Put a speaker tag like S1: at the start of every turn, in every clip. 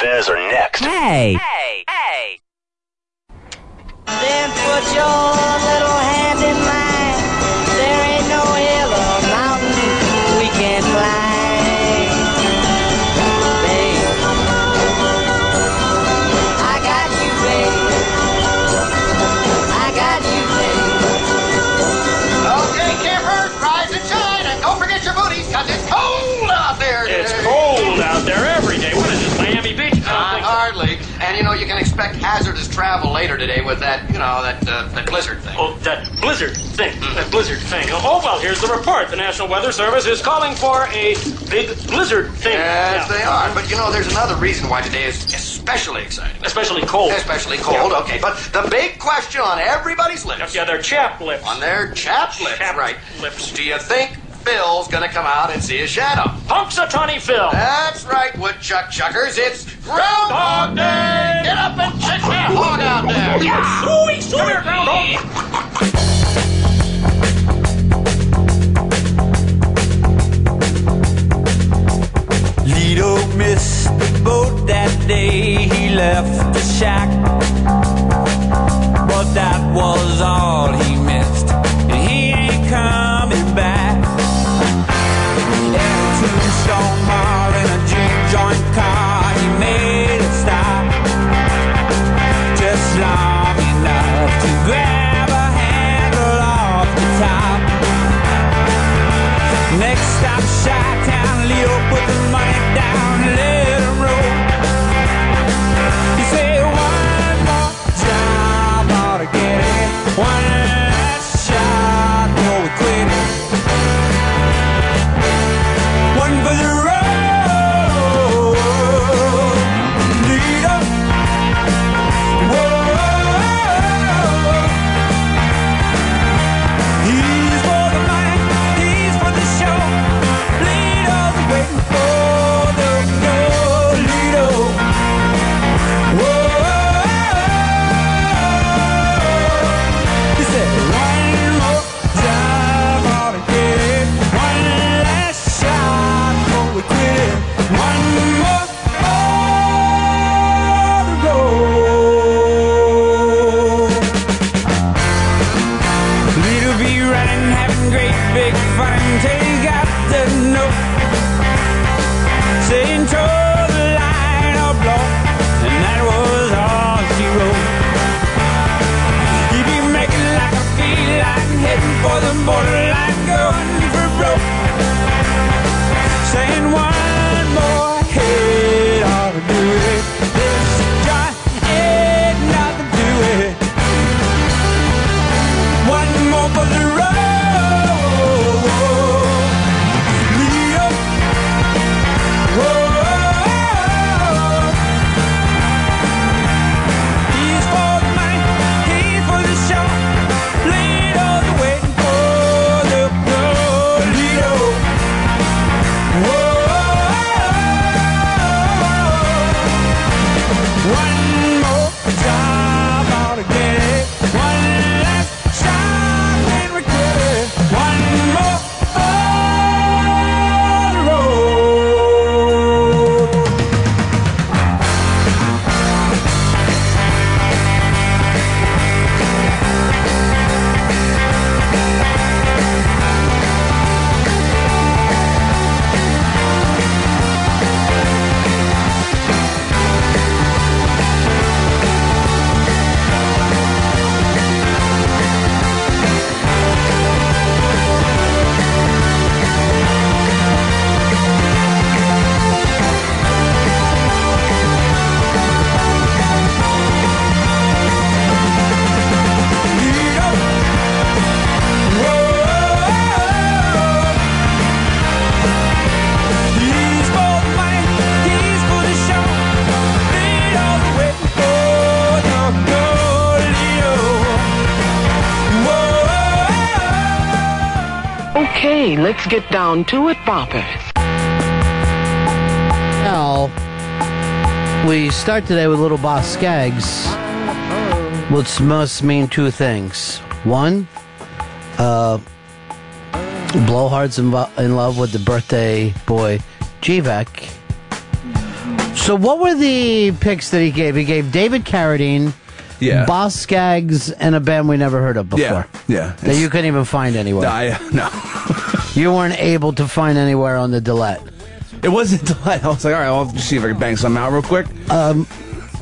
S1: Fez are next.
S2: Hey.
S3: Hey, hey.
S4: Then put your little hand in mine. There ain't no hill or mountain we can climb. Babe, I got you, babe. I got you, babe.
S5: Okay, get hurt, rise and shine, and don't forget your booties, cause it's cold out there
S1: It's
S5: today.
S1: cold out there every day. What is this, Miami Beach?
S5: Uh, hardly. And you know, you can expect hazardous travel later today with that, you know, that, uh, that blizzard thing. Mm-hmm.
S1: Oh, that blizzard thing. That blizzard thing. Oh, well, here's the report. The National Weather Service is calling for a big blizzard thing.
S5: Yes,
S1: Yeah.
S5: they are. But you know, there's another reason why today is especially exciting.
S1: Especially cold.
S5: Especially cold,
S1: Yeah.
S5: okay. But the big question on everybody's lips,
S1: Yeah, they're chap lips.
S5: on their chap lips,
S1: Chap
S5: right?
S1: lips.
S5: Do you think Phil's gonna come out and see a shadow?
S1: Punks a Tawny Phil.
S5: That's right, woodchuck chuckers. It's Groundhog Day. Get up and check that hog out there.
S1: Sweet, sweet. Come here, Groundhog.
S6: Lido missed the boat that day. He left the shack. But that was all he missed. And he ain't coming back. And to Stone Mart in a juke joint car, he made a stop. Just long enough to grab a handle off the top. Next stop, Chi-Town. Leo put the money down, let it roll. You say one more time, ought to get it. One last shot, no we quit it. One for the road, Lido. Whoa. He's for the money, he's for the show. Lido's waiting for the goal. Lido. Whoa. He said, one more time, ought to get it. One last shot before we quit it. One more ought to go. Little be running, having great big fun till you got the note. Saying toe the line or blow, and that was all she wrote. He be making like a feline, heading for the borderline, going for broke. Saying one more hit ought to do it. This John ain't nothing to it. One more for the road. Leo. Whoa. He's for the money. He's for the show. Leo's waiting for the goal. Leo. Whoa. One more time out again. One last shot and we quit it. One more on the road. Lido. Whoa. He's for the money, he's for the show. Lido's waiting for the goal. Lido. Whoa.
S7: Okay, let's get down to it, boppers.
S2: Now, we start today with Little Boss Skaggs, which must mean two things. One, uh, Blowhard's in, in love with the birthday boy, Jivek. So what were the picks that he gave? He gave David Carradine,
S3: Yeah.
S2: Boss Skaggs, and a band we never heard of
S3: Yeah,
S2: before.
S3: yeah.
S2: That you couldn't even find anywhere.
S3: I no.
S2: You weren't able to find anywhere on the Dillette.
S3: It wasn't until I I was like, all right, I'll just see if I can bang some out real quick.
S2: Um,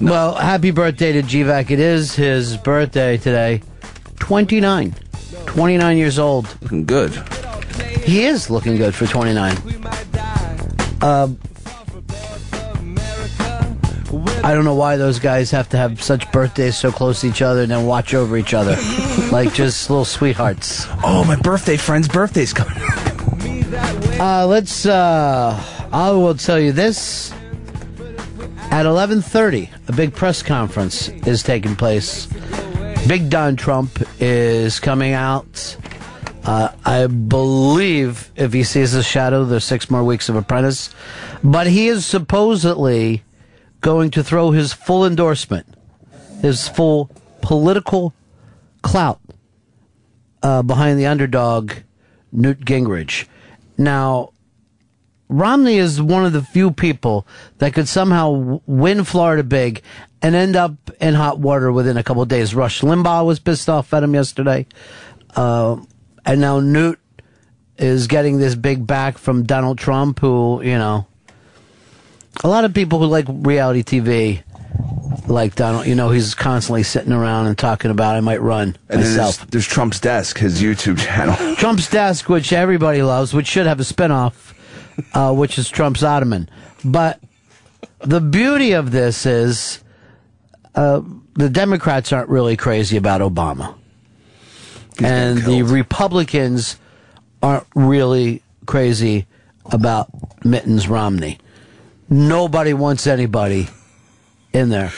S2: Well, happy birthday to GVAC. It is his birthday today. 29. 29 years old.
S3: Looking good.
S2: He is looking good for Um, 29. I don't know why those guys have to have such birthdays so close to each other and then watch over each other. like just little sweethearts.
S3: Oh, my birthday friend's birthday's coming. up.
S2: Uh, let's uh, I will tell you this at 11:30 a big press conference is taking place. Big Don Trump is coming out. Uh, I believe if he sees the shadow, there's six more weeks of apprentice. But he is supposedly going to throw his full endorsement, his full political clout uh, behind the underdog, Newt Gingrich. Now, Romney is one of the few people that could somehow w- win Florida big and end up in hot water within a couple of days. Rush Limbaugh was pissed off at him yesterday. Uh, and now Newt is getting this big back from Donald Trump, who, you know, a lot of people who like reality TV. Like Donald, you know, he's constantly sitting around and talking about I might run
S3: And then
S2: myself.
S3: there's, there's Trump's desk, his YouTube channel.
S2: Trump's desk, which everybody loves, which should have a spinoff, uh, which is Trump's Ottoman. But the beauty of this is uh, the Democrats aren't really crazy about Obama, and the
S3: killed.
S2: Republicans aren't really crazy about Mittens Romney. Nobody wants anybody in there.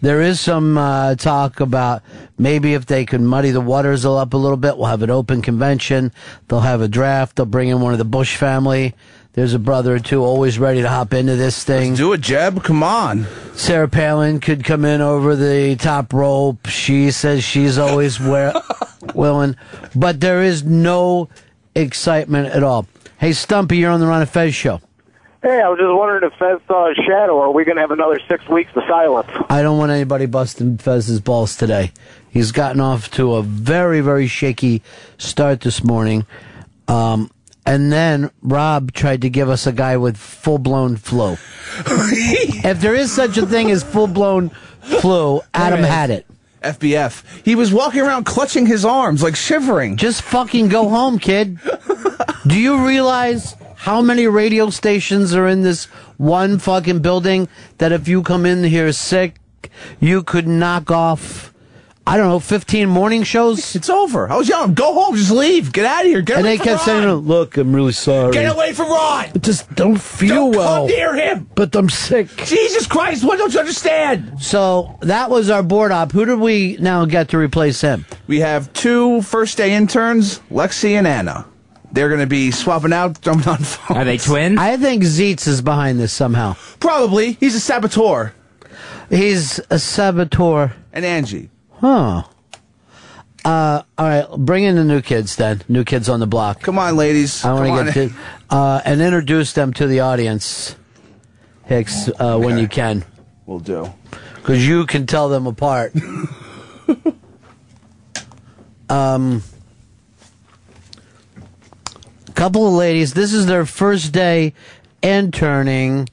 S2: There is some uh, talk about maybe if they can muddy the waters up a little bit, we'll have an open convention. They'll have a draft. They'll bring in one of the Bush family. There's a brother or two always ready to hop into this thing.
S3: Do it, Jeb. Come on.
S2: Sarah Palin could come in over the top rope. She says she's always wi- willing, but there is no excitement at all. Hey, Stumpy, you're on the Ron and Fez show.
S8: Hey, I was just wondering if Fez saw a shadow. Are we going to have another six weeks of silence?
S2: I don't want anybody busting Fez's balls today. He's gotten off to a very, very shaky start this morning. Um, and then Rob tried to give us a guy with full blown flu. if there is such a thing as full blown flu, Adam had it.
S3: FBF. He was walking around clutching his arms, like shivering.
S2: Just fucking go home, kid. Do you realize how many radio stations are in this one fucking building that if you come in here sick, you could knock off, I don't know, 15 morning shows?
S3: It's over. I was yelling, go home, just leave, get out of here, get
S2: And
S3: away
S2: they
S3: from Ron.
S2: kept saying, look, I'm really sorry.
S3: Get away from Ron!
S2: Just don't feel
S3: Don't
S2: well.
S3: come near him!
S2: But I'm sick.
S3: Jesus Christ, what don't you understand?
S2: So that was our board op. Who did we now get to replace him?
S3: We have two first day interns, Lexi and Anna. They're going to be swapping out, jumping on phones.
S9: Are they twins?
S2: I think Zeitz is behind this somehow.
S3: Probably. He's a saboteur.
S2: He's a saboteur.
S3: And Angie.
S2: Huh. Uh, all right, bring in the new kids then. New kids on the block.
S3: Come on, ladies.
S2: I want
S3: Come
S2: to
S3: on.
S2: get to uh, and introduce them to the audience, Hicks, uh, when you can,
S3: We'll do.
S2: because you can tell them apart. um, Um, couple of ladies. This is their first day interning,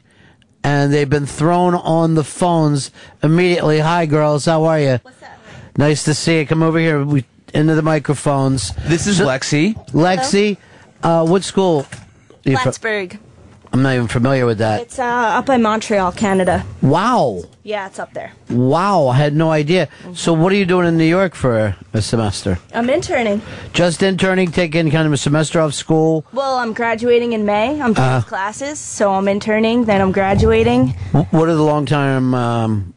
S2: and they've been thrown on the phones immediately. Hi, girls. How are you? What's up? Nice to see you. Come over here. We into the microphones.
S3: This is Lexi.
S2: Lexi, uh, what school? you fro-
S10: Plattsburgh.
S2: I'm not even familiar with that.
S10: It's uh, up by Montreal, Canada.
S2: Wow.
S10: Yeah, it's up there.
S2: Wow. I had no idea. So, what are you doing in New York for a semester?
S10: I'm interning.
S2: Just interning, taking kind of a semester off school.
S10: Well, I'm graduating in May. I'm doing classes, so I'm interning, then I'm graduating.
S2: What are the long term um,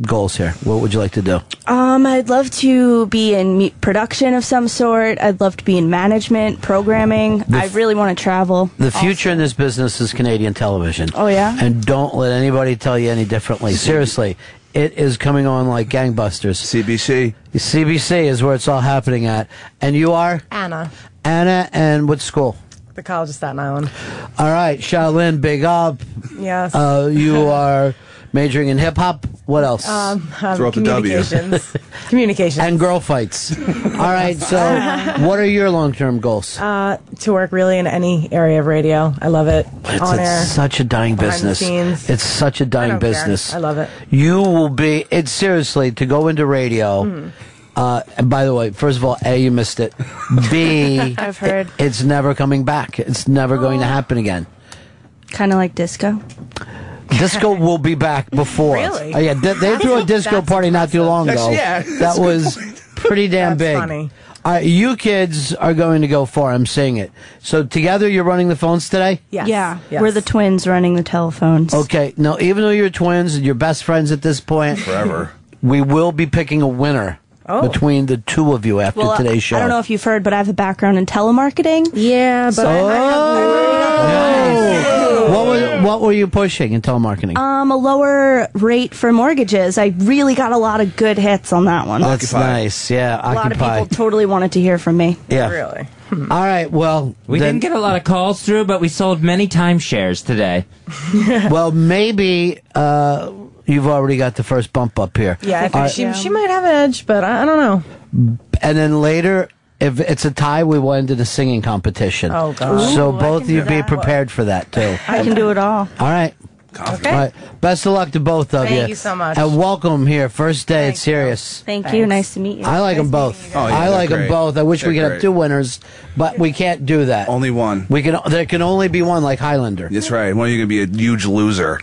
S2: goals here? What would you like to do?
S10: Um, I'd love to be in mu- production of some sort. I'd love to be in management, programming. I really want to travel.
S2: The future in this business is Canadian television.
S10: Oh, yeah?
S2: And don't let anybody tell you any differently. Seriously, it is coming on like gangbusters.
S3: CBC.
S2: CBC is where it's all happening at. And you are?
S11: Anna,
S2: Anna, and what school?
S9: the College of Staten Island.
S2: All right, Shaolin, big up.
S9: Yes.
S2: Uh, you are majoring in hip hop. What else?
S9: Um, um, Throw up the W. communications. communications.
S2: And girl fights. All right, so what are your long term goals?
S9: Uh, to work really in any area of radio. I love it.
S2: It's,
S9: On
S2: it's
S9: air.
S2: such a dying
S9: behind the
S2: business.
S9: scenes.
S2: It's such a
S9: I
S2: dying
S9: don't care.
S2: business.
S9: I love it.
S2: You will be. It's seriously to go into radio.
S9: Hmm. Mm.
S2: Uh, and by the way, first of all, A, you missed it. B,
S12: I've heard.
S2: it- it's never coming back. It's never going
S9: Oh.
S2: to happen again.
S12: Kind of like disco.
S2: Disco will be back before.
S12: Really?
S2: Oh, yeah, they, they threw a disco party not too long
S9: That's-
S2: ago.
S9: yeah, that's
S2: that
S9: a good
S2: was pretty damn
S9: That's
S2: big.
S9: funny.
S2: All right, you kids are going to go far. I'm seeing it. So together, you're running the phones today.
S9: Yes.
S12: Yeah.
S9: Yes.
S12: We're the twins running the telephones.
S2: Okay. Now, even though you're twins and you're best friends at this point,
S3: Forever.
S2: we will be picking a winner
S9: Oh.
S2: between the two of you after
S12: Well,
S2: today's show.
S12: I don't know if you've heard, but I have a background in telemarketing.
S9: Yeah, but I- I
S2: Oh, what was what were you pushing in telemarketing?
S12: Um, a lower rate for mortgages. I really got a lot of good hits on that one.
S2: That's
S3: Occupy.
S2: nice. Yeah,
S12: a lot of
S2: occupy.
S12: people totally wanted to hear from me.
S2: yeah. Hmm.
S9: really.
S2: All right. Well,
S11: We
S2: then-
S11: didn't get a lot of calls through, but we sold many timeshares today.
S2: Well, maybe uh, you've already got the first bump up here.
S9: Yeah, I think
S2: All right,
S9: she she might have an edge, but I, I don't know.
S2: and then later, if it's a tie, we will end in a singing competition.
S9: Oh, God.
S2: So
S12: Ooh, I
S2: both
S12: can
S2: of you
S12: do
S2: be
S12: that.
S2: prepared for that too.
S12: I can do it all.
S2: All right. All right. Best of luck to both of
S9: Thank
S2: you.
S9: you so much.
S2: And welcome here. First day. it's serious.
S12: Thank you. Nice to meet you.
S2: I like them
S9: meeting
S2: both.
S3: guys. Oh, yeah,
S2: I
S3: they're
S2: like them
S3: great.
S2: both. I wish
S3: They're
S2: we could have
S3: great.
S2: two winners, but we can't do that.
S3: Only one.
S2: we can. There can only be one, like Highlander.
S3: That's right. One of you going to be a huge loser.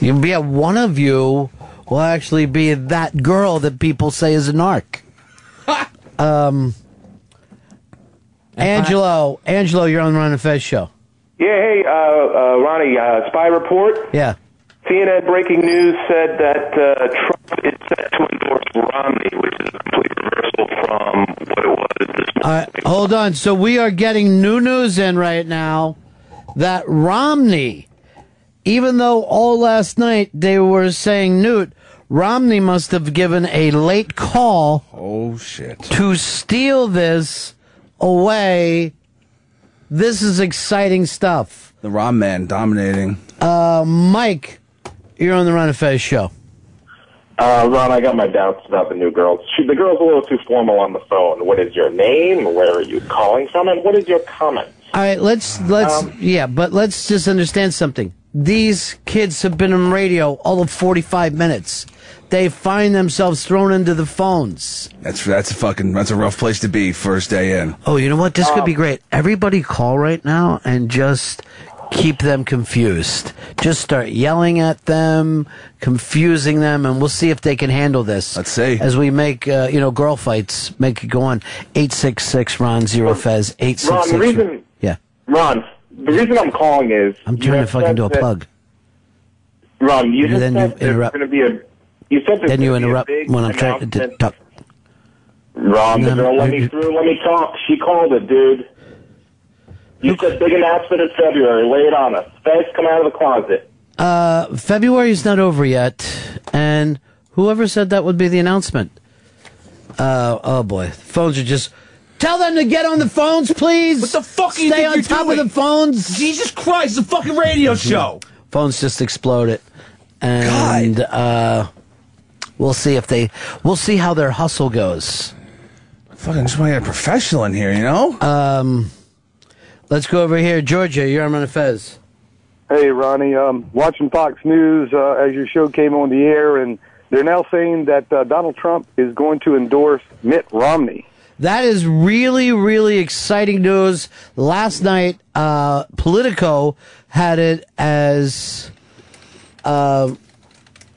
S2: You can be a, one of you will actually be that girl that people say is a narc. um, Angelo, Angelo, you're on the Ron and Fez show.
S13: Yeah, hey, uh, uh, Ronnie, uh, spy report.
S2: Yeah.
S13: CNN breaking news said that uh, Trump is set to endorse Romney, which is a complete reversal from what it was this morning.
S2: All right, Uh, hold on. So we are getting new news in right now that Romney, even though all last night they were saying Newt, Romney must have given a late call
S3: Oh, shit.
S2: to steal this away. This is exciting stuff. Uh,
S3: The Rom Man dominating.
S2: Mike, you're on the Ron and Fez show.
S13: Uh, Ron, I got my doubts about the new girl. She, the girl's a little too formal on the phone. What is your name? Where are you calling from? And what is your comment?
S2: All right, let's let's yeah, but let's just understand something. These kids have been on radio all of 45 minutes. They find themselves thrown into the phones.
S3: That's that's a fucking that's a rough place to be first day in.
S2: Oh, you know what? This could be great. Everybody call right now and just keep them confused. Just start yelling at them, confusing them, and we'll see if they can handle this.
S3: Let's see.
S2: As we make, uh, you know, girl fights, make it go on. 866 Ron Zero Fez, 866.
S13: Ron, reason-
S2: yeah.
S13: Ron, the reason I'm calling is
S2: I'm
S13: you
S2: trying to
S13: have
S2: fucking
S13: said
S2: do a
S13: that-
S2: plug.
S13: Ron, you just
S2: Then you
S13: said there's
S2: interrupt.
S13: going to be a. You said there's
S2: Then you
S13: gonna be a
S2: interrupt
S13: big
S2: when I'm trying to
S13: announcement.
S2: talk.
S13: Ron, the
S2: No,
S13: girl let
S2: you-
S13: me through. Let me talk. She called it, dude. You said big announcement in February. Lay it on us. Fez, come out of the closet.
S2: February's Uh, not over yet, and whoever said that would be the announcement. Uh, oh boy, phones are just. Tell them to get on the phones, please.
S14: What the fuck do
S2: Stay
S14: you think
S2: on
S14: you're
S2: top
S14: doing?
S2: of the phones.
S14: Jesus Christ, the fucking radio
S3: Mm-hmm.
S14: show.
S2: Phones just exploded, and uh, we'll see if they. We'll see how their hustle goes.
S3: Fucking just want to get a professional in here, you know?
S2: Um, Let's go over here, Georgia. You're on Run a Fez.
S13: Hey, Ronnie. Um, watching Fox News uh, as your show came on the air, and they're now saying that uh, Donald Trump is going to endorse Mitt Romney.
S2: That is really, really exciting news. Last night, uh, Politico had it as uh,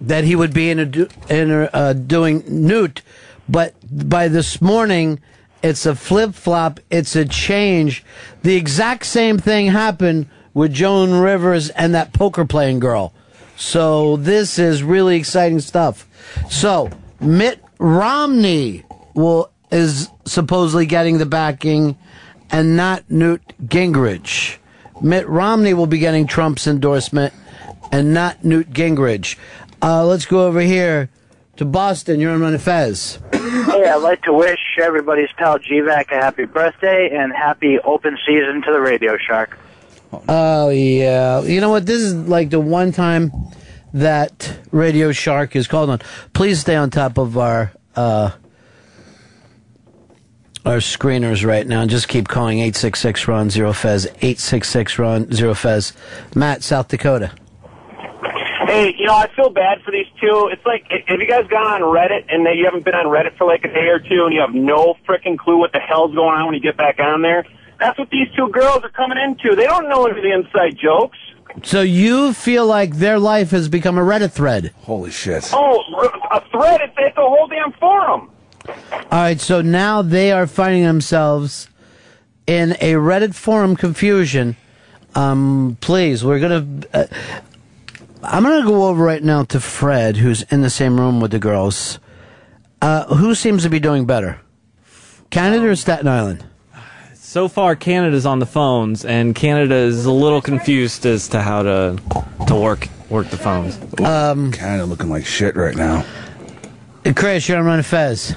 S2: that he would be in, a, in a, uh, doing Newt, but by this morning, it's a flip flop. It's a change. The exact same thing happened with Joan Rivers and that poker playing girl. So this is really exciting stuff. So Mitt Romney will is supposedly getting the backing, and not Newt Gingrich. Mitt Romney will be getting Trump's endorsement, and not Newt Gingrich. Uh, let's go over here to Boston. You're on Run Fez.
S13: Hey, I'd like to wish
S15: everybody's pal GVAC a happy birthday and happy open season to the Radio Shark.
S2: Oh yeah. You know what? This is like the one time that Radio Shark is called on. Please stay on top of our uh our screeners right now and just keep calling 866 run 0 fez 866 run 0 fez Matt South Dakota.
S12: Hey, you know, I feel bad for these two. It's like, i- have you guys gone on Reddit and that you haven't been on Reddit for like a day or two and you have no freaking clue what the hell's going on when you get back on there? That's what these two girls are coming into. They don't know any of the inside jokes.
S2: So you feel like their life has become a Reddit thread.
S3: Holy shit.
S12: Oh, r- a thread, it's, it's a whole damn forum.
S2: All right, so now they are finding themselves in a Reddit forum confusion. Um, please, we're gonna. Uh, I'm gonna go over right now to Fred, who's in the same room with the girls. Uh, who seems to be doing better, Canada or Staten Island?
S16: So far, Canada's on the phones, and Canada is a little confused as to how to to work work the phones.
S2: Um,
S3: Canada looking like shit right now.
S2: Chris, you're on Run Fez.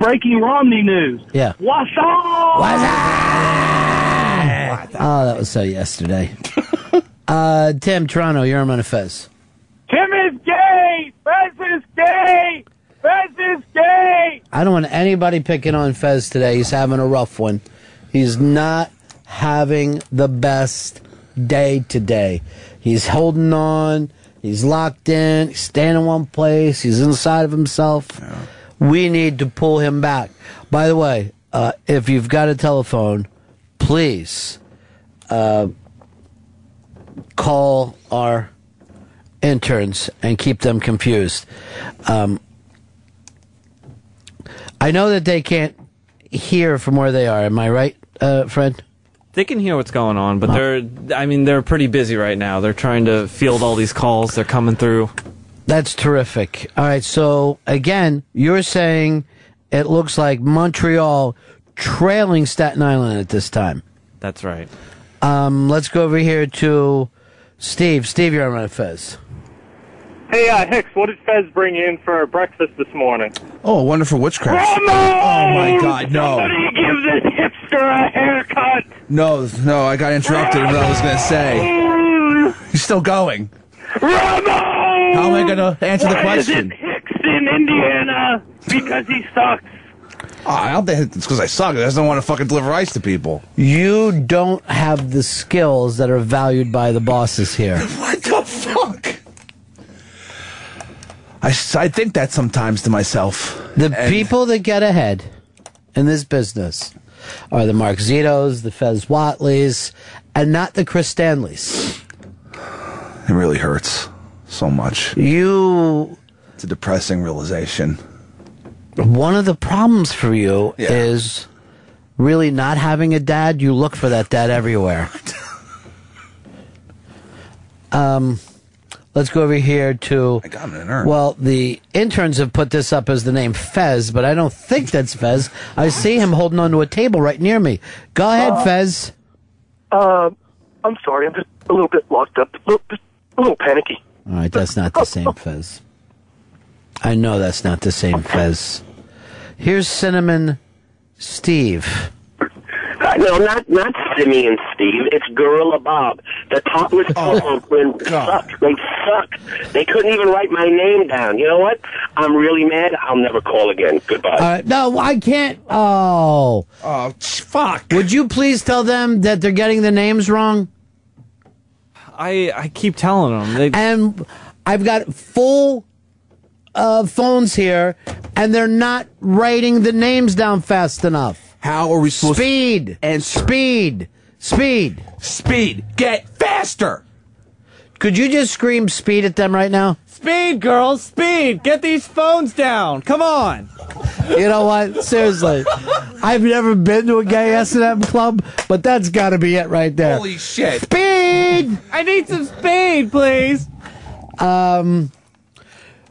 S17: Breaking Romney news.
S2: Yeah.
S17: What's up?
S2: Oh, that was so yesterday. uh, Tim, Toronto, you're on Run Fez.
S17: Tim is gay. Fez is gay. Fez is gay.
S2: I don't want anybody picking on Fez today. He's having a rough one. He's not having the best day today. He's holding on. He's locked in. He's staying in one place. He's inside of himself. We need to pull him back. By the way, uh, if you've got a telephone, please uh, call our interns and keep them confused. Um, I know that they can't hear from where they are. Am I right, uh, Fred?
S16: They can hear what's going on, but they're I mean they're pretty busy right now. They're trying to field all these calls. They're coming through.
S2: That's terrific. All right. So again, you're saying it looks like Montreal trailing Staten Island at this time.
S16: That's right.
S2: Um, let's go over here to Steve. Steve, you're on Run Fez.
S18: Hey, uh, Hicks, what did Fez bring you in for breakfast this morning?
S3: Oh, wonderful witchcraft. Oh my god, no.
S18: Give this hipster a haircut!
S3: No, no, I got interrupted with what I was gonna say. He's still going. How am I gonna answer the
S18: Why is it
S3: question?
S18: Hicks in Indiana? Because he sucks.
S3: Oh, I don't think it's because I suck. I just don't want to fucking deliver ice to people.
S2: You don't have the skills that are valued by the bosses here.
S3: What the fuck? I, s- I think that sometimes to myself.
S2: The
S3: And-
S2: people that get ahead in this business are the Mark Zitos, the Fez Watleys, and not the Chris Stanleys.
S3: It really hurts so much.
S2: You.
S3: It's a depressing realization.
S2: One of the problems for you is really not having a dad. You look for that dad everywhere. um, let's go over here to. I got
S3: an urn.
S2: Well, the interns have put this up as the name Fez, but I don't think that's Fez. I see him holding onto a table right near me. Go ahead,
S19: Uh,
S2: Fez.
S19: Um, I'm sorry. I'm just a little bit locked up. A little, just a little panicky.
S2: All right, that's not the same Fez. I know that's not the same Fez. Here's Cinnamon Steve.
S20: Uh, no, not not Simeon Steve. It's Gorilla Bob. The topless
S2: Oh,
S20: football when sucked. They sucked. They couldn't even write my name down. You know what? I'm really mad. I'll never call again. Goodbye.
S2: All right, no, I can't. Oh. Oh, fuck. Would you please tell them that they're getting the names wrong?
S16: I I keep telling them. They,
S2: And I've got full uh, phones here, and they're not writing the names down fast enough.
S3: How are we supposed
S2: speed, to Speed. Speed.
S3: Speed. Get faster.
S2: Could you just scream speed at them right now?
S16: speed, girls, speed! Get these phones down. Come on.
S2: You know what? Seriously. I've never been to a gay S&M club, but that's got to be it right there.
S3: Holy shit.
S2: Speed!
S16: I need some speed, please.
S2: Um,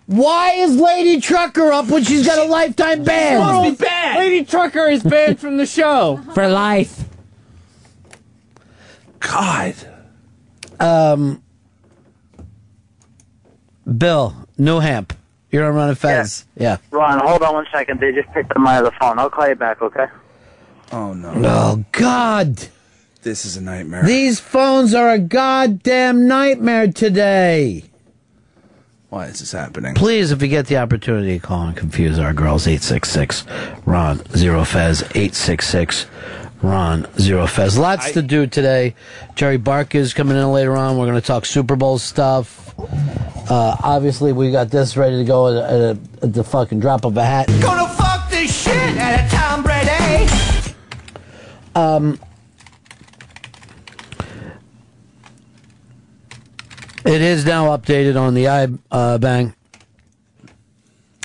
S2: why is Lady Trucker up when she's got a lifetime ban?
S16: Must be banned. Lady Trucker is banned from the show for life.
S3: God.
S2: Um, Bill, New Hamp. You're on Ron and Fez. Yeah.
S15: Ron, hold on one second. They just picked up my other phone. I'll call you back, okay?
S3: Oh no.
S2: Oh God.
S3: This is a nightmare.
S2: These phones are a goddamn nightmare today.
S3: Why is this happening?
S2: Please, if you get the opportunity, call and confuse our girls. 866 Ron Zero Fez. 866 Ron Zero Fez. Lots to do today. Jerry Bark is coming in later on. We're going to talk Super Bowl stuff. Uh, obviously, we got this ready to go at, at, at the fucking drop of a hat.
S6: Gonna fuck this shit out of Tom Brady.
S2: Um, it is now updated on the i uh, bang.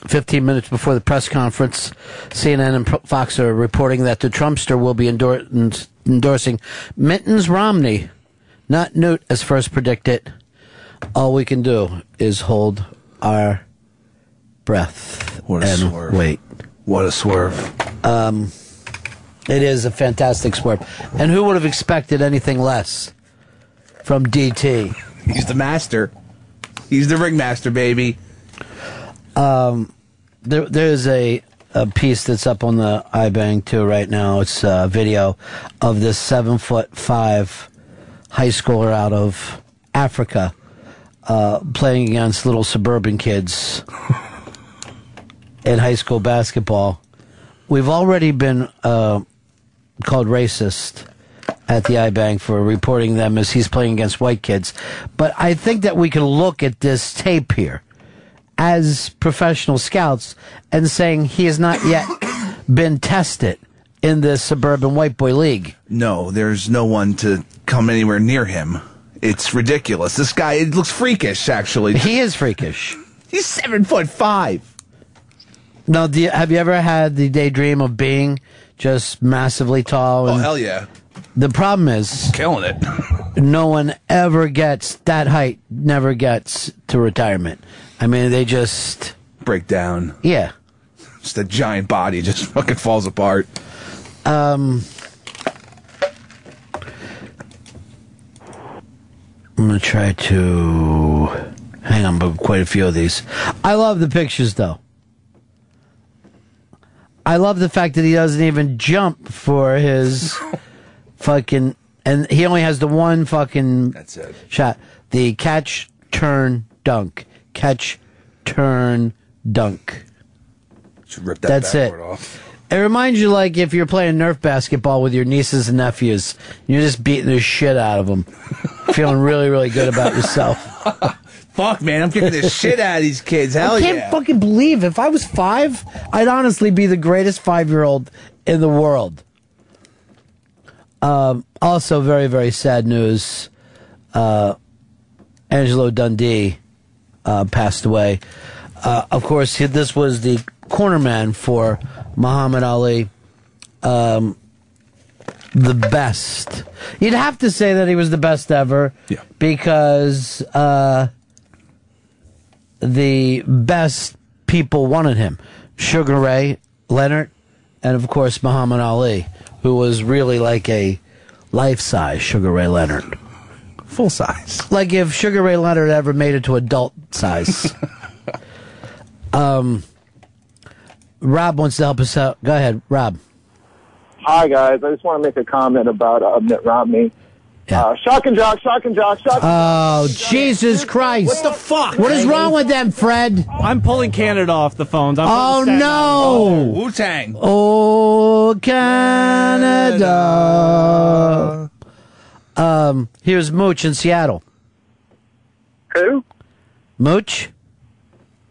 S2: Fifteen minutes before the press conference, CNN and Pro- Fox are reporting that the Trumpster will be endor- en- endorsing Mittens Romney, not Newt, as first predicted. All we can do is hold our breath
S3: What a
S2: and
S3: swerve.
S2: wait.
S3: What a swerve.
S2: Um, it is a fantastic swerve. And who would have expected anything less from DT?
S3: He's the master. He's the ringmaster, baby.
S2: Um, there, there's a, a piece that's up on the iBang too right now. It's a video of this seven foot five high schooler out of Africa uh, playing against little suburban kids in high school basketball. We've already been uh, called racist at the iBank for reporting them as he's playing against white kids. But I think that we can look at this tape here as professional scouts and saying he has not yet been tested in this suburban white boy league.
S3: No, there's no one to come anywhere near him. It's ridiculous. This guy, it looks freakish, actually.
S2: He is freakish.
S3: He's seven foot five.
S2: Now, do you, have you ever had the daydream of being just massively tall?
S3: Oh,
S2: and-
S3: hell yeah.
S2: The problem is
S3: Killing it.
S2: no one ever gets that height, never gets to retirement. I mean, they just,
S3: Break down.
S2: yeah.
S3: Just a giant body just fucking falls apart.
S2: Um, I'm going to try to hang on, but quite a few of these. I love the pictures, though. I love the fact that he doesn't even jump for his fucking. And he only has the one fucking That's it. shot. The catch, turn, dunk. Catch, turn, dunk.
S3: Should rip
S2: That's it. It reminds you like if you're playing Nerf basketball with your nieces and nephews, you're just beating the shit out of them, feeling really, really good about yourself.
S3: Fuck, man, I'm kicking the shit out of these kids. Hell
S2: I can't
S3: yeah.
S2: fucking believe if I was five, I'd honestly be the greatest five year old in the world. Um, also, very, very sad news. Uh, Angelo Dundee uh, passed away. Uh, of course, he- this was the cornerman for Muhammad Ali. Um, the best. You'd have to say that he was the best ever. Yeah. Because uh, the best people wanted him Sugar Ray, Leonard, and of course Muhammad Ali, who was really like a life size Sugar Ray Leonard.
S3: Full size.
S2: Like if Sugar Ray Leonard ever made it to adult size. um, Rob wants to help us out. Go ahead, Rob.
S21: Hi, guys. I just want to make a comment about uh, Mitt Romney. Uh, shock and jock, shock and jock, shock and
S2: Oh, Jesus Christ. What the fuck? What is wrong with them, Fred?
S16: I'm pulling Canada off the phones. I'm
S2: Oh, no.
S3: Wu Tang.
S2: Oh, Canada. Um, here's Mooch in Seattle.
S22: Who?
S2: Mooch,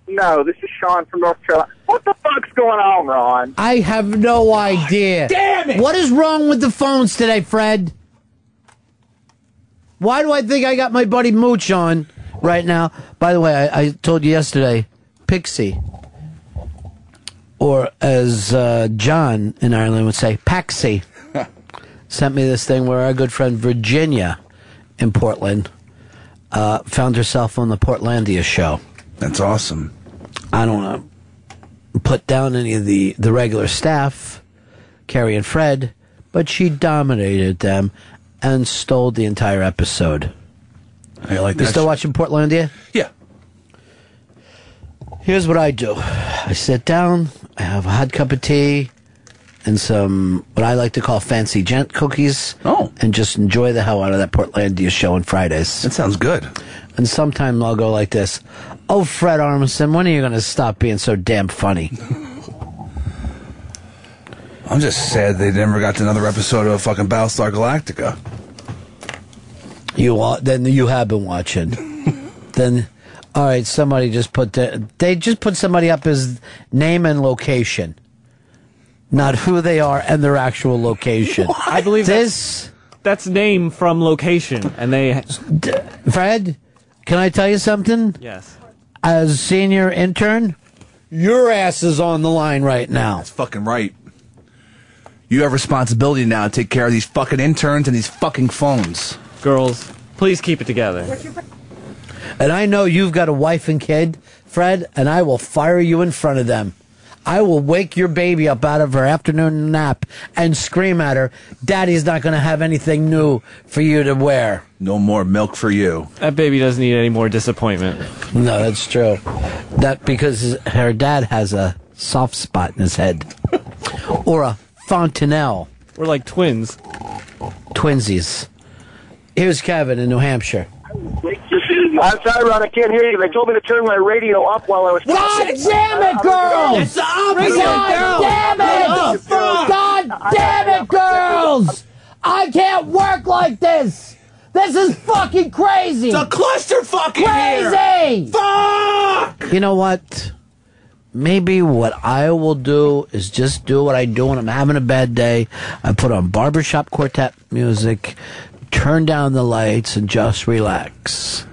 S22: No, this is Sean from North Carolina. What the fuck's going on, Ron?
S2: I have no idea.
S22: damn it.
S2: What is wrong with the phones today, Fred? Why do I think I got my buddy Mooch on right now? By the way, I, I told you yesterday, Pixie, or as uh, John in Ireland would say, Paxi, sent me this thing where our good friend Virginia in Portland uh, found herself on the Portlandia show.
S3: That's awesome.
S2: I don't know, put down any of the, the regular staff, Carrie and Fred, but she dominated them and stole the entire episode.
S3: I like
S2: You
S3: that
S2: still
S3: sh-
S2: watching Portlandia?
S3: Yeah.
S2: Here's what I do I sit down, I have a hot cup of tea, and some what I like to call fancy gent cookies. Oh. And just enjoy the hell out of that Portlandia show on Fridays. That sounds good. And sometime I'll go like this Oh, Fred Armisen, when are you going to stop being so damn funny?
S3: I'm just sad they never got to another episode of fucking Battlestar Galactica.
S2: You wa- then you have been watching. then, all right. Somebody just put the, they just put somebody up as name and location, not who they are and their actual location.
S16: I believe this. That's, name from location, and they.
S2: Fred, can I tell you something?
S16: Yes.
S2: As senior intern, your ass is on the line right now. That's
S3: fucking right. You have responsibility now to take care of these fucking interns and these fucking phones.
S16: Girls, please keep it together.
S2: And I know you've got a wife and kid, Fred, and I will fire you in front of them. I will wake your baby up out of her afternoon nap and scream at her, Daddy's not going to have anything new for you to wear.
S3: No more milk for you.
S16: That baby doesn't need any more disappointment.
S2: No, that's true. That because her dad has a soft spot in his head. or a fontanelle.
S16: We're like twins.
S2: Twinsies. Here's Kevin in New Hampshire.
S19: I'm sorry, Ron. I can't hear you. They told me to turn my radio up while I was.
S2: God damn it, girl!
S19: It's the
S2: opposite, girl. Damn it! God damn it, girls! I can't work like this. This is fucking crazy. It's a cluster fucking crazy. Fuck. You know what? Maybe what I will do is just do what I do when I'm having a bad day. I put on barbershop quartet music, turn down the lights, and just relax.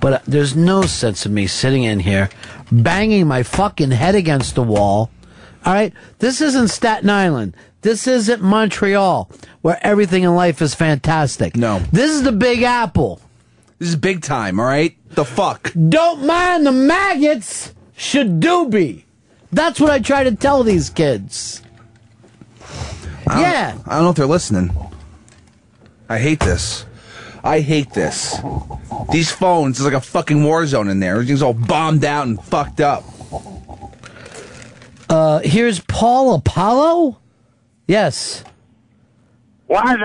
S2: But uh, there's no sense of me sitting in here banging my fucking head against the wall. All right? This isn't Staten Island. This isn't Montreal where everything in life is fantastic. No. This is the Big Apple.
S3: This is big time, all right? The fuck?
S2: Don't mind the maggots, should do be. That's what I try to tell these kids.
S3: I don't-
S2: Yeah.
S3: I don't know if they're listening. I hate this. I hate this. These phones is like a fucking war zone in there. Everything's all bombed out and fucked up.
S2: Uh, here's Paul Apollo. Yes.
S19: What's up?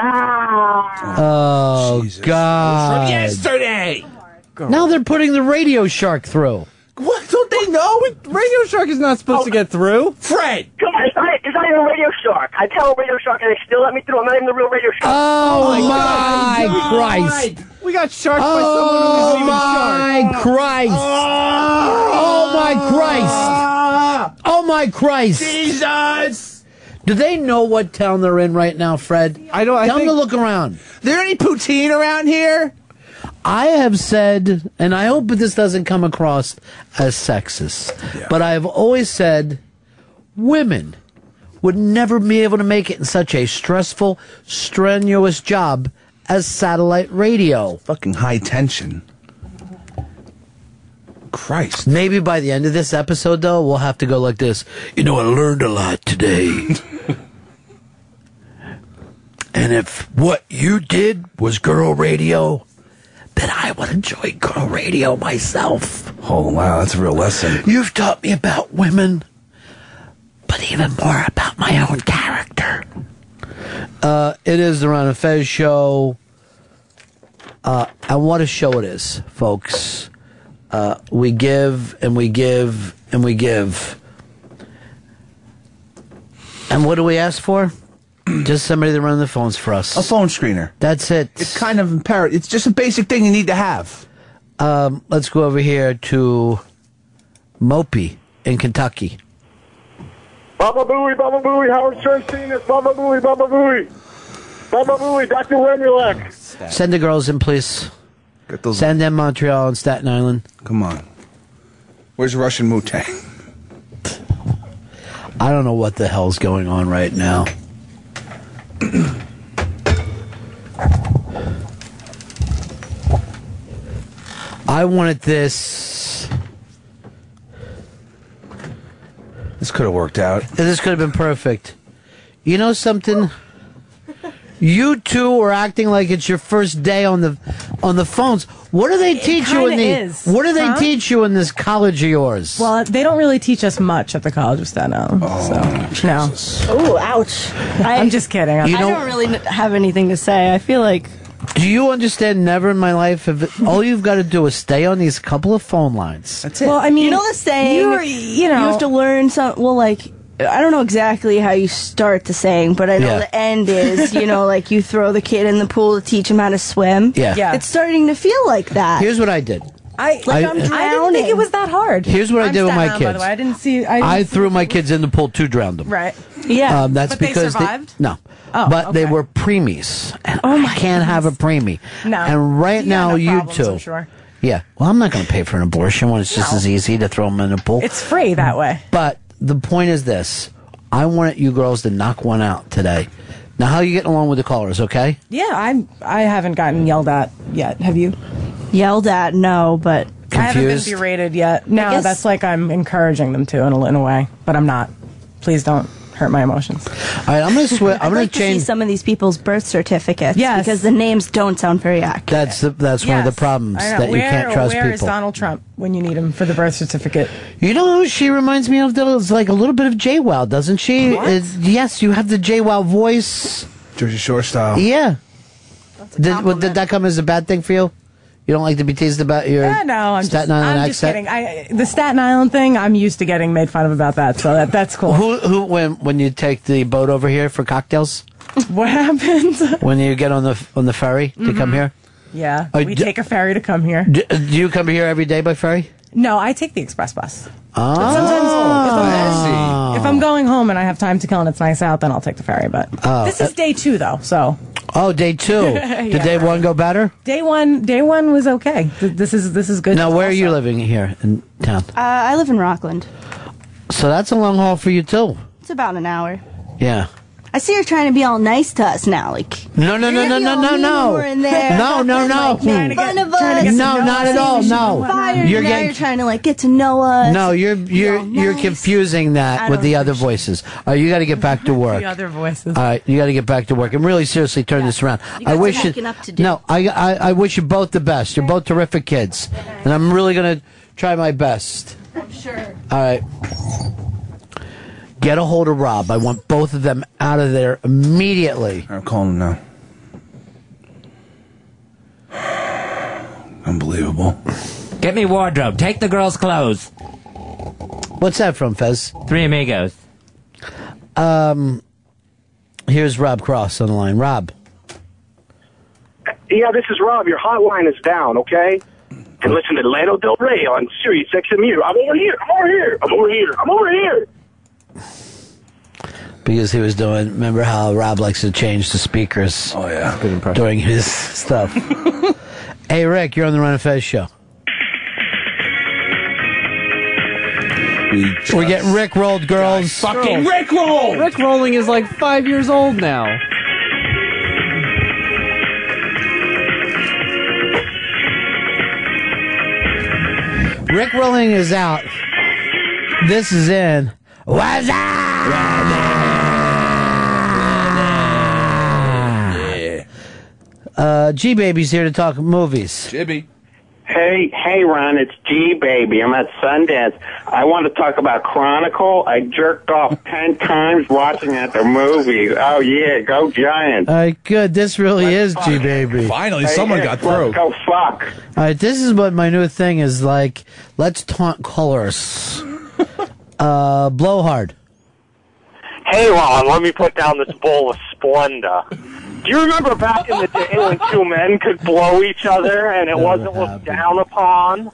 S2: Oh God!
S3: yesterday.
S2: Oh. Now they're putting the Radio Shark through.
S16: What? Don't they know? Radio Shark is not supposed to
S2: Oh.
S16: get through. Fred!
S19: Come on, it's not, it's not even Radio Shark. I tell Radio Shark and they still let me through. I'm not even the real Radio Shark.
S2: Oh, my, Christ!
S16: We got sharks
S19: by
S2: Oh
S19: someone who
S2: my Christ! Oh my Christ! Oh my Christ! Jesus! Do they know what town they're in right now, Fred? I don't. Tell them to look around. There any poutine around here? I have said, and I hope this doesn't come across as sexist, but I have always said women would never be able to make it in such a stressful, strenuous job as satellite radio.
S3: Fucking high tension. Christ.
S2: Maybe by the end of this episode, though, we'll have to go like this. You know, I learned a lot today. and if what you did was girl radio, then I would enjoy girl radio myself.
S3: Oh wow, that's a real lesson.
S2: You've taught me about women, but even more about my own character. Uh, it is the Ron and Fez show. Uh, and what a show it is, folks. Uh, we give and we give and we give. And what do we ask for? Just somebody to run the phones for us. A
S3: phone screener.
S2: That's it.
S3: It's kind of imperative. It's just a basic thing you need to have.
S2: Um, let's go over here to Mopey in Kentucky.
S17: Baba Booey, Baba Booey, Howard Stern Senior, Baba Booey, Baba Booey. Baba Booey, Dr. Wemulek.
S2: Send the girls in, please. Send them Montreal and Staten Island.
S3: Come on. Where's Russian Wu Tang?
S2: I don't know what the hell's going on right now. I wanted this.
S3: This could have worked out.
S2: This could have been perfect. You know something? You two are acting like it's your first day on the on the phones. What do they teach you
S9: kinda
S2: in the
S9: is,
S2: What do they
S9: huh?
S2: teach you in this college of yours?
S9: Well, they don't really teach us much at the College of Steno. so, no.
S12: Oh, ouch. I,
S9: I'm just kidding. I'm-
S12: I don't really n- have anything to say. I feel like
S2: Do you understand? Never in my life have all you've got to do is stay on these couple of phone lines. That's
S12: Well, I mean, you know the saying.
S9: you are- you know-
S12: have to learn some. Well, like I don't know exactly how you start the saying, but I know
S2: Yeah.
S12: the end is. You know, like you throw the kid in the pool to teach him how to swim.
S2: Yeah. Yeah.
S12: it's starting to feel like that.
S2: Here's what I did.
S12: I
S2: I-
S12: like I, am
S2: I didn't
S12: drowning.
S2: think
S9: it was that hard.
S2: Here's what I
S9: I'm
S2: did with
S9: Staten
S2: my
S9: Island, By the
S2: kids.
S9: way, I didn't see. I, didn't
S2: I
S9: see-
S2: threw my kids in the pool to drown them.
S9: Right. Yeah.
S2: Um, that's
S9: But they
S2: because
S9: survived?
S2: no,
S9: Oh,
S2: but they were preemies, and I can't have a preemie.
S9: No.
S2: and right now
S9: no
S2: you
S9: problems,
S2: two,
S9: I'm sure.
S2: yeah. Well, I'm not going to pay for an abortion when it's just as easy to throw them in a pool.
S9: It's free that way.
S2: But the point is this: I wanted you girls to knock one out today. Now, how are you getting along with the callers? Okay.
S9: Yeah, I'm. I haven't gotten yelled at yet. Have you?
S12: Yelled at? No, but
S9: I haven't been
S2: Confused?
S9: berated yet. No,
S12: guess-
S9: that's like I'm encouraging them to in a, in a way, but I'm not. Please don't hurt my emotions.
S2: All right, I'm gonna swear. I'm
S12: I'd
S2: gonna
S12: like to
S2: change.
S12: see some of these people's birth certificates.
S9: Yes.
S12: because the names don't sound very accurate.
S2: that's the, that's one of the problems
S9: I know.
S2: that
S9: where,
S2: you can't trust
S9: where is
S2: people.
S9: Donald Trump when you need him for the birth certificate?
S2: You know who she reminds me of? Though? It's like a little bit of JWoww, doesn't she?
S9: What?
S2: It's- yes, you have the JWoww voice.
S23: Jersey Shore style.
S2: Yeah. Did, well, did that come as a bad thing for you? You don't like to be teased about your
S9: Yeah, no, I'm
S2: Staten
S9: just,
S2: Island
S9: I'm just
S2: accent?
S9: kidding. I, the Staten Island thing, I'm used to getting made fun of about that, so that, that's cool.
S2: Who, who, when when you take the boat over here for cocktails?
S9: what happened?
S2: When you get on the on the ferry to come
S9: Mm-hmm.
S2: here?
S9: yeah,
S2: I
S9: we
S2: d-
S9: take a ferry to come here.
S2: Do, do you come here every day by ferry?
S9: No, I take the express bus.
S2: Oh,
S9: Sometimes if,
S2: I
S9: I'm, if I'm going home and I have time to kill and it's nice out, then I'll take the ferry. But
S2: Oh,
S9: this is
S2: uh,
S9: day two, though, so
S2: Oh, day two. Did
S9: Yeah.
S2: day one go better?
S9: day one, day one was okay. Th- This is this is good.
S2: Now, where are you living here in town?
S12: Uh, I live in Rockland.
S2: So that's a long haul for you too.
S12: It's about an hour.
S2: Yeah.
S12: I see you're trying to be all nice to us now, like
S2: No, no, no,
S12: You're the
S2: no, no,
S12: only
S2: no, no.
S12: one in there.
S2: No, no, no.
S12: Trying to get- trying to get to know
S2: No, not
S12: us,
S2: at
S12: saying
S2: all.
S12: we should be
S2: No.
S12: fired,
S2: You're
S12: now
S2: getting-
S12: you're trying to like get to know us.
S2: No, you're you're you're confusing
S12: I
S2: that with
S12: don't
S2: the other voices. All right, you got to get back to work.
S9: The other voices.
S2: All right, you got to get back to work and really seriously turn this around.
S9: You
S2: I
S9: got
S2: wish
S9: some
S2: you,
S9: waking up to do.
S2: no, I, I I wish you both the best. You're both terrific kids, and I'm really gonna try my best.
S12: I'm sure.
S2: All right, get a hold of Rob. I want both of them out of there immediately.
S23: I'm calling him now. Unbelievable.
S11: Get me wardrobe. Take the girl's clothes.
S2: What's that from, Fez?
S11: Three Amigos.
S2: Um, here's Rob Cross on the line. Rob,
S13: Yeah, this is Rob. Your hotline is down, okay? And listen to Lano Del Rey on Sirius XM. here. I'm over here. I'm over here. I'm over here. I'm over here.
S2: because he was doing. Remember how Rob likes to change the speakers? Oh yeah, good impression during his stuff. hey Rick, you're on the Run and Fez show. We're getting Rick rolled, girls.
S3: Fucking Rick roll. Rick rolling is like five years old now.
S2: Rick rolling is out. This is in. What's up? Uh, G Baby's here to talk movies.
S23: Jibby.
S13: Hey, hey, Ron, it's G Baby. I'm at Sundance. I want to talk about Chronicle. I jerked off ten times watching at the movie. Oh yeah, go Giants!
S2: All right, good. This really is G Baby.
S13: Hey, yeah, let's Go fuck.
S2: All right, this is what my new thing is like. Let's taunt colors. uh, blowhard.
S16: Hey, Ron, let me put down this bowl of Splenda. Do you remember back in the day when two men could blow each other and it wasn't looked down upon?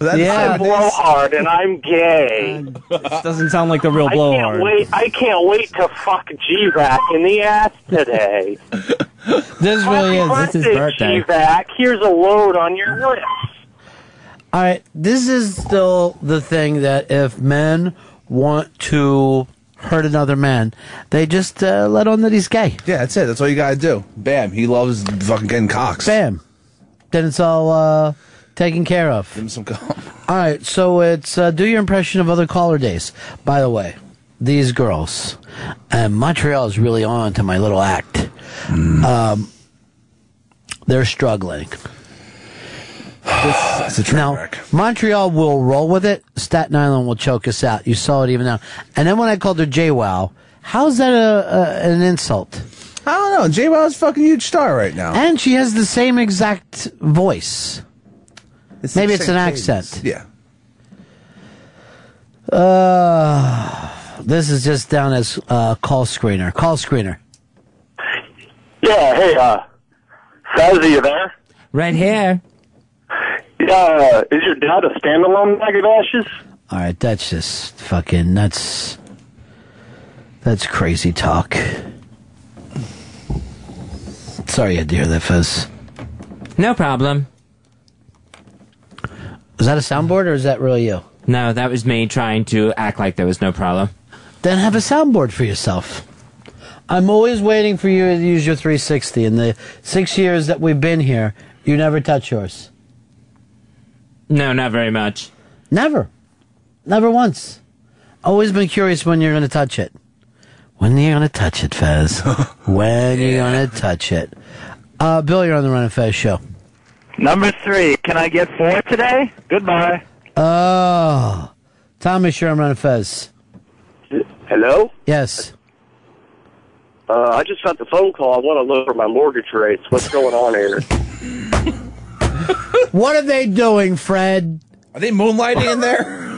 S3: Yeah.
S16: I'm blowhard and I'm gay.
S3: This doesn't sound like the real
S16: Uh, I can't
S3: blowhard.
S16: wait. I can't wait to fuck G-Vac in the ass today.
S2: This really is.
S16: Happy G-Vac. Here's a load on your lips.
S2: All right, this is still the thing that if men want to hurt another man, they just uh, let on that he's gay.
S23: Yeah, that's it. That's all you gotta do. Bam. He loves fucking getting cocks.
S2: Bam. Then it's all uh, taken care of. Give
S23: him some cum.
S2: All right, so it's uh, do your impression of other caller days. By the way, these girls, and Montreal is really on to my little act.
S23: Hmm.
S2: Um, they're struggling. It's a now, Montreal will roll with it. Staten Island will choke us out. You saw it even now. And then when I called her JWoww, how's that a, a, an insult? I don't know. JWoww's a fucking huge star right now. And she has the same exact voice.
S3: the
S2: Maybe it's an
S3: same cadence.
S2: accent.
S3: Yeah.
S2: Uh, this is just down as uh, call screener. Call screener.
S5: Yeah, hey, uh, Fez, are you there?
S11: Right here.
S5: Yeah, uh, is your dad a standalone bag of ashes?
S2: All right, that's just fucking. That's that's crazy talk. Sorry, I had to hear that fuzz.
S11: No problem.
S2: Was that a soundboard or is that really you?
S11: No, that was me trying to act like there was no problem.
S2: Then have a soundboard for yourself. I'm always waiting for you to use your 360. In the six years that we've been here, you never touch yours.
S11: No, not very much.
S2: Never. Never once. Always been curious when you're going to touch it. When are you going to touch it, Fez? when are you going to touch it? Uh, Bill, you're on the Run and Fez show.
S24: Number three. Can I get four today? Goodbye.
S2: Oh. Thomas, you're on Run and Fez.
S5: Hello?
S2: Yes.
S5: Uh, I just got the phone call. I want to lower my mortgage rates. What's going on here?
S2: what are they doing, Fred?
S3: Are they moonlighting in there?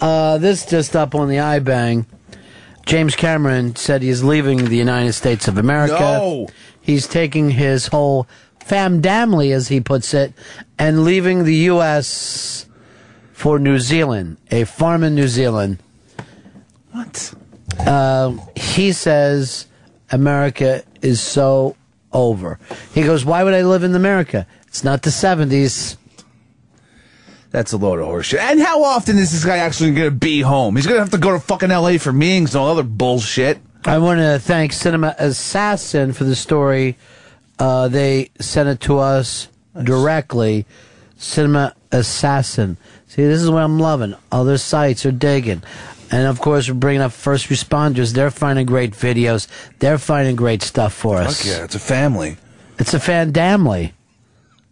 S2: Uh, this just up on the iBang. James Cameron said he is leaving the United States of America.
S3: No.
S2: He's taking his whole famdamly, as he puts it, and leaving the U.S. for New Zealand, a farm in New Zealand. What? Uh, he says America is so over. He goes, Why would I live in America? It's not the 70s.
S3: That's a load of horseshit. And how often is this guy actually going to be home? He's going to have to go to fucking L.A. for meetings and all other bullshit.
S2: I want to thank Cinema Assassin for the story. Uh, they sent it to us directly. Cinema Assassin. See, this is what I'm loving. Other sites are digging. And of course, we're bringing up first responders. They're finding great videos. They're finding great stuff for us.
S3: Fuck yeah, it's a family.
S2: It's a fandamly,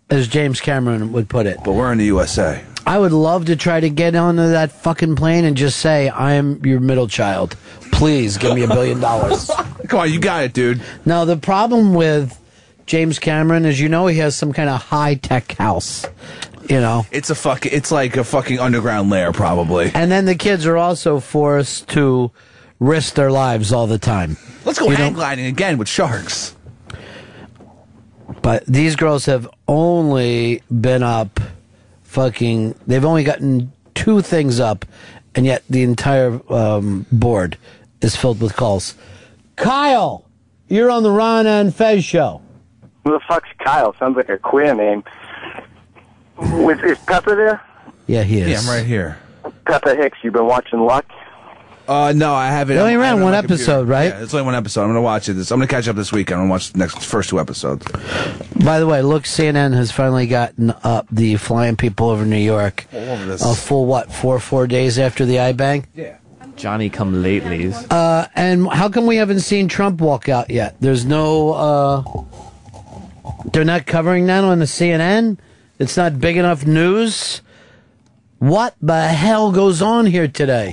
S2: as James Cameron would put it.
S3: But we're in the USA.
S2: I would love to try to get onto that fucking plane and just say, I am your middle child. Please give me a billion dollars.
S3: Come on, you got it, dude.
S2: Now, the problem with James Cameron is you know he has some kind of high tech house, you know?
S3: It's a fuck. It's like a fucking underground lair, probably.
S2: And then the kids are also forced to risk their lives all the time.
S3: Let's go hang gliding again with sharks.
S2: But these girls have only been up fucking, they've only gotten two things up, and yet the entire um, board is filled with calls. Kyle, you're on the Ron and Fez show.
S25: Who the fuck's Kyle? Sounds like a queer name. With, is Pepper there?
S2: Yeah, he is.
S3: Yeah, I'm right here.
S25: Pepper Hicks, you've been watching Luck?
S3: Uh, no, I haven't.
S2: They only
S3: I'm-
S2: ran
S3: I'm on
S2: one
S3: my computer.
S2: episode, right?
S3: Yeah, it's only one episode. I'm gonna watch it. This. I'm gonna catch up this week. I'm gonna watch the next first two episodes.
S2: By the way, look, CNN has finally gotten up the flying people over New York.
S3: All over this.
S2: A full what? Four four days after the iBang.
S3: Yeah.
S16: Johnny come latelys.
S2: Uh, and how come we haven't seen Trump walk out yet? There's no. Uh, they're not covering that on the CNN. It's not big enough news. What the hell goes on here today?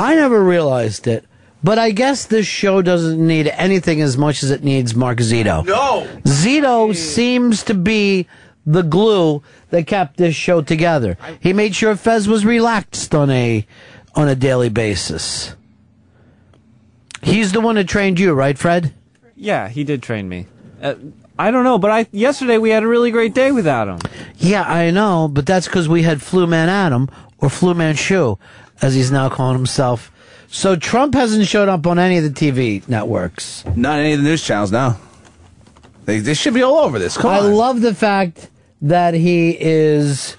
S2: I never realized it, but I guess this show doesn't need anything as much as it needs Mark Zito.
S3: No.
S2: Zito seems to be the glue that kept this show together. He made sure Fez was relaxed on a on a daily basis. He's the one that trained you, right, Fred?
S16: Yeah, he did train me. Uh, I don't know, but I yesterday we had a really great day without him.
S2: Yeah, I know, but that's because we had Flu Man Adam or Flu Man Shoe, as he's now calling himself. So Trump hasn't showed up on any of the TV networks.
S3: Not any of the news channels now. They, they should be all over this. Come
S2: I
S3: on.
S2: love the fact that he is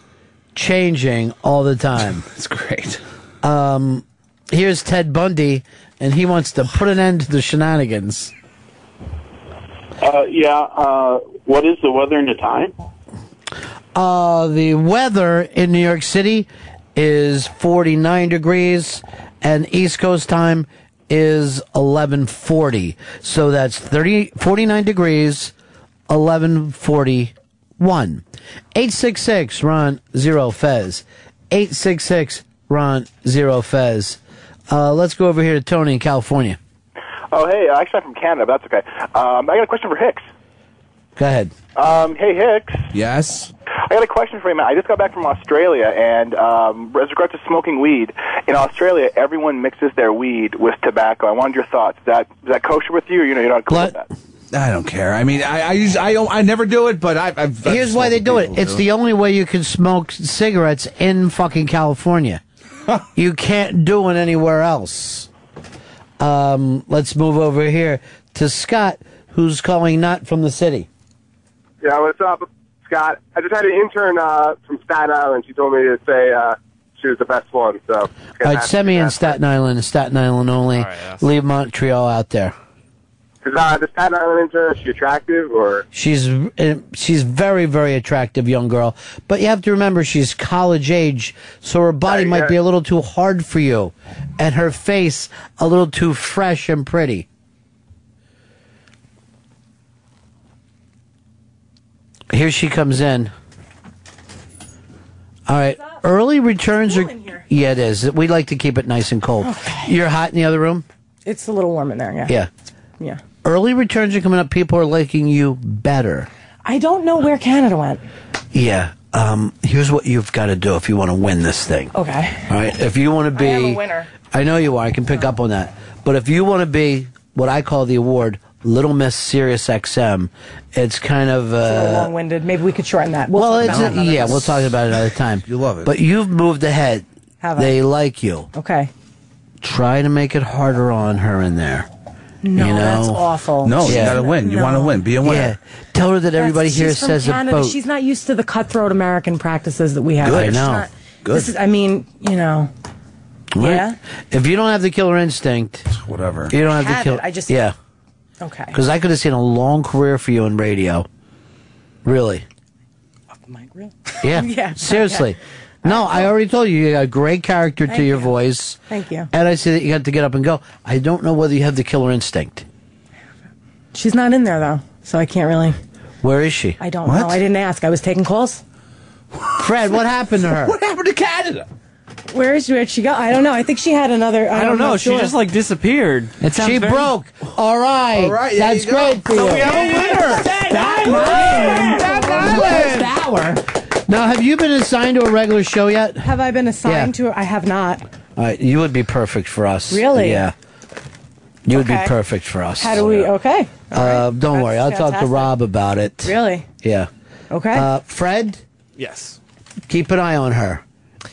S2: changing all the time.
S3: It's great.
S2: Um, here's Ted Bundy, and he wants to put an end to the shenanigans.
S22: Uh, yeah. Uh, what is the weather and the time?
S2: Uh, the weather in New York City is 49 degrees and East Coast time is 11:40. So that's 30 49 degrees 1141. 866 Ron 0 Fez. 866 Ron 0 Fez. Uh, let's go over here to Tony in California.
S1: Oh, hey, uh, actually, I'm from Canada. But that's okay. Um, I got a question for Hicks.
S2: Go ahead.
S1: Um, hey, Hicks.
S3: Yes.
S1: I got a question for you, man. I just got back from Australia, and um, as regards to smoking weed, in Australia, everyone mixes their weed with tobacco. I wanted your thoughts. Is that, is that kosher with you, or you know, you're not cool with that?
S3: I don't care. I mean, I I, use, I don't I never do it, but I, I've I've
S2: Here's why they do it.
S3: people
S2: It's
S3: do.
S2: the only way you can smoke cigarettes in fucking California. you can't do it anywhere else. Um, let's move over here to Scott, who's calling not from the city.
S7: Yeah, what's up, Scott? I just had an intern uh, from Staten Island. She told me to say uh, she was the best one. So
S2: All right, send me in Staten Island, Staten Island only. Leave Montreal out there.
S7: Is uh, the Staten Island intern is she attractive or?
S2: She's uh, she's very very attractive young girl, but you have to remember she's college age, so her body might be a little too hard for you, and her face a little too fresh and pretty. Here she comes in. All right, early returns are yeah it is. We like to keep it nice and cold. You're hot in the other room.
S9: It's a little warm in there. Yeah.
S2: Yeah.
S9: Yeah.
S2: Early returns are coming up. People are liking you better.
S9: I don't know where Canada went.
S2: Yeah. Um, here's what you've got to do if you want to win this thing.
S9: Okay.
S2: All right. If you want to be
S9: I am a winner.
S2: I know you are. I can pick up on that. But if you want to be what I call the award Little Miss Sirius XM, it's kind of uh,
S9: Long-winded. Maybe we could shorten that. We'll,
S2: well,
S9: talk
S2: it's
S9: about it another
S2: yeah.
S9: time.
S2: We'll talk about it another time. you love
S9: it.
S2: But you've moved ahead.
S9: Have I?
S2: they like you?
S9: Okay.
S2: Try to make it harder on her in there.
S9: No,
S2: you know?
S9: that's awful.
S3: No, you gotta win. You wanna win. Be a winner.
S2: Yeah. Tell her that everybody
S9: That's-
S2: here
S9: she's from
S2: says
S9: Canada.
S2: a boat.
S9: She's not used to the cutthroat American practices that we have.
S2: Good. I
S9: It's
S2: know.
S9: not-
S2: Good.
S9: This is, I mean, you know,
S2: Right?
S9: Yeah.
S2: If you don't have the killer instinct, whatever. You don't have
S9: Have
S2: the killer.
S9: it, I just-
S2: yeah.
S9: okay.
S2: Because I could have seen a long career for you in radio. Really. Yeah.
S9: Yeah,
S2: Seriously. No, I already told you you got a great character to
S9: Thank
S2: your
S9: you.
S2: voice.
S9: Thank you.
S2: And I see that you got to get up and go. I don't know whether you have the killer instinct.
S9: She's not in there though, so I can't really.
S2: Where is she?
S9: I don't know. I didn't ask. I was taking calls.
S2: Fred, what happened to her? What
S3: happened to Canada?
S9: Where is where'd she go? I don't know. I think she had another. um,
S16: I
S9: I'm
S16: don't know.
S9: not
S16: She
S9: sure.
S16: just like disappeared. It
S2: she broke. All right.
S9: All right, there
S2: That's
S9: you go.
S2: great for
S9: So
S2: you.
S9: we have a winner.
S2: Staten
S9: Island.
S2: Island. Now, have you been assigned to a regular show yet?
S9: Have I been assigned to her? I have not.
S2: All right, Uh, you would be perfect for us.
S9: Really?
S2: Yeah. You would
S9: Okay.
S2: be perfect for us.
S9: How do we? Okay.
S2: Uh, don't worry, I'll talk to
S9: fantastic.
S2: Rob about it.
S9: Really?
S2: Yeah.
S9: Okay.
S2: Uh, Fred,
S16: Yes.
S2: keep an eye on her.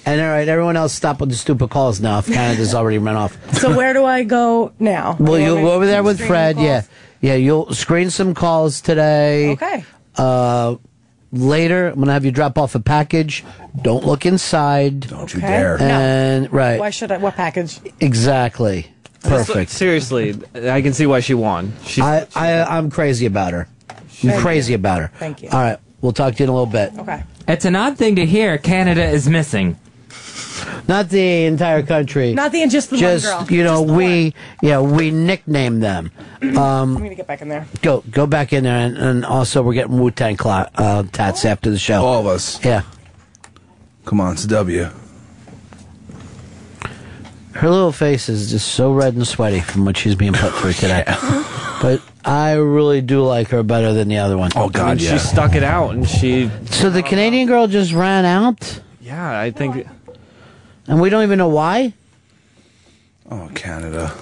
S2: And all right, everyone else, stop with the stupid calls now. If Canada's already run off.
S9: so where do I go now?
S2: Well,
S9: You
S2: you'll
S9: want
S2: go
S9: me
S2: over
S9: to
S2: there with
S9: screen
S2: Fred.
S9: calls?
S2: Yeah, yeah. You'll screen some calls today.
S9: Okay.
S2: Uh, later, I'm gonna have you drop off a package. Don't look inside. Don't
S9: you Okay. dare. No.
S2: And right,
S9: Why should I? What package?
S2: exactly, perfect.
S16: Seriously, I can see why she won. She,
S2: I, I I'm crazy about her.
S16: Thank
S2: I'm crazy
S16: you.
S2: about her.
S16: Thank you.
S2: All right, we'll talk to you in a little bit.
S9: Okay.
S11: It's an odd thing to hear. Canada is missing.
S2: Not the entire country.
S9: Not the- just the one
S2: just
S9: girl.
S2: you know we yeah we nickname them.
S9: I'm gonna
S2: Um,
S9: get back in there.
S2: go go back in there and, and also we're getting Wu Tang cl- uh, tats
S9: Oh.
S2: after the show.
S3: All of us.
S2: Yeah.
S3: Come on, it's a W.
S2: Her little face is just so red and sweaty from what she's being put through today. But I really do like her better than the other one. Oh
S16: I mean, she stuck it out, and she. Oh,
S2: So the Canadian girl just ran out,
S16: Yeah, I think.
S2: and we don't even know why.
S3: Oh, Canada.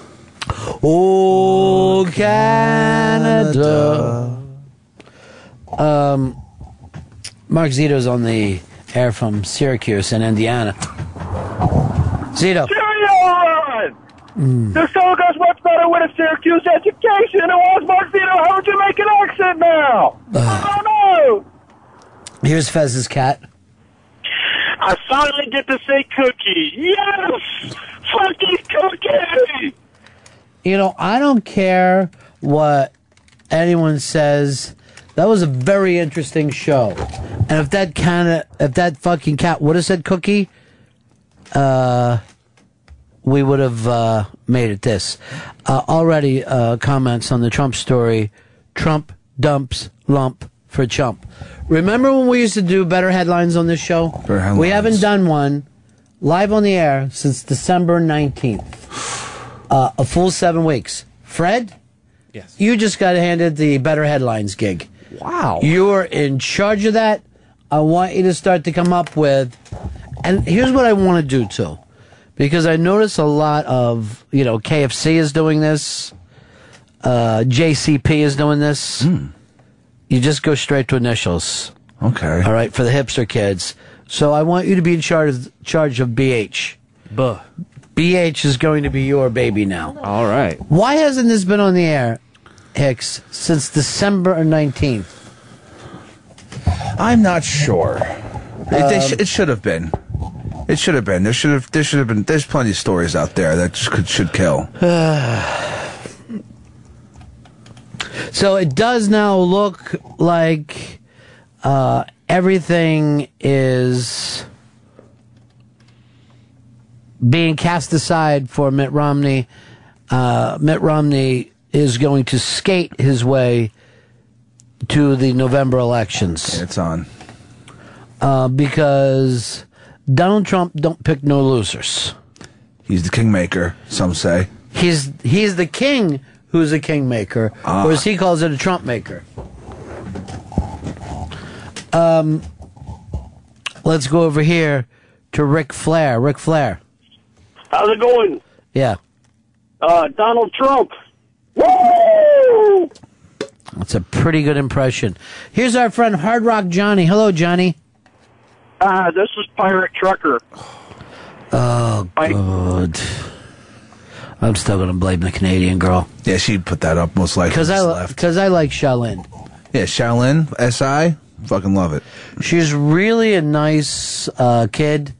S2: Oh, Canada. Um, Mark Zito's on the air from Syracuse in Indiana. Zito. Mm.
S6: This song goes much better with a Syracuse education. It was Mark Zito. How would you make an accent now? I don't know.
S2: Here's Fez's cat.
S6: I finally get to say cookie. Yes! Fucking cookie!
S2: You know, I don't care what anyone says. That was a very interesting show. And if that kind of, if that fucking cat would have said cookie, uh, we would have uh, made it this. Uh, already uh, comments on the Trump story. Trump dumps lump for chump. Remember when we used to do better headlines on this show? We haven't done one live on the air since December 19th. Uh, a full seven weeks. Fred? Yes. You just got handed the better headlines gig. Wow. You're in charge of that. I want you to start to come up with, and here's what I want to do too, because I notice a lot of, you know, KFC is doing this, uh, JCP is doing this. You just go straight to initials. Okay. All right, for the hipster kids. So I want you to be in charge charge of BH. Buh. BH is going to be your baby now. All right. Why hasn't this been on the air, Hicks, since December 19th?
S3: I'm not sure. It,
S2: Um,
S3: they sh- it should have been. It should have been. There should have. There should have been. There's plenty of stories out there that just could, should kill.
S2: so it does now look like uh, everything is being cast aside for Mitt Romney. Uh, Mitt Romney is going to skate his way to the November elections.
S3: It's on.
S2: Uh, because Donald Trump don't pick no losers.
S3: He's the kingmaker. Some say.
S2: He's he's the king who's a kingmaker,
S3: Ah.
S2: or as he calls it, a Trump maker. Um, let's go over here to Ric Flair. Ric Flair.
S8: How's it going?
S2: Yeah,
S8: Uh, Donald Trump. Woo!
S2: that's a pretty good impression. Here's our friend Hard Rock Johnny. Hello, Johnny.
S8: Uh, this is Pirate Trucker.
S2: Oh, good. I'm still going to blame the Canadian girl.
S3: Yeah, she put that up most likely.
S2: Because I, because I like Shaolin.
S3: Yeah, Shaolin, SI, fucking love it.
S2: She's really a nice uh, kid.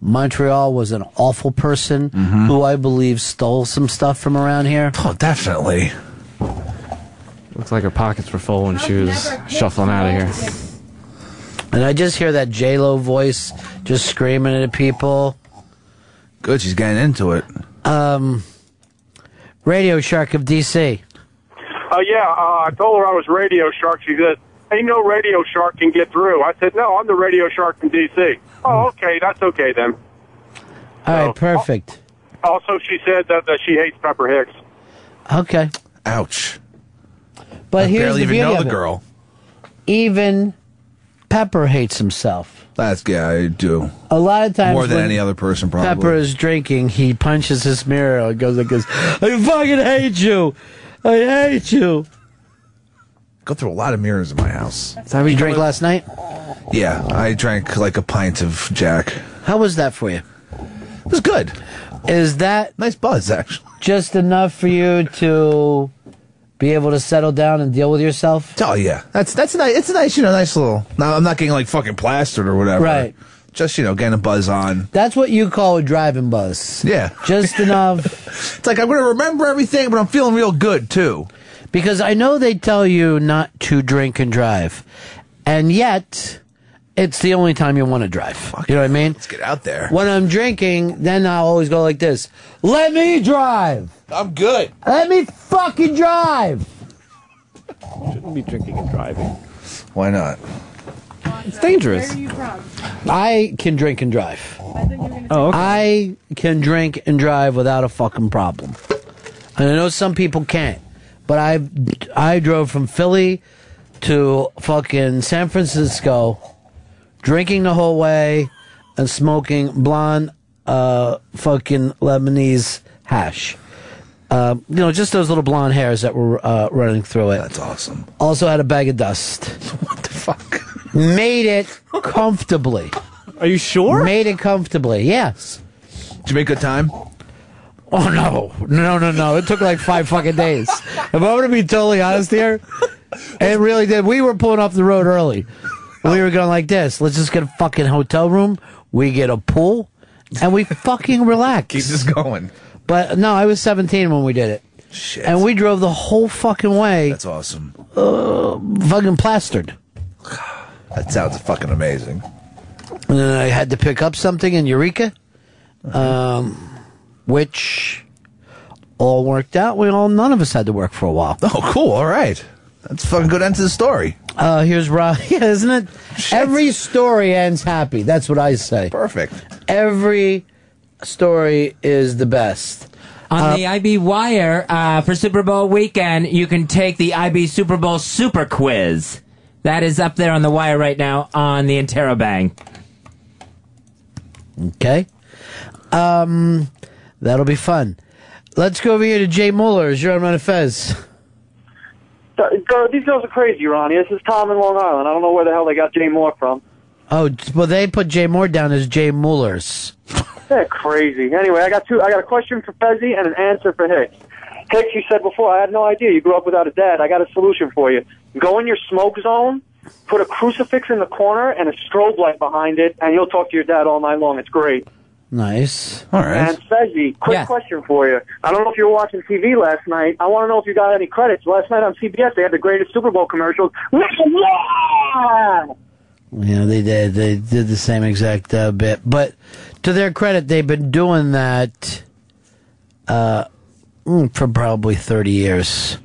S2: Montreal was an awful person who I believe stole some stuff from around here.
S3: Mm-hmm. Oh, definitely.
S16: Looks like her pockets were full when she was shuffling out of here.
S2: And I just hear that J Lo voice just screaming at people.
S3: Good, she's getting into it.
S2: Um, Radio Shark of DC.
S25: Uh, yeah, uh, I told her I was Radio Shark. She said, "Ain't no Radio Shark can get through." I said, "No, I'm the Radio Shark from D.C."
S8: Hmm.
S25: Oh, okay, that's okay then.
S2: All right, perfect.
S25: Also, she said that, that she hates Pepper Hicks.
S2: Okay.
S3: Ouch.
S2: But
S3: I
S2: here's
S3: barely
S2: the
S3: even
S2: beauty
S3: know
S2: of
S3: the
S2: it.
S3: girl.
S2: Even Pepper hates himself.
S3: That's yeah, I do.
S2: A lot of times
S3: More than
S2: when
S3: any other person, probably.
S2: Pepper is drinking, he punches his mirror and goes like this, I fucking hate you. I hate you.
S3: Go through a lot of mirrors in my house.
S2: Is that what you drank last night?
S3: Yeah, I drank like a pint of Jack.
S2: How was that for you?
S3: It was good.
S2: Is that
S3: nice buzz actually?
S2: Just enough for you to be able to settle down and deal with yourself?
S3: Oh yeah, that's that's nice. It's nice, you know, nice little. Now I'm not getting like fucking plastered or whatever.
S2: Right.
S3: Just you know, getting a buzz on.
S2: That's what you call a driving buzz.
S3: Yeah.
S2: Just enough.
S3: it's like I'm going to remember everything, but I'm feeling real good too.
S2: Because I know they tell you not to drink and drive, and yet it's the only time you want to drive. you know what I mean? Let's
S3: get out there.
S2: When I'm drinking, then I always go like this: "Let me drive.
S3: I'm good.
S2: Let me fucking drive."
S16: Shouldn't be drinking and driving.
S3: Why not?
S16: It's dangerous.
S2: I can drink and drive. Oh, I can drink and drive without a fucking problem. And I know some people can't, but I I drove from Philly to fucking San Francisco, drinking the whole way and smoking blonde uh fucking Lebanese hash. Uh, you know, just those little blonde hairs that were uh, running through it. That's
S3: awesome.
S2: Also had a bag of dust. what the fuck? Made it comfortably.
S16: Are you sure?
S2: Made it comfortably. Yes.
S3: Did you make good time?
S2: Oh no, no, no, no! It took like five fucking days. If I'm gonna be totally honest here, it really did. We were pulling off the road early. We were going like this. Let's just get a fucking hotel room. We get a pool, and we fucking relax. Keep
S3: this going.
S2: But no, I was 17 when we did it.
S3: Shit.
S2: And we drove the whole fucking way. That's
S3: awesome.
S2: Uh, fucking plastered.
S3: That sounds fucking amazing.
S2: Uh, And then I had to pick up something in Eureka. Um, which all worked out. We all, none of us had to work for a while.
S3: Oh, cool. All right. That's a fucking good end to the story.
S2: Uh, here's Rob. Yeah, isn't it? Every story ends happy. That's what I say.
S3: Perfect.
S2: Every story is the best.
S11: On
S2: Uh,
S11: the IB Wire uh, for Super Bowl weekend, you can take the IB Super Bowl Super Quiz. That is up there on the wire right now on the Interrobang.
S2: Okay. Um, that'll be fun. Let's go over here to Jay Muller. You're on Run of Fez.
S25: Uh,
S13: Girl, these girls are crazy, Ronnie. This is Tom in Long Island. I don't know where the hell they got Jay Moore from.
S2: Oh, well, they put Jay Moore down as Jay Muller's.
S13: They're crazy. Anyway, I got two. I got a question for Fezzi and an answer for Hicks. Hicks, you said before, I had no idea you grew up without a dad. I got a solution for you. Go in your smoke zone, put a crucifix in the corner and a strobe light behind it, and you'll talk to your dad all night long. It's great.
S2: Nice. All
S13: And Fezzi, quick question for you. I don't know if you were watching TV last night. I want to know if you got any credits. Last night on CBS, they had the greatest Super Bowl commercials. Yeah!
S2: Yeah, they did. They did the same exact uh, bit. But to their credit, they've been doing that uh, mm, for probably 30 years.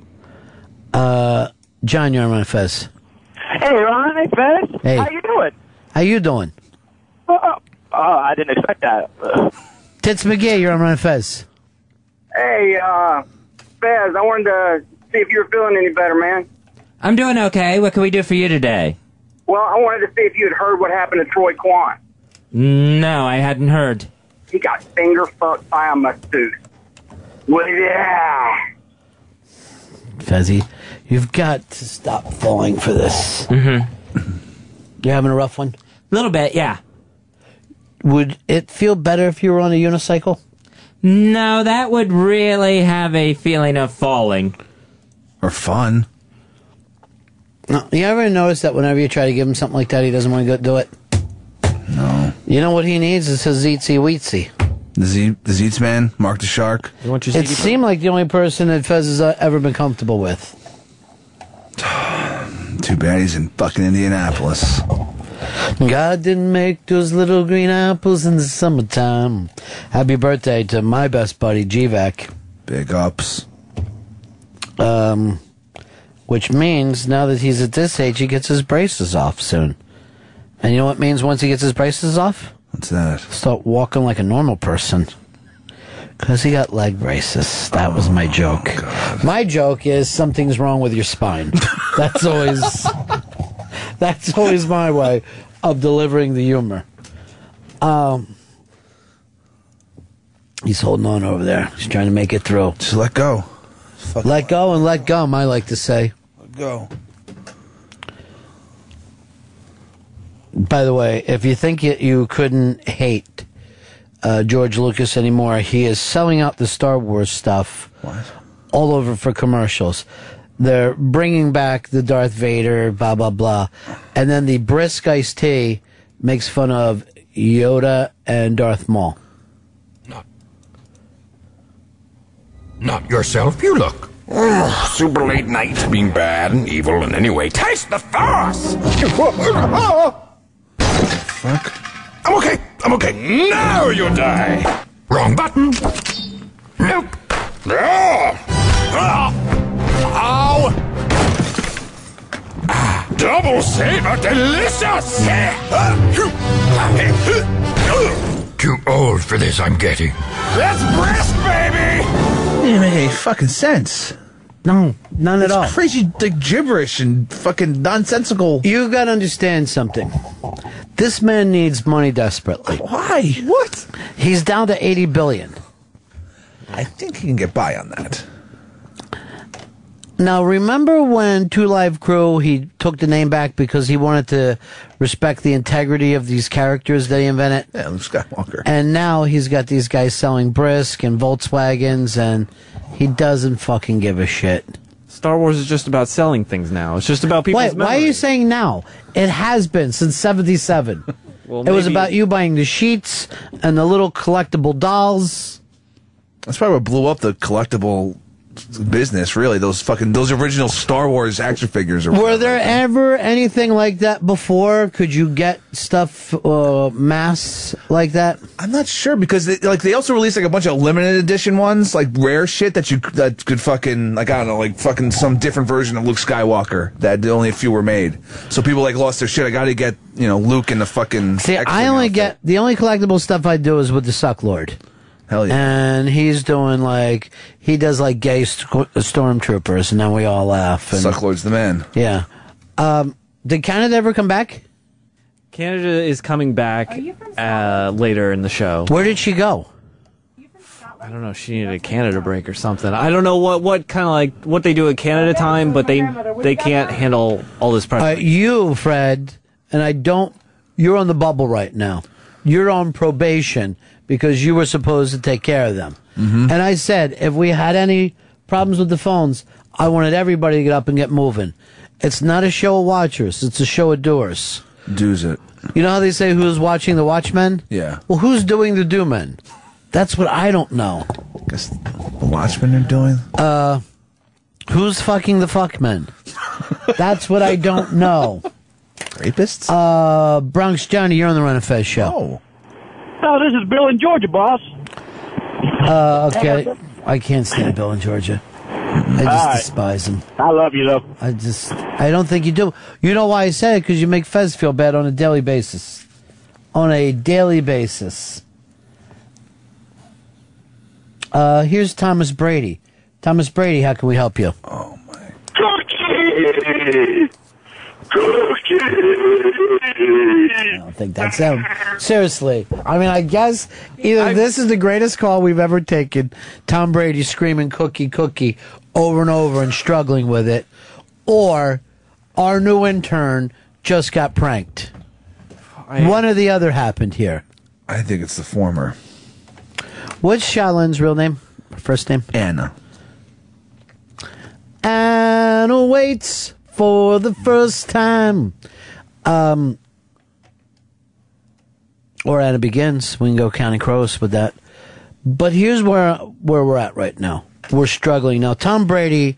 S2: Uh, John, you're on Run of Fez.
S24: Hey, Ron. Hey, Fez.
S2: Hey.
S24: How you doing?
S2: How you doing?
S24: Oh, oh, I didn't expect that. Ugh.
S2: Tits McGee, you're on Run of Fez.
S22: Hey, uh, Fez, I wanted to see if you were feeling any better, man.
S11: I'm doing okay. What can we do for you today?
S22: Well, I wanted to see if you had heard what happened to Troy Kwan.
S11: No, I hadn't heard.
S22: He got finger fucked by a masseuse. Well, yeah.
S2: Fezzy, you've got to stop falling for this. Mm-hmm. You're having a rough one?
S11: A little bit, yeah.
S2: Would it feel better if you were on a unicycle?
S11: No, that would really have a feeling of falling.
S3: Or fun.
S2: No. You ever notice that whenever you try to give him something like that, he doesn't want to go do it? No. You know what he needs is his Zeetsy Weetsy.
S3: The, Z- the Zeets man, Mark the Shark.
S16: You want
S2: It seemed like the only person that Fez has uh, ever been comfortable with.
S3: Too bad he's in fucking Indianapolis.
S2: God didn't make those little green apples in the summertime. Happy birthday to my best buddy, GVAC.
S3: Big ups.
S2: Um, which means now that he's at this age, he gets his braces off soon. And you know what it means once he gets his braces off?
S3: What's that?
S2: Start walking like a normal person. Because he got leg braces. That was
S3: Oh,
S2: my joke. My joke is something's wrong with your spine. That's always that's always my way of delivering the humor. Um, he's holding on over there. He's trying to make it through.
S3: Just let go.
S2: let go and let gum, I like to say.
S3: Go.
S2: By the way, if you think you, you couldn't hate uh, George Lucas anymore, he is selling out the Star Wars stuff all over for commercials. They're bringing back the Darth Vader, blah, blah, blah. And then the brisk iced tea makes fun of Yoda and Darth Maul.
S12: Not yourself, you look. super late night, being bad and evil, and anyway, taste the farce! Fuck. I'm okay, I'm okay. Now you die! Wrong button. Nope. Ah. Ah. Ow! Ah, Double saver, delicious! Too old for this, I'm getting. That's breast, baby!
S3: Didn't make any fucking sense.
S2: No, none
S3: at all. Crazy like, gibberish and fucking nonsensical.
S2: You gotta understand something. This man needs money desperately.
S3: Why? What?
S2: He's down to 80 billion.
S3: I think he can get by on that.
S2: Now, remember when Two Live Crew, he took the name back because he wanted to respect the integrity of these characters that he invented?
S3: Yeah, Luke Skywalker.
S2: And now he's got these guys selling brisk and Volkswagens, and he doesn't fucking give a shit.
S16: Star Wars is just about selling things now. It's just about people's
S2: Wait, why are you saying now? It has been since 77.
S16: Well,
S2: it was
S16: maybe-
S2: about you buying the sheets and the little collectible dolls.
S3: That's probably what blew up the collectible business, really. Those fucking those original Star Wars action figures. Are
S2: Were there ever anything like that before? Could you get stuff uh, mass like that?
S3: I'm not sure because they, like they also released like a bunch of limited edition ones, like rare shit that you that could fucking like I don't know, like fucking some different version of Luke Skywalker that only a few were made. So people like lost their shit. I got to get you know Luke in the fucking.
S2: See, I only get the only collectible stuff I do is with the Suck Lord.
S3: Hell yeah!
S2: And he's doing like he does like gay st- stormtroopers, and then we all laugh. And,
S3: Suck Lord's the man.
S2: Yeah. Um, did Canada ever come back?
S16: Canada is coming back uh, later in the show.
S2: Where did she go?
S16: I don't know. She needed a Canada break or something. I don't know what, what kind of like what they do at Canada time, but they they can't handle all this pressure.
S2: Uh, you, Fred, and I don't. You're on the bubble right now. You're on probation because you were supposed to take care of them. And I said, if we had any problems with the phones, I wanted everybody to get up and get moving. It's not a show of watchers; it's a show of doers.
S3: Does it?
S2: You know how they say who's watching the Watchmen?
S3: Yeah.
S2: Well, who's doing the do men? That's what I don't know.
S3: Guess the Watchmen are doing.
S2: Uh, who's fucking the fuckmen? That's what I don't know.
S3: Rapists.
S2: Uh, Bronx Johnny, you're on the Run of Fez show.
S15: Oh, this is Bill in Georgia, boss.
S2: Uh, okay. I can't stand Bill in Georgia. I just
S15: All right.
S2: despise him.
S15: I love you, though.
S2: I just, I don't think you do. You know why I said it? Because you make Fez feel bad on a daily basis. On a daily basis. Uh, here's Thomas Brady. Thomas Brady, how can we help you?
S6: Cookie! Cookie!
S2: I don't think that's him. Seriously. I mean, I guess either this is the greatest call we've ever taken Tom Brady screaming cookie, cookie over and over and struggling with it, or our new intern just got pranked. One or the other happened here.
S3: I think it's the former.
S2: What's Shaolin's real name? Her First name?
S3: Anna.
S2: Anna waits for the first time. Um, or Anna begins. We can go County Crows with that. But here's where where we're at right now. We're struggling now. Tom Brady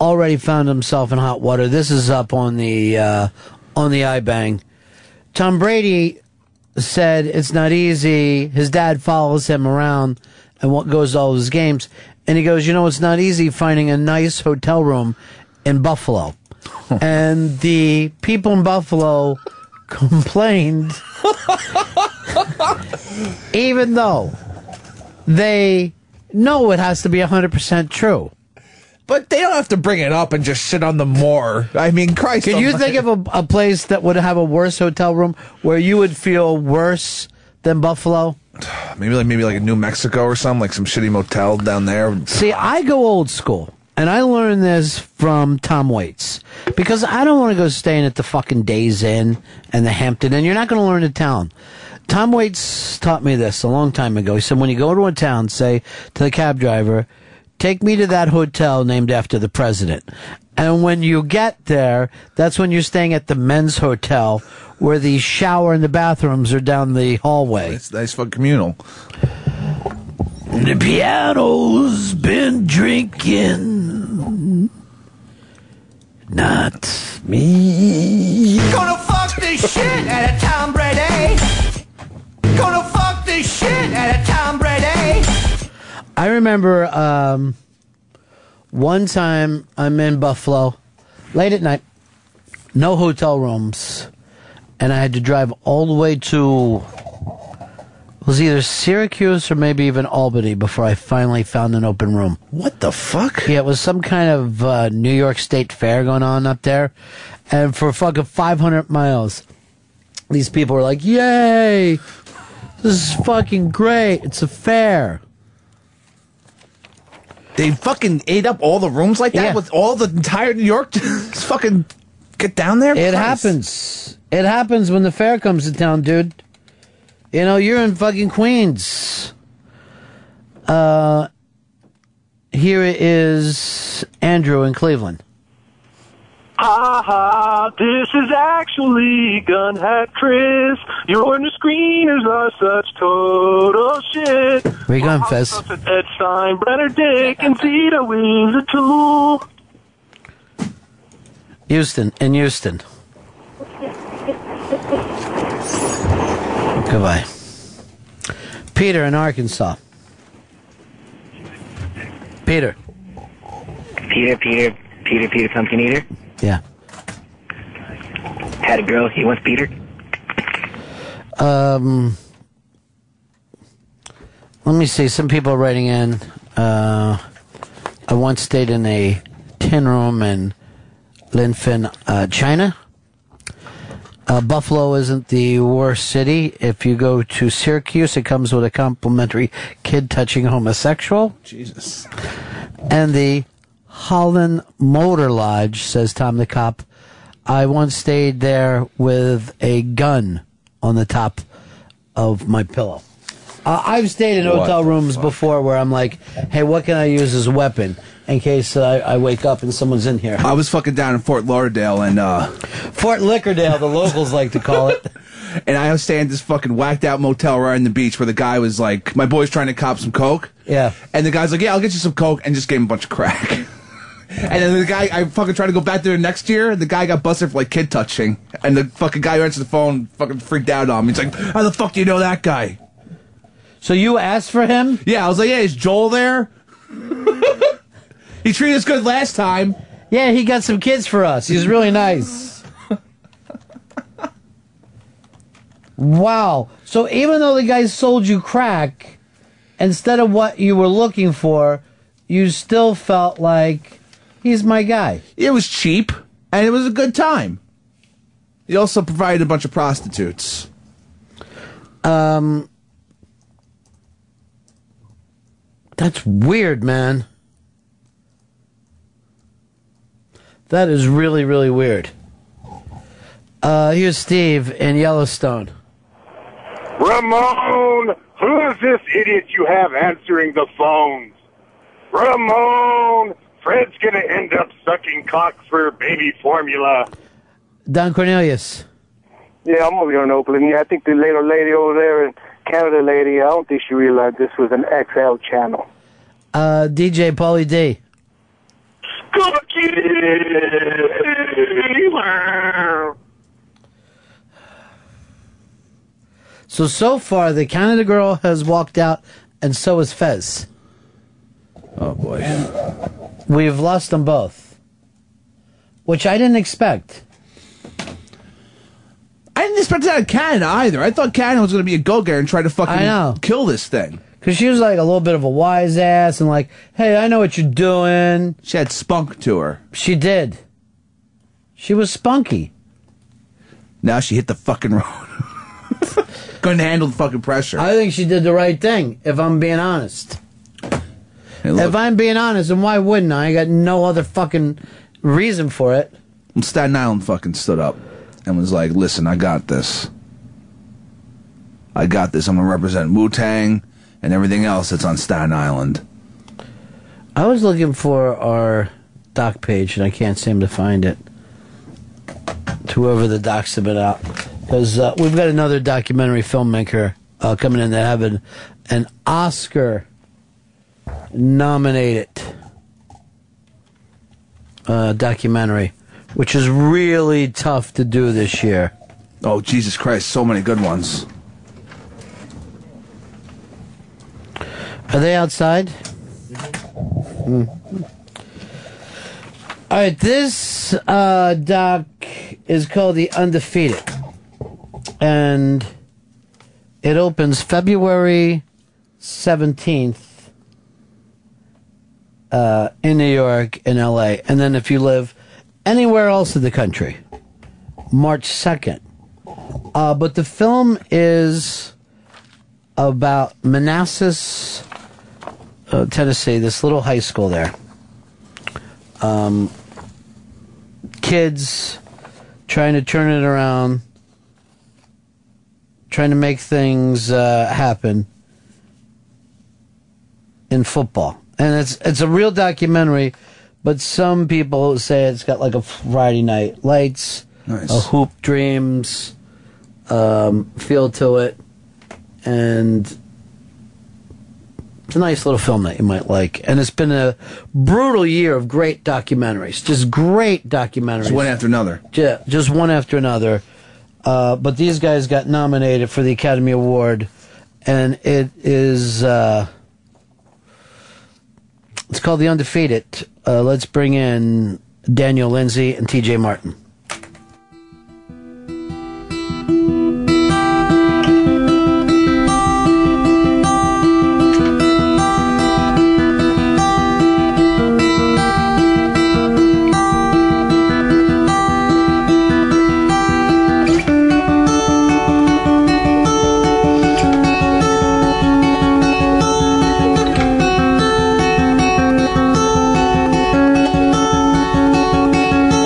S2: already found himself in hot water. This is up on the uh, on the iBang. Tom Brady said it's not easy. His dad follows him around and what goes to all his games. And he goes, you know, it's not easy finding a nice hotel room in Buffalo. and the people in Buffalo complained, even though they know it has to be 100% true.
S3: But they don't have to bring it up and just shit on them more. I mean, Christ.
S2: Could you
S3: almighty.
S2: think of a, a place that would have a worse hotel room where you would feel worse than Buffalo?
S3: maybe like maybe like in New Mexico or something, like some shitty motel down there?
S2: See, I go old school, and I learned this from Tom Waits because I don't want to go staying at the fucking Days Inn and the Hampton Inn. You're not going to learn a town. Tom Waits taught me this a long time ago. He said, when you go to a town, say to the cab driver, take me to that hotel named after the president. And when you get there, that's when you're staying at the men's hotel where the shower and the bathrooms are down the hallway.
S3: It's nice, fucking communal.
S2: The piano's been drinking. Not me.
S6: Gonna fuck this shit out of Tom Brady. Gonna fuck this shit out of Tom Brady.
S2: I remember um, one time I'm in Buffalo late at night, no hotel rooms, and I had to drive all the way to it was either Syracuse or maybe even Albany before I finally found an open room.
S3: What the fuck?
S2: Yeah, it was some kind of uh, New York State Fair going on up there, and for fucking 500 miles, these people were like, "Yay, this is fucking great! It's a fair."
S3: They fucking ate up all the rooms like that
S2: Yeah.
S3: with all the entire New York. Just fucking get down there.
S2: It
S3: Christ.
S2: happens. It happens when the fair comes to town, dude. You know, you're in fucking Queens. Uh, here is Andrew in Cleveland.
S18: Ha ha, this is actually Gunhat Chris. Your ordinary screeners are such total shit.
S2: Where you going, Fez?
S18: Ed Stein, Brenner Dick, and Zeta Wings a tool.
S2: Houston, in Houston. Goodbye. Peter in Arkansas. Peter.
S20: Peter, Peter, Peter, Peter, pumpkin eater.
S2: Yeah.
S20: Had a girl. He wants Peter.
S2: Um, let me see. Some people writing in. Uh, I once stayed in a tin room in Linfin, uh, China. Uh, Buffalo isn't the worst city. If you go to Syracuse, it comes with a complimentary kid touching homosexual. Jesus. And the Holland Motor Lodge, says Tom the Cop. I once stayed there with a gun on the top of my pillow. Uh, I've stayed in
S6: What
S2: hotel
S6: the
S2: rooms before where I'm like, hey, what can I use as a weapon in case uh, I wake up and someone's in here?
S3: I was fucking down in Fort Lauderdale and uh
S2: Fort Lickerdale, the locals like to call it.
S3: And I was staying at this fucking whacked out motel right on the beach where the guy was like, my boy's trying to cop some coke.
S2: Yeah.
S3: And the guy's like, yeah, I'll get you some coke, and just gave him a bunch of crack. and then the guy, I fucking tried to go back there next year. The guy got busted for like kid touching, and the fucking guy who answered the phone fucking freaked out on me. He's like, how the fuck do you know that guy?
S2: So you asked for him?
S3: Yeah, I was like, yeah, is Joel there? he treated us good last time.
S2: Yeah, he got some kids for us. He's really nice. wow. So even though the guy sold you crack, instead of what you were looking for, you still felt like he's my guy.
S3: It was cheap, and it was a good time. He also provided a bunch of prostitutes.
S2: Um, that's weird, man. That is really, really weird. Uh, here's Steve in Yellowstone.
S21: Ramon, who is this idiot you have answering the phones? Ramon, Fred's gonna end up sucking cock for baby formula.
S2: Don Cornelius.
S22: Yeah, I'm over here in Oakland. Yeah, I think the little lady over there in Canada lady, I don't think she realized this was an XL channel.
S2: Uh, DJ Paulie D. So, so far, the Canada girl has walked out, and so has Fez.
S3: Oh, boy.
S2: We've lost them both, which I didn't expect.
S3: I didn't expect that out of Canada either. I thought Canada was going to be a go getter and try to fucking
S2: I know.
S3: kill this thing.
S2: Because she was like a little bit of a wise ass and like, hey, I know what you're doing.
S3: She had spunk to her.
S2: She did. She was spunky.
S3: Now she hit the fucking road. Couldn't handle the fucking pressure.
S2: I think she did the right thing, if I'm being honest. if I'm being honest, and why wouldn't I? I got no other fucking reason for it.
S3: And Staten Island fucking stood up and was like, listen, I got this. I got this. I'm going to represent Wu Tang and everything else that's on Staten Island.
S2: I was looking for our doc page and I can't seem to find it. To whoever the docs have been out, because uh, we've got another documentary filmmaker uh, coming in that have an, an Oscar nominated uh, documentary, which is really tough to do this year.
S3: Oh Jesus Christ! So many good ones.
S2: Are they outside? Hmm. All right, this uh, doc is called The Undefeated. And it opens February 17th uh, in New York and LA. And then if you live anywhere else in the country, March 2nd. Uh, but the film is about Manassas, uh, Tennessee, this little high school there. Um, kids trying to turn it around, trying to make things uh, happen in football. And it's it's a real documentary, but some people say it's got like a Friday Night Lights, a Hoop Dreams um, feel to it, and it's a nice little film that you might like. And it's been a brutal year of great documentaries, just great documentaries,
S3: Just one after another.
S2: Yeah, just one after another. Uh, but these guys got nominated for the Academy Award, and it is. Uh, it's called The Undefeated. Uh, let's bring in Daniel Lindsay and TJ Martin.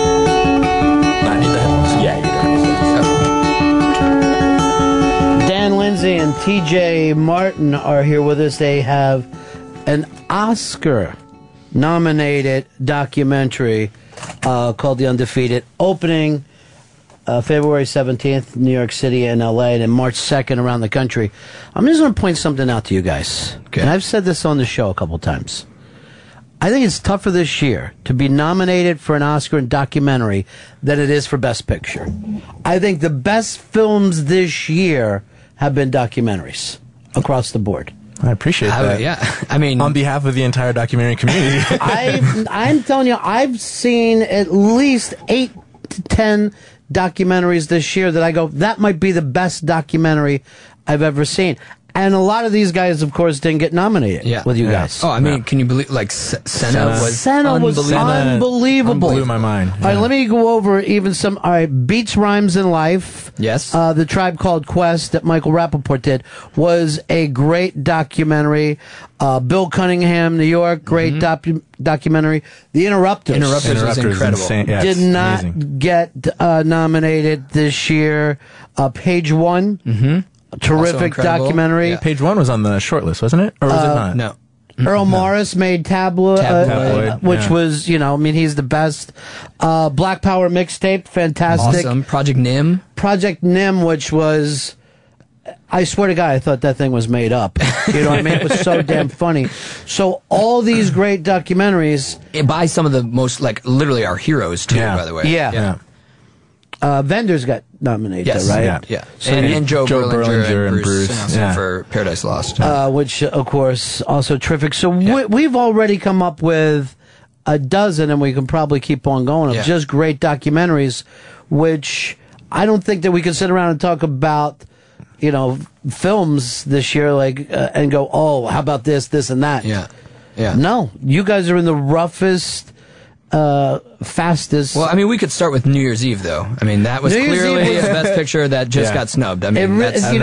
S4: I need the headphones. Yeah, you
S2: Dan Lindsay and TJ Martin are here with us. They have an Oscar nominated documentary uh, called The Undefeated, opening uh, February 17th, New York City and LA, and then March 2nd around the country. I'm just going to point something out to you guys. And I've said this on the show a couple times. I think it's tougher this year to be nominated for an Oscar in documentary than it is for Best Picture. I think the best films this year have been documentaries across the board.
S4: I appreciate
S2: that.
S4: yeah, I mean, on behalf of the entire documentary community,
S2: I, I'm telling you, I've seen at least eight to ten documentaries this year that I go, that might be the best documentary I've ever seen. And a lot of these guys, of course, didn't get nominated
S4: yeah,
S2: with you
S4: Yeah.
S2: guys.
S4: Oh, I mean, can you believe? Like S- Senna
S2: Senna.
S4: was
S2: Senna was unbelievable.
S4: Blew my mind.
S2: All right, let me go over even some. All right, Beats Rhymes in Life. Yes. Uh, the Tribe Called Quest that Michael Rappaport did was a great documentary. Uh, Bill Cunningham, New York, great docu- documentary. The Interrupters.
S4: Mm-hmm. Interrupters was Interrupters is incredible. insane. Yeah,
S2: did
S4: it's
S2: not get uh, nominated this year. Uh, page One. Mm-hmm. Terrific documentary.
S4: Page one was on the short list, wasn't it? Or was
S2: Uh,
S4: it not? No.
S2: Earl Morris made Tabloid, uh,
S4: Tabloid,
S2: uh, which
S4: yeah.
S2: was, you know, I mean, he's the best. Uh, Black Power mixtape, fantastic.
S4: Awesome. Project Nim.
S2: Project Nim, which was, I swear to God, I thought that thing was made up. You know what I mean? It was so damn funny. So all these great documentaries.
S4: by some of the most, like, literally our heroes, too, by the way.
S2: Yeah.
S4: Yeah.
S2: Uh, vendors got nominated,
S4: Yes.
S2: right?
S4: Yeah. yeah. and, and Joe, Berlinger, and Bruce, Samson for Paradise Lost.
S2: uh, which of course also terrific. So we, we've already come up with a dozen, and we can probably keep on going of
S4: Yeah.
S2: just great documentaries, which I don't think that we can sit around and talk about. You know, films this year, like, uh, and go, oh, how about this, this, and that? Yeah,
S4: yeah.
S2: No, you guys are in the roughest, uh, fastest.
S4: Well, I mean, we could start with New Year's Eve, though. I mean, that was
S2: New Year's
S4: clearly
S2: Eve
S4: a
S2: was-
S4: best picture that just got snubbed. I mean,
S2: It re-
S4: that's,
S2: you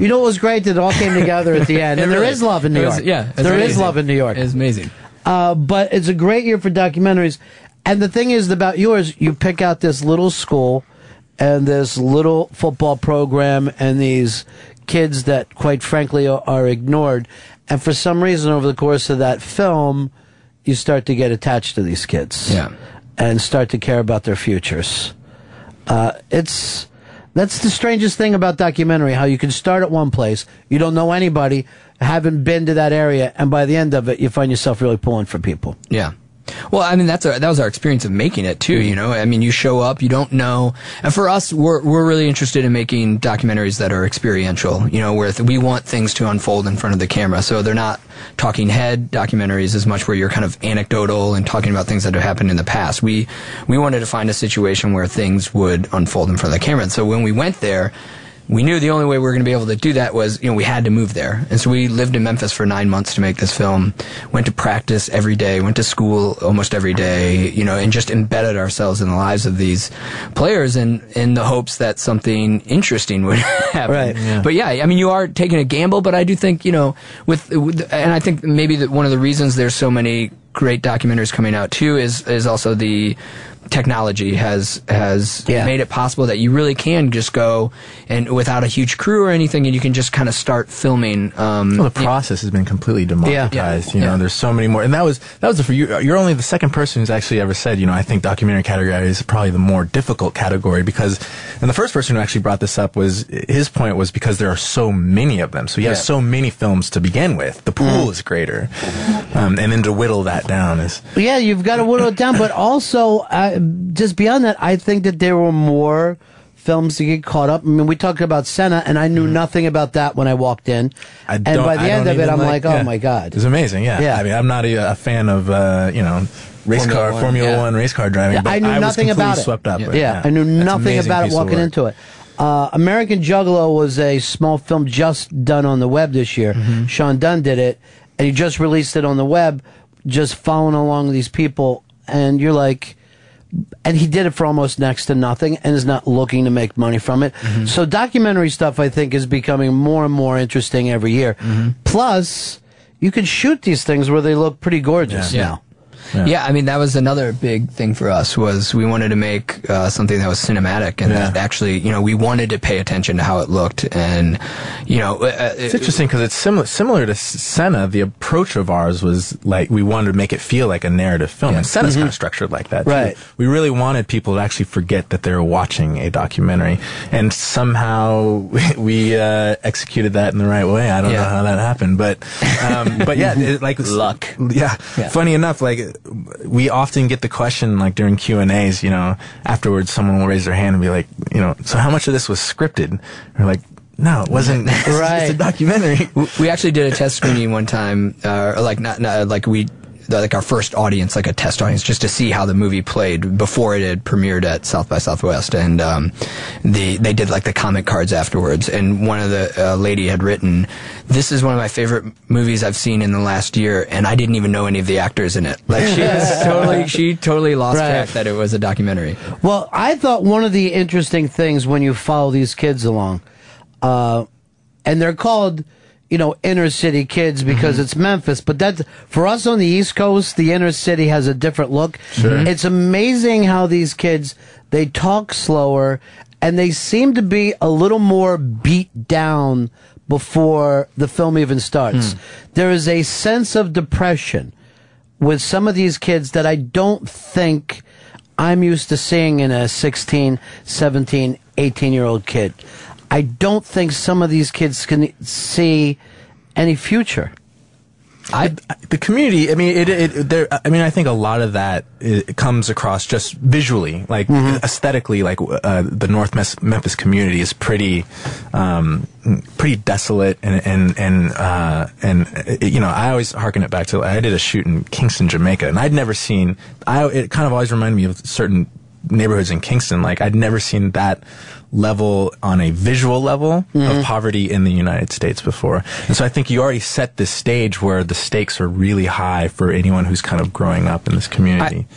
S2: You know what was great that it all came together at the end, and
S4: It
S2: there
S4: really-
S2: is love in New
S4: it was-
S2: York.
S4: yeah, it's
S2: there is
S4: amazing.
S2: love in New York.
S4: It's amazing.
S2: Uh, but it's a great year for documentaries. And the thing is about yours, you pick out this little school and this little football program and these kids that, quite frankly, are, are ignored. And for some reason, over the course of that film, you start to get attached to these kids yeah. and start to care about their futures. Uh, it's that's the strangest thing about documentary how you can start at one place you don't know anybody haven't been to that area and by the end of it you find yourself really pulling for people
S4: Yeah. Well, I mean, that's our, that was our experience of making it too. You know, I mean, you show up, you don't know, and for us, we're we're really interested in making documentaries that are experiential. You know, where th- we want things to unfold in front of the camera, so they're not talking head documentaries as much where you're kind of anecdotal and talking about things that have happened in the past. We we wanted to find a situation where things would unfold in front of the camera. And so when we went there, we knew the only way we were going to be able to do that was, you know, we had to move there. And so we lived in Memphis for nine months to make this film, went to practice every day, went to school almost every day, you know, and just embedded ourselves in the lives of these players in, in the hopes that something interesting would happen.
S2: Right, yeah.
S4: But yeah, I mean, you are taking a gamble, but I do think, you know, with, with and I think maybe that one of the reasons there's so many great documentaries coming out too is, is also the, technology has has made it possible that you really can just go and without a huge crew or anything, and you can just kind of start filming. Um,
S2: Mm.
S10: Well, Mm. the process has been completely democratized.
S4: Yeah.
S10: You know,
S4: Yeah.
S10: there's so many more, and that was that was the, for you. You're only the second person who's actually ever said, you know, I think documentary category is probably the more difficult category because, and the first person who actually brought this up was his point was because there are so many of them, so you have
S2: Yeah.
S10: so many films to begin with. The
S4: Mm.
S10: pool is greater, um, and then to whittle that down is
S2: Yeah, you've got to whittle it down. But also, uh, just beyond that, I think that there were more films to get caught up. I mean, we talked about Senna, and I knew nothing about that when I walked in. and
S10: don't-
S2: by the
S10: Mm-hmm. I
S2: end
S10: don't
S2: of it,
S10: even
S2: I'm like, oh
S10: yeah.
S2: my God.
S10: it's amazing. Yeah,
S2: Yeah.
S10: I mean, I'm not a, a fan of uh, you know. Race
S2: Formula
S10: car,
S2: One,
S10: Formula
S2: yeah.
S10: One race car driving.
S2: Yeah,
S10: but
S2: I knew
S10: was
S2: nothing
S10: completely
S2: about it.
S10: Swept up.
S2: yeah,
S10: with it.
S2: I knew
S10: It's an
S2: nothing
S10: amazing
S2: about it
S10: piece of
S2: walking
S10: work.
S2: into it. Uh, American Juggalo was a small film just done on the web this year.
S10: Mm-hmm.
S2: Sean Dunn did it, and he just released it on the web, just following along these people, and you're like, and he did it for almost next to nothing, and is not looking to make money from it.
S10: Mm-hmm.
S2: So documentary stuff, I think, is becoming more and more interesting every year.
S10: Mm-hmm.
S2: Plus, you can shoot these things where they look pretty gorgeous
S4: Yeah.
S2: now.
S4: Yeah. I mean that was another big thing for us was we wanted to make uh, something that was cinematic and that actually you know we wanted to pay attention to how it looked and you know uh,
S10: It's interesting because it's similar similar to Senna. The approach of ours was like we wanted to make it feel like a narrative film, and Senna's
S2: Mhm.
S10: kind of structured like that. too.
S2: Right.
S10: We really wanted people to actually forget that they're watching a documentary, and somehow we uh, executed that in the right way. I don't know
S3: Yeah.
S10: how that happened, but um, but yeah, it, like luck. Yeah.
S3: Yeah.
S10: Funny enough, like we often get the question like during Q and A's, you know, afterwards someone will raise their hand and be like, you know, so how much of this was scripted? We're like. No, it wasn't. It's just a documentary.
S4: We actually did a test screening one time, uh, or like not, not like we like our first audience, like a test audience, just to see how the movie played before it had premiered at South by Southwest, and um, the they did like the comment cards afterwards, and one of the uh, lady had written, "This is one of my favorite movies I've seen in the last year, and I didn't even know any of the actors in it." Like she was totally she totally lost
S2: Right.
S4: track that it was a documentary.
S2: Well, I thought one of the interesting things when you follow these kids along, uh, and they're called, you know, inner city kids because it's Memphis, but that's for us on the East Coast, the inner city has a different look.
S6: Sure.
S2: It's amazing how these kids they talk slower and they seem to be a little more beat down before the film even starts. There is a sense of depression with some of these kids that I don't think I'm used to seeing in a 16, 17, 18 year old kid. I don't think some of these kids can see any future.
S10: I, the community. I mean, it, it. There. I mean, I think a lot of that it comes across just visually, like aesthetically. Like uh, the North Mes- Memphis community is pretty, um, pretty desolate, and and and uh, and uh, you know, I always hearken it back to. I did a shoot in Kingston, Jamaica, and I'd never seen. I. It kind of always reminded me of certain neighborhoods in Kingston. Like I'd never seen that level on a visual level of poverty in the United States before. And so I think you already set this stage where the stakes are really high for anyone who's kind of growing up in this community.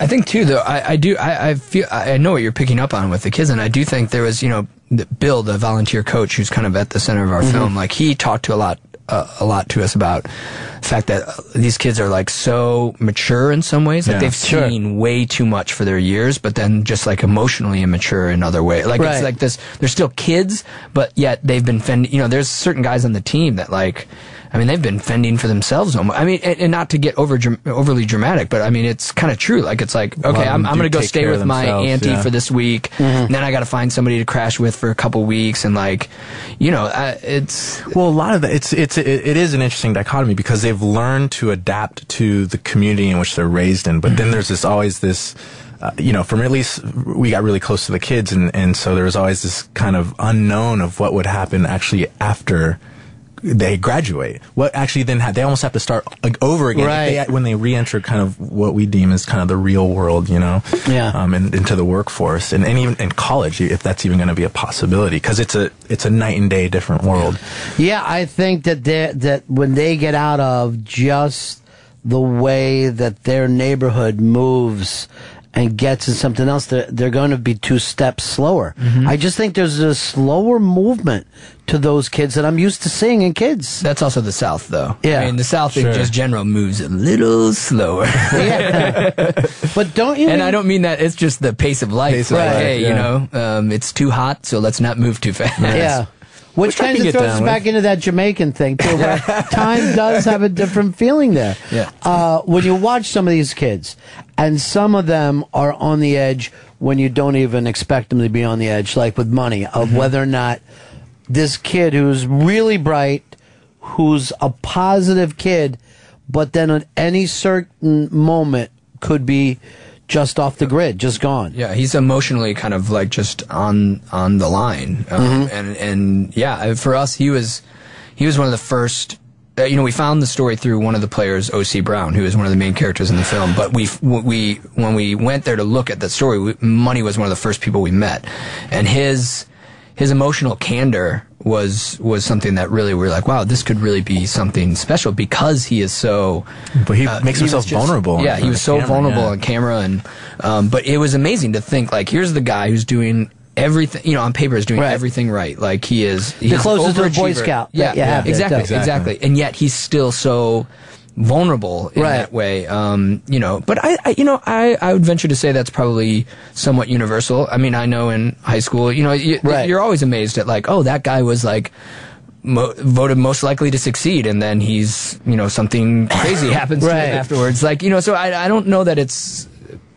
S4: I think too, though. I, I do. I, I feel. I I know what you're picking up on with the kids, and I do think there was, you know, th- Bill, the volunteer coach, who's kind of at the center of our
S2: Mhm.
S4: film. Like he talked to a lot, uh, a lot to us about the fact that uh, these kids are like so mature in some ways. Like
S2: Yeah.
S4: they've
S2: Sure.
S4: seen way too much for their years, but then just like emotionally immature in other ways. Like
S2: Right.
S4: it's like this. They're still kids, but yet they've been fending. You know, there's certain guys on the team that like. I mean, they've been fending for themselves. Almost. I mean, and, and not to get over dram- overly dramatic, but I mean, it's kind of true. Like, it's like,
S10: lot
S4: okay,
S10: of
S4: I'm,
S10: them
S4: I'm
S10: do
S4: going to go
S10: take
S4: stay
S10: care of
S4: with my
S10: themselves,
S4: auntie
S10: yeah.
S4: for this week.
S10: Mhm.
S4: Then I got to find somebody to crash with for a couple weeks, and like, you know, I, it's
S10: Well, a lot of that it's it's it, it is an interesting dichotomy because they've learned to adapt to the community in which they're raised in, but then there's this always this. Uh, you know, from at least we got really close to the kids, and, and so there was always this kind of unknown of what would happen actually after they graduate. What actually then ha- they almost have to start like, over again if
S2: Right.
S10: they- when they re-enter kind of what we deem as kind of the real world, you know, yeah, um, and into the workforce and, and even in college if that's even going to be a possibility because it's a it's a night and day different world.
S2: Yeah, I think that they- that when they get out of just the way that their neighborhood moves and gets in something else, they're, they're going to be two steps slower.
S4: Mm-hmm.
S2: I just think there's a slower movement to those kids that I'm used to seeing in kids.
S4: That's also the South, though.
S2: Yeah.
S4: I mean, the South in
S2: Sure.
S4: just general moves a little slower.
S2: but don't you?
S4: And I don't mean that. It's just the pace of life.
S2: Pace of
S4: like,
S2: life,
S4: hey,
S2: yeah.
S4: you know, um, it's too hot, so let's not move too fast.
S2: Yeah. Which,
S4: I
S2: kind
S4: can get
S2: of throws
S4: down
S2: us
S4: with.
S2: back into that Jamaican thing too, where time does have a different feeling there.
S4: Yeah.
S2: Uh, when you watch some of these kids, and some of them are on the edge when you don't even expect them to be on the edge, like with money, of
S4: Mm-hmm.
S2: whether or not this kid who's really bright, who's a positive kid, but then at any certain moment could be just off the grid, just gone.
S4: Yeah, he's emotionally kind of like just on on the line, um,
S2: Mhm.
S4: and and yeah, I- for us, he was he was one of the first. Uh, you know, we found the story through one of the players, O.C. Brown, who is one of the main characters in the film. But we f- w- we when we went there to look at that story, we, Money was one of the first people we met, and his his emotional candor was was something that really we are like, wow, this could really be something special because he is so. uh,
S10: But he makes
S4: was
S10: himself vulnerable
S4: Yeah,
S10: in
S4: he was so
S10: front of the camera,
S4: vulnerable
S10: yeah.
S4: on camera, and um, but it was amazing to think like, here's the guy who's doing. Everything you know on paper is doing everything right. Like he is
S2: The
S4: he's
S2: closest to a Boy
S4: overachiever.
S2: Scout that
S4: Yeah,
S2: you have there,
S4: exactly,
S2: too.
S4: exactly. And yet he's still so vulnerable in that way. Um, you know, but I, I you know, I, I would venture to say that's probably somewhat universal. I mean, I know in high school, you know, you, you're always amazed at like, oh, that guy was like. Mo- voted most likely to succeed, and then he's you know something crazy happens to
S2: Right.
S4: him afterwards. Like you know, so I, I don't know that it's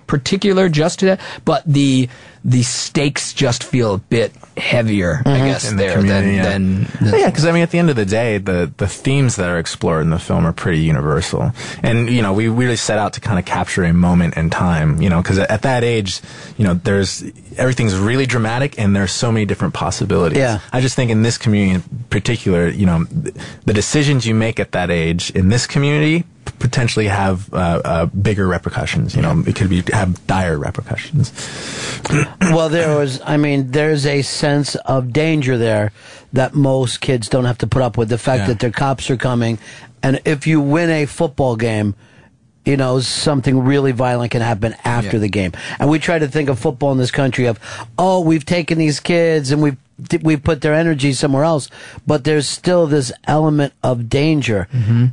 S4: particular just to that, but the the stakes just feel a bit heavier, I guess,
S10: Mm-hmm. In the
S4: there than
S10: community, yeah.
S4: than
S10: But yeah, because I mean, at the end of the day, the the themes that are explored in the film are pretty universal, and you know, we really set out to kind of capture a moment in time, you know, because at that age, you know, there's everything's really dramatic, and there's so many different possibilities.
S2: Yeah.
S10: I just think in this community in particular, you know, th- the decisions you make at that age in this community p- potentially have uh, uh, bigger repercussions. You know, it could be have dire repercussions.
S2: well, there was, I mean, there's a sense of danger there that most kids don't have to put up with the fact
S10: Yeah.
S2: that their cops are coming. And if you win a football game, you know, something really violent can happen after
S5: Yeah.
S2: the game. And we try to think of football in this country of, oh, we've taken these kids and we've we put their energy somewhere else, but there's still this element of danger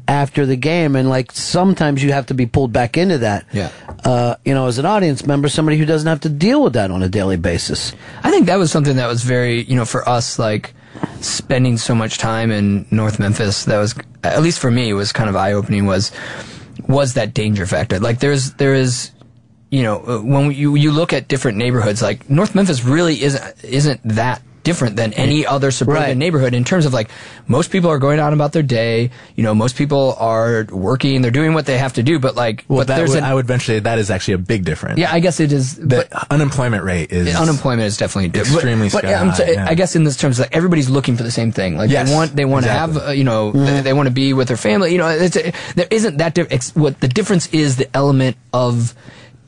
S2: after the game, and like sometimes you have to be pulled back into that
S4: Yeah.
S2: uh, you know, as an audience member, somebody who doesn't have to deal with that on a daily basis.
S4: I think that was something that was very, you know, for us, like spending so much time in North Memphis, that was, at least for me, was kind of eye opening was, was that danger factor. Like there's, there is, you know, uh, when you, you look at different neighborhoods, like North Memphis really isn't, isn't that different than any other suburban neighborhood in terms of like most people are going out about their day you know most people are working they're doing what they have to do but like
S10: Well,
S4: but
S10: that
S4: there's
S10: would,
S4: an
S10: I would venture that that is actually a big difference.
S4: yeah, I guess it is.
S10: The unemployment rate is
S4: unemployment is definitely different.
S10: extremely
S4: but,
S10: sky
S4: yeah, I'm
S10: high,
S4: sa-
S10: yeah.
S4: I guess in this terms, like everybody's looking for the same thing. Like
S10: Yes,
S4: they want, they want
S10: exactly.
S4: to have, uh, you know, they, they want to be with their family. You know, it's a, there isn't that. Diff- it's, what the difference is the element of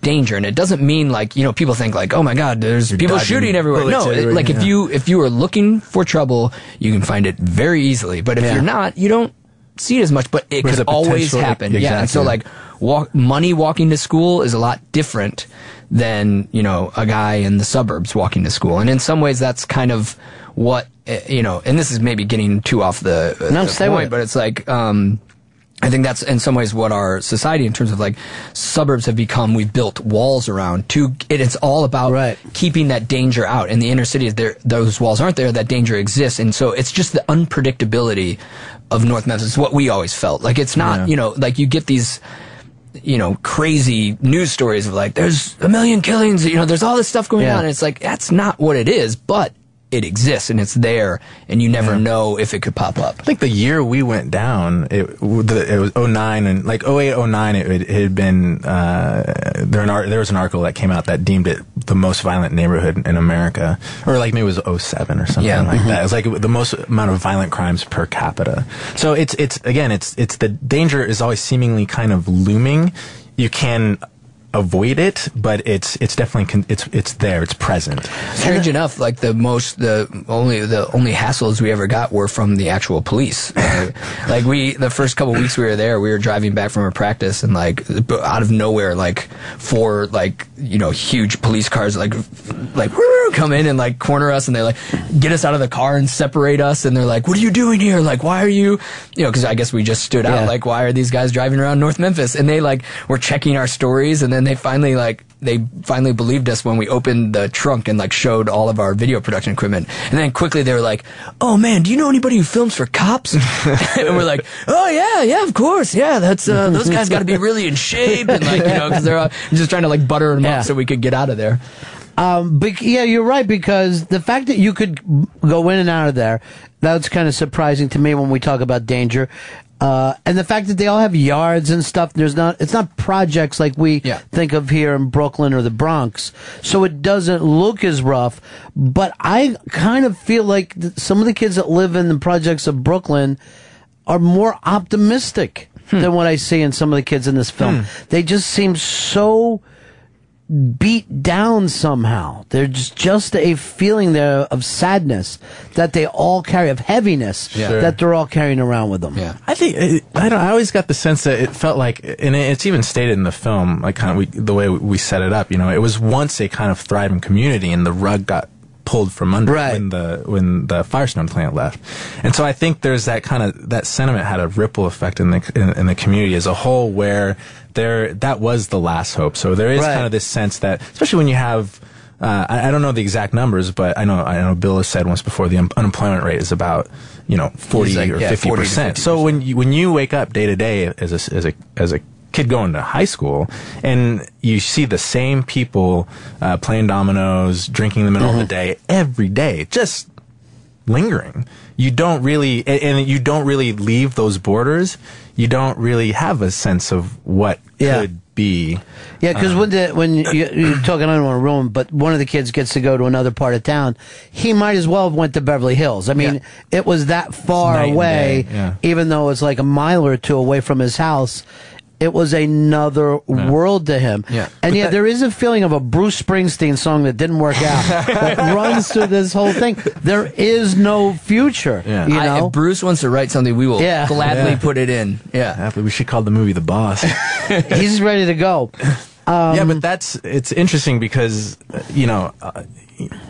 S4: danger, and it doesn't mean like you know people think like, oh my god, there's people
S10: dodging
S4: shooting everywhere.
S10: bullets
S4: No, it-
S10: everywhere,
S4: like
S10: yeah.
S4: if you if you are looking for trouble, you can find it very easily. But if
S10: Yeah.
S4: you're not, you don't see it as much. But it
S10: There's
S4: could
S10: a
S4: always
S10: potential-
S4: happen. Yeah, and so
S10: exactly.
S4: like walk money walking to school is a lot different than you know a guy in the suburbs walking to school and in some ways that's kind of what eh, you know and this is maybe getting too off the, uh,
S2: No,
S4: the
S2: stay with
S4: point
S2: it.
S4: but it's like um I think that's in some ways what our society, in terms of like suburbs, have become. We've built walls around to. It, it's all about keeping that danger out. In the inner city, there those walls aren't there. That danger exists, and so it's just the unpredictability of North Memphis. It's what we always felt. Like it's not,
S10: Yeah.
S4: you know, like you get these you know, crazy news stories of like, there's a million killings, you know, there's all this stuff going
S10: Yeah.
S4: on. And it's like, that's not what it is, but it exists and it's there and you never know if it could pop up.
S10: I think the year we went down, it, w- the- it was 09 and like 08, 09, it, it had been, uh, there, an ar- there was an article that came out that deemed it the most violent neighborhood in America. Or like maybe it was 07 or something
S4: Yeah.
S10: like
S4: Mhm.
S10: that. It was like the most amount of violent crimes per capita. So it's, it's, again, it's, it's the danger is always seemingly kind of looming. You can avoid it, but it's it's definitely con- it's it's there. It's present.
S4: Strange enough, like the most, the only, the only hassles we ever got were from the actual police. Uh, like we, the first couple weeks we were there, we were driving back from a practice, and like b- out of nowhere, like four, like you know, huge police cars, like like come in and like corner us, and they like get us out of the car and separate us, and they're like, "What are you doing here? Like, why are you?" You know, because I guess we just stood out.
S2: Yeah.
S4: Like, why are these guys driving around North Memphis? And they like were checking our stories, and then they finally like they finally believed us when we opened the trunk and like showed all of our video production equipment. And then quickly they were like, "Oh man, do you know anybody who films for cops?" and we're like, "Oh yeah, yeah, of course, yeah. That's uh, those guys got to be really in shape and like you know because they're uh, just trying to like butter them up so we could get out of there."
S2: Um, but yeah, you're right because the fact that you could go in and out of there, that's kind of surprising to me when we talk about danger. Uh, and the fact that they all have yards and stuff, there's not, it's not projects like we think of here in Brooklyn or the Bronx. So it doesn't look as rough, but I kind of feel like th- some of the kids that live in the projects of Brooklyn are more optimistic
S4: Hmm.
S2: than what I see in some of the kids in this film. They just seem so, beat down somehow. There's just a feeling there of sadness that they all carry, of heaviness
S10: Yeah. Sure.
S2: that they're all carrying around with them. Yeah.
S10: I think it, I don't. I always got the sense that it felt like, and it- it's even stated in the film, like kind of we, the way we set it up. You know, it was once a kind of thriving community, and the rug got pulled from under it when the when the Firestone plant left. And so I think there's that kind of that sentiment had a ripple effect in the in, in the community as a whole, where there that was the last hope. So there is
S5: Right.
S10: kind of this sense that, especially when you have. Uh, I, I don't know the exact numbers, but I know I know Bill has said once before the un- unemployment rate is about you know forty
S5: He's like,
S10: or
S5: yeah, 40
S10: fifty
S5: to
S10: percent. So when you, when you wake up day to day as a, as a as a kid going to high school and you see the same people uh, playing dominoes, drinking in the middle of the day every day, just lingering. You don't really and, and you don't really leave those borders. You don't really have a sense of what could be. Uh,
S2: Yeah, because
S5: Uh-huh.
S2: when the, when you, you're talking, I don't want to ruin, but one of the kids gets to go to another part of town. He might as well have went to Beverly Hills. I mean, it was that far
S5: night and
S2: away,
S5: day, yeah.
S2: even though it's like a mile or two away from his house. It was another world to him.
S5: Yeah. But
S2: And yeah,
S5: that-
S2: there is a feeling of a Bruce Springsteen song that didn't work out that runs through this whole thing. There is no future. You
S4: I-
S2: know?
S4: if Bruce wants to write something, we will
S2: Yeah.
S4: gladly
S2: Yeah.
S4: put it in. Yeah.
S10: we should call the movie The Boss.
S2: He's ready to go. Um,
S10: yeah, but that's it's interesting because uh, you know. Uh,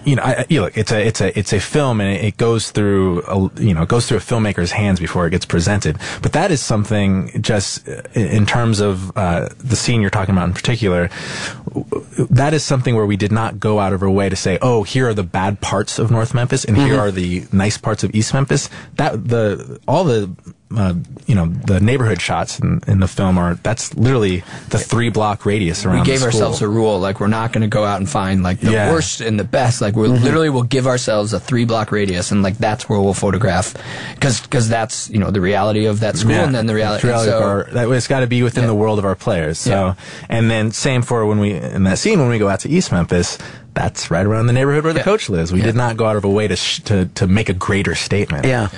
S10: you know, I, I- you look. It's a, it's a, it's a film, and it, it goes through, a, you know, it goes through a filmmaker's hands before it gets presented. But that is something just uh, in in terms of uh, the scene you're talking about in particular. w- That is something where we did not go out of our way to say, "Oh, here are the bad parts of North Memphis, and here
S4: Mm-hmm.
S5: Mhm.
S10: are the nice parts of East Memphis." That the all the uh, you know the neighborhood shots in, in the film are that's literally the three block radius around.
S4: we
S10: the
S4: gave
S10: school.
S4: ourselves a rule like we're not going to go out and find like the
S10: Yeah.
S4: worst and the best like we're
S10: Mhm.
S4: literally will give ourselves a three block radius and like that's where we'll photograph because that's you know the reality of that school
S10: Yeah.
S4: and then the reality,
S10: It's reality
S4: so,
S10: of our- that it's got to be within the world of our players. So, and then same for when we in that scene when we go out to East Memphis, that's right around the neighborhood where the coach lives. We did not go out of a way to sh- to to make a greater statement.
S2: Yeah.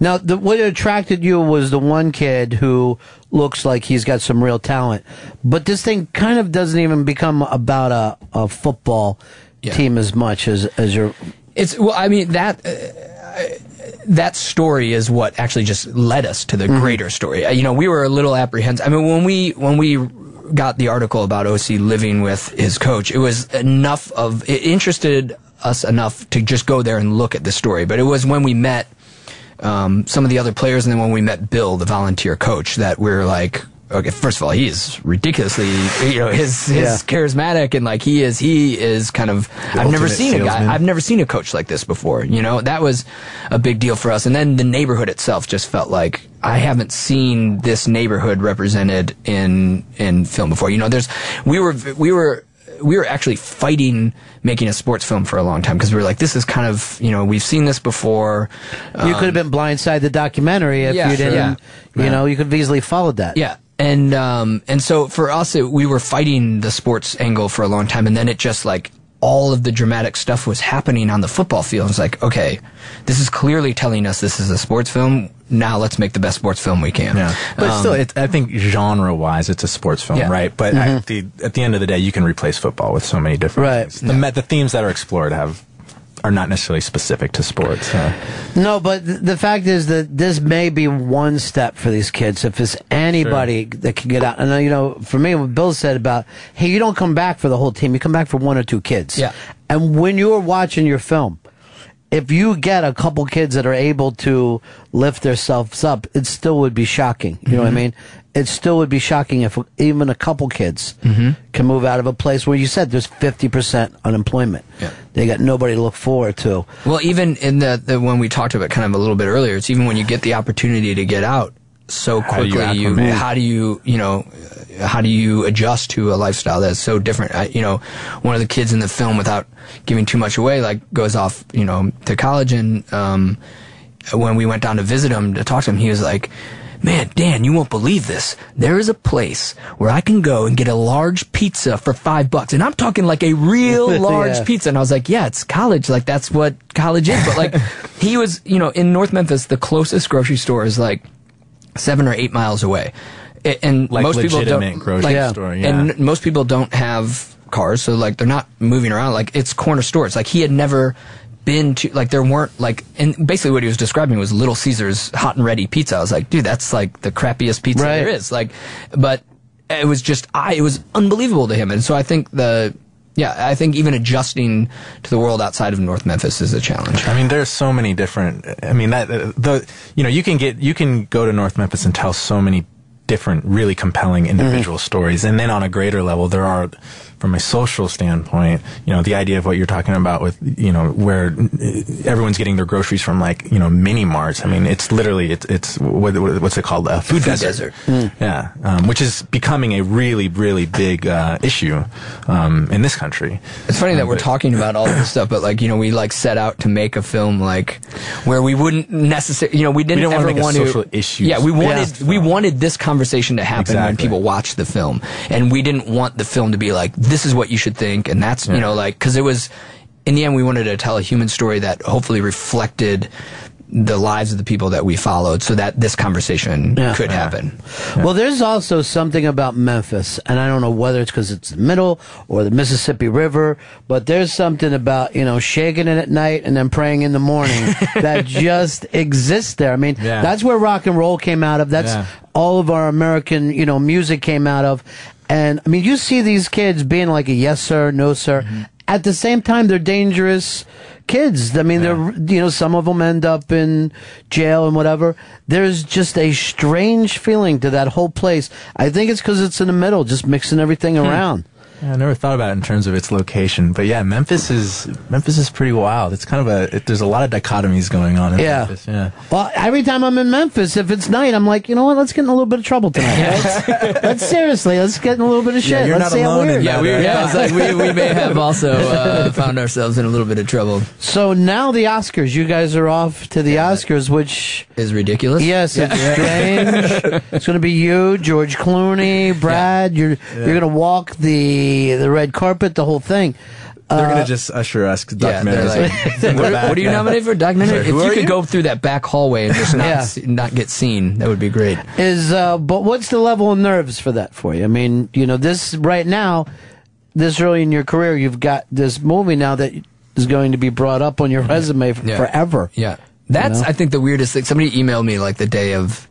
S2: Now, the, what attracted you was the one kid who looks like he's got some real talent, but this thing kind of doesn't even become about a, a football team as much as as your.
S4: It's well, I mean that uh, that story is what actually just led us to the
S5: Mm-hmm.
S4: greater story. Uh, You know, we were a little apprehensive. I mean, when we when we got the article about OC living with his coach, it was enough of it interested us enough to just go there and look at the story. But it was when we met um, some of the other players, and then when we met Bill, the volunteer coach, that we are like. Okay, first of all, he is ridiculously, you know, his his
S5: Yeah.
S4: charismatic and like he is he is kind of I've never
S5: ultimate
S4: seen a
S5: salesman.
S4: guy. I've never seen a coach like this before. You know, that was a big deal for us. And then the neighborhood itself just felt like I haven't seen this neighborhood represented in in film before. You know, there's we were we were we were actually fighting making a sports film for a long time because we were like, this is kind of you know we've seen this before. Um,
S2: you could have been blindside the documentary if
S4: Yeah,
S2: you didn't.
S4: sure.
S2: You
S4: Yeah.
S2: know, Oh, you could have easily followed that.
S4: Yeah. And um and so for us it, we were fighting the sports angle for a long time and then it just like all of the dramatic stuff was happening on the football field. It's like, okay, this is clearly telling us this is a sports film. Now let's make the best sports film we can.
S10: Yeah. But
S4: Um,
S10: still, it, I think genre wise, it's a sports film,
S4: Yeah.
S10: right? But
S2: Mm-hmm.
S4: Mhm.
S10: at, the, at the end of the day, you can replace football with so many different
S2: Right.
S10: things. The, me- the themes that are explored have are not necessarily specific to sports. so.
S2: No, but th- the fact is that this may be one step for these kids. If it's anybody that can get out, and uh, you know, for me, what Bill said about, hey, you don't come back for the whole team; you come back for one or two kids. Yeah. And when you're watching your film, if you get a couple kids that are able to lift themselves up, it still would be shocking. You know what I
S6: Mhm.
S2: mean? It still would be shocking if even a couple kids
S6: Mhm.
S2: can move out of a place where you said there's 50% unemployment. They got nobody to look forward to.
S4: Well, even in the, the when we talked about kind of a little bit earlier, it's even when you get the opportunity to get out so
S10: do you
S4: quickly, you,
S10: acclimate?
S4: how do you you know uh, how do you adjust to a lifestyle that's so different? I, you know, one of the kids in the film, without giving too much away, like goes off you know to college and um, when we went down to visit him to talk to him, he was like. Man, Dan, you won't believe this. There is a place where I can go and get a large pizza for five bucks. And I'm talking like a real large
S6: Yeah.
S4: pizza. And I was like, yeah, it's college. Like, that's what college is. But like, he was, you know, in North Memphis, the closest grocery store is like seven or eight miles away. A- And
S10: Like
S4: most people
S10: legitimate
S4: don't,
S10: grocery store, yeah.
S4: And n- most people don't have cars. So like, they're not moving around. Like, it's corner stores. Like, he had never been to, like, there weren't like, and basically what he was describing was Little Caesar's hot and ready pizza. I was like, dude, that's like the crappiest pizza
S11: Right.
S4: there is. Like, but it was just I. It was unbelievable to him, and so I think the yeah, I think even adjusting to the world outside of North Memphis is a challenge.
S10: I mean, there's so many different. I mean, that the you know you can get you can go to North Memphis and tell so many different, really compelling
S4: Mm-hmm.
S10: individual stories, and then on a greater level, there are from a social standpoint, you know, the idea of what you're talking about with you know where eh, everyone's getting their groceries from, like you know, mini marts. I mean, it's literally it's it's what, what- what's it called, a food,
S4: Food
S10: desert.
S4: desert.
S2: Hmm.
S10: Yeah, um, which is becoming a really really big uh, issue um, in this country. Um,
S4: It's funny that we're talking about all of this stuff, but like you know, we like set out to make a film like where we wouldn't necessarily, you know, we didn't
S10: We don't wanna
S4: ever
S10: make a
S4: want
S10: social
S4: to
S10: issues
S4: Yeah, we wanted
S10: film.
S4: we wanted this conversation to happen when
S10: Exactly.
S4: people watch the film, and we didn't want the film to be like this is what you should think, and that's you
S10: Yeah.
S4: know like because it was in the end we wanted to tell a human story that hopefully reflected the lives of the people that we followed, so that this conversation
S2: Yeah.
S4: could
S2: Yeah.
S4: happen.
S2: Well, there's also something about Memphis, and I don't know whether it's because it's the middle or the Mississippi River, but there's something about, you know, shaking it at night and then praying in the morning that just exists there. I mean,
S6: Yeah.
S2: that's where rock and roll came out of. That's
S6: Yeah.
S2: all of our American, you know, music came out of. And I mean, you see these kids being like a yes sir, no sir.
S4: Mm-hmm.
S2: At the same time, they're dangerous kids. I mean, they're you know some of them end up in jail and whatever. There's just a strange feeling to that whole place. I think it's because it's in the middle, just mixing everything
S4: Hmm.
S2: around.
S10: Hmm. Yeah, I never thought about it in terms of its location, but yeah, Memphis is Memphis is pretty wild. It's kind of a it, there's a lot of dichotomies going on in
S2: Yeah.
S10: Memphis. Yeah,
S2: Well, every time I'm in Memphis, if it's night, I'm like, you know what? Let's get in a little bit of trouble tonight. Let's, let's seriously, let's get in a little bit of shit.
S4: Yeah, you're
S2: let's
S4: not
S2: see how
S4: alone in
S2: weird.
S4: that, Yeah, we- right? yeah, it's like we- we may have also, uh, found ourselves in a little bit of trouble.
S2: So now the Oscars, you guys are off to the Oscars, which
S4: is ridiculous.
S2: Yes, it's strange. it's going to be you, George Clooney, Brad. You're you're going to walk the the red carpet, the whole thing.
S10: they're
S2: Uh,
S10: gonna just usher us
S4: Yeah, they're
S10: documentaries.
S4: like,
S10: in the
S4: what,
S10: back,
S4: what do you
S10: yeah.
S4: nominate for documentary?
S10: Sorry,
S4: if
S10: who
S4: you
S10: are
S4: could
S10: you?
S4: go through that back hallway and just not
S2: Yeah.
S4: see- not get seen, that would be great.
S2: is uh but what's the level of nerves for that for you i mean you know this right now this early in your career you've got this movie now that is going to be brought up on your resume f-
S4: Yeah.
S2: forever
S4: Yeah. That's
S2: know?
S4: I think the weirdest thing. Somebody emailed me like the day of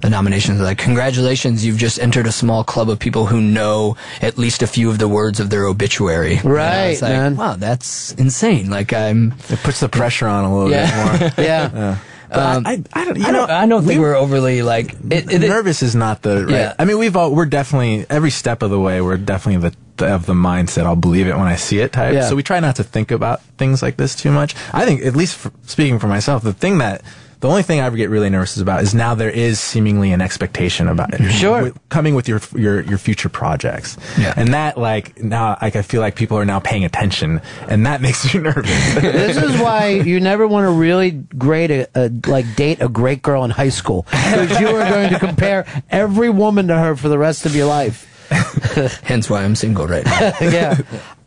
S4: the nominations like congratulations you've just entered a small club of people who know at least a few of the words of their obituary And I
S2: Right,
S4: was like,
S2: man.
S4: wow that's insane like i'm
S10: it puts the pressure on a little bit more
S2: yeah,
S4: Um,
S10: I, I don't.
S4: I don't. I don't think we're overly like it, it,
S10: nervous is not the right.
S4: Yeah.
S10: I mean, we've all we're definitely every step of the way we're definitely the, the of the mindset I'll believe it when I see it type.
S4: Yeah.
S10: So we try not to think about things like this too much. I think at least for, speaking for myself, the thing that the only thing I ever get really nervous about is now there is seemingly an expectation about it. Mm-hmm. Sure, coming with your your your future projects. Yeah, and that like now like I feel like people are now paying attention, and that makes you nervous.
S2: this is why you never want to really great a, a like date a great girl in high school because you are going to compare every woman to her for the rest of your life
S4: hence why i'm single right now
S2: yeah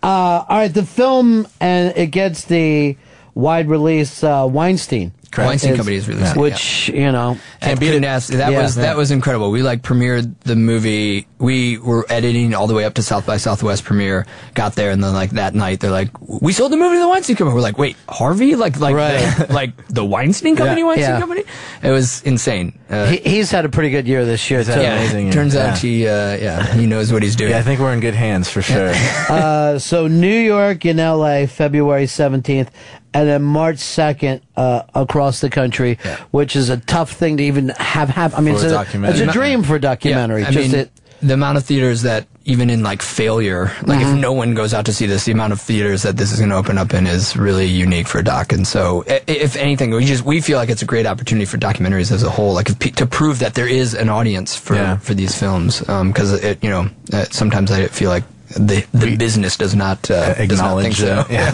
S2: Uh, all right, the film and it gets the wide release uh, Weinstein.
S4: Correct. Weinstein Company is releasing it,
S2: which you know
S4: And couldn't ask. That
S2: Yeah.
S4: was that was incredible. We like premiered the movie. We were editing all the way up to South by Southwest premiere. Got there and then like that night they're like, we sold the movie to the Weinstein Company. We're like, wait, Harvey? Like like the, like the Weinstein Company?
S2: Yeah.
S4: Weinstein
S2: Yeah.
S4: Company? It was insane. Uh,
S2: he, he's had a pretty good year this year. too.
S4: yeah, Turns out he uh, yeah he knows what he's doing.
S10: Yeah, I think we're in good hands for sure.
S2: uh, so New York and LA, February 17th, and then March 2nd uh, across the country, which is a tough thing to even have happen. I mean,
S4: For
S2: it's
S4: a
S2: a,
S4: documentary.
S2: it's a dream for a documentary.
S4: Yeah, I
S2: just
S4: mean,
S2: it,
S4: the amount of theaters that even in like failure, like
S2: Mm-hmm.
S4: if no one goes out to see this, the amount of theaters that this is going to open up in is really unique for doc. And so, i- if anything, we just we feel like it's a great opportunity for documentaries as a whole, like if, pe- to prove that there is an audience for for these films. Because it, you know, uh, sometimes I feel like the the business does not uh,
S10: acknowledge
S4: Does
S10: that,
S4: not think so. Yeah.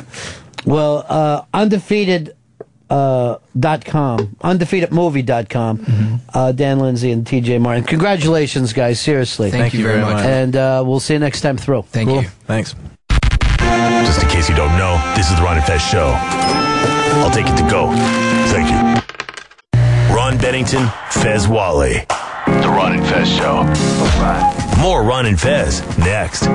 S2: Well, uh, undefeated uh, dot com, undefeatedmovie.com,
S4: Mm-hmm.
S2: uh, Dan Lindsay and TJ Martin. Congratulations, guys. Seriously.
S4: Thank Thank you you very very much. much.
S2: And uh, we'll see you next time through.
S4: Thank you.
S10: Thanks.
S5: Just in case you don't know, this is the Ron and Fez show. I'll take it to go. Thank you. Ron Bennington, Fez Wally. The Ron and Fez show. More Ron and Fez next.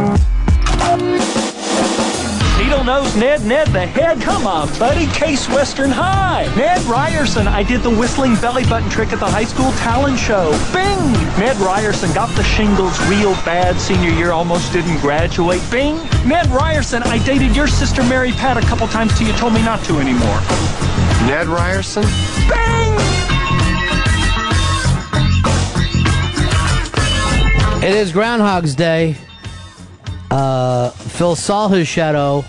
S17: Beetle knows Ned, Ned the head. Come on, buddy. Case Western High. Ned Ryerson. I did the whistling belly button trick at the high school talent show. Bing! Ned Ryerson got the shingles real bad senior year, almost didn't graduate. Bing! Ned Ryerson, I dated your sister Mary Pat a couple times till you told me not to anymore.
S19: Ned Ryerson?
S2: It is Groundhog's Day. Uh, Phil saw his shadow,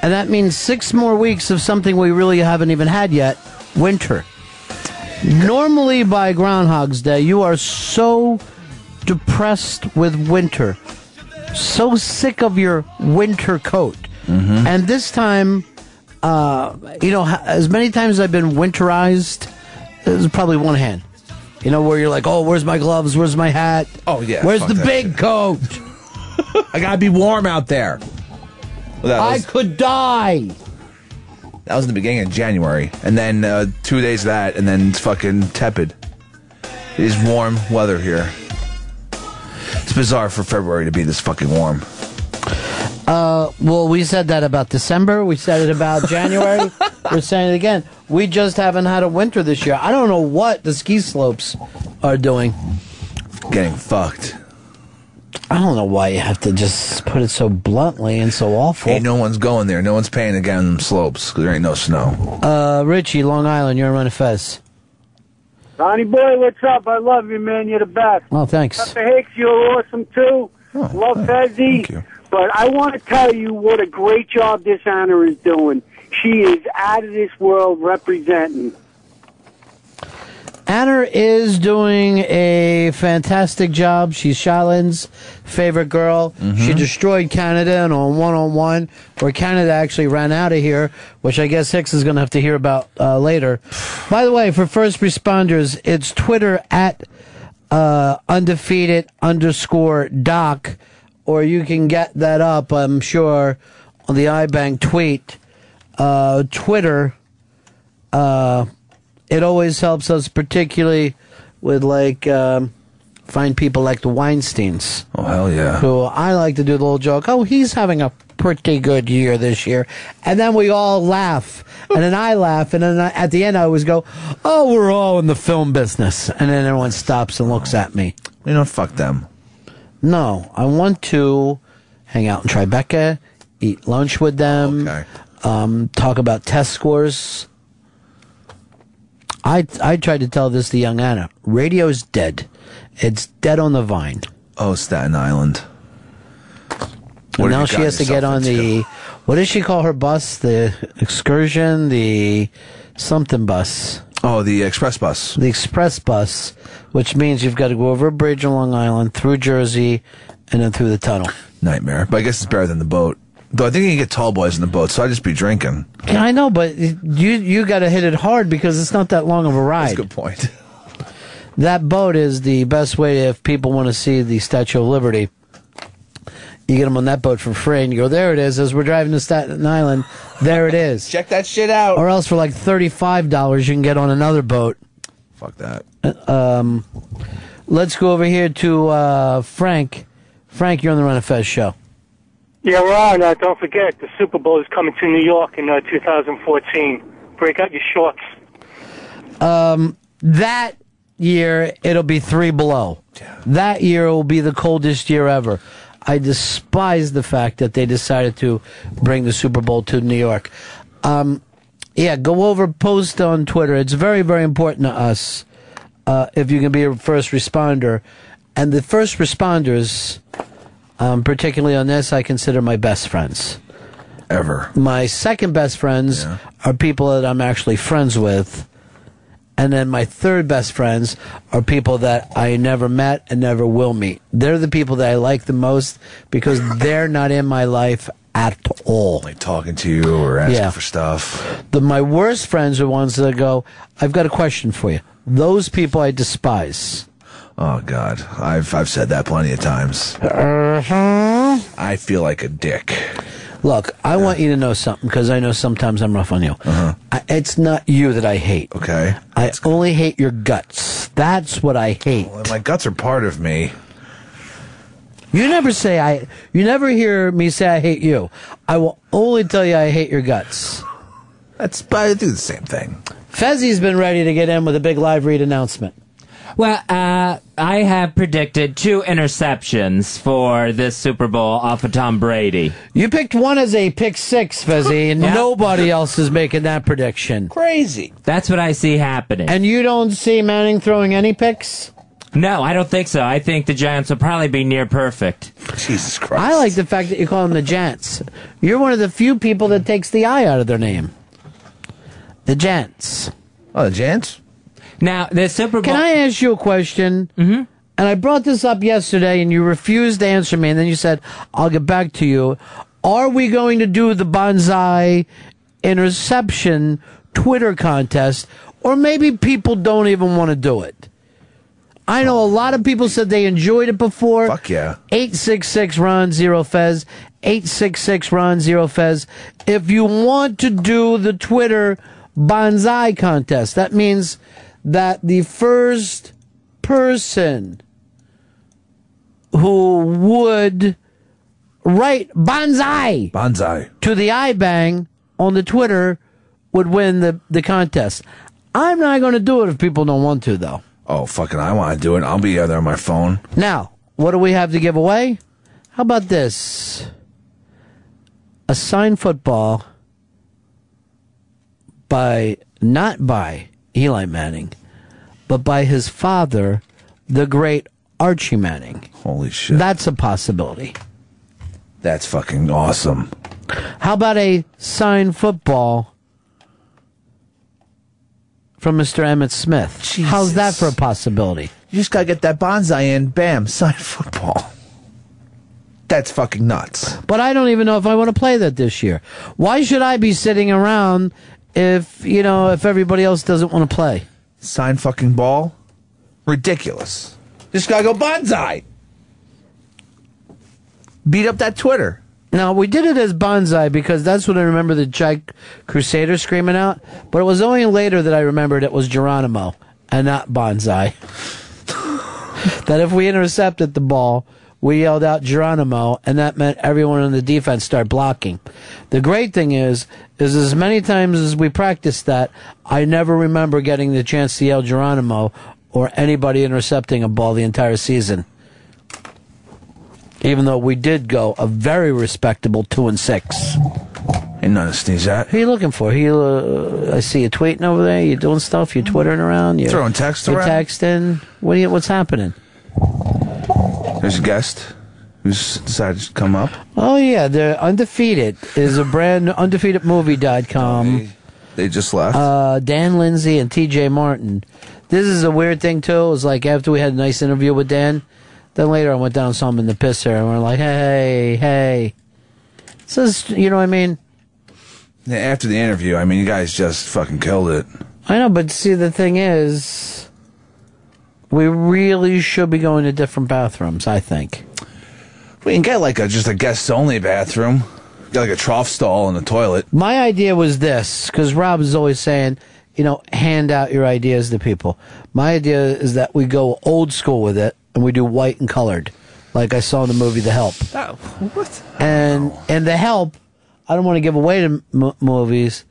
S2: and that means six more weeks of something we really haven't even had yet winter. Normally, by Groundhog's Day, you are so depressed with winter, so sick of your winter coat. And this time, uh, you know, ha- as many times as I've been winterized, there's probably one hand. You know, where you're like, oh, where's my gloves? Where's my hat?
S3: Oh yeah.
S2: Where's
S3: fuck
S2: the
S3: that
S2: big
S3: shit.
S2: coat?
S3: I gotta be warm out there. Well, that
S2: I
S3: was-
S2: could die.
S3: That was in the beginning of January, and then uh, two days of that, and then it's fucking tepid. It is warm weather here. It's bizarre for February to be this fucking warm.
S2: Uh, well, we said that about December. We said it about January. We're saying it again. We just haven't had a winter this year. I don't know what the ski slopes are doing.
S3: Getting fucked.
S2: I don't know why you have to just put it so bluntly and so awful.
S3: Ain't no one's going there. No one's paying to get on them slopes 'cause there ain't no snow.
S2: Uh, Richie, Long Island, you're on Fez.
S26: Ronnie boy, what's up? I love you, man. You're the best.
S2: Oh, thanks.
S26: Pepper Hicks, you're awesome too. love Fezzi. But I want to tell you what a great job this honor is doing. She is out of this world representing.
S2: Anner is doing a fantastic job. She's Charlene's favorite girl. She destroyed Canada in on one on one, where Canada actually ran out of here, which I guess Hicks is going to have to hear about uh, later. By the way, for first responders, it's Twitter at uh, undefeated underscore doc, or you can get that up, I'm sure, on the iBank tweet. Uh, Twitter uh, it always helps us, particularly with like um, find people like the Weinsteins.
S3: Oh hell yeah!
S2: Who I like to do the little joke. Oh, he's having a pretty good year this year, and then we all laugh, and then I laugh, and then I, at the end I always go, "Oh, we're all in the film business," and then everyone stops and looks at me.
S3: You know, fuck them.
S2: No, I want to hang out in Tribeca, eat lunch with them, um, talk about test scores. I I tried to tell this to young Anna. Radio's dead. It's dead on the vine.
S3: Oh, Staten Island. What have
S2: And now
S3: you
S2: she
S3: gotten
S2: has to get
S3: yourself
S2: on the what does she call her bus? The excursion, the something bus.
S3: Oh, the express bus.
S2: The express bus, which means you've got to go over a bridge on Long Island, through Jersey, and then through the tunnel.
S3: Nightmare. But I guess it's better than the boat. Though I think you can get tall boys in the boat, so I just be drinking.
S2: Yeah, I know, but you you got to hit it hard because it's not that long of a ride. That's a good
S3: point.
S2: That boat is the best way if people want to see the Statue of Liberty. You get them on that boat for free, and you go, there it is. As we're driving to Staten Island, there it is.
S3: Check that shit out.
S2: Or else for like $35, you can get on another boat.
S3: Fuck that.
S2: Um, let's go over here to uh, Frank. Frank, you're on the Run of Fez show.
S1: Yeah, Ron, uh, don't forget, the Super Bowl is coming to New York in uh, 2014. Break out your shorts.
S2: Um, that year, it'll be three below. That year will be the coldest year ever. I despise the fact that they decided to bring the Super Bowl to New York. Um, yeah, go over, post on Twitter. It's very, very important to us uh, if you can be a first responder. And the first responders, um, particularly on this, I consider my best friends.
S3: Ever.
S2: My second best friends are people that I'm actually friends with. And then my third best friends are people that I never met and never will meet. They're the people that I like the most because they're not in my life at all.
S3: Like talking to you or asking
S2: Yeah.
S3: for stuff.
S2: The, my worst friends are ones that go, I've got a question for you. Those people I despise.
S3: Oh God, I've I've said that plenty of times.
S2: Uh-huh.
S3: I feel like a dick.
S2: Look, I want you to know something because I know sometimes I'm rough on you. I, it's not you that I hate.
S3: Uh-huh. Okay.
S2: I only hate your guts. That's what I hate.
S3: My guts are part of me.
S2: You never say I. You never hear me say I hate you. I will only tell you I hate your guts.
S3: That's I do the same thing.
S2: Fezzi's been ready to get in with a big live read announcement.
S11: Well, uh, I have predicted two interceptions for this Super Bowl off of Tom Brady.
S2: You picked one as a pick six, Fezzi, and
S11: Yeah.
S2: nobody else is making that prediction.
S3: Crazy.
S11: That's what I see happening.
S2: And you don't see Manning throwing any picks?
S11: No, I don't think so. I think the Giants will probably be near perfect.
S3: Jesus Christ.
S2: I like the fact that you call them the Jants. You're one of the few people that takes the I out of their name. The Jants.
S3: Oh, the Jants?
S11: Now, the Super Bowl.
S2: Can I ask you a question? Mm-hmm. And I brought this up yesterday, and you refused to answer me, and then you said, I'll get back to you. Are we going to do the bonsai interception Twitter contest? Or maybe people don't even want to do it. I know a lot of people said they enjoyed it before. Fuck
S3: yeah.
S2: 866 Ron Zero Fez. 866 Ron Zero Fez. If you want to do the Twitter bonsai contest, that means that the first person who would write bonsai
S3: Bonsai.
S2: to the iBang on the Twitter would win the, the contest. I'm not going to do it if people don't want to, though.
S3: Oh fucking, I want to do it. I'll be out there on my phone.
S2: Now, what do we have to give away? How about this? A signed football by, not by Eli Manning, but by his father, the great Archie Manning.
S3: Holy shit.
S2: That's a possibility.
S3: That's fucking awesome.
S2: How about a signed football from Mr. Emmett Smith? How's that for a possibility?
S3: You just gotta get that bonsai in. Bam, sign football. That's fucking nuts.
S2: But I don't even know if I want to play that this year. Why should I be sitting around if, you know, if everybody else doesn't want to play?
S3: Sign fucking ball? Ridiculous. Just gotta go bonsai. Beat up that Twitter.
S2: Now, we did it as bonsai because that's what I remember the Jack Crusader screaming out. But it was only later that I remembered it was Geronimo and not bonsai. that if we intercepted the ball, we yelled out Geronimo, and that meant everyone on the defense start blocking. The great thing is, is as many times as we practiced that, I never remember getting the chance to yell Geronimo or anybody intercepting a ball the entire season. Even though we did go a very respectable two and six.
S3: Ain't nothing to sneeze at.
S2: Who you looking for? He, uh, I see you tweeting over there. You doing stuff. You twittering around. You
S3: Throwing text
S2: You
S3: around.
S2: texting. What do you, what's happening?
S3: There's a guest who's decided to come up.
S2: Oh yeah, the Undefeated is a brand new undefeatedmovie.com.
S3: They just left.
S2: Uh, Dan Lindsay and T.J. Martin. This is a weird thing too. It was like after we had a nice interview with Dan, then later I went down and saw him in the pisser, and we're like, hey, hey. So this- you know what I mean?
S3: Yeah, After the interview, I mean, you guys just fucking killed it.
S2: I know, but see, the thing is, we really should be going to different bathrooms. I think.
S3: We can get like a just a guest only bathroom. Get like a trough stall and a toilet.
S2: My idea was this because Rob is always saying, you know, hand out your ideas to people. My idea is that we go old school with it and we do white and colored, like I saw in the movie The Help.
S16: Oh, what?
S2: and and the help i don't want to give away to m- movies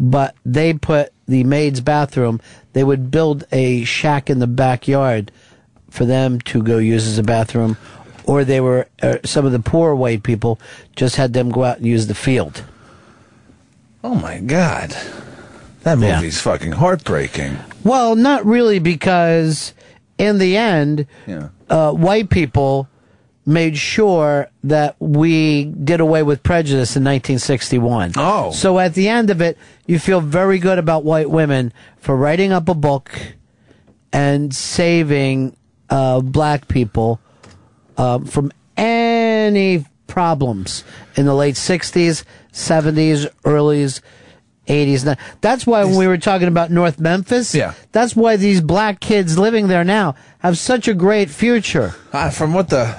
S2: but they put the maid's bathroom they would build a shack in the backyard for them to go use as a bathroom or they were uh, some of the poor white people just had them go out and use the field
S3: oh my god That movie's fucking heartbreaking.
S2: well not really because in the end
S3: Yeah.
S2: uh, white people made sure that we did away with prejudice in 1961. Oh. So at the end of it, you feel very good about white women for writing up a book and saving uh, black people uh, from any problems in the late 60s, 70s, early 80s. Now, That's why when we were talking about North Memphis, yeah. that's why these black kids living there now have such a great future.
S3: Ah, from what the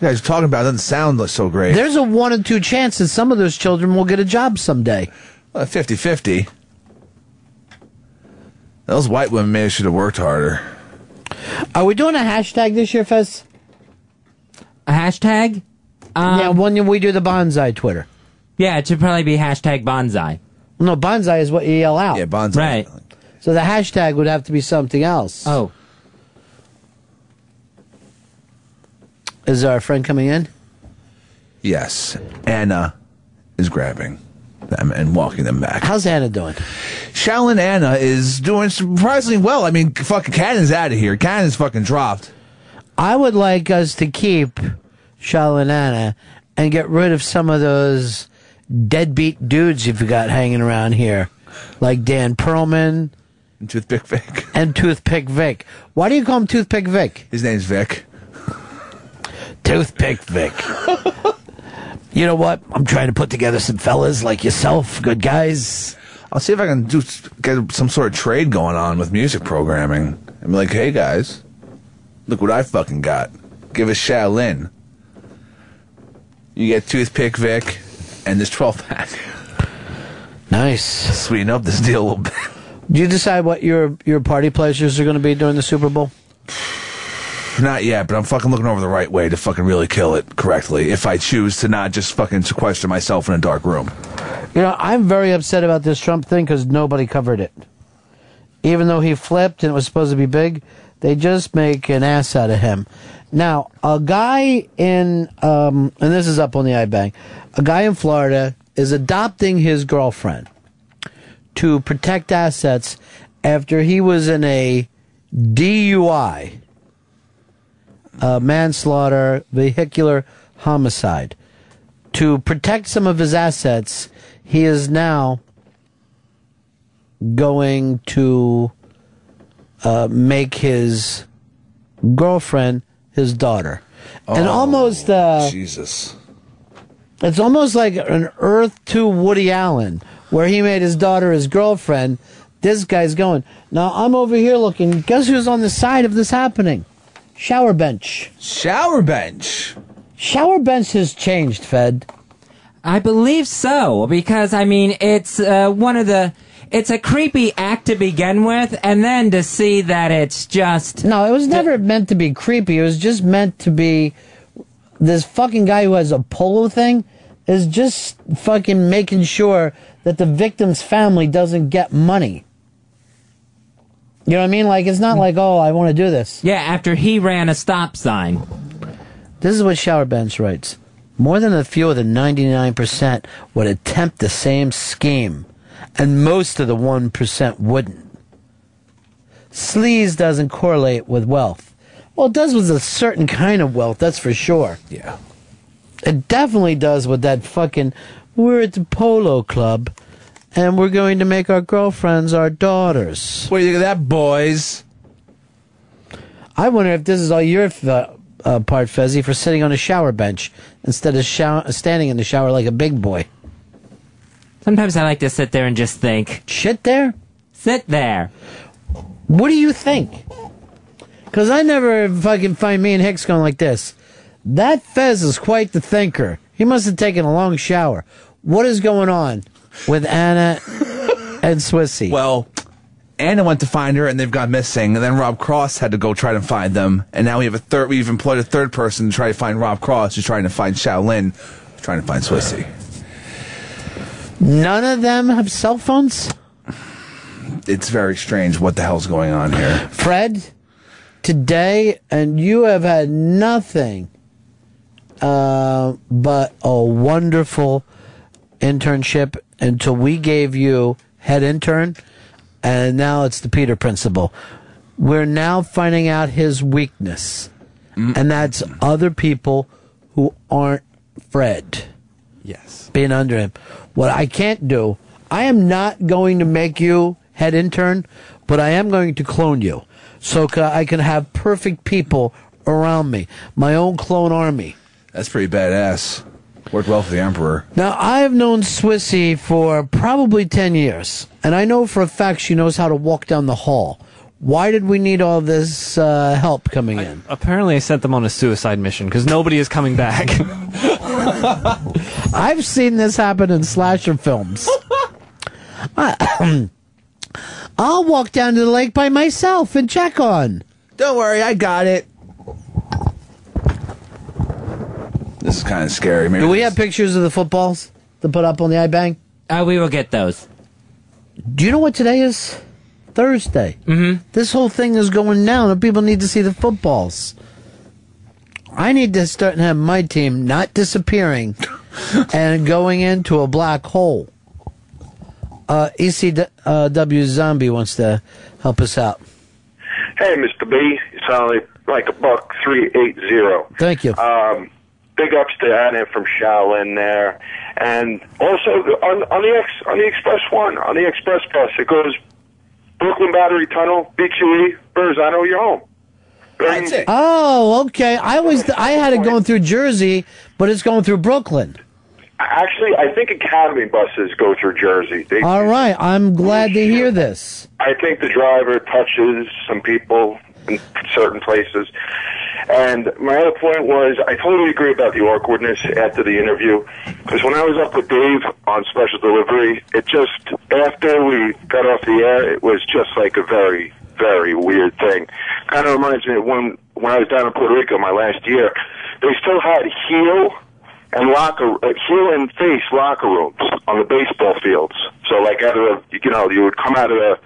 S3: you guys are talking about doesn't sound so great.
S2: There's a one in two chance that some of those children will get a job someday.
S3: 50 50. Those white women maybe should have worked harder.
S2: Are we doing a hashtag this year, Fez?
S11: A hashtag? Um,
S2: yeah, when we do the bonsai Twitter.
S11: Yeah, it should probably be hashtag bonsai.
S2: No, bonsai is what you yell out. Yeah,
S3: bonsai.
S11: Right.
S2: So the hashtag would have to be something else.
S11: Oh.
S2: Is our friend coming in?
S3: Yes. Anna is grabbing them and walking them back.
S2: How's Anna doing?
S3: Shaolin Anna is doing surprisingly well. I mean, fucking Cannon's out of here. Cannon's fucking dropped.
S2: I would like us to keep Shalinana and get rid of some of those deadbeat dudes you've got hanging around here, like Dan Perlman.
S3: And Toothpick Vic.
S2: And Toothpick Vic. Why do you call him Toothpick Vic?
S3: His name's Vic.
S2: Toothpick Vic. you know what? I'm trying to put together some fellas like yourself, good guys.
S3: I'll see if I can do get some sort of trade going on with music programming. I'm like, hey guys, look what I fucking got. Give us Shaolin. You get Toothpick Vic and this 12 pack.
S2: Nice.
S3: Sweeten up this deal a little bit.
S2: Do you decide what your your party pleasures are going to be during the Super Bowl?
S3: Not yet, but I'm fucking looking over the right way to fucking really kill it correctly if I choose to not just fucking sequester myself in a dark room.
S2: You know, I'm very upset about this Trump thing because nobody covered it. Even though he flipped and it was supposed to be big, they just make an ass out of him. Now, a guy in, um, and this is up on the iBang, a guy in Florida is adopting his girlfriend to protect assets after he was in a DUI, uh, manslaughter, vehicular homicide. To protect some of his assets, he is now going to uh, make his girlfriend his daughter. and almost, uh,
S3: Jesus.
S2: it's almost like an Earth to Woody Allen, where he made his daughter his girlfriend. This guy's going. Now I'm over here looking. Guess who's on the side of this happening? Shower bench.
S3: Shower bench.
S2: Shower bench has changed, Fed.
S11: I believe so because I mean it's uh, one of the it's a creepy act to begin with, and then to see that it's just
S2: no, it was never meant to be creepy. It was just meant to be this fucking guy who has a polo thing is just fucking making sure that the victim's family doesn't get money. You know what I mean? Like it's not like, oh, I want to do this.
S11: Yeah, after he ran a stop sign.
S2: This is what Shower Bench writes. More than a few of the 99% would attempt the same scheme, and most of the 1% wouldn't. Sleaze doesn't correlate with wealth. Well, it does with a certain kind of wealth, that's for sure.
S3: Yeah.
S2: It definitely does with that fucking, we're at the polo club, and we're going to make our girlfriends our daughters.
S3: What do you think of that, boys?
S2: I wonder if this is all your uh, uh, part, Fezzi, for sitting on a shower bench instead of shower, standing in the shower like a big boy.
S11: Sometimes I like to sit there and just think.
S2: Shit there?
S11: Sit there.
S2: What do you think? Because I never fucking find me and Hicks going like this. That Fez is quite the thinker. He must have taken a long shower. What is going on with Anna and Swissy?
S3: Well, Anna went to find her, and they've gone missing. And then Rob Cross had to go try to find them. And now we have a third. We've employed a third person to try to find Rob Cross, who's trying to find Shaolin, trying to find Swissy.
S2: None of them have cell phones?
S3: It's very strange what the hell's going on here.
S2: Fred, today, and you have had nothing uh, but a wonderful internship until we gave you head intern, and now it's the Peter Principle. We're now finding out his weakness, and that's other people who aren't Fred. Yes. Being under him. What I can't do, I am not going to make you head intern, but I am going to clone you. So ca- I can have perfect people around me, my own clone army.
S3: That's pretty badass. Worked well for the Emperor.
S2: Now, I have known Swissy for probably 10 years, and I know for a fact she knows how to walk down the hall. Why did we need all this uh, help coming in?
S16: Apparently, I sent them on a suicide mission because nobody is coming back.
S2: I've seen this happen in slasher films. I, will walk down to the lake by myself and check on.
S3: Don't worry, I got it. This is kind of scary. Maybe
S2: Do we have pictures of the footballs to put up on the iBang?
S11: Uh, we will get those.
S2: Do you know what today is? Thursday. Mm-hmm. This whole thing is going down, and people need to see the footballs. I need to start and have my team not disappearing and going into a black hole. Uh, ECW Zombie wants to help us out.
S7: Hey, Mr. B, it's only like a buck three eight zero.
S2: Thank you.
S7: Um, big ups to Anna from Shaolin there, and also the- on, on the ex, on the express one on the express bus it goes Brooklyn Battery Tunnel, BQE, Burzano, you're home. That's it.
S2: Oh, okay. I was I had it going through Jersey, but it's going through Brooklyn.
S7: Actually, I think Academy buses go through Jersey. They,
S2: All right. I'm glad to hear this.
S7: I think the driver touches some people in certain places. And my other point was, I totally agree about the awkwardness after the interview. Because when I was up with Dave on special delivery, it just, after we got off the air, it was just like a very, very weird thing. Kind of reminds me of when, when I was down in Puerto Rico my last year, they still had heel and locker, uh, heel and face locker rooms on the baseball fields. So like out of the, you know, you would come out of the,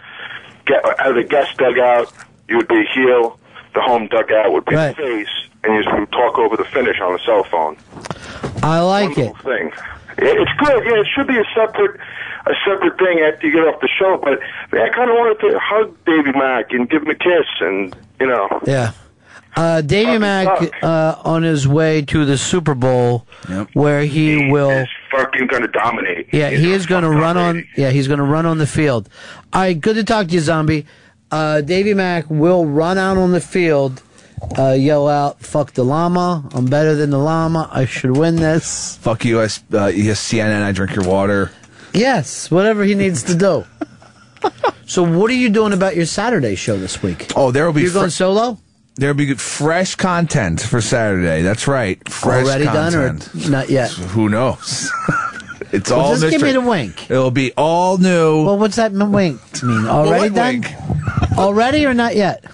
S7: get, out of the guest dugout, you would be heel, the home dugout would be face, and you would talk over the finish on the cell phone.
S2: I like it.
S7: Thing. It- It's good. Yeah, it should be a separate, a separate thing after you get off the show. But I kind of wanted to hug Davey Mack and give him a kiss, and you know,
S2: Yeah. Uh, Davey Mack uh, on his way to the Super Bowl, where he will.
S7: fucking gonna dominate.
S2: Yeah, he is going to run on. Yeah, he's going to run on the field. All right, good to talk to you, Zombie. Uh, Davy Mack will run out on the field, uh, yell out, "Fuck the llama! I'm better than the llama. I should win this."
S3: Fuck you, I, s- uh, ESPN, I drink your water.
S2: Yes, whatever he needs to do. so, what are you doing about your Saturday show this week?
S3: Oh, there will be.
S2: You're going solo.
S3: There'll be good fresh content for Saturday. That's right. Fresh
S2: Already done or
S3: content.
S2: not yet?
S3: Who knows? it's
S2: Well,
S3: all
S2: just give
S3: mystery.
S2: me the wink.
S3: It'll be all new.
S2: Well, what's that m- wink mean? Already
S3: what
S2: done? Already or not yet?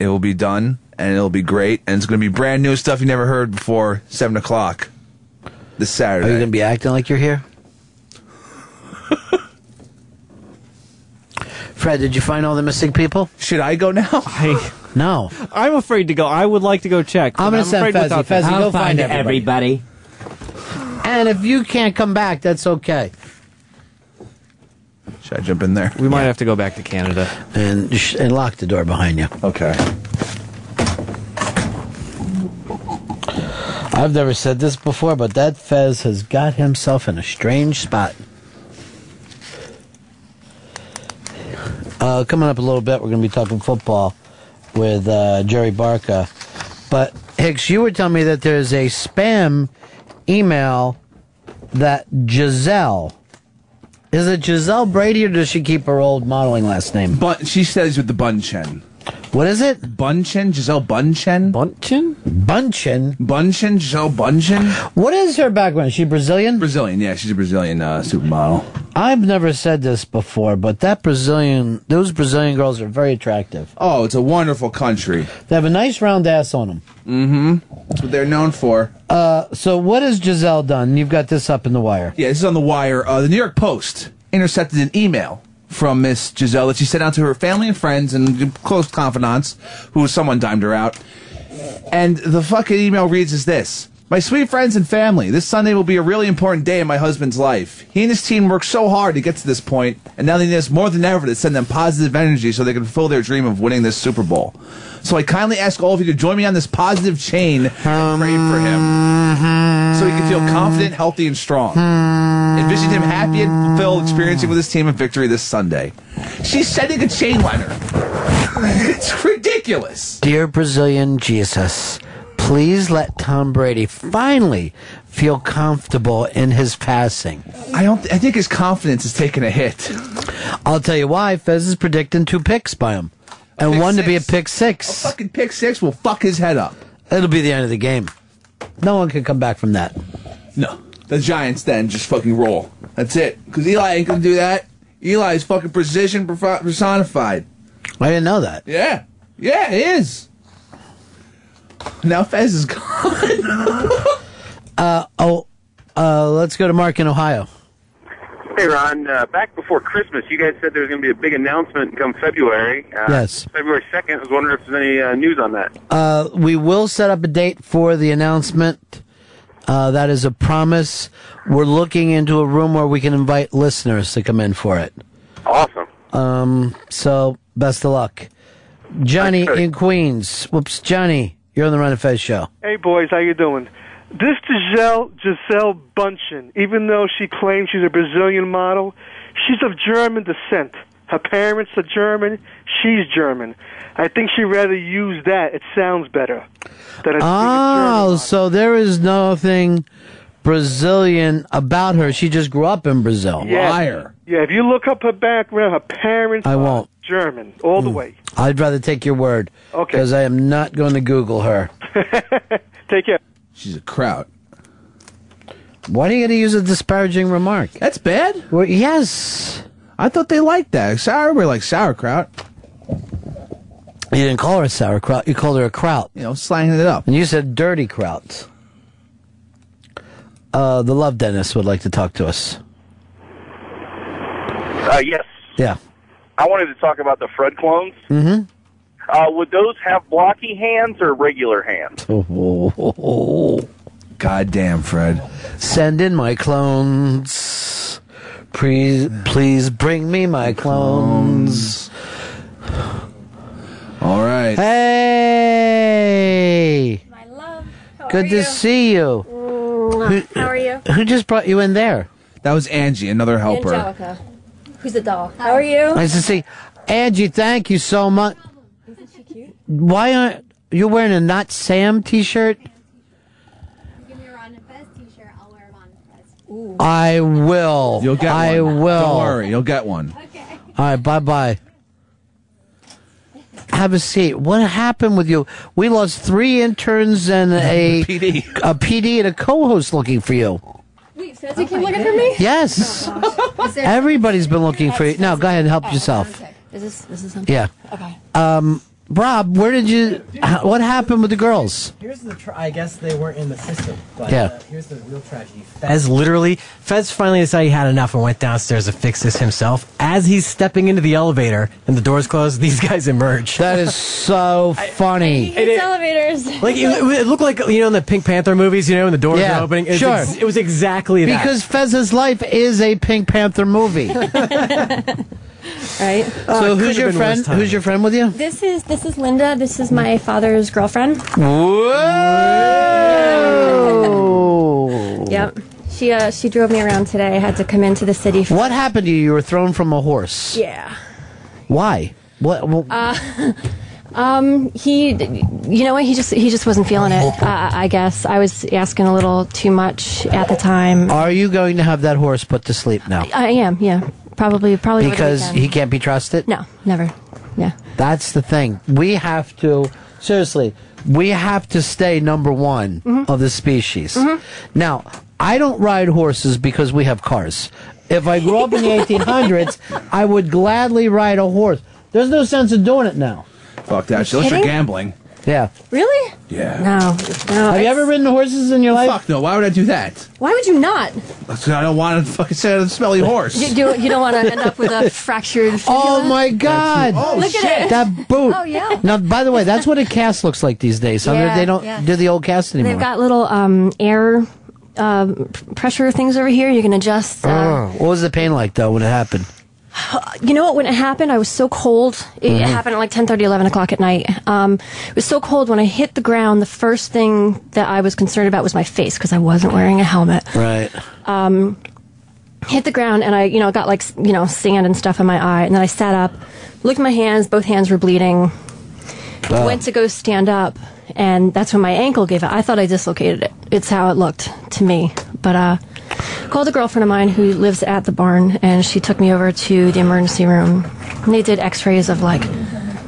S3: It will be done, and it'll be great, and it's going to be brand new stuff you never heard before. Seven o'clock this Saturday.
S2: Are you going to be acting like you're here? Fred, did you find all the missing people?
S3: Should I go now?
S2: no.
S16: I'm afraid to go. I would like to go check.
S2: I'm
S16: but
S2: gonna send
S16: afraid
S2: Fezzi.
S16: without
S2: Fezzi,
S16: them.
S2: go I'll find find everybody. And if you can't come back, that's okay.
S3: Should I jump in there?
S16: We might have to go back to Canada.
S2: And, sh- and lock the door behind you.
S3: Okay.
S2: I've never said this before, but that Fez has got himself in a strange spot. Uh, coming up a little bit, we're going to be talking football with uh, Jerry Barca. But Hicks, you were telling me that there's a spam email that Giselle. Is it Giselle Brady or does she keep her old modeling last name?
S3: But she says with the bun chen.
S2: What is it?
S3: Bunchen? Giselle Bunchen?
S16: Bunchen?
S2: Bunchen?
S3: Bunchen? Giselle Bunchen?
S2: What is her background? Is she Brazilian?
S3: Brazilian, yeah. She's a Brazilian uh, supermodel.
S2: I've never said this before, but that Brazilian, those Brazilian girls are very attractive.
S3: Oh, it's a wonderful country.
S2: They have a nice round ass on them.
S3: Mm hmm. That's what they're known for.
S2: Uh, so what has Giselle done? You've got this up in the wire.
S3: Yeah, this is on the wire. Uh, the New York Post intercepted an email from Miss Giselle that she sent out to her family and friends and close confidants, who someone dimed her out. And the fucking email reads as this. My sweet friends and family, this Sunday will be a really important day in my husband's life. He and his team worked so hard to get to this point, and now they need us more than ever to send them positive energy so they can fulfill their dream of winning this Super Bowl. So I kindly ask all of you to join me on this positive chain and pray for him so he can feel confident, healthy, and strong. Envision him happy and fulfilled, experiencing with his team a victory this Sunday. She's sending a chain letter. it's ridiculous.
S2: Dear Brazilian Jesus, please let Tom Brady finally feel comfortable in his passing.
S3: I don't. I think his confidence is taking a hit.
S2: I'll tell you why. Fez is predicting two picks by him, and
S3: pick
S2: one to be a
S3: six.
S2: pick six.
S3: A fucking pick six will fuck his head up.
S2: It'll be the end of the game. No one can come back from that.
S3: No, the Giants then just fucking roll. That's it. Because Eli ain't gonna do that. Eli is fucking precision perf- personified.
S2: I didn't know that.
S3: Yeah, yeah, it is. Now Fez is gone.
S2: Uh, oh, uh, let's go to Mark in Ohio.
S8: Hey, Ron. Uh, back before Christmas, you guys said there was going to be a big announcement come February. Uh,
S2: Yes.
S8: February 2nd. I was wondering if there's any uh, news on that.
S2: Uh, we will set up a date for the announcement. Uh, that is a promise. We're looking into a room where we can invite listeners to come in for it.
S8: Awesome.
S2: Um, so best of luck, Johnny in Queens. Whoops, Johnny, you're on the Run and Fez show.
S9: Hey boys, how you doing? This Giselle Giselle Bunchen, even though she claims she's a Brazilian model, she's of German descent. Her parents are German. She's German. I think she'd rather use that. It sounds better. Than a,
S2: Oh, so there is nothing Brazilian about her. She just grew up in Brazil.
S9: yeah, Yeah, if you look up her background, her parents
S2: I
S9: are
S2: won't. Mm.
S9: German all the way.
S2: I'd rather take your word.
S9: Okay.
S2: Because I am not going to Google her.
S9: Take care.
S3: She's a crowd.
S2: Why are you going to use a disparaging remark?
S3: That's bad.
S2: Well, yes.
S3: I thought they liked that. Sour, we like sauerkraut.
S2: You didn't call her a sauerkraut. You called her a kraut.
S3: You know, slanging it up.
S2: And you said dirty kraut. Uh, the love dentist would like to talk to us.
S13: Uh, yes,
S2: Yeah.
S13: I wanted to talk about the Fred clones.
S2: Mm-hmm.
S13: Uh, would those have blocky hands or regular hands?
S2: Oh,
S3: God damn, Fred.
S2: Send in my clones. Please, please bring me my clones.
S3: All right.
S2: Hey. My love. Good to see you. Who-
S25: How are you?
S2: Who just brought you in there?
S3: That was Angie, another helper.
S25: Angelica. Who's a doll? How are you?
S2: Nice to see. Angie, thank you so much.
S25: Isn't she cute?
S2: Why aren't you wearing a not Sam t-shirt? I will.
S3: You'll get
S2: I
S3: one.
S2: will.
S3: Don't worry, you'll get one.
S2: All right, bye bye. Have a seat. What happened with you? We lost three interns and a
S3: PD,
S2: a PD and a co-host looking for you.
S25: Wait, Fezzik, you looking for me?
S2: Yes.
S25: Is there-
S2: Everybody's been looking for you. Now go ahead and help yourself.
S25: Is this this is something?
S2: Yeah.
S25: Okay.
S2: Um, Rob, where did you? h- What happened with the girls?
S27: Here's the. Tr- I guess they weren't in the system. But,
S2: Yeah.
S27: Uh, here's the real tragedy. Fez literally, Fez finally decided he had enough and went downstairs to fix this himself. As he's stepping into the elevator and the doors close, these guys emerge.
S2: That is so funny.
S27: It-
S25: It's elevators.
S27: like it, it looked like you know in the Pink Panther movies, you know, when the doors
S2: Yeah,
S27: are opening. It's
S2: sure.
S27: ex- it was exactly that. Oh,
S2: Because Fez's life is a Pink Panther movie.
S25: right.
S2: So who's your friend? Who's your friend with you?
S25: This is this is Linda. This is my father's girlfriend.
S2: Whoa!
S25: Yep. She uh she drove me around today. I had to come into the city. For
S2: What happened to you? You were thrown from a horse.
S25: Yeah.
S2: Why? What? well,
S25: Uh, um, he, you know what? He just he just wasn't feeling it. Uh, I guess I was asking a little too much at the time.
S2: are you going to have that horse put to sleep now?
S25: I am, yeah. Probably, probably over the
S2: Because
S25: weekend.
S2: he can't be trusted.
S25: No, never. Yeah.
S2: That's the thing. We have to seriously. We have to stay number one
S25: Mm-hmm.
S2: of the species. Now, I don't ride horses because we have cars. If I grew up in the 1800s, I would gladly ride a horse. There's no sense in doing it now.
S3: Fuck that shit.
S2: You
S3: Unless you're
S2: kidding?
S3: gambling.
S2: Yeah.
S25: Really?
S3: Yeah.
S25: No. No.
S2: Have you ever ridden horses in your life?
S3: Fuck no. Why would I do that?
S25: Why would you not?
S3: I don't want to fucking sit on a smelly horse.
S25: You, you, you don't want to end up with a fractured.
S2: Oh
S25: fibula?
S2: my God!
S3: Oh,
S25: Look at it.
S2: Oh, That boot.
S25: Oh yeah.
S2: Now, by the way, that's what a cast looks like these days. Some-
S25: Yeah,
S2: they don't
S25: yeah.
S2: do the old cast anymore.
S25: They've got little um, air um, p- pressure things over here. You can adjust. Uh,
S2: Oh, what was the pain like though when it happened?
S25: you know what? When it happened, I was so cold. It
S2: Mhm.
S25: happened at like 10, 11 o'clock at night. Um, it was so cold when I hit the ground. The first thing that I was concerned about was my face because I wasn't wearing a helmet.
S2: Right.
S25: um, hit the ground and I, you know, got like, s- you know, sand and stuff in my eye. And then I sat up, looked at my hands, both hands were bleeding.
S2: Wow.
S25: Went to go stand up, and that's when my ankle gave out. I thought I dislocated it. It's how it looked to me. But uh, called a girlfriend of mine who lives at the barn, and she took me over to the emergency room. And they did X-rays of like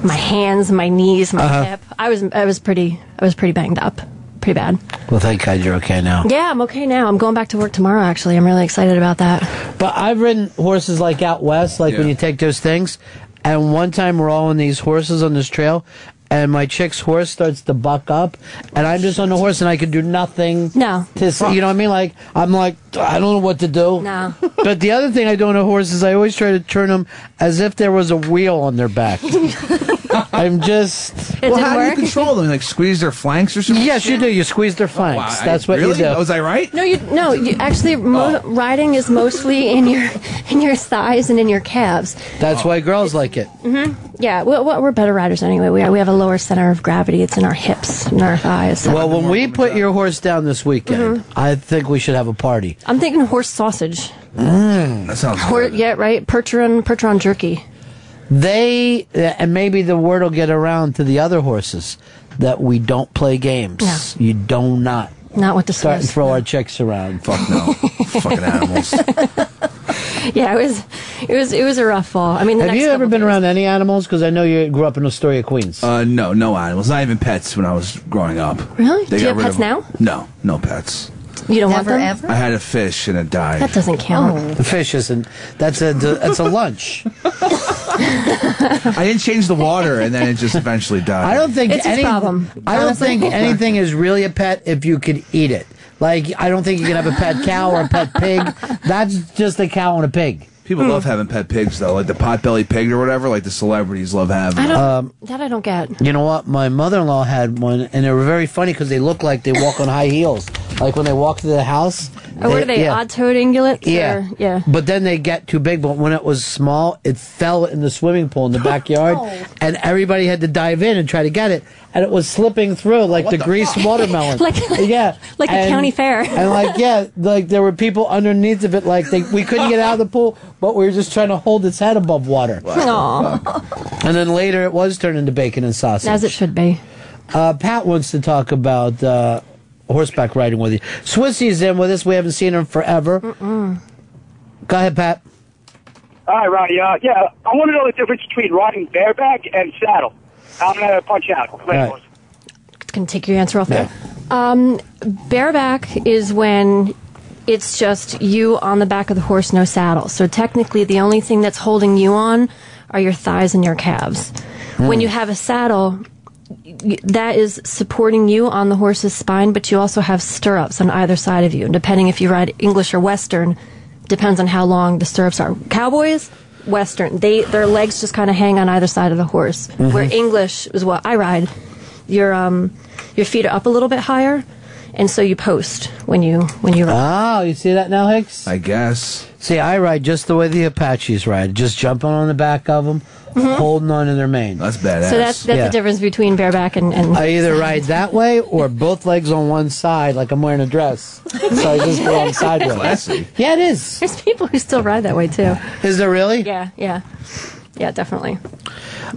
S25: my hands, my knees, my
S2: Uh-huh.
S25: hip. I was I was pretty I was pretty banged up, pretty bad.
S2: Well, thank God you're okay now.
S25: Yeah, I'm okay now. I'm going back to work tomorrow. Actually, I'm really excited about that.
S2: But I've ridden horses like out west, like when you take those things. And one time we're all on these horses on this trail, and my chick's horse starts to buck up, and I'm just on the horse and I can do nothing.
S25: No.
S2: To see, you know what I mean? Like I'm like I don't know what to do.
S25: No.
S2: But the other thing I do on a horse is I always try to turn them as if there was a wheel on their back. I'm just.
S25: It
S3: well,
S25: didn't
S3: how do you
S25: work?
S3: control them? Like squeeze their flanks or something?
S2: Yes, you do. You squeeze their flanks. That's what you
S3: really?
S2: do.
S3: Was I right?
S25: No, you no. You actually mo-
S2: Oh.
S25: riding is mostly in your in your thighs and in your calves.
S2: That's why girls like it.
S25: hmm Yeah, we, we- we're better riders anyway. We we have a lower center of gravity. It's in our hips and our thighs.
S2: Well, when we put your horse down this weekend,
S25: Mm-hmm.
S2: I think we should have a party.
S25: I'm thinking horse sausage.
S2: That sounds
S25: Hor- yeah, right. Percheron percheron jerky.
S2: They uh, and maybe the word will get around to the other horses that we don't play games. You do not.
S25: Not with the
S2: start and
S25: Swiss,
S2: throw our chicks around. Fuck no, fucking animals.
S25: Yeah, it was it was it was a rough fall. I mean, the
S2: Have
S25: next
S2: you ever
S25: couple
S2: been around any animals? Because I know you grew up in Astoria, Queens.
S3: Uh, no, no animals. Not even pets when I was growing up.
S25: Really? Do you
S3: got
S25: have
S3: rid
S25: pets
S3: of-
S25: now?
S3: No, no pets.
S25: you don't want them
S3: I had a fish and it died.
S25: That doesn't count.
S2: Oh. The fish isn't. That's a that's a lunch.
S3: I didn't change the water and then it just eventually died.
S2: I don't think
S25: It's his
S2: any,
S25: problem,
S2: I don't
S25: honestly.
S2: think anything is really a pet if you could eat it. Like I don't think you can have a pet cow or a pet pig. That's just a cow and a pig.
S3: People love having pet pigs though, like the potbelly pig or whatever. Like the celebrities love having.
S25: I don't.
S2: Um,
S25: that I don't get.
S2: You know what? My mother-in-law had one, and they were very funny because they look like they walk on high heels. Like when they walk to the house.
S25: Or what are they?
S2: yeah.
S25: Odd-toed ungulates?
S2: Yeah.
S25: Or, yeah.
S2: But then they get too big. But when it was small, it fell in the swimming pool in
S25: Oh,
S2: the backyard, and everybody had to dive in and try to get it. And it was slipping through like the, greased watermelon.
S25: Like-
S2: yeah,
S25: like a
S2: And-
S25: county fair.
S2: and like yeah, like there were people underneath of it. Like they, we couldn't get out of the pool, but we were just trying to hold its head above water.
S25: Aw.
S2: And then later, it was turned into bacon and sausage.
S25: As it should be.
S2: Uh, Pat wants to talk about uh, horseback riding with you. Swissy's in with us. We haven't seen her in forever. Go ahead, Pat.
S15: Hi, Ronnie. Uh, yeah, I want to know the difference between riding bareback and saddle. I'm gonna punch out.
S2: All right.
S25: Can take your answer off there. Um, bareback is when it's just you on the back of the horse, no saddle. So technically, the only thing that's holding you on are your thighs and your calves. When
S2: Hmm.
S12: Mm.
S25: you have a saddle, y- that is supporting you on the horse's spine, but you also have stirrups on either side of you. And depending if you ride English or Western, depends on how long the stirrups are. Cowboys, Western, they their legs just kind of hang on either side of the horse.
S2: Mm-hmm.
S12: Mhm.
S25: Where English is what I ride, your um your feet are up a little bit higher, and so you post when you when you ride.
S2: Oh, you see that now, Hicks?
S3: I guess.
S2: See, I ride just the way the Apaches ride, just jumping on the back of them,
S25: Mhm.
S2: holding on to their mane. That's
S3: badass.
S25: So that's that's the difference between bareback and, and
S2: I either ride that way or both legs on one side, like I'm wearing a dress. So I just go on sideways.
S25: Classy.
S2: Yeah, it is.
S25: There's people who still ride that way too.
S2: Is there really?
S25: Yeah, yeah. Yeah, definitely.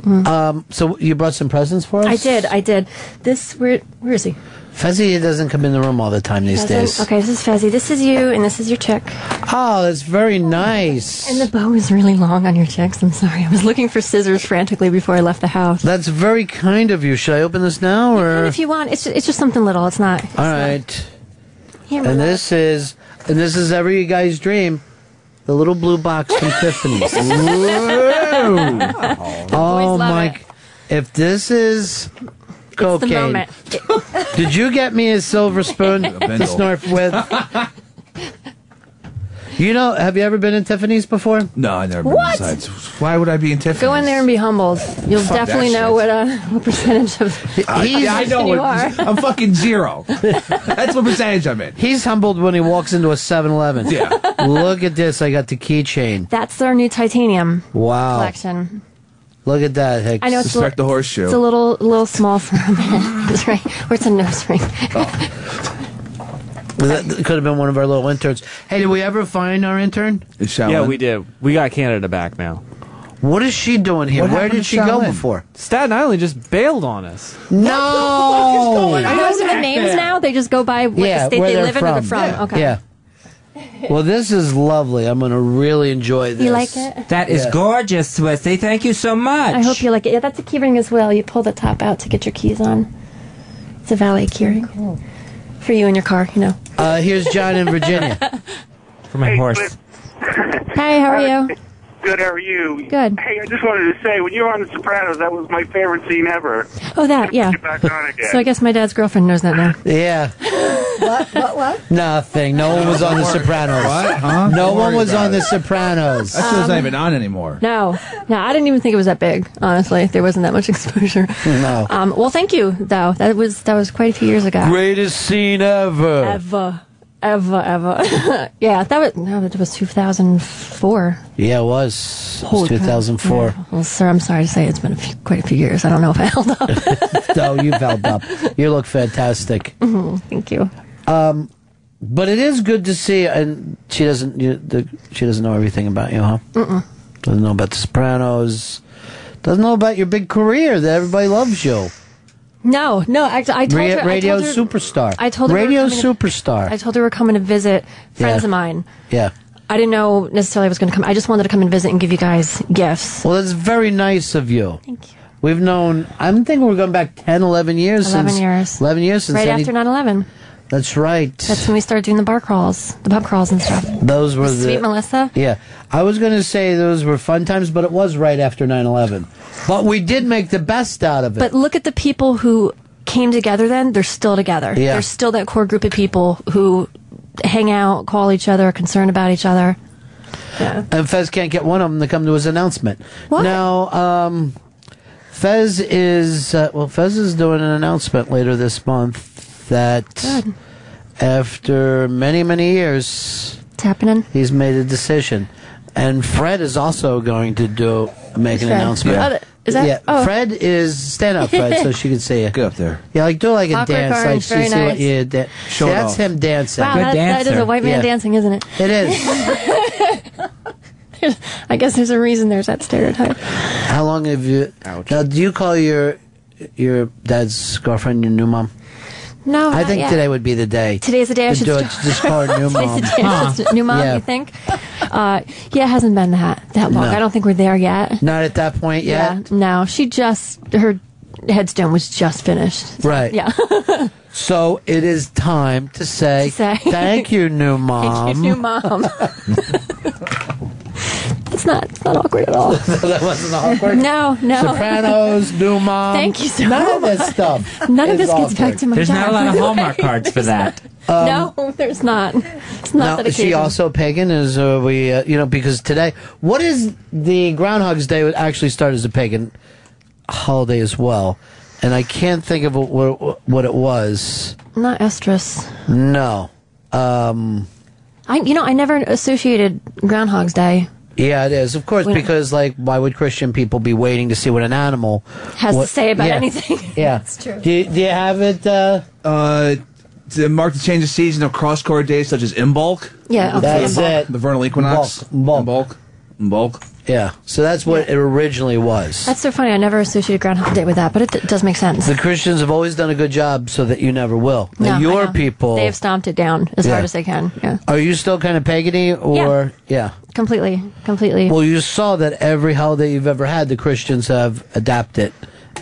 S2: Um, so you brought some presents for us?
S25: I did. I did. This where where is he?
S2: Fezzi doesn't come in the room all the time these
S25: Fezzi.
S2: days.
S25: Okay, this is Fezzi. This is you, and this is your chick.
S2: Oh, that's very nice.
S25: And the bow is really long on your chicks. I'm sorry. I was looking for scissors frantically before I left the house.
S2: That's very kind of you. Should I open this now, or
S25: And if you want, it's just, it's just something little. It's not.
S2: all right?
S25: Here, my
S2: And
S25: love.
S2: this is and this is every guy's dream. The little blue box from Tiffany's. Oh my! If this is
S25: It's the
S2: cocaine,
S25: moment.
S2: did you get me a silver spoon to
S25: bindle.
S2: snort with? You know, have you ever been in Tiffany's before?
S3: No, I never been
S25: What?
S3: inside. Why would I be in Tiffany's?
S25: Go in there and be humbled. You'll
S3: Fuck that
S25: definitely know what uh, what percentage of
S3: I, yeah, I know.
S25: you
S3: it.
S25: are.
S3: I'm fucking zero. That's what percentage I'm in.
S2: He's humbled when he walks into a 7-Eleven.
S3: Yeah.
S2: Look at this! I got the keychain.
S25: That's our new titanium
S2: Wow.
S25: collection.
S2: Look at that. Hicks.
S25: I know it's a Suspect li- the
S2: horseshoe.
S25: It's a little little small for a minute. It's right. Or it's a nose ring.
S2: That could have been one of our little interns. Hey, did we ever find our intern?
S16: Yeah, we did. We got Canada back now.
S2: What is she doing here?
S16: What
S2: Where
S16: happened to
S2: did she go
S16: Shaolin?
S2: before?
S16: Staten Island just bailed on us.
S2: No.
S25: Are those are the names now? They just go by what
S2: Yeah,
S25: the state
S2: where
S25: they
S2: they're
S25: live in or they're
S2: from.
S25: from. Okay.
S2: Yeah. Well, this is lovely. I'm going to really enjoy this.
S25: You like it?
S11: That is
S2: Yeah.
S11: gorgeous, Swissy. Thank you so much.
S25: I hope you like it. Yeah, that's a keyring as well. You pull the top out to get your keys on. It's a valet keyring for you in your car. You know.
S2: Uh, here's John in Virginia. For my horse.
S25: Hi, how are you?
S12: Good, how are you?
S25: Good.
S12: Hey, I just wanted to say, when you were on The Sopranos, that was my favorite scene ever.
S25: Oh, that yeah.
S12: Back on again.
S25: So I guess my dad's girlfriend knows that now.
S2: Yeah.
S25: What? What? What?
S2: Nothing. No one was on The Sopranos.
S3: What? Huh?
S2: No
S3: Don't
S2: one
S3: worry
S2: was
S3: about
S2: on The Sopranos.
S3: That
S25: Um,
S3: show's not even on anymore.
S25: No, no, I didn't even think it was that big. Honestly, there wasn't that much exposure.
S2: No.
S25: Um, well, thank you though. That was that was quite a few years ago.
S2: Greatest scene ever.
S25: Ever, ever, ever. yeah, that was no, that was 2004.
S2: Yeah, it was. It was
S25: Holy crap.
S2: 2004.
S25: Yeah. Well, sir, I'm sorry to say it's been a few, quite a few years. I don't know if I held up.
S2: No, you've held up. You look fantastic.
S25: Mhm, thank you.
S2: Um, but it is good to see. And she doesn't. You, the, she doesn't know everything about you, huh?
S25: Mm-mm.
S2: Doesn't know about The Sopranos. Doesn't know about your big career that everybody loves you.
S25: No, no. Actually, I told
S2: Ra-
S25: her.
S2: radio
S25: I told her,
S2: superstar.
S25: I told her we were
S2: radio
S25: coming to-
S2: superstar.
S25: I told her we we're coming to visit friends
S2: Yeah.
S25: of mine.
S2: yeah.
S25: I didn't know necessarily I was going to come. I just wanted to come and visit and give you guys gifts.
S2: Well, that's very nice of you. Thank you. We've known. I'm thinking we're going back 10, 11 years.
S25: 11
S2: since,
S25: years.
S2: 11 years since.
S25: right
S2: Andy-
S25: after 9/11.
S2: That's right.
S25: That's when we started doing the bar crawls, the pub crawls and stuff.
S2: Those were the
S25: Sweet Melissa.
S2: Yeah, I was going to say those were fun times, but it was right after 9/11. But we did make the best out of it.
S25: But look at the people who came together then. They're still together.
S2: Yeah.
S25: There's still that core group of people who hang out, call each other, are concerned about each other.
S2: and Fez can't get one of them to come to his announcement.
S25: What?
S2: Now, um, Fez is uh, well. Fez is doing an announcement later this month that
S25: Good.
S2: after many many years,
S25: it's happening.
S2: He's made a decision, and Fred is also going to do make an
S25: Fred.
S2: announcement.
S25: Oh, th- is that-
S2: yeah?
S25: oh.
S2: Fred is stand up, Fred, so she can see you. Get up there. Yeah, like do like a
S25: Awkward
S2: dance, like
S25: orange,
S2: she
S25: very
S2: see what
S25: nice.
S2: you did.
S3: Show it
S2: That's
S3: off.
S2: him dancing.
S25: Wow, that, that is a white man dancing, isn't it?
S2: It is.
S25: I guess there's a reason there's that stereotype.
S2: How long have you? Now, do you call your your dad's girlfriend your new mom?
S25: No, Oh,
S2: I
S25: not
S2: think
S25: yet.
S2: today would be the day.
S25: Today's the day I
S2: to
S25: should
S2: do it.
S25: start.
S2: Just call her new
S25: Today's
S2: mom.
S25: the day I should start- new mom,
S2: Yeah.
S25: you think? Uh, yeah, it hasn't been that that long.
S2: No.
S25: I don't think we're there yet.
S2: Not at that point yet.
S25: Yeah, no, she just her headstone was just finished.
S2: Right.
S25: Yeah.
S2: So it is time to say,
S25: say.
S2: thank you, new mom.
S25: Thank you, new mom. it's not it's not awkward at all.
S2: that wasn't awkward.
S25: No, no.
S2: Sopranos, new mom.
S25: Thank you so
S2: None of
S25: much.
S2: this stuff.
S25: None of
S2: is
S25: this gets back
S2: awkward.
S25: to my dad, by the way.
S11: cards for that.
S25: no, there's not. It's not
S2: Now,
S25: that
S2: is she
S25: occasion.
S2: also pagan? Is uh, we uh, you know because today what is the Groundhog's Day would actually start as a pagan holiday as well, and I can't think of what what it was.
S25: Not estrus.
S2: No, um,
S25: I you know I never associated Groundhog's Day
S2: yeah, it is of course
S25: We don't-
S2: because like why would Christian people be waiting to see what an animal
S25: has
S2: what-
S25: to say about
S2: yeah.
S25: anything.
S2: Yeah,
S25: That's true.
S2: Do, do you have it? Uh,
S3: uh, to mark the change of season of cross core days such as in bulk.
S25: Yeah, okay. That's
S3: In bulk.
S2: it.
S3: The vernal equinox. In bulk. In bulk. In bulk.
S2: Yeah. So that's what it originally was.
S25: That's so funny. I never associated Groundhog Day with that, but it d- does make sense.
S2: The Christians have always done a good job so that you never will.
S25: No,
S2: Now,
S25: I
S2: your
S25: know.
S2: people.
S25: They have stomped it down as
S2: Yeah.
S25: hard as they can. Yeah.
S2: Are you still kind of pagany or yeah.
S25: Completely. Completely.
S2: Well, you saw that every holiday you've ever had, the Christians have adapted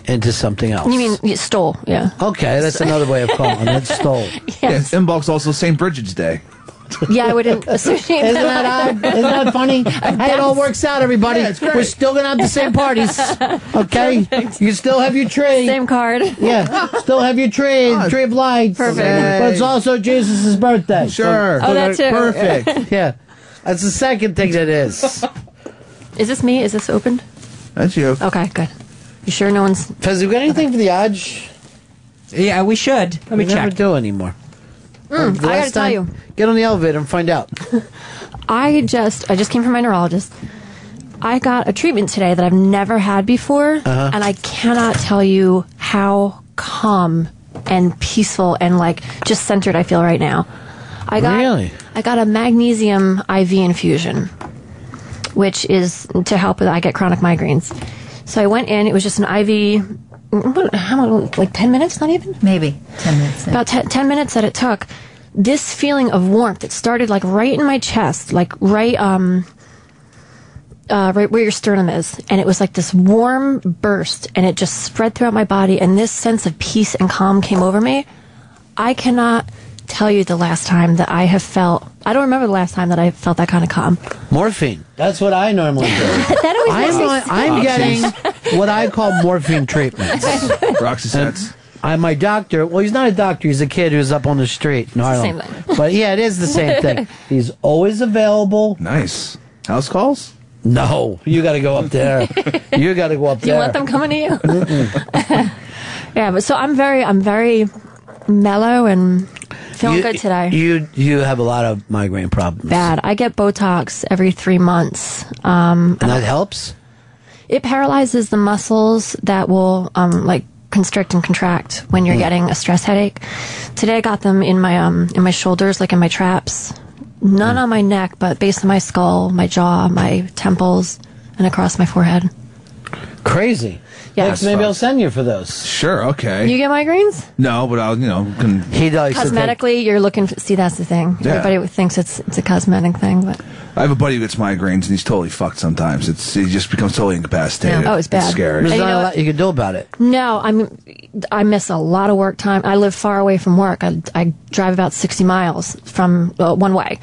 S2: into something else.
S25: you mean you stole? Yeah.
S2: Okay, that's another way of calling it. Stole.
S25: Yes.
S3: Yeah, inbox also St. Bridget's Day.
S25: Yeah, I wouldn't associate
S2: Isn't
S25: that.
S2: that odd? Isn't that funny? Hey, it all works out, everybody.
S25: Yeah, it's great.
S2: We're still gonna have the same parties. Okay, you still have your tree. Same
S25: card.
S2: Yeah, still have your tree. tree of lights.
S6: Perfect.
S2: But it's
S6: Yay.
S2: also Jesus' birthday.
S6: Sure. Oh, that too.
S2: Perfect. yeah, that's the second thing that is.
S25: Is this me? Is this opened?
S3: That's you.
S25: Okay, good. You sure no one's?
S2: Fez, we got anything for the Odge?
S11: Yeah, we should. Let
S2: me check. Never do anymore.
S25: Mm,
S2: The
S25: I gotta
S2: last
S25: tell
S2: time-
S25: you,
S2: Get on the elevator and find out.
S25: I just I just came from my neurologist. I got a treatment today that I've never had before,
S2: Uh-huh.
S25: and I cannot tell you how calm and peaceful and like just centered I feel right now. I got
S2: Really?
S25: I got a magnesium IV infusion, which is to help with I get chronic migraines. So I went in. It was just an IV. What, how long? Like ten minutes? Not even.
S18: Maybe 10 minutes.
S25: about te- 10 minutes that it took this feeling of warmth it started like right in my chest like right um uh, right where your sternum is and it was like this warm burst and it just spread throughout my body and this sense of peace and calm came over me i cannot tell you the last time that i have felt i don't remember the last time that i felt that kind of calm
S2: Morphine. That's what I normally do.
S25: that always
S2: I'm,
S25: makes me
S2: on- I'm getting what I call morphine treatment.
S3: Roxy
S2: I, my doctor, well, he's not a doctor. He's a kid who's up on the street in
S25: same
S2: Harlem.
S25: thing.
S2: But yeah, it is the same thing. He's always available.
S3: Nice. House calls?
S2: No, you got to go up there. you got to go up
S25: Do you
S2: there.
S25: want them coming to you?
S2: Mm-hmm.
S25: yeah, but so I'm very, I'm very mellow and feeling
S2: you,
S25: good today.
S2: You you have a lot of migraine problems.
S25: Bad. I get Botox every three months. Um,
S2: And that helps?
S25: It paralyzes the muscles that will um, like constrict and contract when you're
S2: Mm.
S25: getting a stress headache. Today I got them in my um, in my shoulders, like in my traps. None on my neck, but base of my skull, my jaw, my temples, and across my forehead.
S2: Crazy.
S25: Yeah.
S2: Next, maybe I'll send you for those.
S3: Sure, okay.
S25: You get migraines?
S3: no, but I'll, you know, can,
S2: he does.
S25: Cosmetically, you're looking. For, see, that's the thing.
S3: Yeah.
S25: Everybody thinks it's it's a cosmetic thing, but
S3: I have a buddy who gets migraines and he's totally fucked sometimes. It's He just becomes totally incapacitated.
S25: Yeah. Oh, it's bad.
S3: scary.
S25: There's And you not a know lot what?
S2: you can do about it.
S25: no, I'm I miss a lot of work time. I live far away from work. I I drive about sixty miles from uh, one way,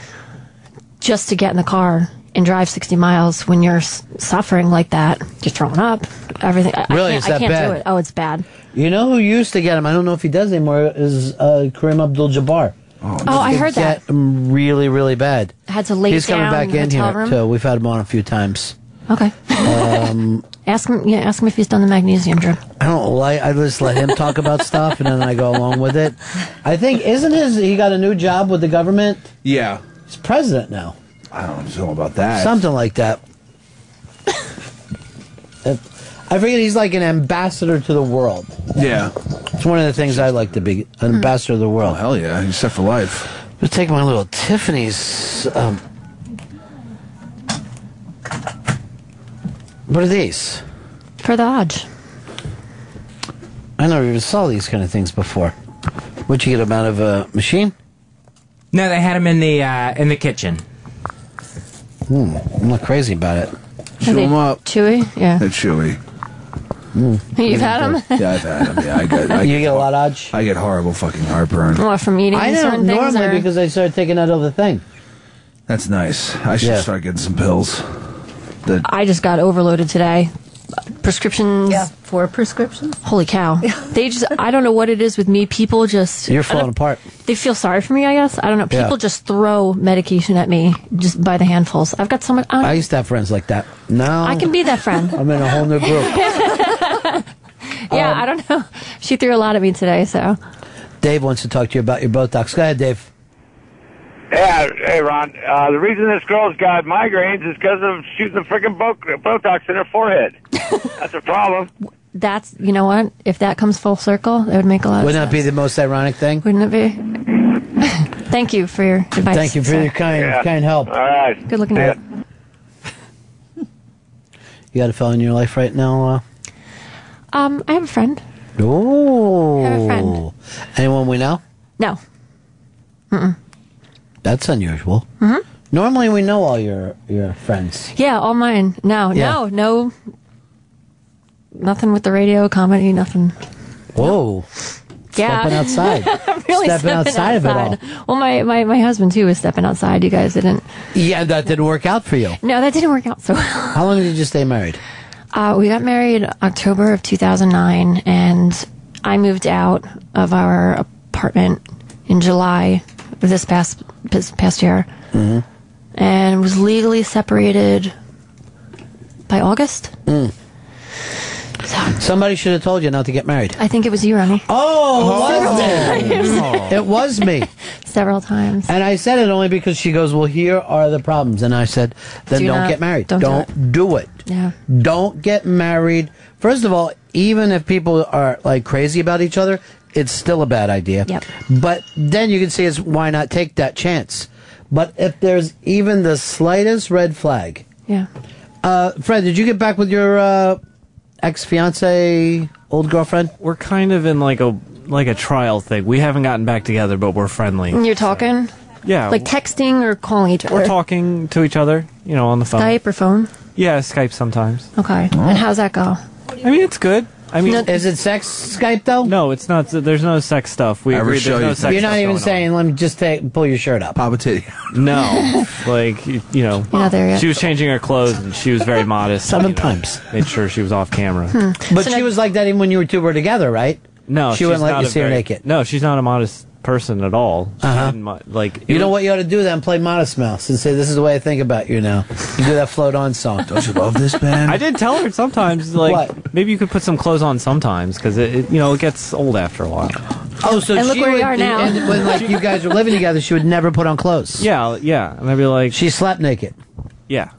S25: just to get in the car and drive sixty miles. When you're s- suffering like that, you're throwing up. Everything. I,
S2: Really?
S25: I can't,
S2: Is that
S25: I can't do
S2: bad?
S25: it. Oh, it's bad.
S2: You know who used to get him? I don't know if he does anymore. Is uh, Kareem Abdul-Jabbar? Oh,
S25: I heard that.
S2: Get him really, really bad.
S25: I had to lay
S2: He's
S25: down
S2: coming back
S25: in
S2: in
S25: the
S2: here
S25: hotel room.
S2: too. We've had him on a few times.
S25: Okay.
S2: Um,
S25: ask him. Yeah, ask him if he's done the magnesium drip.
S2: I don't like. I just let him talk about stuff, and then I go along with it. I think isn't his? He got a new job with the government.
S3: Yeah.
S2: He's president now.
S3: I don't know about that.
S2: Something like that. I forget. He's like an ambassador to the world.
S3: Yeah. Oh,
S2: It's one of the things I like to be an ambassador of the world.
S3: hell yeah, he's set for life.
S2: Let's take my little Tiffany's. Um, what are these?
S25: For the Odge.
S2: I never even saw these kind of things before. What'd you get them out of a machine?
S18: No, they had them in the uh, in the kitchen.
S2: Hmm, I'm not crazy about it.
S25: Are they Chewy. Yeah.
S3: They're chewy. Mm.
S25: You've had 'em?
S3: Yeah, I've had them. Yeah, I get. I
S2: You get a lot of odds.
S3: I get horrible fucking heartburn.
S25: Well, from eating
S2: I
S25: certain
S2: don't
S25: things,
S2: normally
S25: or-
S2: because I started taking that other thing.
S3: That's nice. I should
S2: Yeah.
S3: start getting some pills. The
S25: I just got overloaded today. Prescriptions. Yeah, four prescriptions. Holy cow. they just, I don't know what it is with me. People just.
S2: You're
S25: I don't-
S2: falling apart.
S25: They feel sorry for me, I guess. I don't know.
S2: Yeah.
S25: People just throw medication at me just by the handfuls. I've got so much. I, don't-
S2: I used to have friends like that. Now
S25: I can be that friend.
S2: I'm in a whole new group.
S25: yeah, I don't know. She threw a lot at me today, so.
S2: Dave wants to talk to you about your Botox. Go ahead, Dave.
S12: Yeah, hey Ron. Uh, the reason this girl's got migraines is because of shooting the freaking bo- Botox in her forehead. That's a problem.
S25: That's, you know what? If that comes full circle, that would make a lot
S2: Wouldn't
S25: of
S2: that be the most ironic thing?
S25: Oh, Wouldn't it be? Thank you for your advice.
S2: Thank you for
S25: sir.
S2: your kind
S12: Yeah.
S2: kind help.
S12: All right.
S25: Good looking
S12: See
S25: out.
S12: ya.
S2: You got a fellow in your life right now? Uh,
S25: Um, I have a friend.
S2: Oh.
S25: I have a friend.
S2: Anyone we know?
S25: No. Mm-mm.
S2: That's unusual.
S25: Mm-hmm.
S2: Normally we know all your, your friends.
S25: Yeah, all mine. No,
S2: Yeah.
S25: no, no. Nothing with the radio, comedy, nothing.
S2: Whoa.
S25: Yeah.
S2: Stepping outside.
S25: I'm really
S2: Stepping
S25: stepping,
S2: outside of it all.
S25: all. Well, my, my, my husband, too, was stepping outside. You guys didn't.
S2: Yeah, that didn't work out for you.
S25: No, that didn't work out so well.
S2: How long did you stay married?
S25: Uh, we got married October of 2009, and I moved out of our apartment in July of this past this past year,
S6: Mm-hmm.
S2: uh-huh.
S25: and was legally separated by August.
S2: Mm. Somebody should have told you not to get married.
S25: I think it was you, Ronnie.
S2: Oh,
S25: several times.
S2: It was me.
S25: several times.
S2: And I said it only because she goes, Well, here are the problems. And I said, Then
S25: Do
S2: not
S25: not-
S2: get married.
S25: don't do
S2: do it.
S25: Yeah.
S2: Don't get married. First of all, even if people are like crazy about each other, it's still a bad idea. Yep. But then you can see is why not take that chance. But if there's even the slightest red flag,
S25: Yeah.
S2: uh, Fred, did you get back with your uh, ex fiance, old girlfriend?
S16: We're kind of in like a like a trial thing. We haven't gotten back together, but we're friendly.
S25: And you're talking,
S16: yeah,
S25: like texting or calling each other.
S16: we're talking to each other, you know, on the phone.
S25: Skype or phone.
S16: Yeah, Skype sometimes.
S25: Okay.
S2: Uh-huh.
S25: And how's that go?
S16: I mean, it's good. I mean,
S2: is it sex Skype though?
S16: No, it's not. There's no sex stuff. We
S2: I will
S16: agreed.
S2: show
S16: There's no
S2: you.
S16: sex
S2: You're not
S16: stuff
S2: even
S16: going on.
S2: saying, "Let me just take, pull your shirt up."
S3: Pop a titty.
S16: No, like you you know,
S25: You're not there yet.
S16: she was changing her clothes and she was very modest. Seven times, made sure she was off camera.
S25: Hmm.
S2: But she was like that even when you two were together, right?
S16: No,
S2: she
S16: she's
S2: wouldn't let
S16: not
S2: you
S16: a
S2: see her
S16: very-
S2: naked.
S16: No, she's not a modest person at all. She
S2: Uh-huh.
S16: didn't mo- Like it
S2: You know
S16: was-
S2: what you ought to do then? Play Modest Mouse and say, "This is the way I think about you now." You do that float on song. Don't you love this band?
S16: I did tell her sometimes, like maybe you could put some clothes on sometimes because it, it, you know, it gets old after a while.
S2: Oh, so
S25: And look
S2: she
S25: where we
S2: would,
S25: are
S2: and-
S25: now.
S2: And when like you guys were living together, she would never put on clothes.
S16: Yeah, yeah. And I'd be like,
S2: she slept naked.
S16: Yeah,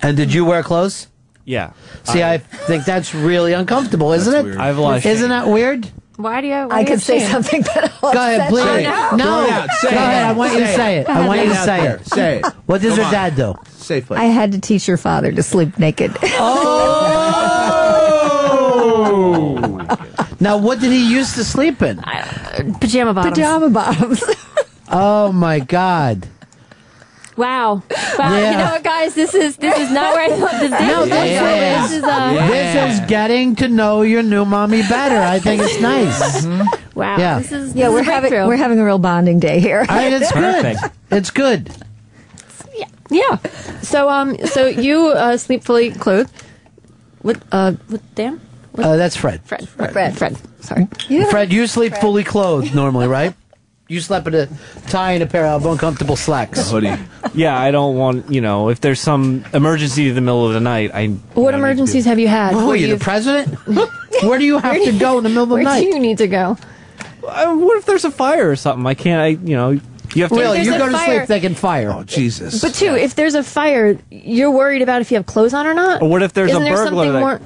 S2: And did you wear clothes?
S16: yeah.
S2: See, I, think that's really uncomfortable, isn't it?
S16: I have a lot of
S2: Isn't
S16: shame.
S2: that weird?
S25: Why do you? why
S4: I
S25: do you
S4: could say
S25: shame?
S4: something, but I'll
S2: Go ahead,
S4: upset
S2: please. Oh,
S4: you. Oh,
S2: No, go ahead. I want you to say it. I want you to say it.
S4: Say it.
S2: What does
S4: Come
S2: her
S4: on.
S2: dad do?
S3: Safely.
S4: I had to teach your father to sleep naked.
S2: Oh! Now, what did he used to sleep in?
S25: uh, Pajama bottoms.
S4: Pajama bottoms.
S2: oh my God!
S25: Wow. Wow.
S2: Yeah.
S25: You know what, guys? This is this is not where I thought this is.
S2: No, this
S25: This
S2: is
S25: is, uh,
S2: this is getting to know your new mommy better. I think it's nice.
S16: Mm-hmm.
S25: Wow.
S2: Yeah.
S25: This is
S4: yeah,
S25: this is
S4: we're
S25: a
S4: having
S25: breakthrough.
S4: we're having a real bonding day here.
S2: I mean, it's good. It's good.
S25: Yeah. So um so you uh, sleep fully clothed. What uh what damn? What,
S2: Uh, that's Fred.
S25: Fred. Fred. Fred. Sorry.
S2: Fred, you sleep fully clothed normally, right? You slept in a tie and a pair of uncomfortable slacks.
S16: hoodie. yeah, I don't want you know if there's some emergency in the middle of the night. I
S25: What emergencies have you had?
S2: Who are you, Oh, the president? Where do you have to go in the middle of the
S25: where
S2: night?
S25: do you need to go?
S16: Uh, what if there's a fire or something? I can't. I you know you have to.
S2: Really,
S25: If
S2: you
S25: there's
S2: go
S25: a
S2: to
S25: fire-
S2: sleep thinking fire. Oh
S3: Jesus!
S25: But two, if there's a fire, you're worried about if you have clothes on or not.
S16: Or what if there's a
S25: Isn't there
S16: burglar
S25: something
S16: that-
S25: more?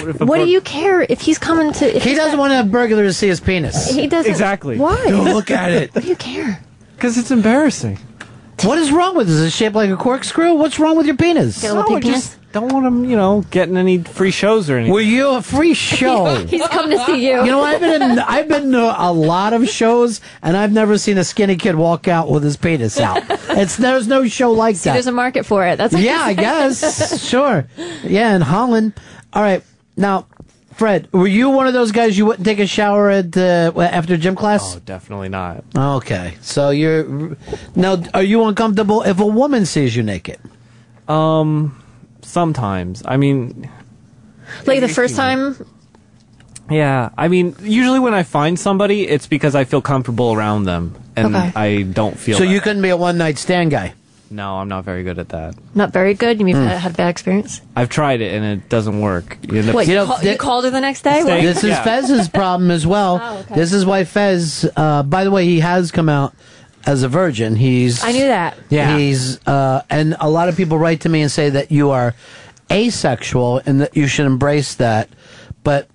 S16: What, if a
S25: What do
S16: bur-
S25: you care if he's coming to? If
S2: He
S25: he's
S2: doesn't
S25: got-
S2: want a burglar to see his penis.
S25: He doesn't.
S16: Exactly.
S25: Why?
S2: Don't look at it.
S25: What do you care?
S16: Because it's embarrassing.
S2: What is wrong with? It? Is it shaped like a corkscrew? What's wrong with your penis?
S25: Got a little
S16: No,
S25: big
S16: I
S25: penis?
S16: just don't want him. You know, getting any free shows or anything.
S2: Were you a free show?
S25: He's come to see you.
S2: You know, I've been in, I've been to a lot of shows, and I've never seen a skinny kid walk out with his penis out. It's there's no show like
S25: See,
S2: that.
S25: there's a market for it. That's what
S2: yeah, I
S25: you said.
S2: guess sure. Yeah, in Holland. All right, now, Fred, were you one of those guys you wouldn't take a shower at uh, after gym class?
S16: Oh, Definitely not.
S2: Okay, so you're now. Are you uncomfortable if a woman sees you naked?
S16: Um, sometimes. I mean,
S25: Like the first time,
S16: yeah. I mean, usually when I find somebody, it's because I feel comfortable around them, and
S25: Okay.
S16: I don't feel.
S2: so
S16: that.
S2: you couldn't be a one night stand guy.
S16: No, I'm not very good at that.
S25: not very good. You mean
S16: Hmm.
S25: I had a bad experience?
S16: I've tried it and it doesn't work. You end up-
S25: What, you, call, you called her the next day? What?
S2: This is
S16: Yeah.
S2: Fez's problem as well.
S11: Oh,
S2: This is why Fez. Uh, by the way, he has come out as a virgin. He's.
S25: I knew that.
S2: Yeah. He's. Uh, and a lot of people write to me and say that you are asexual and that you should embrace that, but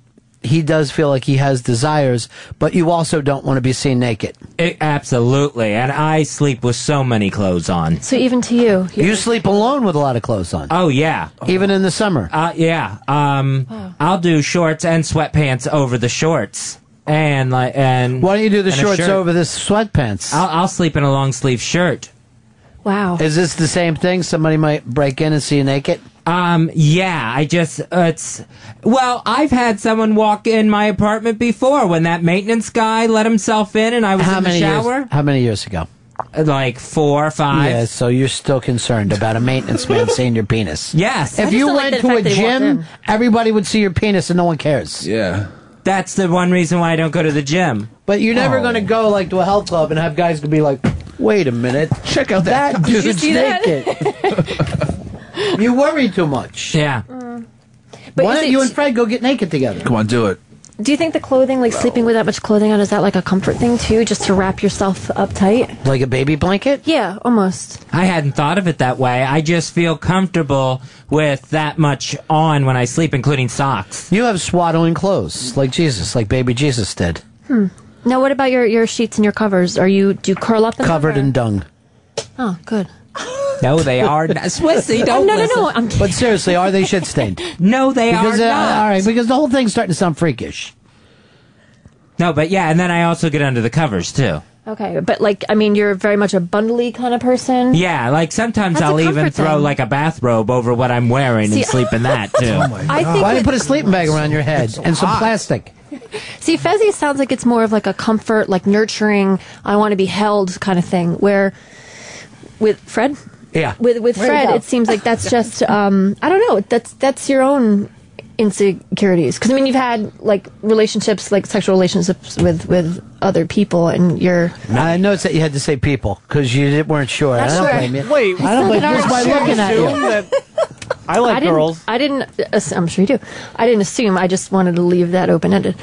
S2: he does feel like he has desires, but you also don't want to be seen naked.
S11: It, absolutely. And I sleep with so many clothes on.
S25: So even to you, you
S2: You sleep alone with a lot of clothes on.
S11: Oh yeah,
S2: even in the summer.
S11: Uh, yeah. Um,
S25: Oh.
S11: I'll do shorts and sweatpants over the shorts, and like and
S2: why don't you do the
S11: and a
S2: shorts
S11: shirt.
S2: over the sweatpants?
S11: I'll, I'll sleep in a long sleeve shirt.
S25: Wow.
S2: Is this the same thing? Somebody might break in and see you naked?
S11: Um, yeah, I just, uh, it's, well, I've had someone walk in my apartment before when that maintenance guy let himself in and I was
S2: How
S11: in the
S2: many
S11: shower.
S2: years? How many years ago?
S11: Like four or five.
S2: Yeah, so you're still concerned about a maintenance man seeing your penis.
S11: Yes. I
S2: If
S11: just
S2: you
S11: don't like
S2: went
S11: the
S2: to
S11: fact
S2: a
S11: that he walked
S2: gym, everybody would see your penis and no one cares.
S3: Yeah.
S11: That's the one reason why I don't go to the gym.
S2: But you're never going to
S11: Oh.
S2: go like to a health club and have guys be like, "Wait a minute, check out that,
S6: Did you
S2: dude's
S6: see that?"
S2: naked." you worry too much.
S11: Yeah.
S25: Uh, But
S2: Why
S25: is
S2: don't
S25: it-
S2: you and Fred go get naked together?
S3: Come on, do it.
S25: Do you think the clothing, like sleeping with that much clothing on, is that like a comfort thing too, just to wrap yourself up tight?
S2: Like a baby blanket?
S25: Yeah, almost.
S11: I hadn't thought of it that way. I just feel comfortable with that much on when I sleep, including socks.
S2: You have swaddling clothes, like Jesus, like baby Jesus did,
S25: Hmm. Now, what about your your sheets and your covers? Are you do you curl up? In
S2: covered in dung.
S25: Them? Oh, good.
S11: No, they are not. Swissy, don't
S25: Oh, No, no, no,
S11: listen.
S25: I'm
S2: But seriously, are they shit stained?
S11: No, they
S2: because,
S11: are
S2: uh,
S11: not.
S2: All right, because the whole thing's starting to sound freakish.
S11: No, but yeah, and then I also get under the covers too.
S25: Okay, but like, I mean, you're very much a bundly kind of person.
S11: Yeah, like sometimes
S25: That's a
S11: I'll even
S25: comfort
S11: throw
S25: thing.
S11: like a bathrobe over what I'm wearing
S25: See,
S11: and sleep in that too.
S25: Oh my I God. think
S2: Why do you
S25: with-
S2: put a sleeping bag around your head and some plastic?
S25: See, Fezzi sounds like it's more of like a comfort, like nurturing, I want to be held kind of thing. Where with Fred,
S2: Yeah.
S25: with with
S6: Where'd it
S25: Fred,
S6: go?
S25: it, seems like that's just um, I don't know. That's that's your own insecurities. Because I mean, you've had like relationships, like sexual relationships with with other people, and you're
S2: I noticed that you had to say people because you didn't- weren't sure.
S25: Not
S2: I don't
S25: sure.
S2: blame you.
S25: Wait,
S2: I don't
S25: it's not
S2: blame
S25: that
S2: you just
S25: I'm
S2: by
S25: sure.
S2: looking at you.
S25: Assume that-
S16: I like
S25: didn't-
S16: girls.
S25: I didn't. ass- I'm sure you do. I didn't assume. I just wanted to leave that open ended.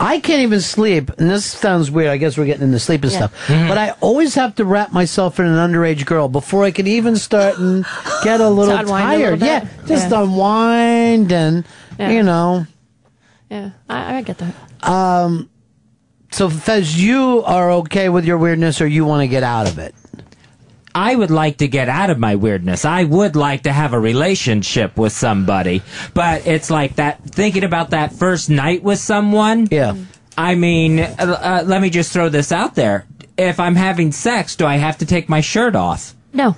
S2: I can't even sleep, and this sounds weird. I guess we're getting into sleep and
S25: Yeah. Mm-hmm.
S2: stuff. But I always have to wrap myself in an underage girl before I can even start and get a little
S25: unwind a
S2: tired.
S25: little bit?
S2: yeah, just
S25: Yeah.
S2: unwind and
S25: Yeah.
S2: you know.
S25: Yeah, I, I get that.
S2: Um, so Fez, you are okay with your weirdness, or you want to get out of it?
S11: I would like to get out of my weirdness. I would like to have a relationship with somebody. But it's like that thinking about that first night with someone.
S2: Yeah.
S11: I mean, uh, uh, let me just throw this out there. If I'm having sex, do I have to take my shirt off?
S25: No.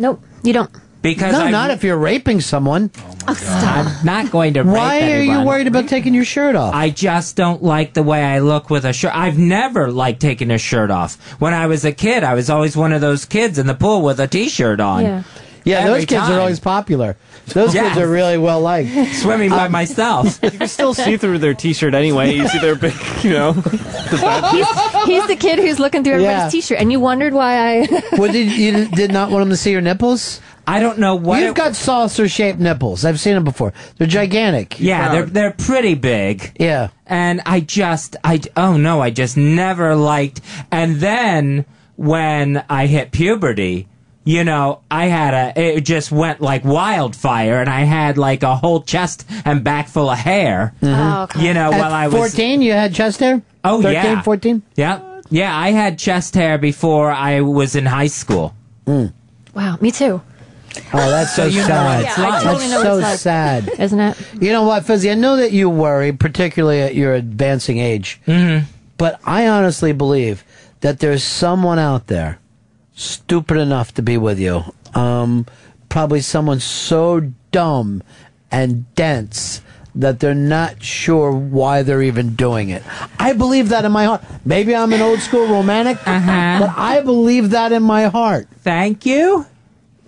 S25: Nope. You don't.
S11: Because
S2: no,
S11: I'm,
S2: not if you're raping someone.
S11: I'm not going to.
S2: Why
S11: rape
S2: are you
S11: anyone.
S2: worried about taking your shirt off?
S11: I just don't like the way I look with a shirt. I've never liked taking a shirt off. When I was a kid, I was always one of those kids in the pool with a t-shirt on.
S2: Yeah. Yeah,
S11: Every
S2: those kids
S11: time.
S2: are always popular. Those
S11: Yeah.
S2: kids are really well liked.
S11: Swimming by
S2: Um,
S11: myself.
S16: You can still see through their t-shirt anyway. You see their big, you know. the bad-
S25: he's, he's the kid who's looking through everybody's
S2: Yeah.
S25: t-shirt, and you wondered why I.
S2: What did you did not want them to see your nipples?
S11: I don't know what
S2: you've got saucer shaped nipples. I've seen them before. They're gigantic.
S11: Yeah, they're they're pretty big.
S2: Yeah.
S11: And I just I oh no, I just never liked and then when I hit puberty, you know, I had a it just went like wildfire and I had like a whole chest and back full of hair.
S2: Mhm.
S11: You know,
S2: At
S11: while I was
S2: 14, you had chest hair.
S11: Oh
S2: 13,
S11: yeah.
S2: 14.
S11: Yeah. Yeah, I had chest hair before I was in high school.
S25: wow, me too.
S2: Mm. Oh, that's so,
S25: So you know
S2: sad.
S25: what it's Yeah, I like. totally
S2: that's
S25: know what
S2: so
S25: it's like.
S2: sad,
S25: isn't it?
S2: You know what, Fuzzy? I know that you worry, particularly at your advancing age. Mm-hmm. But I honestly believe that there's someone out there stupid enough to be with you. Um, probably someone so dumb and dense that they're not sure why they're even doing it. I believe that in my heart. Maybe I'm an old school romantic, but I believe that in my heart.
S11: Uh-huh. Thank you.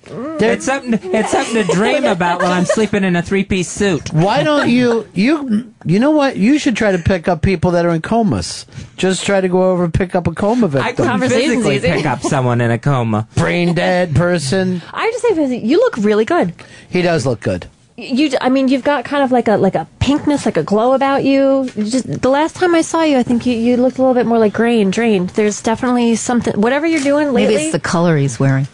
S2: It's
S11: it's something it's something to dream about while I'm sleeping in a three piece suit.
S2: Why don't you you you know what? You should try to pick up people that are in comas. Just try to go over and pick up a coma victim.
S11: I couldn't physically pick up someone in a coma.
S2: brain dead person.
S25: I just say, Fizzy, you look really good.
S2: He does look good.
S25: You, I mean, you've got kind of like a like a pinkness, like a glow about you. You Just the last time I saw you, I think you, you looked a little bit more like gray and drained. There's definitely something. Whatever you're doing lately,
S4: Maybe it's the color he's wearing.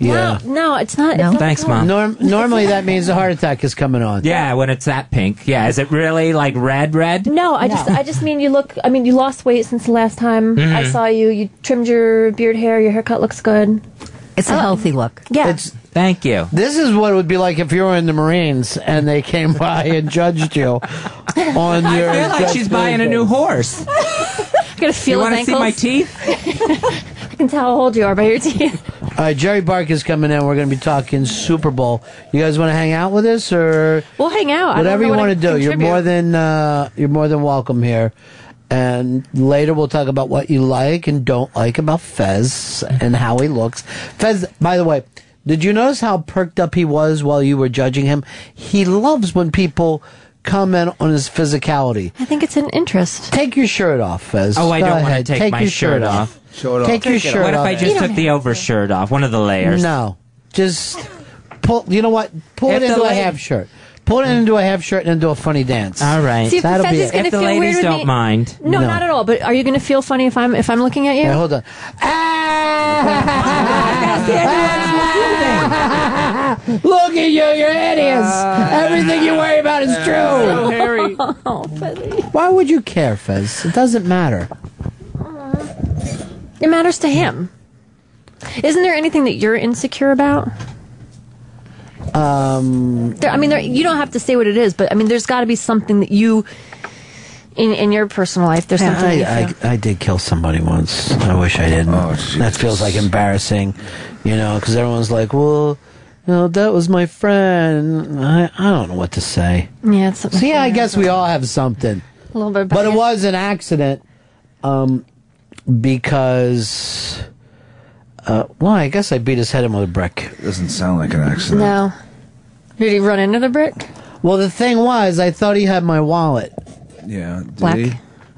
S2: Yeah.
S25: No, it's not. it's not at all.
S2: Norm- normally, that means a heart attack is coming on.
S11: Yeah, when it's that pink. Yeah, is it really like red, red?
S25: No, I just I just mean you look. I mean you lost weight since the last time
S11: Mhm.
S25: I saw you. You trimmed your beard hair. Your haircut looks good. Uh,
S4: It's a healthy look.
S25: Yeah.
S11: Thank you.
S2: This is what it would be like if you were in the Marines and they came by and judged you on your.
S11: I feel like she's buying a new horse.
S25: I gotta feel
S11: You
S25: his
S11: wanna see
S25: ankles.
S11: my teeth?
S25: I can tell how old you are by your teeth.
S2: All right, Jerry Bark is coming in. We're going to be talking Super Bowl. You guys want to hang out with us or
S25: We'll hang out. I don't
S2: whatever
S25: know
S2: you
S25: what
S2: want
S25: I
S2: to do? You're
S25: contribute.
S2: more than uh, you're more than welcome here. And later we'll talk about what you like and don't like about Fez and how he looks. Fez, by the way, did you notice how perked up he was while you were judging him? He loves when people comment on his physicality.
S25: I think it's an interest.
S2: Take your shirt off, Fez.
S11: Oh, I
S2: Go
S11: don't want to
S2: ahead.
S11: take, my
S2: your
S11: shirt off.
S2: Take your shirt
S11: What if
S2: off.
S11: I just took the overshirt off? One of the layers.
S2: No, just pull. You know what? Pull
S11: If
S2: it
S11: the
S2: into a
S11: lady-
S2: half shirt. Pull it into a half shirt and then do a funny dance. All
S11: right. See, if
S2: that'll
S25: Fez
S2: be
S25: is
S2: it.
S25: gonna feel weird with me- No,
S2: No.
S25: not at all. But are you gonna feel funny if I'm if I'm looking at you?
S2: Yeah, hold on. Look at you, you're idiots.
S25: Uh,
S2: Everything you worry about is true.
S6: so
S25: hairy.
S2: Why would you care, Fez? It doesn't matter.
S25: It matters to him. Isn't there anything that you're insecure about?
S2: Um,
S25: There, I mean, there, you don't have to say what it is, but I mean, there's got to be something that you, in in your personal life, there's
S2: Yeah,
S25: something that you feel.
S2: I, I, I did kill somebody once. I wish I didn't. that feels like embarrassing, you know, because everyone's like, well, you know, that was my friend. I, I don't know what to say.
S25: Yeah, it's something.
S2: So, yeah, I guess we all have something.
S25: A little bit.
S2: But it was an accident um, because, uh, well, I guess I beat his head in with a brick. Doesn't sound like an accident.
S25: No. Did he run into the brick?
S2: Well, the thing was, I thought he had my wallet.
S3: Yeah. did
S25: Black.
S3: he?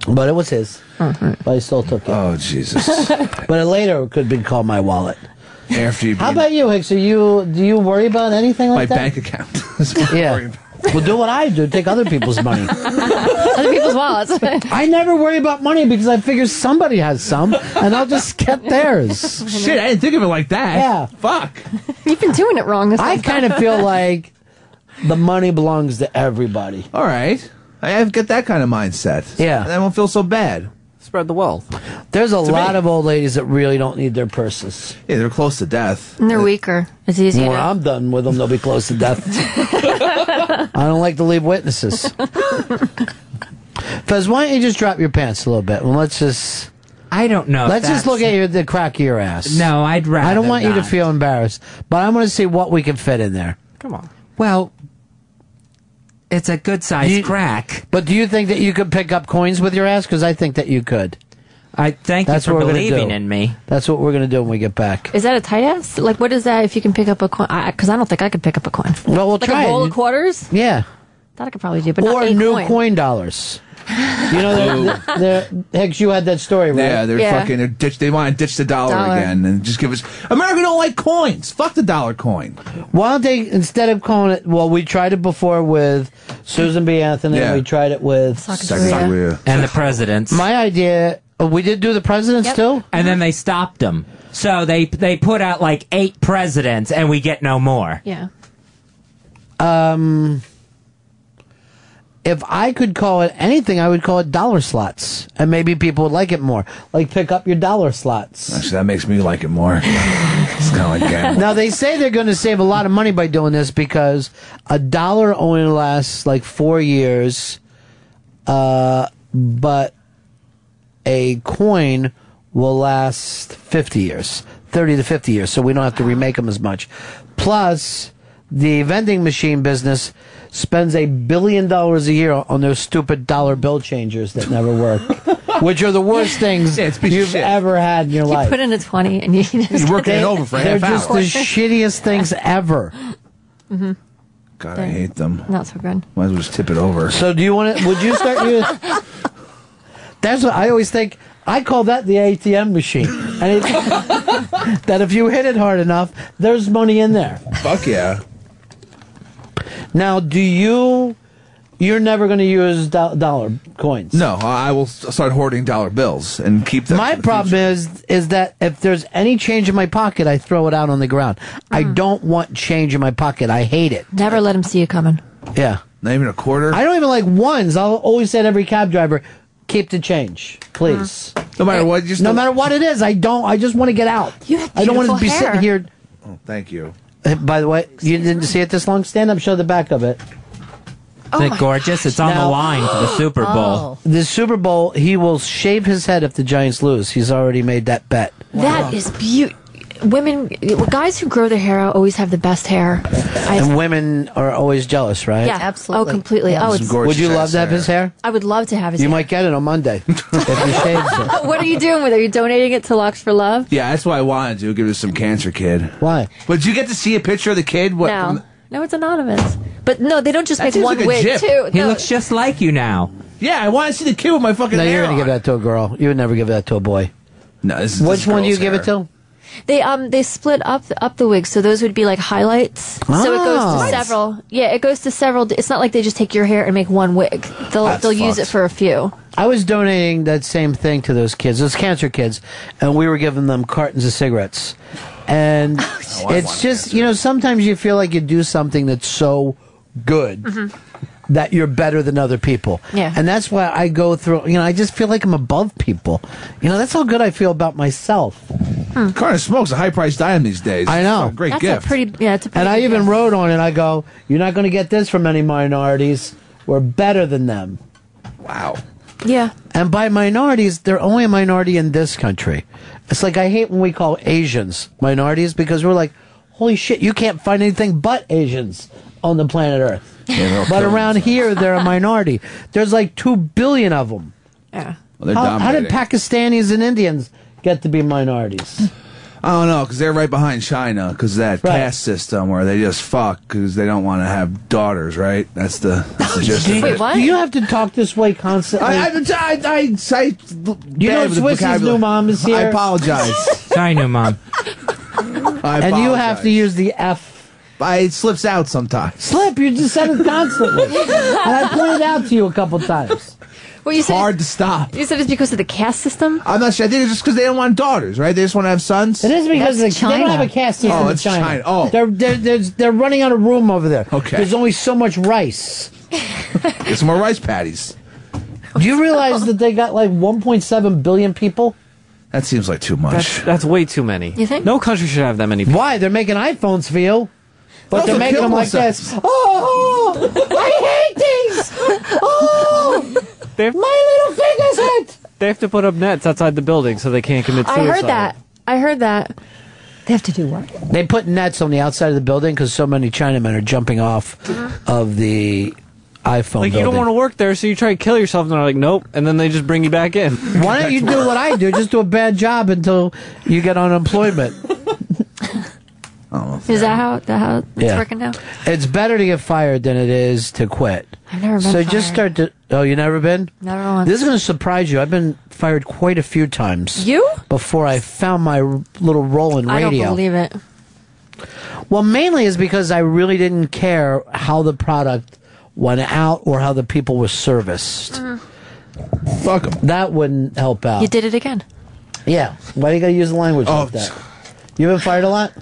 S2: But it was his. But I still took it.
S3: Oh, Jesus.
S2: but it later could have been called my wallet.
S3: After you
S2: How about you, Hicks? Are you do you worry about anything
S3: my
S2: like that?
S3: bank account.
S2: yeah. well, do what I do. Take other people's money.
S25: Other people's wallets.
S2: I never worry about money because I figure somebody has some, and I'll just get theirs.
S3: Shit, I didn't think of it like that.
S2: Yeah.
S3: Fuck.
S25: You've been doing it wrong. This
S2: I
S25: whole time.
S2: kind of feel like the money belongs to everybody.
S3: All right. I have got that kind of mindset.
S2: Yeah.
S3: And I won't feel so bad.
S2: Spread the wealth. There's a
S3: To me.
S2: lot of old ladies that really don't need their purses.
S3: Yeah, they're close to death.
S25: And they're weaker. It's easier.
S2: When I'm done with them, they'll be close to death. I don't like to leave witnesses. Fez, why don't you just drop your pants a little bit and let's just.
S11: I don't know. if
S2: Let's just
S11: that's-
S2: look at your, the crack of your ass.
S11: No, I'd rather.
S2: I don't want you to
S11: not.
S2: feel embarrassed, but I want to see what we can fit in there.
S11: Come on. Well, it's a good size crack.
S2: But do you think that you could pick up coins with your ass? Because I think that you could.
S11: I thank you
S2: That's
S11: for
S2: what we're gonna
S11: believing
S2: do.
S11: in me.
S2: That's what we're going to do when we get back.
S25: Is that a tight ass? Like, what is that? If you can pick up a coin, because I, don't think I could pick up a coin.
S2: Well, we'll
S25: like
S2: try
S25: a
S2: it.
S25: roll of quarters.
S2: Yeah.
S25: That I could probably do, but
S2: or
S25: not a
S2: new
S25: coin.
S2: dollars. You know, they're, they're, Hicks, you had that story, right?
S3: Yeah, they're fucking. They're ditch, they want to ditch the dollar,
S2: Dollar.
S3: again and just give us. America don't like coins. Fuck the dollar coin.
S2: Why don't they instead of calling it? Well, we tried it before with Susan B. Anthony.
S11: Yeah.
S2: We tried it with
S11: Sacagawea. And the presidents.
S2: My idea. oh, we did do the presidents too.
S11: And then they stopped them. So they they put out like eight presidents, and we get no more.
S25: Yeah.
S2: Um, if I could call it anything, I would call it dollar slots, and maybe people would like it more. Like pick up your dollar slots.
S3: Actually, that makes me like it more. it's kind of like gambling.
S2: now they say they're going to save a lot of money by doing this because a dollar only lasts like four years, uh, but a coin will last fifty years, thirty to fifty years. So we don't have to remake them as much. Plus, the vending machine business spends a billion dollars a year on those stupid dollar bill changers that never work. Which are the worst things you've ever had in your
S25: You
S2: life.
S25: put in a twenty, and you just
S2: They- They're just the shittiest things ever.
S25: hmm
S3: Mm-hmm. God, I hate them.
S25: Not so good.
S3: Might as well just tip it over.
S2: So do you want to? Would you start you? That's what I always think. I call that the ATM machine, and it, that if you hit it hard enough, there's money in there.
S3: Fuck yeah.
S2: Now, do you You're never going to use do- dollar coins.
S3: No, I will s- start hoarding dollar bills and keep them.
S2: My problem is is that if there's any change in my pocket, I throw it out on the ground. I don't want change in my pocket. I hate it.
S25: Never let them see you coming.
S2: Yeah.
S3: Not even a quarter.
S2: I don't even like ones. I'll always say to every cab driver, keep the change, please.
S3: No matter what, just
S2: no
S3: don't-
S2: matter what it is, I don't. I just want to get out. You have I don't want to
S3: beautiful
S2: be
S3: hair.
S2: sitting here.
S3: Oh, thank you.
S2: Uh, By the way, you didn't see it this long. Stand up, show the back of it.
S25: Oh
S11: Isn't it gorgeous? It's on the line for the Super Bowl.
S2: The Super Bowl, he will shave his head if the Giants lose. He's already made that bet.
S25: That is beautiful. Women, guys who grow their hair out always have the best hair.
S2: and women are always jealous, right?
S25: yeah, absolutely. Oh, completely. Oh, it's
S2: Would you love to have his hair?
S25: I would love to have his
S2: You
S25: hair.
S2: might get it on Monday if you shave it.
S25: what are you doing with it? Are you donating it to Locks for Love?
S3: Yeah, that's why I wanted to give it to some cancer kid.
S2: Why?
S3: But you get to see a picture of the kid. What?
S25: no, no, it's anonymous. But no, they don't just
S3: That
S25: make
S3: seems
S25: one
S3: like a
S25: wig
S3: jip.
S25: too.
S11: He
S25: No.
S11: looks just like you now.
S3: Yeah, I want to see the kid with my fucking
S2: No, you're
S25: hair
S2: going to give that to a girl. You would never give that to a boy.
S3: No, this is
S2: Which
S25: this
S2: one do you
S25: girl's
S2: give it
S25: hair.
S2: to?
S25: They um they split up up the wigs, so those would be like highlights. So it
S2: Ah.
S25: goes to
S2: Nice.
S25: several. Yeah, it goes to several. It's not like they just take your hair and make one wig. They'll
S2: That's
S25: they'll use it
S2: fucked.
S25: for a few.
S2: I was donating that same thing to those kids, those cancer kids, and we were giving them cartons of cigarettes. And
S3: Oh,
S2: it's just, you know, sometimes you feel like you do something that's so good
S3: Mm-hmm.
S2: that you're better than other people.
S6: Yeah.
S2: And that's why I go through, you know, I just feel like I'm above people. You know, that's how good I feel about myself.
S3: Carton of smoke's a high priced item these days.
S2: I know.
S3: It's a great gift.
S25: pretty. Yeah, it's a
S2: and I even wrote on it. I go, "You're not going to get this from any minorities. We're better than them."
S3: Wow.
S25: Yeah.
S2: And by minorities, they're only a minority in this country. It's like I hate when we call Asians minorities because we're like, "Holy shit, you can't find anything but Asians on the planet Earth."
S6: they'll
S2: but
S6: kill
S2: around here, they're a minority. There's like two billion of them.
S25: Yeah.
S3: Well, they're
S2: how, how did
S3: dominating.
S2: Pakistanis and Indians get to be minorities?
S3: I don't know because they're right behind China because that
S2: Right.
S3: caste system where they just fuck because they don't want to have daughters, right? That's the, that's the gist. of it.
S2: Do you have to talk this way constantly?
S3: I, I, I, I, I,
S2: you know,
S3: with the
S2: Swiss's
S3: vocabulary.
S2: new mom is here.
S3: I apologize.
S11: Sorry, new mom.
S2: and you have to use the F.
S3: it slips out sometimes.
S2: Slip, you just said it constantly. and I pointed out to you a couple times.
S25: Well, you said
S3: hard to stop.
S25: You said it's because of the caste system.
S3: I'm not sure. I think it's just because they don't want daughters, right? They just want to have sons. It
S2: is because That's they- they don't China. have a caste system
S3: Oh,
S2: in
S3: it's
S2: China.
S3: China. Oh,
S2: They're, they're, they're, they're running out of room over there. Okay. There's only so much rice.
S3: get some more rice patties.
S2: Do you realize that they got like 1.7 billion people?
S3: That seems like too much.
S16: That's, that's way too many.
S2: You think?
S16: No country should have that many. people.
S2: Why? They're making iPhones for you. But
S16: Those
S2: they're
S16: are
S2: making them like
S16: themselves.
S2: this. Oh, I hate these. Oh,
S16: They've-
S2: my little fingers hurt.
S16: They have to put up nets outside the building so they can't commit
S25: I
S16: suicide.
S25: heard that. I heard that. They have to do what?
S2: They put nets on the outside of the building because so many Chinamen are jumping off
S3: Uh-huh.
S2: of the iPhone
S16: Like you don't
S2: building.
S16: want to work there, so you try to kill yourself, and they're like, "Nope," and then they just bring you back in.
S2: Why don't you do what I do? Just do a bad job until you get unemployment.
S25: Is that how that how it's
S2: Yeah.
S25: working now?
S2: It's better to get fired than it is to quit.
S25: I've never been
S2: So just start to. Oh, you never been?
S25: Never once.
S2: This is going to surprise you. I've been fired quite a few times.
S25: You?
S2: Before I found my r- little role in
S25: I
S2: radio.
S25: don't believe it.
S2: Well, mainly is because I really didn't care how the product went out or how the people were serviced.
S3: Fuck them.
S2: That wouldn't help out.
S25: You did it again.
S2: Yeah. Why do you got to use the language like that? You've been fired a lot.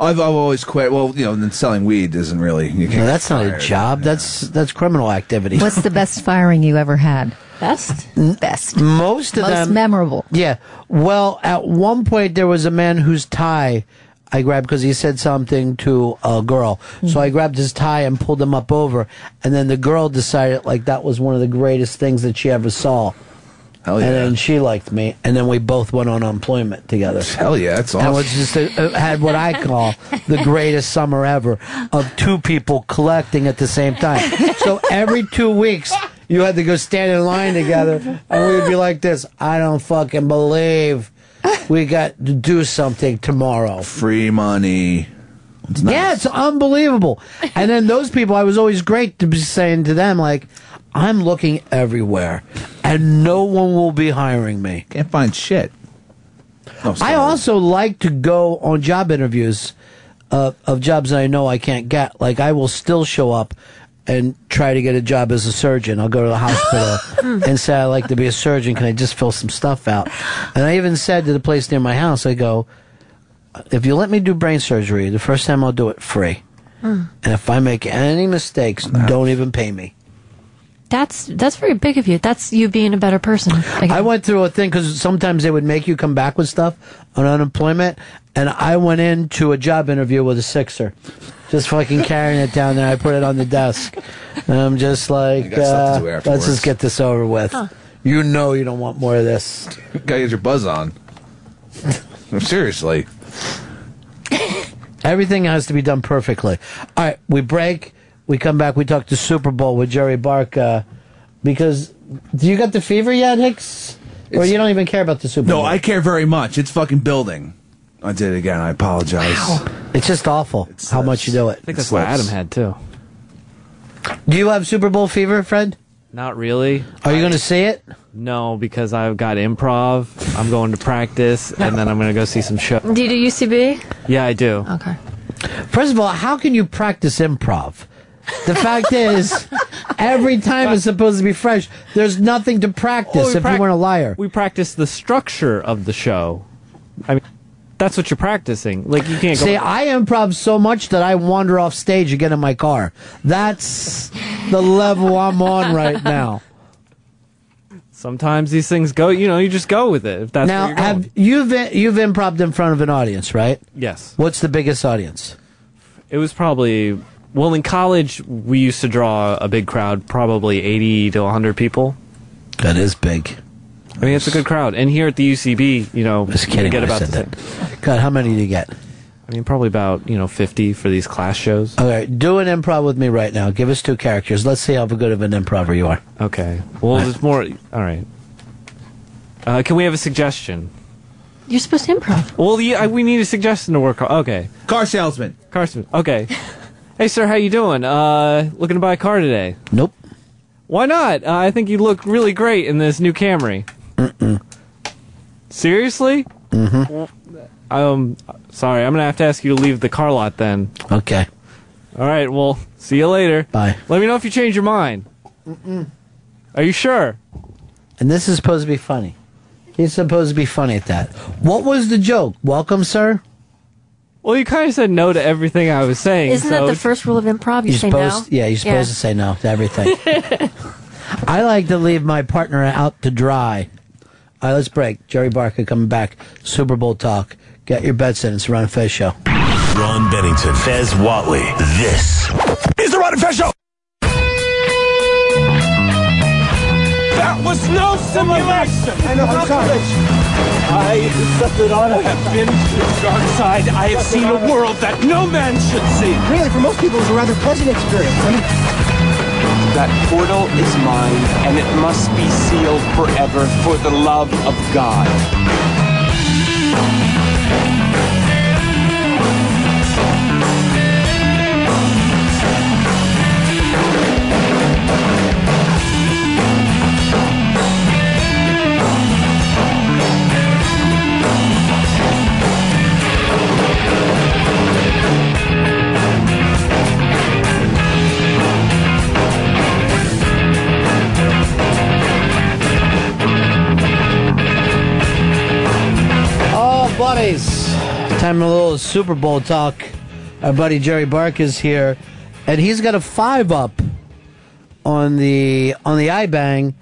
S3: I've, I've always quit. Well, you know, then selling weed isn't really. You can't
S2: No, that's not a job. That's that's criminal activity.
S4: What's the best firing you ever had?
S25: Best?
S2: Hmm?
S4: Best.
S2: Most of
S4: Most
S2: them
S4: memorable.
S2: Yeah. Well, at one point there was a man whose tie I grabbed because he said something to a girl. So I grabbed his tie and pulled him up over, and then the girl decided like that was one of the greatest things that she ever saw.
S3: Hell
S2: yeah. And then she liked me, and then we both went on unemployment together.
S3: Hell yeah, that's
S2: And
S3: awesome.
S2: was just uh, had what I call the greatest summer ever of two people collecting at the same time. So every two weeks, you had to go stand in line together, and we would be like this I don't fucking believe we got to do something tomorrow.
S3: Free money. It's nice.
S2: Yeah, it's unbelievable. And then those people, I was always great to be saying to them, like, I'm looking everywhere, and no one will be hiring me.
S3: Can't find shit.
S2: I also like to go on job interviews uh, of jobs that I know I can't get. Like I will still show up and try to get a job as a surgeon. I'll go to the hospital and say I like to be a surgeon. Can I just fill some stuff out? And I even said to the place near my house, I go, if you let me do brain surgery, the first time I'll do it free. And if I make any mistakes, don't even pay me.
S25: That's that's very big of you. That's you being a better person.
S2: I went through a thing because sometimes they would make you come back with stuff on unemployment, and I went into a job interview with a sixer, just fucking carrying it down there. I put it on the desk, and I'm just like,
S3: got stuff to do
S2: uh, let's
S3: afterwards."
S2: just get this over with.
S3: Huh.
S2: You know you don't want more of this.
S3: Gotta get your buzz on. Seriously.
S2: Everything has to be done perfectly. All right, we break. We come back. We talk to Super Bowl with Jerry Barca because do you got the fever yet, Hicks? or you don't even care about the Super Bowl?
S3: No, I care very much. It's fucking building. I did it again. I apologize.
S2: It's just awful how much you do it.
S16: I think that's what Adam had too.
S2: Do you have Super Bowl fever, Fred?
S16: Not really.
S2: Are you going to see it?
S16: No, because I've got improv. I'm going to practice, and then I'm going to go see some show.
S25: Do you do UCB?
S16: Yeah, I do.
S25: Okay.
S2: First of all, how can you practice improv? The fact is, every time is supposed to be fresh. There's nothing to practice
S16: Well, we
S2: if you
S16: prac-
S2: weren't a liar.
S16: We practice the structure of the show. I mean, that's what you're practicing. Like you can't go.
S2: See, I improv so much that I wander off stage and get in my car. That's the level I'm on right now.
S16: Sometimes these things go. You know, you just go with it. If that's where
S2: now,
S16: you're going.
S2: have you've you've improv in front of an audience, right?
S16: Yes.
S2: What's the biggest audience?
S16: It was probably well in college. We used to draw a big crowd, probably eighty to hundred people.
S2: That is big.
S16: I mean, it's a good crowd. And here at the UCB, you know,
S2: Just kidding
S16: you get
S2: when I
S16: about
S2: said
S16: the same.
S2: God, how many do you get?
S16: I mean, probably about you know fifty for these class shows.
S2: All right, do an improv with me right now. Give us two characters. Let's see how good of an improver you are.
S16: Okay. Well, there's more. All right. Uh, can we have a suggestion?
S25: You're supposed to improv.
S16: Well, the, I, we need a suggestion to work on. Okay.
S3: Car salesman.
S16: Car salesman. Okay. hey, sir, how you doing? Uh, looking to buy a car today?
S2: Nope.
S16: Why not? Uh, I think you look really great in this new Camry. Seriously?
S2: Mm-hmm.
S16: Um, sorry, I'm gonna have to ask you to leave the car lot then.
S2: Okay.
S16: All right. Well, see you later.
S2: Bye.
S16: Let me know if you change your mind. Are you sure?
S2: And this is supposed to be funny. He's supposed to be funny at that. What was the joke? Welcome, sir.
S16: Well, you kind of said no to everything I was saying.
S25: Isn't
S16: so
S25: that the first rule of improv? You
S2: You're
S25: say
S2: supposed,
S25: no.
S2: yeah, you're supposed to say no to everything. I like to leave my partner out to dry. All right, let's break. Jerry Barker coming back. Super Bowl talk. Get your bets in. It's the Ron Fez show.
S5: Ron Bennington, Fez Watley. This is the Ron and Fez Show.
S6: That was no simulation. I know, I'm sorry. I have been to the dark side. I have seen a world that no man should see.
S10: Really, for most people, it was a rather pleasant experience. I mean,
S6: That portal is mine, and it must be sealed forever for the love of God.
S2: Oh, buddies. Time for a little Super Bowl talk. Our buddy Jerry Bark is here, and he's got a five up on the on the iBang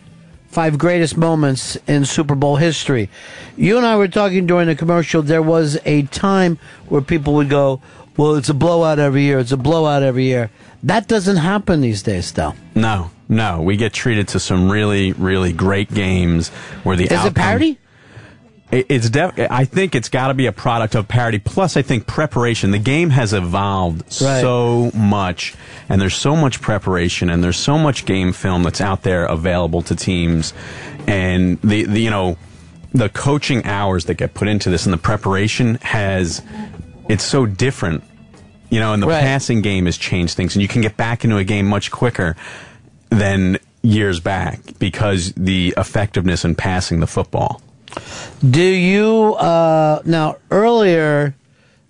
S2: five greatest moments in Super Bowl history. You and I were talking during the commercial. There was a time where people would go, "Well, it's a blowout every year. It's a blowout every year." That doesn't happen these days, though.
S20: No, no. We get treated to some really, really great games where the
S2: Is it
S20: It-
S2: parody?
S20: It's def- I think it's got to be a product of parity. Plus, I think preparation. The game has evolved so much, and there's so much preparation, and there's so much game film that's out there available to teams, and the, the you know the coaching hours that get put into this and the preparation has it's so different. You know, and the passing game has changed things, and you can get back into a game much quicker than years back because the effectiveness in passing the football.
S2: Do you uh, now earlier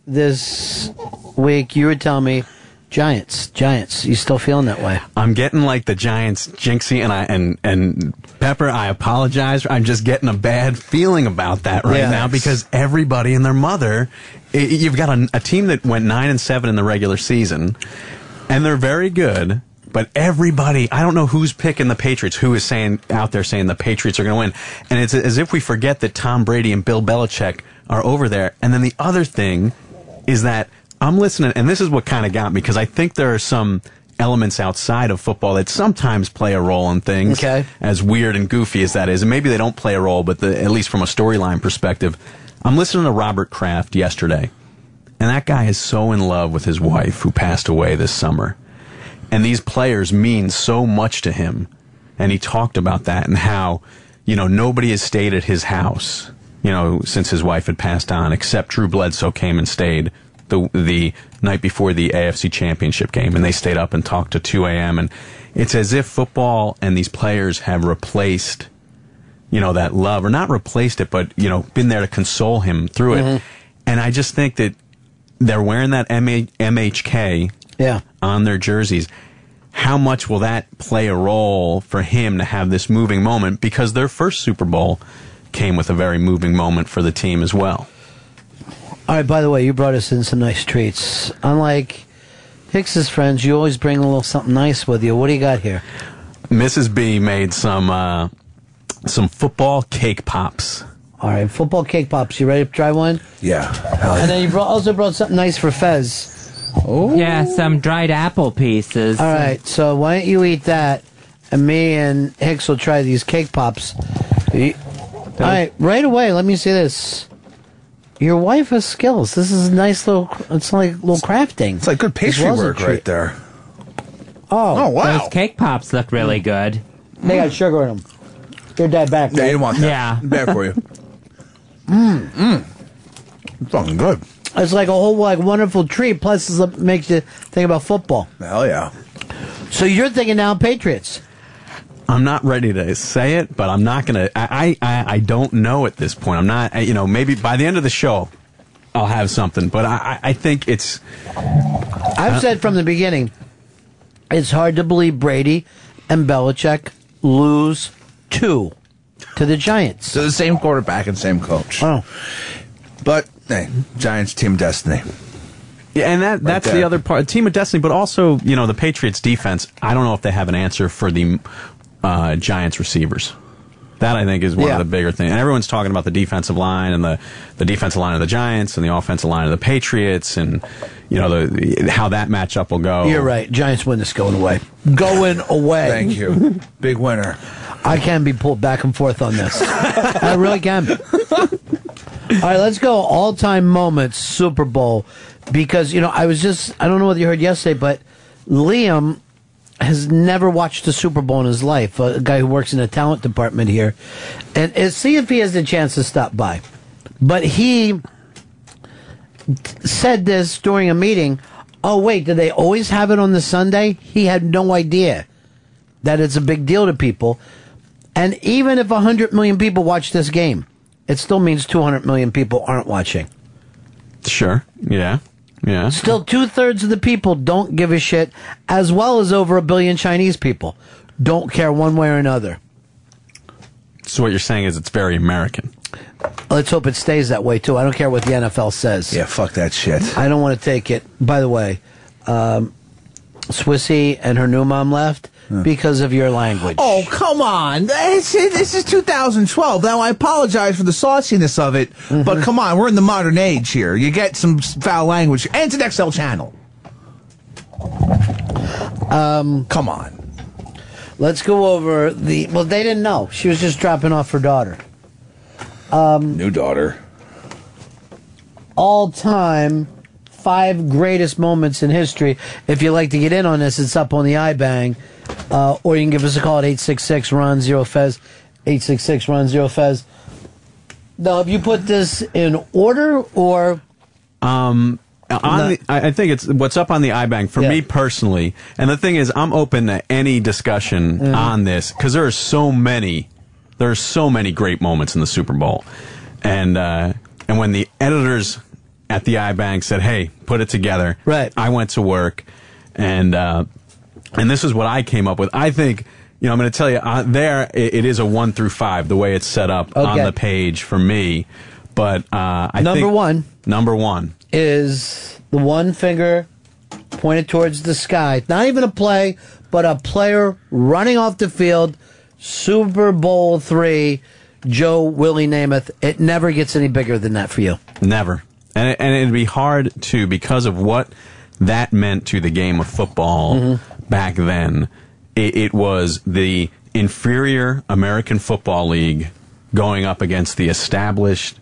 S2: this week you were telling me Giants, Giants. You still feeling that way?
S20: I'm getting like the Giants jinxy, and I and and Pepper. I apologize. I'm just getting a bad feeling about that right
S2: Yeah.
S20: now because everybody and their mother. i- i you've got a, a team that went nine and seven in the regular season, and they're very good. But everybody, I don't know who's picking the Patriots. Who is saying out there saying the Patriots are going to win? And it's as if we forget that Tom Brady and Bill Belichick are over there. And then the other thing is that I'm listening, and this is what kind of got me because I think there are some elements outside of football that sometimes play a role in things.
S2: Okay.
S20: As weird and goofy as that is, and maybe they don't play a role, but the, at least from a storyline perspective, I'm listening to Robert Kraft yesterday, and that guy is so in love with his wife who passed away this summer, and these players mean so much to him, and he talked about that and how you know nobody has stayed at his house you know, since his wife had passed on, except Drew Bledsoe came and stayed the the night before the AFC Championship game, and they stayed up and talked to 2 a.m. And it's as if football and these players have replaced, you know, that love, or not replaced it, but you know, been there to console him through it. And I just think that they're wearing that MH- MHK
S2: Yeah.
S20: on their jerseys. How much will that play a role for him to have this moving moment? Because their first Super Bowl came with a very moving moment for the team as well.
S2: All right. By the way, you brought us in some nice treats. Unlike Hicks's friends, you always bring a little something nice with you. What do you got here?
S20: Mrs. B made some uh, some football cake pops.
S2: All right, football cake pops. You ready to try one?
S3: Yeah.
S2: And then you brought, also brought something nice for Fez. Oh.
S11: Yeah, some dried apple pieces.
S2: All right. So why don't you eat that, and me and Hicks will try these cake pops. Y- All right. Right away. Let me see this. Your wife has skills. This is a nice little. It's like little crafting. It's
S3: like good pastry work right there.
S2: Oh.
S11: Those cake pops look really good.
S2: They got sugar in them. They're diabetic.
S3: Yeah, you don't want that.
S11: Yeah.
S3: Bad for you.
S2: Mmm.
S3: Mm. It's fucking good.
S2: It's like a whole like wonderful treat. Plus, it makes you think about football.
S3: Hell yeah.
S2: So you're thinking now Patriots.
S20: I'm not ready to say it, but I'm not gonna. I I, I- I don't know at this point. I'm not. I- You know, maybe by the end of the show, I'll have something. But I I- I think it's.
S2: I've said from the beginning, it's hard to believe Brady and Belichick lose two to the Giants. So
S3: the same quarterback and same coach.
S2: Oh.
S3: But hey, Giants team destiny.
S20: Yeah, and that that's the
S3: there.
S20: other part. Team of Destiny, but also you know the Patriots defense. I don't know if they have an answer for the uh, Giants receivers. That I think is one
S2: Yeah.
S20: of the bigger things. And everyone's talking about the defensive line and the the defensive line of the Giants and the offensive line of the Patriots and you know the how that matchup will go.
S3: Oh.
S2: You're right. Giants win this going away. Going away.
S3: Thank you. Big winner.
S2: I can be pulled back and forth on this. I really can. All right, let's go all time moments Super Bowl because you know I was just I don't know whether you heard yesterday, but Liam has never watched a Super Bowl in his life. A guy who works in the talent department here, and, and see if he has the chance to stop by. But he said this during a meeting. Oh wait, do they always have it on the Sunday? He had no idea that it's a big deal to people. And even if 100 million people watch this game, it still means 200 million people aren't watching.
S20: Sure. Yeah. Yeah.
S2: Still, two thirds of the people don't give a shit, as well as over a billion Chinese people don't care one way or another.
S20: So what you're saying is it's very American.
S2: Let's hope it stays that way, too. I don't care what the NFL says.
S3: Yeah, fuck that shit.
S2: I don't want to take it. By the way, um, Swissy and her new mom left because of your language.
S3: Oh, come on. This is, this is 2012. Now, I apologize for the sauciness of it,
S2: Mm-hmm.
S3: but come on, we're in the modern age here. You get some s- foul language, and it's an XL channel.
S2: Um,
S3: Come on.
S2: Let's go over the. Well, they didn't know. She was just dropping off her daughter. Um,
S3: New daughter.
S2: all time five greatest moments in history. If you'd like to get in on this, it's up on the iBang. Uh, or you can give us a call at 866 Ron Zero Fez. 866 Ron Zero Fez. Now, have you put this in order or.
S20: Um, on the, I I think it's what's up on the iBank for me personally. And the thing is, I'm open to any discussion
S17: Mhm.
S20: on this because there are so many, there are so many great moments in the Super Bowl, and uh, and when the editors at the iBank said, "Hey, put it together," right? I went to work. and uh, and this is what I came up with. I think you know I'm going to tell you uh, there it, it is a one through five the way it's set up on
S2: Okay.
S20: the page for me. But uh, I
S2: Number
S20: think-
S2: one.
S20: number one,
S2: is the one finger pointed towards the sky. Not even a play, but a player running off the field. Super Bowl three, Joe Willie Namath. It never gets any bigger than that for you.
S20: Never. And it, and it'd be hard to because of what that meant to the game of football
S2: Mm-hmm.
S20: back then. It, it was the inferior American Football League going up against the established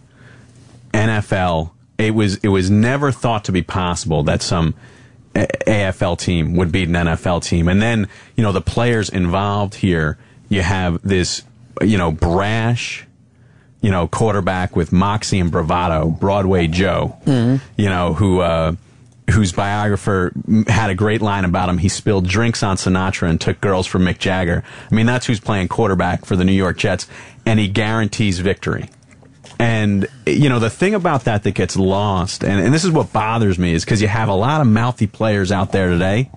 S20: NFL. It was it was never thought to be possible that some A- AFL team would beat an NFL team. And then, you know, the players involved here, you have this, you know, brash, you know, quarterback with moxie and bravado, Broadway Joe, you know, who, uh, whose biographer had a great line about him. He spilled drinks on Sinatra and took girls from Mick Jagger. I mean, that's who's playing quarterback for the New York Jets, and he guarantees victory. And you know the thing about that that gets lost, and, and this is what bothers me, is because you have a lot of mouthy players out there today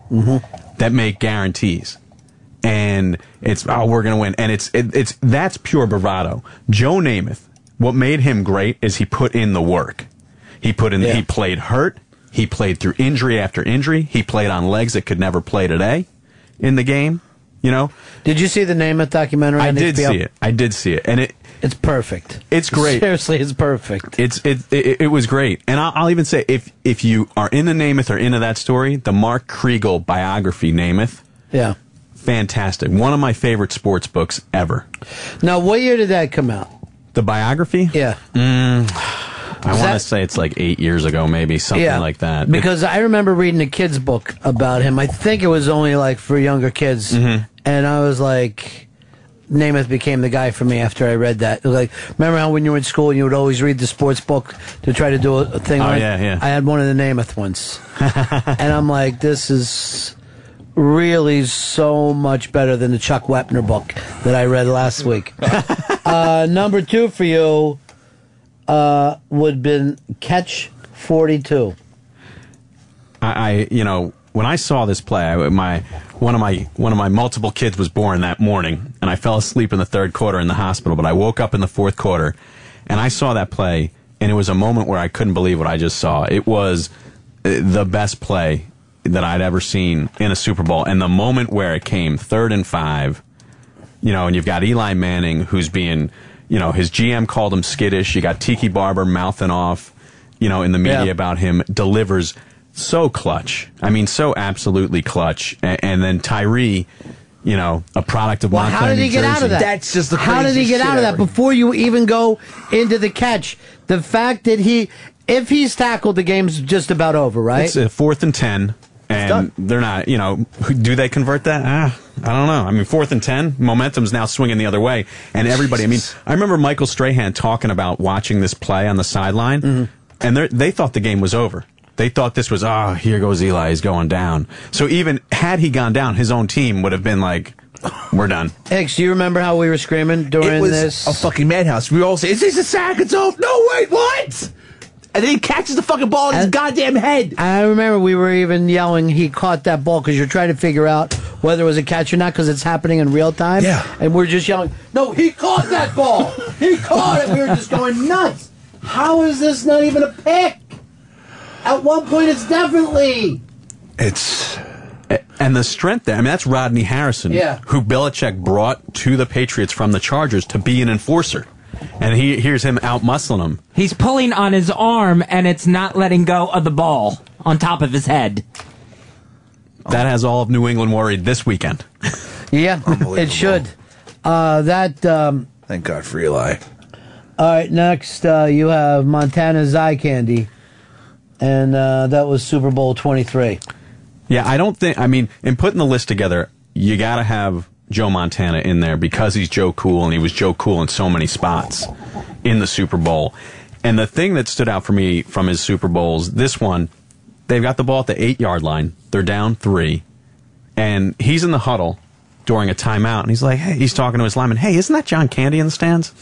S20: that make guarantees, and it's oh we're gonna win, and it's it, it's that's pure bravado. Joe Namath, what made him great is he put in the work. He put in he played hurt, he played through injury after injury, he played on legs that could never play today in the game. You know,
S2: Did you see the Namath documentary?
S20: I
S2: on
S20: did
S2: HBO?
S20: see it. I did see it, and it
S2: it's perfect.
S20: It's great.
S2: Seriously, it's perfect.
S20: It's it it, it was great, and I'll, I'll even say if if you are in the Namath or into that story, the Mark Kriegel biography Namath,
S2: Yeah.
S20: fantastic. One of my favorite sports books ever.
S2: Now, what year did that come out?
S20: The biography.
S2: Yeah.
S20: Mm, I
S2: Is
S20: want to
S2: that-
S20: say it's like eight years ago, maybe something like that.
S2: Because I remember reading a kid's book about him. I think it was only like for younger kids.
S20: Mm-hmm.
S2: And I was like, Namath became the guy for me after I read that. It was Like, remember how when you were in school you would always read the sports book to try to do a, a thing?
S20: Oh,
S2: on it?
S20: yeah, yeah.
S2: I had one of the Namath ones, and I'm like, this is really so much better than the Chuck Wepner book that I read last week. uh, number two for you uh, would been Catch 42.
S20: I, I you know when I saw this play, I, my one of my one of my multiple kids was born that morning, and I fell asleep in the third quarter in the hospital. But I woke up in the fourth quarter, and I saw that play, and it was a moment where I couldn't believe what I just saw. It was uh, the best play that I'd ever seen in a Super Bowl, and the moment where it came third and five you know, and you've got Eli Manning who's being, you know, his GM called him skittish. You got Tiki Barber mouthing off, you know, in the media
S5: Yeah.
S20: about him. Delivers so clutch. I mean, so absolutely clutch. And, and then Tyree, you know, a product of
S2: Well,
S20: Montclair,
S2: how did he
S20: New
S2: get out
S20: Jersey.
S2: of that? How did he get out of that before you even go into the catch? The fact that he, if he's tackled, the game's just about over, right?
S20: It's a fourth and ten, and they're not. You know, who- do they convert that? Ah, I don't know. I mean, fourth and ten, momentum's now swinging the other way, and everybody. I mean, I remember Michael Strahan talking about watching this play on the sideline, and they're- they thought the game was over. They thought this was ah, here goes Eli, he's going down. So even had he gone down, his own team would have been like, we're done.
S2: Hicks, do you remember how we were screaming during
S3: It was
S2: this?
S3: a fucking madhouse. We all say, "Is this a sack? It's off." No, wait, what? And then he catches the fucking ball in his goddamn head.
S2: I remember we were even yelling, he caught that ball because you're trying to figure out whether it was a catch or not because it's happening in real time. Yeah. And we're just yelling, no, he caught that ball. he caught it. We were just going nuts. How is this not even a pick? At one point, it's definitely.
S20: It's and the strength there. I mean, that's Rodney Harrison,
S2: Yeah.
S20: who Belichick brought to the Patriots from the Chargers to be an enforcer, and he here's him out muscling him.
S11: He's pulling on his arm and it's not letting go of the ball on top of his head.
S20: That has all of New England worried this weekend.
S2: Yeah, it should. Uh, that. Um,
S3: Thank God for Eli.
S2: all right, next uh, you have Montana's Eye Candy, and uh, that was Super Bowl 23.
S20: Yeah, I don't think. I mean, in putting the list together, you got to have Joe Montana in there because he's Joe Cool, and he was Joe Cool in so many spots in the Super Bowl. And the thing that stood out for me from his Super Bowls, this one, they've got the ball at the eight yard line. They're down three, and he's in the huddle during a timeout, and he's like, "Hey," he's talking to his lineman, "Hey, isn't that John Candy in the stands?"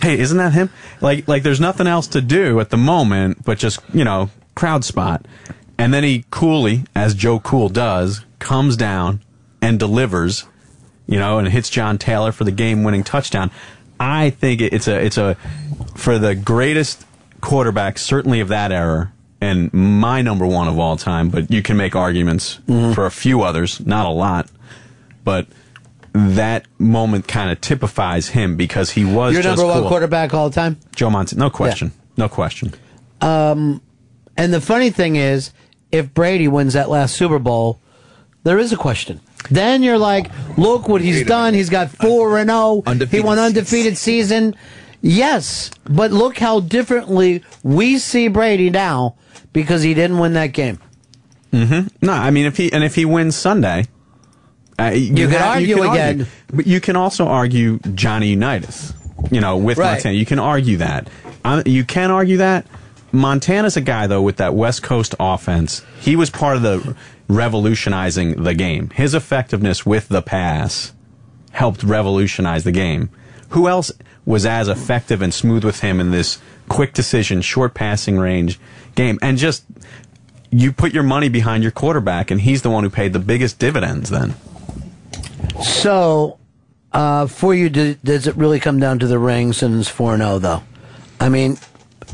S20: hey, isn't that him? Like, like there's nothing else to do at the moment but just you know crowd spot, And then he coolly, as Joe Cool does, comes down and delivers, you know, and hits John Taylor for the game-winning touchdown. I think it- it's a it's a for the greatest quarterback, certainly of that era, and my number one of all time. But you can make arguments for a few others, not a lot, but. That moment kind of typifies him because he was
S2: Your
S20: just
S2: number one
S20: cool.
S2: quarterback all the time?
S20: Joe Montana, no question, no question.
S2: Um, and the funny thing is, if Brady wins that last Super Bowl, there is a question. Then you're like, look what he's done. He's got four and zero. He won undefeated season. Yes, but look how differently we see Brady now because he didn't win that game.
S20: Mm-hmm. No, I mean if he and if he wins Sunday, uh, you,
S2: could
S20: have-
S2: argue again.
S20: but you can also argue Johnny Unitas. You know, with
S2: Right.
S20: Montana, you can argue that. Um, you can argue that Montana's a guy though with that West Coast offense. He was part of the revolutionizing the game. His effectiveness with the pass helped revolutionize the game. Who else was as effective and smooth with him in this quick decision, short passing range game? And just you put your money behind your quarterback, and he's the one who paid the biggest dividends then.
S2: So, uh, for you, do, does it really come down to the rings and it's 4 0, though? I mean,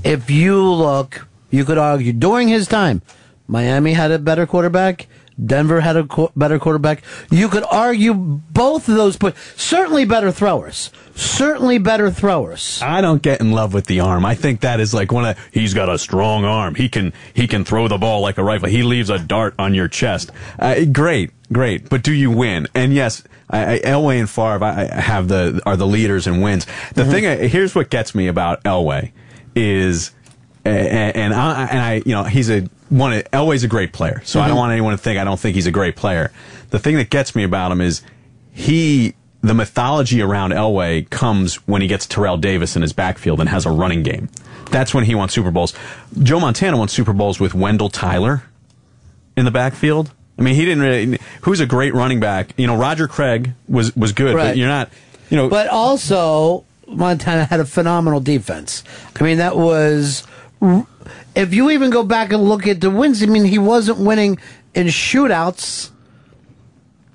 S2: if you look, you could argue during his time, Miami had a better quarterback. Denver had a qu- better quarterback. You could argue both of those, but certainly better throwers. Certainly better throwers.
S20: I don't get in love with the arm. I think that is like one of the, he's got a strong arm. He can he can throw the ball like a rifle. He leaves a dart on your chest. Uh, great, great. But do you win? And yes, I, I, Elway and Favre I, I have the are the leaders and wins. The thing I, here's what gets me about Elway is a- a- and I, and I you know he's a one of- Elway's a great player. So I don't
S17: Mhm.
S20: want anyone to think I don't think he's a great player. The thing that gets me about him is he the mythology around Elway comes when he gets Terrell Davis in his backfield and has a running game. That's when he won Super Bowls. Joe Montana won Super Bowls with Wendell Tyler in the backfield. I mean, he didn't really. Who's a great running back? You know, Roger Craig was was good,
S2: Right.
S20: but you're not. You know,
S2: But also, Montana had a phenomenal defense. I mean, that was. If you even go back and look at the wins, I mean, he wasn't winning in shootouts.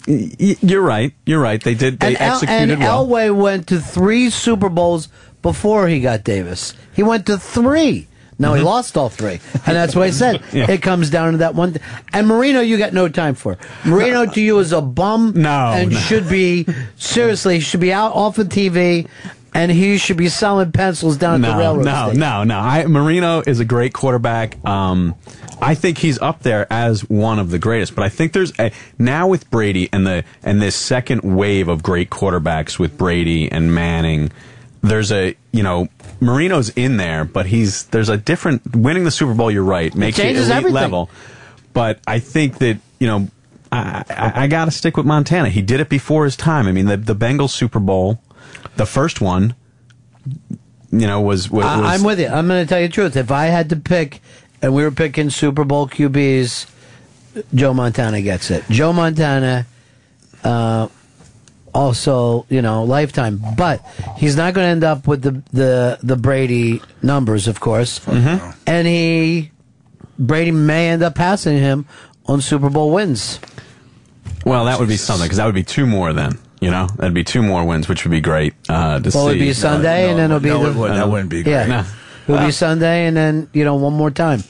S20: y- y- you're right. You're right. They did. They
S2: and, El-
S20: executed
S2: and
S20: well.
S2: Elway went to three Super Bowls before he got Davis. He went to three. Now he
S20: Mhm.
S2: lost all three, and that's what I said.
S20: Yeah.
S2: It comes down to that one. Th- and Marino, you got no time for. Marino to you is a bum. No, and should be seriously he should be out off of TV, and he should be selling pencils down at the
S20: no,
S2: railroad
S20: no,
S2: station.
S20: no, no. I, Marino is a great quarterback. Um, I think he's up there as one of the greatest. But I think there's a, now with Brady and the and this second wave of great quarterbacks with Brady and Manning. There's a you know Marino's in there, but he's there's a different winning the Super Bowl. You're right, makes you
S2: changes
S20: elite
S2: everything.
S20: level. But I think that you know. I, I, I got to stick with Montana. He did it before his time. I mean, the, the Bengals Super Bowl, the first one, you know, was was,
S2: I,
S20: was
S2: I'm with you. I'm going to tell you the truth. If I had to pick, and we were picking Super Bowl QBs, Joe Montana gets it. Joe Montana, uh, also you know lifetime, but he's not going to end up with the the the Brady numbers, of course.
S20: Mm-hmm.
S2: And he Brady may end up passing him on Super Bowl wins.
S20: Well, that would be something because that would be two more then. You know, that'd be two more wins, which would be great uh, to see. Uh,
S2: Well, it'd be Sunday, and then it'll be the, Yeah, it'll
S20: Well,
S2: be Sunday, and then you know one more time.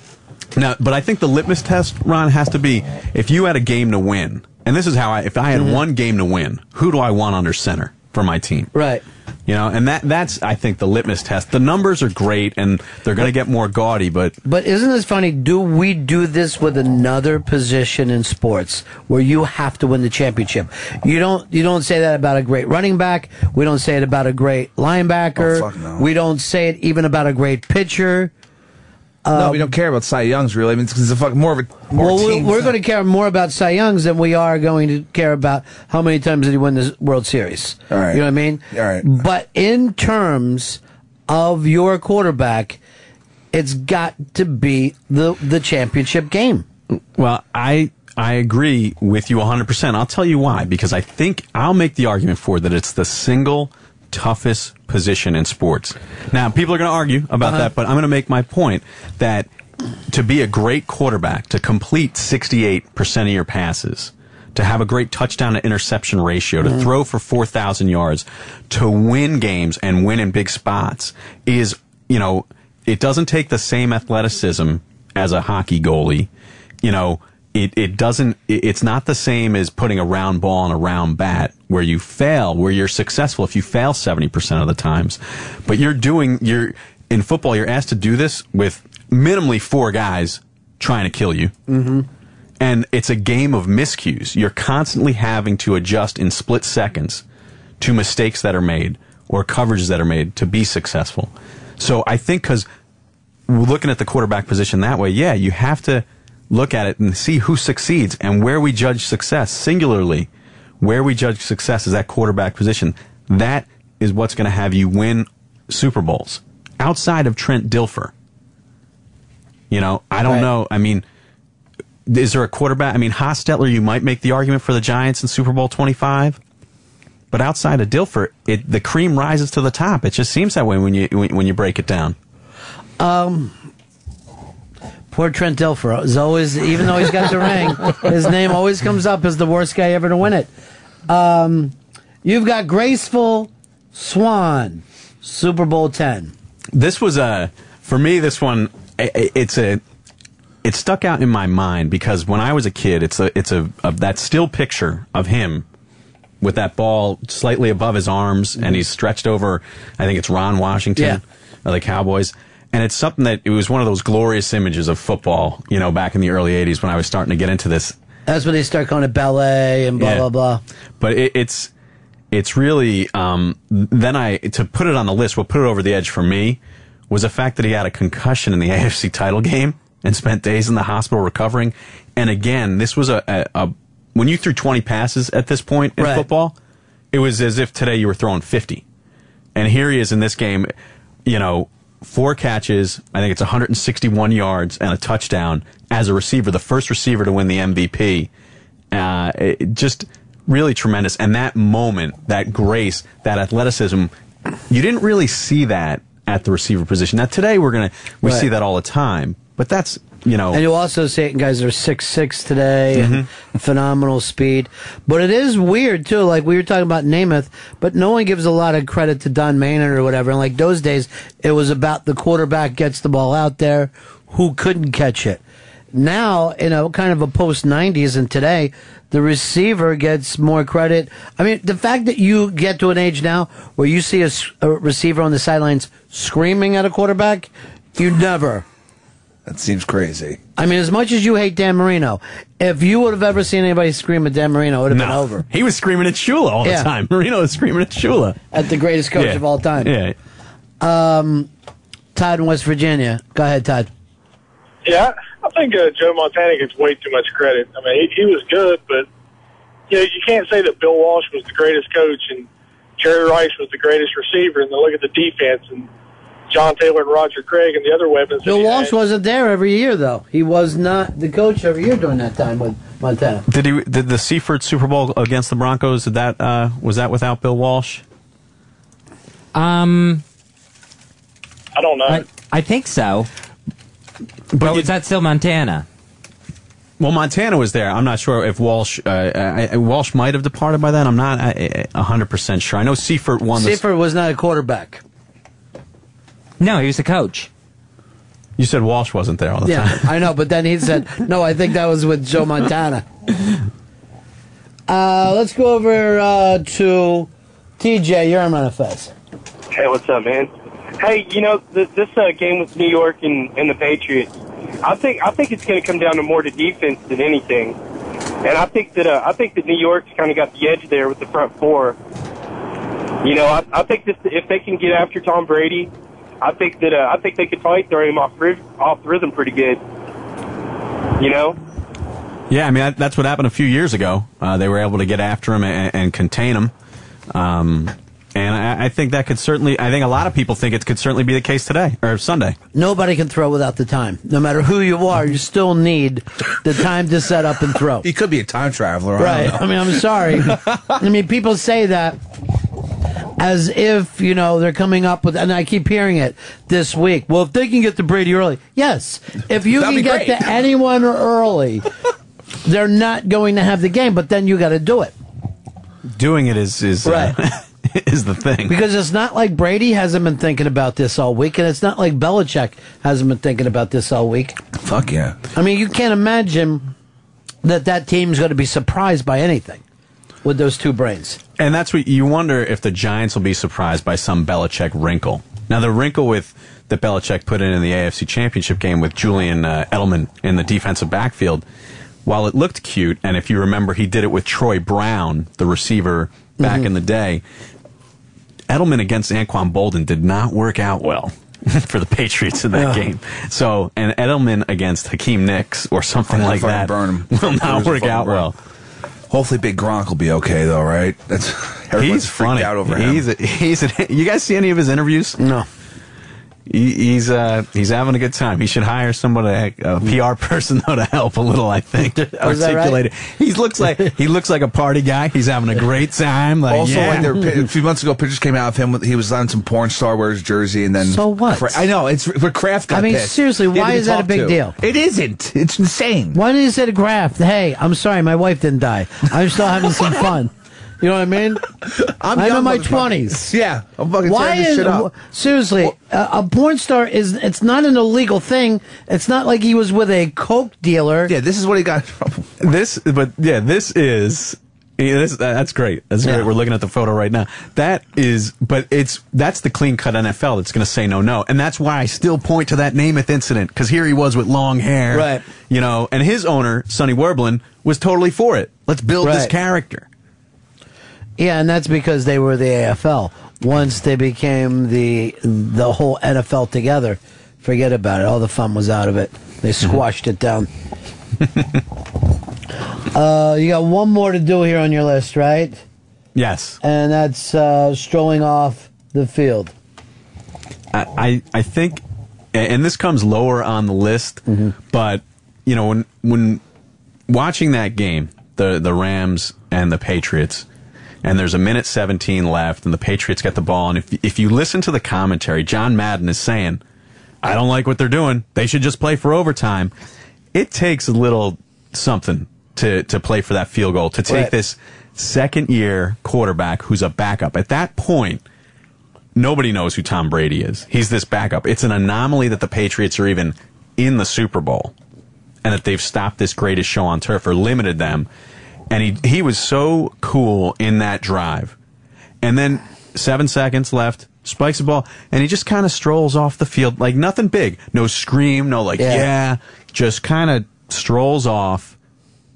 S20: Now, but I think the litmus test, Ron, has to be if you had a game to win, and this is how I, if I had one game to win, who do I want under center for my team?
S2: Right.
S20: You know, and that that's I think the litmus test. The numbers are great, and they're going to get more gaudy, but
S2: But isn't this funny? Do we do this with another position in sports where you have to win the championship? You don't. You don't say that about a great running back. We don't say it about a great linebacker.
S3: Oh, fuck no.
S2: We don't say it even about a great pitcher.
S3: no, we don't care about Cy Young's really. I mean, it's, 'cause it's a fuck more of a more
S2: Um, well, we're,
S3: team
S2: we're going to care more about Cy Young's than we are going to care about how many times did he win the World Series. All right. You know what I mean? All right. But in terms of your quarterback, it's got to be the the championship game.
S20: Well, I I agree with you 100%. I'll tell you why because I think I'll make the argument for that it's the single toughest position in sports. Now, people are going to argue about
S17: Uh-huh.
S20: that, but I'm going to make my point that to be a great quarterback, to complete 68% of your passes, to have a great touchdown to interception ratio, to throw for 4,000 yards, to win games and win in big spots is, you know, it doesn't take the same athleticism as a hockey goalie. You know, it, it doesn't, it, it's not the same as putting a round ball on a round bat where you fail, where you're successful if you fail 70% of the times. But you're doing, you're, in football, you're asked to do this with minimally four guys trying to kill you.
S6: Mm-hmm.
S20: And it's a game of miscues. You're constantly having to adjust in split seconds to mistakes that are made or coverages that are made to be successful. So I think because looking at the quarterback position that way, yeah, you have to look at it and see who succeeds and where we judge success singularly. Where we judge success is that quarterback position. That is what's going to have you win Super Bowls outside of Trent Dilfer. You know, I don't know. I mean, is there a quarterback? I mean, Hostetler, you might make the argument for the Giants in Super Bowl 25. But outside of Dilfer, it, the cream rises to the top. It just seems that way when you when, when you break it down.
S2: Um, poor Trent Dilfer is always, even though he's got the ring, his name always comes up as the worst guy ever to win it. Um, you've got Graceful Swan, Super Bowl 10.
S20: This was a for me. This one, i- i- it's a it stuck out in my mind because when I was a kid, it's a it's a, a that still picture of him with that ball slightly above his arms and he's stretched over I think it's Ron Washington
S2: Yeah.
S20: of the Cowboys and it's something that it was one of those glorious images of football, you know, back in the early 80s when I was starting to get into this
S2: That's when they start calling it ballet and blah,
S20: Yeah.
S2: blah, blah.
S20: but it, it's it's really um, then I to put it on the list. What put it over the edge for me was the fact that he had a concussion in the AFC title game and spent days in the hospital recovering. And again, this was a, a, a when you threw twenty passes at this point in football, it was as if today you were throwing fifty. And here he is in this game, you know, four catches. I think it's 161 yards and a touchdown as a receiver, the first receiver to win the MVP. Uh, it, just really tremendous. And that moment, that grace, that athleticism, you didn't really see that at the receiver position. Now today we're gonna we
S2: Right.
S20: see that all the time, but that's you know
S2: And you also see it in guys that are six six today, and phenomenal speed. But it is weird too. Like we were talking about Namath, but no one gives a lot of credit to Don Maynard or whatever. And like those days, it was about the quarterback gets the ball out there, who couldn't catch it. Now, in a kind of a post '90s and today, the receiver gets more credit. I mean, the fact that you get to an age now where you see a, s- a receiver on the sidelines screaming at a quarterback, you never.
S3: That seems crazy.
S2: I mean, as much as you hate Dan Marino, if you would have ever seen anybody scream at Dan Marino, it would have been
S20: No.
S2: over.
S20: He was screaming at Shula all the
S2: Yeah.
S20: time. Marino was screaming at Shula.
S2: At the greatest coach
S20: Yeah.
S2: of all time.
S20: Yeah.
S2: Um, Todd in West Virginia. Go ahead, Todd.
S17: Yeah, I think uh, Joe Montana gets way too much credit. I mean, he, he was good, but you know, you can't say that Bill Walsh was the greatest coach and Jerry Rice was the greatest receiver. And then look at the defense and John Taylor and Roger Craig and the other weapons.
S2: Bill Walsh wasn't there every year, though. He was not the coach every year during that time with Montana.
S20: Did he did the Seaford Super Bowl against the Broncos? Did that uh, was that without Bill Walsh?
S11: Um,
S17: I don't know.
S11: I, I think so. But was that still Montana?
S20: Well, Montana was there. I'm not sure if Walsh uh, I, I- Walsh might have departed by then. I'm not uh, I- I- 100% sure. I know Seifert won the
S2: Seifert was not a quarterback.
S11: No, he was the coach.
S20: You said Walsh wasn't there all the
S2: Yeah,
S20: time.
S2: I know. But then he said, "No, I think that was with Joe Montana." Uh, let's go over uh, to TJ. You're on Manifest.
S19: Hey, what's up, man? Hey, you know th- this uh, game with New York and, and the Patriots. I think I think it's going to come down to more to defense than anything, and I think that uh, I think that New York's kind of got the edge there with the front four. You know, I, I think this if they can get after Tom Brady, I think that uh, I think they could probably throw him off ry- off rhythm pretty good. You know,
S20: Yeah, I mean that, that's what happened a few years ago. Uh, they were able to get after him and, and contain him, um, and I, I think that could certainly. I think a lot of people think it could certainly be the case today or Sunday.
S2: Nobody can throw without the time. No matter who you are, you still need the time to set up and throw.
S3: He could be a time traveler. I
S2: Right.
S3: don't
S2: I mean, I'm sorry. I mean, people say that. as if you know they're coming up with, and I keep hearing it this week. Well, if they can get to Brady early, yes. If you
S6: That'd
S2: can
S6: be
S2: get
S6: great.
S2: to anyone early, they're not going to have the game. But then you got to do it.
S20: Doing it is is uh, is the thing.
S2: Because it's not like Brady hasn't been thinking about this all week, and it's not like Belichick hasn't been thinking about this all week.
S3: Fuck yeah.
S2: I mean, you can't imagine that that team's going to be surprised by anything with those two brains.
S20: And that's what you wonder if the Giants will be surprised by some Belichick wrinkle. Now the wrinkle with that Belichick put in in the AFC Championship game with Julian uh, Edelman in the defensive backfield, while it looked cute, and if you remember, he did it with Troy Brown, the receiver back
S3: Mm-hmm.
S20: in the day. Edelman against Anquan Bolden did not work out well for the Patriots in that
S6: Yeah.
S20: game. So, an Edelman against Hakeem Nicks or something
S3: Oh,
S20: like
S3: fucking
S20: that
S3: burn him.
S20: will not
S3: Fucking
S20: work out
S3: burn him.
S20: well.
S3: Hopefully, Big Gronk will be okay though, right? That's everybody's
S20: he's
S3: freaked
S20: funny.
S3: out over him.
S20: he's A, he's a, you guys see any of his interviews?
S2: No.
S20: He, he's uh he's having a good time. He should hire somebody a PR person though to help a little. I think to
S6: Oh, is that right?
S20: articulate it. He looks like he looks like a party guy. He's having a great time. Like
S3: also,
S20: yeah.
S3: like there, a few months ago, pictures came out of him. With, he was on some porn star wears jersey, and then
S2: So what?
S3: Cra- I know it's but Kraft. Got
S2: I mean,
S3: pissed.
S2: seriously,
S3: He had to
S2: why
S3: be
S2: is that a
S3: talked
S2: big
S3: to.
S2: deal?
S3: It isn't. It's insane.
S2: Why is it a graft? Hey, I'm sorry, my wife didn't die. I'm still having some fun. You know what I mean? I'm,
S3: young,
S2: in my
S3: motherfucker.
S2: twenties.
S3: Yeah, I'm fucking tearing this shit up.
S2: seriously a, a porn star is? It's not an illegal thing. It's not like he was with a coke dealer. Yeah,
S3: this is what he got.
S20: this but yeah this is yeah, this, that's great that's great we're looking at the photo right now that is but it's that's the clean cut nfl that's going to say no no and that's why i still point to that namath incident because here he was with long hair
S6: Right.
S20: you know and his owner sonny werblin was totally for it let's build this
S2: Right.
S20: character
S2: Yeah, and that's because they were the AFL. Once they became the the whole NFL together, forget about it. All the fun was out of it. They squashed it down. uh, you got one more to do here on your list, right?
S20: yes
S2: And that's uh, strolling off the field.
S20: I, I I think, and this comes lower on the list, but you know when when watching that game, the the Rams and the Patriots, and there's a minute 17 left, and the Patriots get the ball, and if if you listen to the commentary, John Madden is saying, "I don't like what they're doing. They should just play for overtime." It takes a little something to to play for that field goal to take
S6: Right.
S20: this second year quarterback who's a backup at that point nobody knows who Tom Brady is. He's this backup. It's an anomaly that the Patriots are even in the Super Bowl and that they've stopped this greatest show on turf or limited them. And he he was so cool in that drive. And then 7 seconds left, spikes the ball and he just kind of strolls off the field like nothing big. No scream, no like yeah,
S6: Yeah.
S20: just kind of strolls off.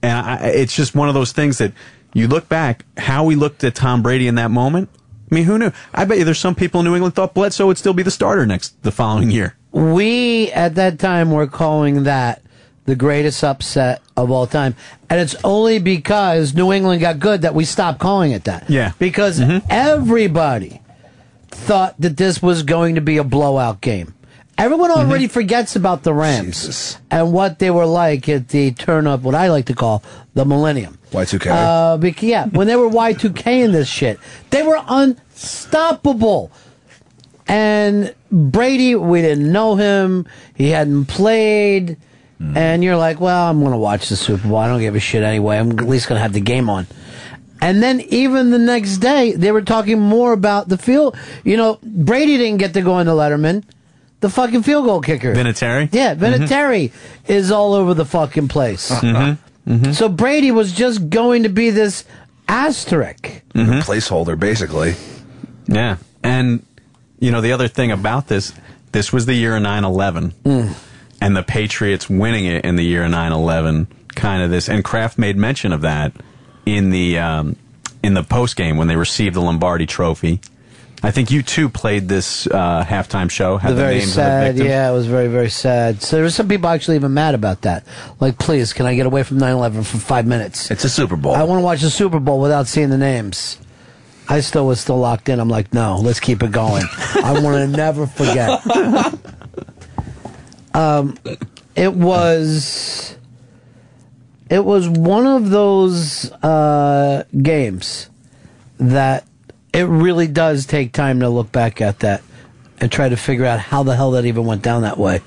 S20: And I, it's just one of those things that you look back, how we looked at Tom Brady in that moment. I mean, who knew? I bet you there's some people in New England thought Bledsoe would still be the starter next the following year.
S2: We at that time were calling that the greatest upset of all time, and it's only because New England got good that we stopped calling it that.
S20: Yeah.
S2: because everybody thought that this was going to be a blowout game. Everyone already forgets about the Rams and what they were like at the turn of what I like to call the millennium.
S3: Y2K.
S2: Uh, bec- yeah, when they were Y2K in this shit, they were unstoppable. And Brady, we didn't know him. He hadn't played. And you're like, well, I'm going to watch the Super Bowl. I don't give a shit anyway. I'm at least going to have the game on. And then even the next day, they were talking more about the field. You know, Brady didn't get to go into Letterman. The fucking field goal kicker.
S20: Vinatieri?
S2: Yeah,
S20: Mhm.
S2: Vinatieri is all over the fucking place.
S20: Mhm.
S2: So Brady was just going to be this asterisk.
S3: placeholder, basically.
S20: Yeah. And, you know, the other thing about this, this was the year of 9 11.
S2: Mm.
S20: And the Patriots winning it in the year 9 11, kind of this. And Kraft made mention of that in the, um, in the post game when they received the Lombardi trophy. I think you too played this uh, halftime show, had the,
S2: very
S20: names
S2: sad,
S20: of the victims.
S2: yeah, it was very, very sad. So there were some people actually even mad about that. Like, please, can I get away from 9/11 for five minutes?
S3: It's a Super Bowl.
S2: I want to watch the Super Bowl without seeing the names. I still was still locked in. I'm like, no, let's keep it going. I want to never forget. Um, it was, it was one of those uh, games that it really does take time to look back at that and try to figure out how the hell that even went down that way.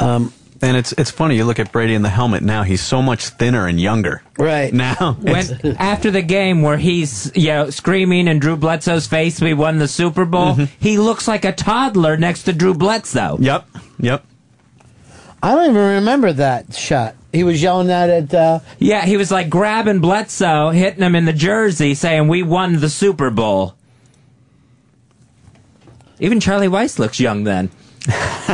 S20: Um, and it's it's funny. You look at Brady in the helmet now; he's so much thinner and younger.
S2: Right
S20: now, it's-
S11: when after the game where he's you know screaming in Drew Bledsoe's face, we won the Super Bowl.
S20: Mm-hmm.
S11: He looks like a toddler next to Drew Bledsoe.
S20: Yep, yep.
S2: I don't even remember that shot. He was yelling that at. Uh,
S11: Yeah, he was like grabbing Bledsoe, hitting him in the jersey, saying, "We won the Super Bowl." Even Charlie Weiss looks young then.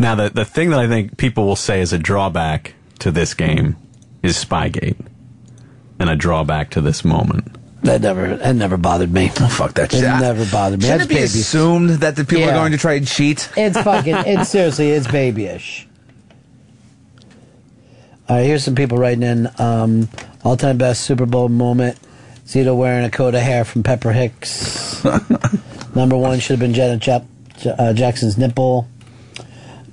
S20: Now, the, the thing that I think people will say is a drawback to this game is Spygate, and a drawback to this moment.
S2: That never that never bothered me.
S20: fuck
S3: Oh, that
S2: It
S3: shit. I-
S2: never bothered me.
S3: Shouldn't
S2: That's
S3: it be
S2: baby.
S3: assumed that the people are
S2: Yeah.
S3: going to try and cheat?
S2: It's fucking. It's seriously. It's babyish. All right, here's some people writing in. Um, All time best Super Bowl moment. Zito wearing a coat of hair from Pepper Hicks. Number one should have been Janet Jap- J- uh, Jackson's nipple.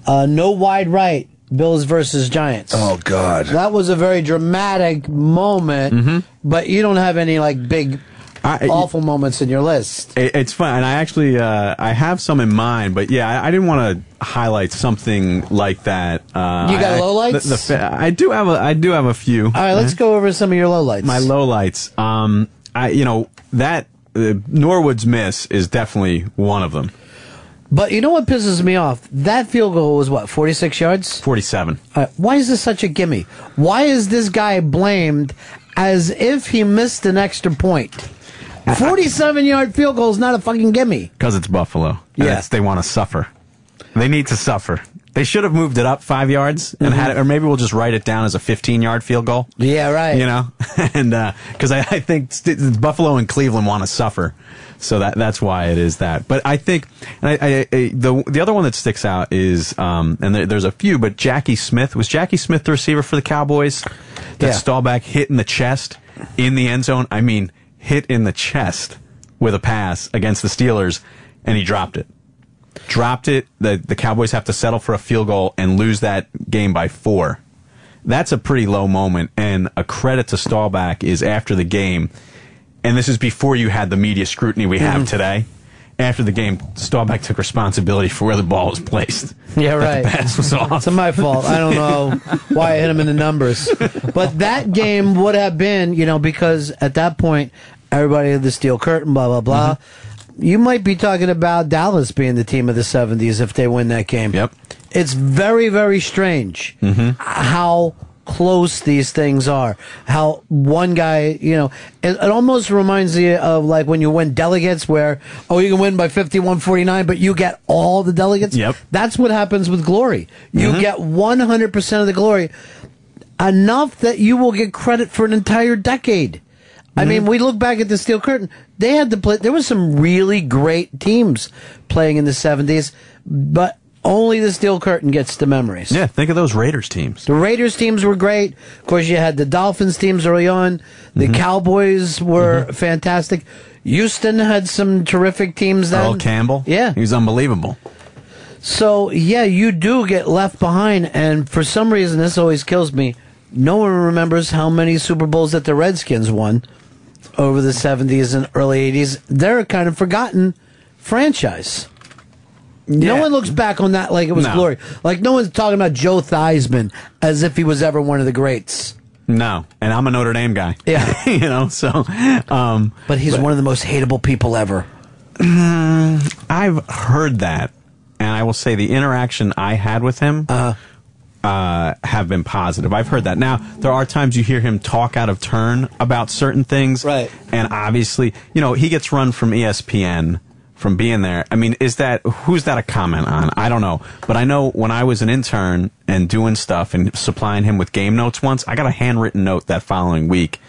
S2: Uh, no wide right. Bills versus Giants.
S3: Oh, God. Mm-hmm.
S2: That was a very dramatic moment, but you don't have any like big, awful moments in your list.
S20: It, it's fun, and I actually uh, I have some in mind, but yeah, I, I didn't want to highlight something like that. Uh,
S2: You got
S20: I, I-
S2: lowlights?
S20: The, the, fa- I do have a I do have a few. All
S2: right, let's go over some of your lowlights.
S20: My lowlights. Um, I you know that uh, Norwood's miss is definitely one of them.
S2: But you know what pisses me off? That field goal was what, 46 yards?
S20: 47.
S2: Uh, why is this such a gimme? Why is this guy blamed as if he missed an extra point? 47 yard field goal is not a fucking gimme.
S20: Because it's Buffalo. And
S2: Yeah.
S20: it's- they want to suffer. They need to suffer. They should have moved it up five yards and had it, or maybe we'll just write it down as a 15 yard field goal.
S2: Yeah, right.
S20: You know, and because I, I think st- Buffalo and Cleveland want to suffer, so that that's why it is that. But I think, and I, I, I the the other one that sticks out is, um, and there, there's a few, but Jackie Smith was Jackie Smith the receiver for the Cowboys that
S2: Yeah.
S20: Stallback hit in the chest in the end zone. I mean, hit in the chest with a pass against the Steelers, and he dropped it dropped it. The the Cowboys have to settle for a field goal and lose that game by four. That's a pretty low moment, and a credit to Stallback is after the game, and this is before you had the media scrutiny we have
S2: Mhm.
S20: today. After the game, Stallback took responsibility for where the ball was placed.
S2: Yeah, right.
S20: pass was off.
S2: It's my fault. I don't know why I hit him in the numbers. But that game would have been, you know, because at that point, everybody had the steel curtain, blah, blah, blah.
S20: Mm-hmm.
S2: You might be talking about Dallas being the team of the 70s if they win that game. Yep. It's very, very strange
S20: Mm-hmm.
S2: how close these things are. How one guy, you know, it, it almost reminds me of like when you win delegates where, oh, you can win by 51 49, but you get all the delegates. Yep. That's what happens with glory. You get 100% of the glory enough that you will get credit for an entire decade.
S20: Mm-hmm.
S2: I mean, we look back at the Steel Curtain. They had to play. There was some really great teams playing in the seventies, but only the Steel Curtain gets the memories.
S20: Yeah, think of those Raiders teams.
S2: The Raiders teams were great. Of course, you had the Dolphins teams early on. The
S20: Mm-hmm.
S2: Cowboys were fantastic. Houston had some terrific teams then.
S20: Earl Campbell.
S2: Yeah.
S20: he was unbelievable.
S2: So yeah, you do get left behind, and for some reason, this always kills me. No one remembers how many Super Bowls that the Redskins won over the seventies and early eighties. They're a kind of forgotten franchise. No one looks back on that like it was
S20: No.
S2: glory. Like no one's talking about Joe Theismann as if he was ever one of the greats.
S20: No, and I'm a Notre Dame guy.
S2: Yeah,
S20: you know. So, um,
S2: but he's one of the most hateable people ever.
S20: Mm, I've heard that, and I will say the interaction I had with him
S2: Uh-huh.
S20: uh, have been positive. I've heard that. Now there are times you hear him talk out of turn about certain things, right? And obviously, you know, he gets run from E ESPN from being there. I mean, is that who's that a comment on? I don't know, but I know when I was an intern and doing stuff and supplying him with game notes once, I got a handwritten note that following week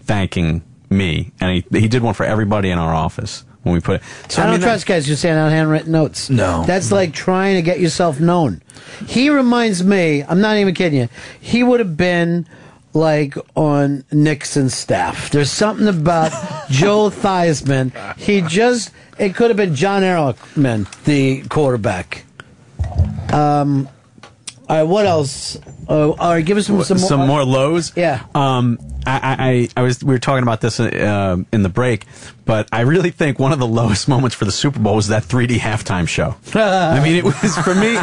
S20: thanking me, and he he did one for everybody in our office when we put it.
S2: I don't
S20: mean, that-
S2: trust guys who send out handwritten notes.
S20: No.
S2: That's like trying to get yourself known. He reminds me, I'm not even kidding you, he would have been like on Nixon's staff. There's something about Joe Theismann. He just, it could have been John Ehrlichman, the quarterback. Um, all right, what else? Oh, all right, give us some, some,
S20: some more lows.
S2: Yeah.
S20: Um, I, I, I was we were talking about this uh, in the break, but I really think one of the lowest moments for the Super Bowl was that 3D halftime show. I mean, it was for me.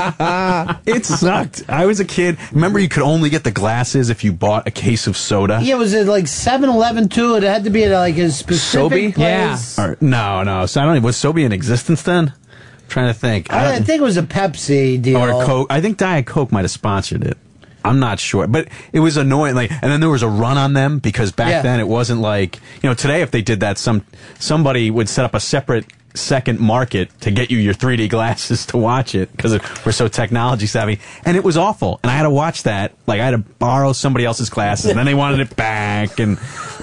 S20: It, it sucked. I was a kid. Remember, you could only get the glasses if you bought a case of soda.
S2: Yeah, was it like 7-Eleven too? It had to be at like a specific place.
S20: Or- no, no. So I don't. Was Sobe in existence then? I'm trying to think.
S2: I, I think it was a Pepsi deal.
S20: Or Coke. I think Diet Coke might have sponsored it. I'm not sure, but it was annoying. Like, and then there was a run on them because back
S2: Yeah.
S20: then it wasn't like you know today. If they did that, some somebody would set up a separate second market to get you your 3D glasses to watch it because we're so technology savvy. And it was awful. And I had to watch that. Like I had to borrow somebody else's glasses, and then they wanted it back. And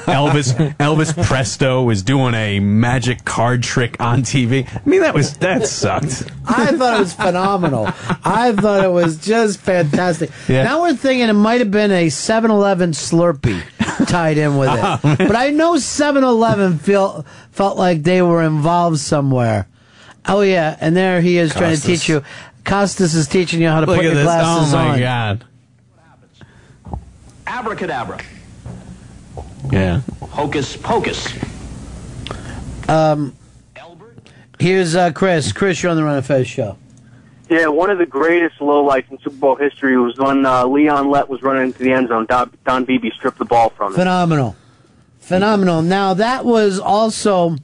S20: Elvis Elvis Presto was doing a magic card trick on TV. I mean, that was that sucked.
S2: I thought it was phenomenal. I thought it was just fantastic.
S20: Yeah.
S2: Now we're thinking it might have been a 7-Eleven Slurpee tied in with it.
S6: Oh, man.
S2: but I know 7-Eleven felt felt like they were involved somewhere. Oh yeah, and there he is trying to
S20: Costas.
S2: teach you. Costas is teaching you how to
S20: Look at
S2: put your
S20: this.
S2: glasses
S20: Oh my
S2: on.
S20: god.
S1: Abracadabra.
S20: Yeah.
S1: Hocus pocus.
S2: Um, here's uh, Chris. Chris, you're on the Run of Fez show.
S13: Yeah, one of the greatest lowlights in Super Bowl history was when uh, Leon Lett was running into the end zone. Don, Don Beebe stripped the ball from him.
S2: Phenomenal. Phenomenal. Now that was also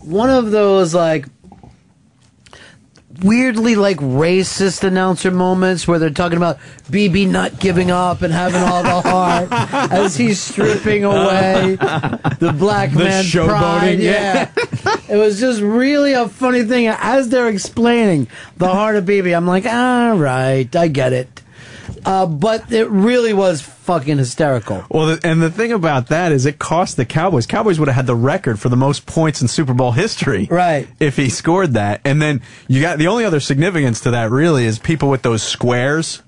S2: one of those like weirdly like racist announcer moments where they're talking about BB not giving up and having all the heart as he's stripping away the black
S6: The
S2: man's
S6: showboating,
S2: pride.
S6: yeah.
S2: Yeah. it was just really a funny thing as they're explaining the heart of BB. I'm like, all right, I get it. Uh, but it really was fucking hysterical.
S20: Well, the, and the thing about that is it cost the Cowboys. Cowboys would have had the record for the most points in Super Bowl history. Right. If he scored that. And then you got the only other significance to that really is people with those squares.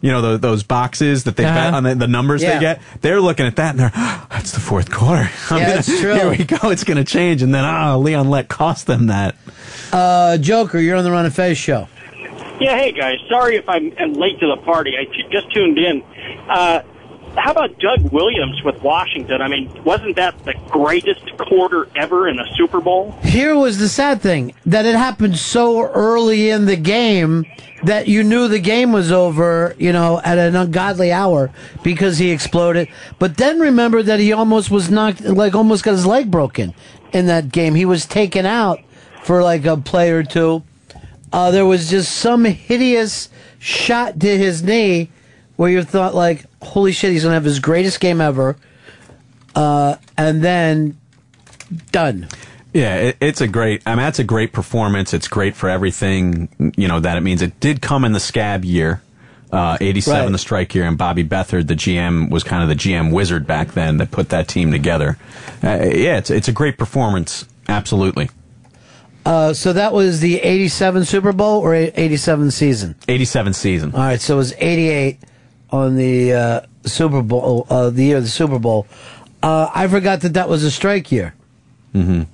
S20: You know, tho- those boxes that they bet
S6: Uh-huh.
S20: on the, the numbers
S6: Yeah.
S20: they get. They're looking at that and they're, that's the fourth quarter. I
S2: Yeah,
S20: mean,
S2: that's true.
S20: Here we go. It's going to change. And then, ah, Leon Lett cost them that.
S2: Uh, Joker, you're on the Run of Fez show.
S21: Yeah, hey guys. Sorry if I'm I'm late to the party. I t- just tuned in. Uh, how about Doug Williams with Washington? I mean, wasn't that the greatest quarter ever in a Super Bowl?
S2: Here was the sad thing that it happened so early in the game that you knew the game was over, you know, at an ungodly hour because he exploded. But then remember that he almost was knocked, like almost got his leg broken in that game. He was taken out for like a play or two. Uh, there was just some hideous shot to his knee where you thought like, holy shit, he's gonna have his greatest game ever. Uh, and then done.
S20: Yeah, it, it's a great. I mean, that's a great performance. It's great for everything you know that it means. It did come in the scab year, uh, eighty-seven,
S2: Right.
S20: the strike year, and Bobby Bethard, the GM, was kind of the GM wizard back then that put that team together. Uh, yeah, it's it's a great performance. Absolutely,
S2: Uh, so that was the 87 Super Bowl or a- 87 season?
S20: eighty-seven season.
S2: All right, so it was 88 on the uh, Super Bowl, uh, the year of the Super Bowl. Uh, I forgot that that was a strike year.
S20: Mm-hmm.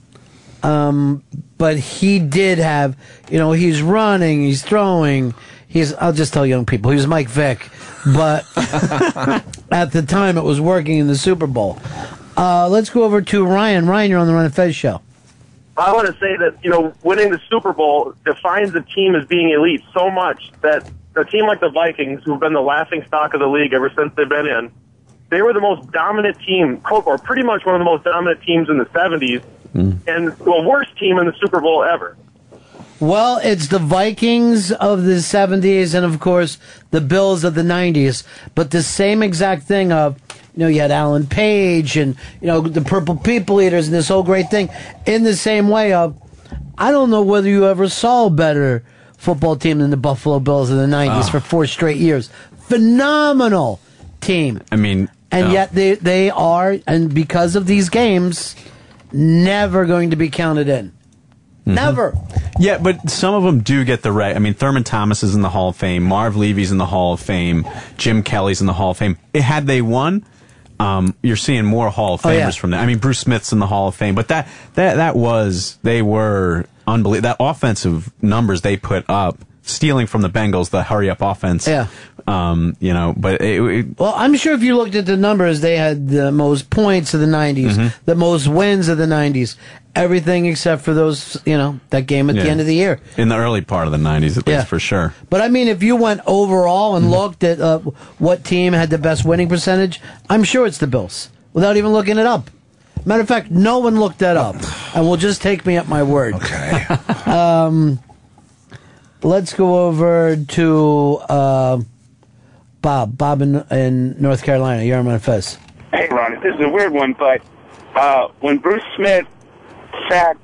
S2: Um, but he did have, you know, he's running, he's throwing, he's, I'll just tell young people, he was Mike Vick. But at the time, it was working in the Super Bowl. Uh, let's go over to Ryan. Ryan, you're on the Run and Fez show.
S13: I want to say that you know winning the Super Bowl defines a team as being elite so much that a team like the Vikings, who've been the laughing stock of the league ever since they've been in, they were the most dominant team, or pretty much one of the most dominant teams in the '70s, and the worst team in the Super Bowl ever.
S2: Well, it's the Vikings of the 70s and, of course, the Bills of the 90s. But the same exact thing of, you know, you had Alan Page and, you know, the Purple People Eaters and this whole great thing. In the same way of, I don't know whether you ever saw a better football team than the Buffalo Bills of the 90s for four straight years. Phenomenal team.
S20: I mean,
S2: And
S20: uh,
S2: yet they, they are, and because of these games, never going to be counted in. Never.
S20: Mm-hmm. Yeah, but some of them do get the right. I mean, Thurman Thomas is in the Hall of Fame. Marv Levy's in the Hall of Fame. Jim Kelly's in the Hall of Fame. It, had they won, um, you're seeing more Hall of
S2: Oh,
S20: Famers
S2: yeah.
S20: from them. I mean, Bruce Smith's in the Hall of Fame. But that that that was they were unbelievable. That offensive numbers they put up stealing from the Bengals the hurry up offense.
S2: Yeah.
S20: Um, you know, but it, it,
S2: Well, I'm sure if you looked at the numbers, they had the most points of the 90s,
S20: Mhm.
S2: the most wins of the 90s, everything except for those, you know, that game at the
S20: Yeah.
S2: end of the year.
S20: in the early part of the 90s, at least
S2: Yeah.
S20: for sure.
S2: But I mean, if you went overall and looked at uh, what team had the best winning percentage, I'm sure it's the Bills without even looking it up. Matter of fact, no one looked that up, and will just take me at my word. Okay. um, let's go over to uh, Bob. Bob in, in North Carolina. You're on my fez.
S7: Hey, Ron, this is a weird one, but uh, when Bruce Smith sacked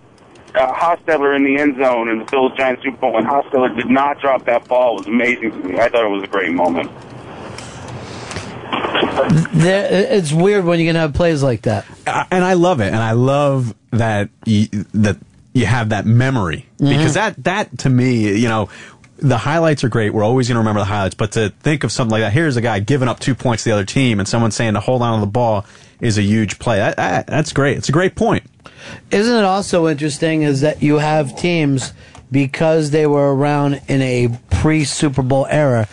S7: uh, Hostetler in the end zone in the Bills Giants Super Bowl, and Hostetler did not drop that ball, it was amazing to me. I thought it was a great moment.
S2: There, it's weird when you can have plays like that.
S20: I- and I love it, and I love that you, that you have that memory because that that to me, you know, the highlights are great. We're always going to remember the highlights, but to think of something like that, here's a guy giving up two points to the other team, and someone saying to hold on to the ball is a huge play. That, that, that's great. It's a great point.
S2: Isn't it also interesting is that you have teams because they were around in a pre Super Bowl era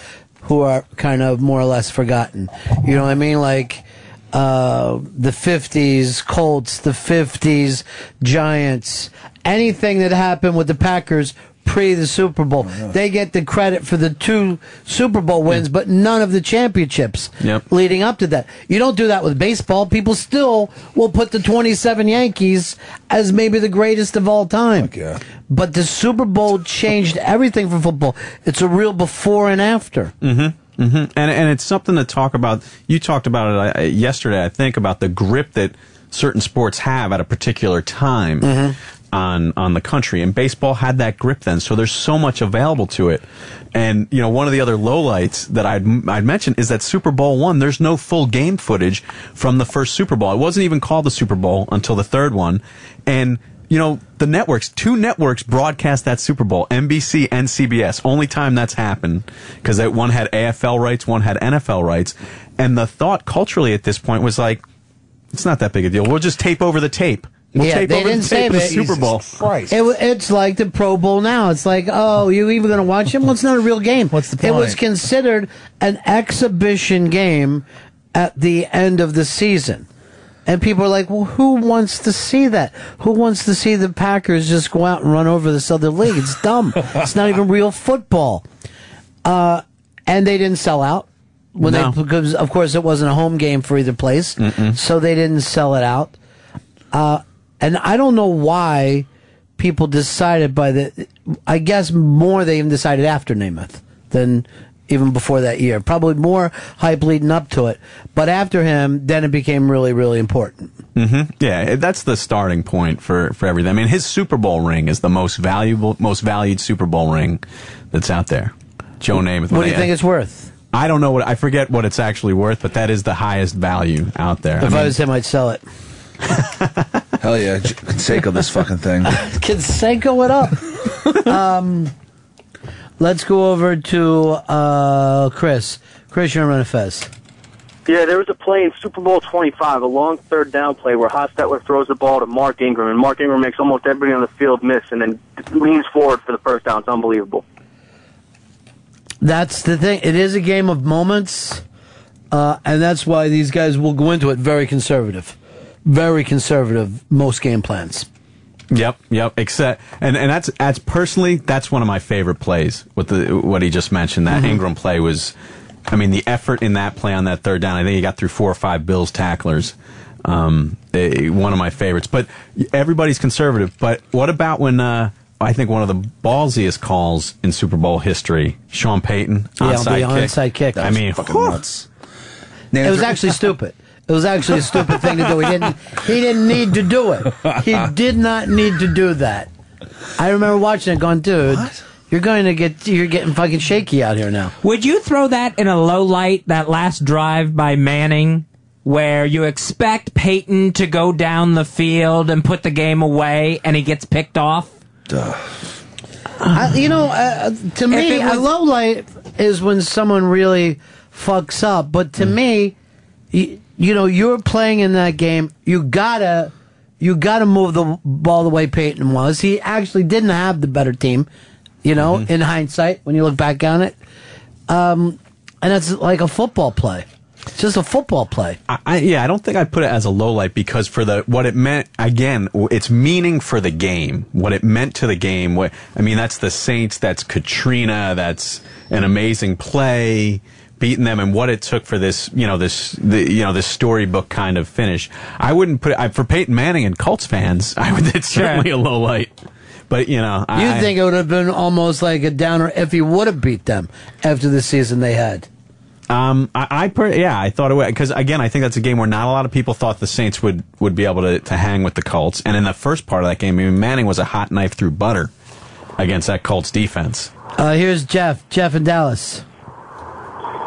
S2: who are kind of more or less forgotten. You know what I mean? Like uh, the 50s Colts, the 50s Giants, anything that happened with the Packers pre the Super Bowl. They get the credit for the two Super Bowl wins, but none of the championships
S6: Yep.
S2: leading up to that. You don't do that with baseball. People still will put the 27 Yankees as maybe the greatest of all time. But the Super Bowl changed everything for football. It's a real before and after.
S20: Mm-hmm. Mm-hmm. And and it's something to talk about. You talked about it uh, yesterday, I think, about the grip that certain sports have at a particular time on on the country. And baseball had that grip then, so there's so much available to it. And you know, one of the other lowlights that I'd I'd mentioned is that Super Bowl one. There's no full game footage from the first Super Bowl. It wasn't even called the Super Bowl until the third one, and you know, the networks, two networks broadcast that Super Bowl, NBC and CBS. Only time that's happened because one had AFL rights, one had NFL rights. And the thought culturally at this point was like, it's not that big a deal. We'll just tape over the tape. We'll
S2: yeah,
S20: tape
S2: they
S20: over
S2: didn't
S20: the tape
S2: save
S20: of the
S2: it.
S20: Super Bowl.
S2: It wa- it's like the Pro Bowl now. It's like, oh, you even going to watch it? Well, it's not a real game. What's the It was
S6: point?
S2: considered an exhibition game at the end of the season. And people are like, well, who wants to see that? Who wants to see the Packers just go out and run over this other league? It's dumb. it's not even real football. Uh, and they didn't sell out when
S20: No.
S2: they because of course it wasn't a home game for either place, so they didn't sell it out. Uh, and I don't know why people decided by the. I guess more they even decided after Namath than even before that year. Probably more hype leading up to it, but after him, then it became really really important.
S20: hmm Yeah, that's the starting point for, for everything. I mean, his Super Bowl ring is the most valuable, most valued Super Bowl ring that's out there. Joe Namath.
S2: What do you think it's worth?
S20: I don't know what I forget what it's actually worth, but that is the highest value out there.
S2: If I, was him, I'd sell it.
S3: Hell yeah, J- Conseco this fucking thing.
S2: Can Senko it up? um, let's go over to uh, Chris. Chris, you're on a fez.
S8: Yeah, there was a play in Super Bowl 25, a long third down play where Hostetler throws the ball to Mark Ingram, and Mark Ingram makes almost everybody on the field miss and then leans forward for the first down. It's unbelievable.
S2: That's the thing. It is a game of moments, uh, and that's why these guys will go into it very conservative, very conservative. Most game plans.
S20: Yep, yep. Except, and and that's that's personally that's one of my favorite plays. With the what he just mentioned, that Ingram play was, I mean, the effort in that play on that third down. I think he got through four or five Bills tacklers. Um, eh, one of my favorites. But everybody's conservative. But what about when? Uh, I think one of the ballsiest calls in Super Bowl history, Sean Payton
S2: Yeah, the
S20: onside kick.
S2: onside kick.
S20: I mean, fucking nuts.
S2: it was actually stupid. It was actually a stupid thing to do. He didn't. He didn't need to do it. He did not need to do that. I remember watching it, going, dude, you're going to get. You're getting fucking shaky out here now.
S11: Would you throw that in a low light, that last drive by Manning, where you expect Peyton to go down the field and put the game away and he gets picked off?
S2: I, you know, uh, to me,
S11: it was-
S2: a low light is when someone really fucks up. But
S11: Mm.
S2: to me, you, you know, you're playing in that game. You gotta, you gotta move the ball the way Peyton was. He actually didn't have the better team, you know,
S11: Mm-hmm.
S2: in hindsight, when you look back on it. Um, and it's like a football play. It's just a football play.
S20: I, I, yeah, I don't think I'd put it as a low light because for the what it meant again, w- its meaning for the game, what it meant to the game. What I mean, that's the Saints, that's Katrina, that's an amazing play, beating them, and what it took for this, you know, this, the, you know, this storybook kind of finish. I wouldn't put it I, for Peyton Manning and Colts fans. I would. It's
S2: Sure.
S20: certainly a low light, but you know,
S2: you
S20: I,
S2: think it would have been almost like a downer if he would have beat them after the season they had.
S20: Um, I, I per- yeah, I thought it would because again, I think that's a game where not a lot of people thought the Saints would would be able to to hang with the Colts. And in the first part of that game, I mean, Manning was a hot knife through butter against that Colts defense.
S2: Uh, here's Jeff. Jeff in Dallas.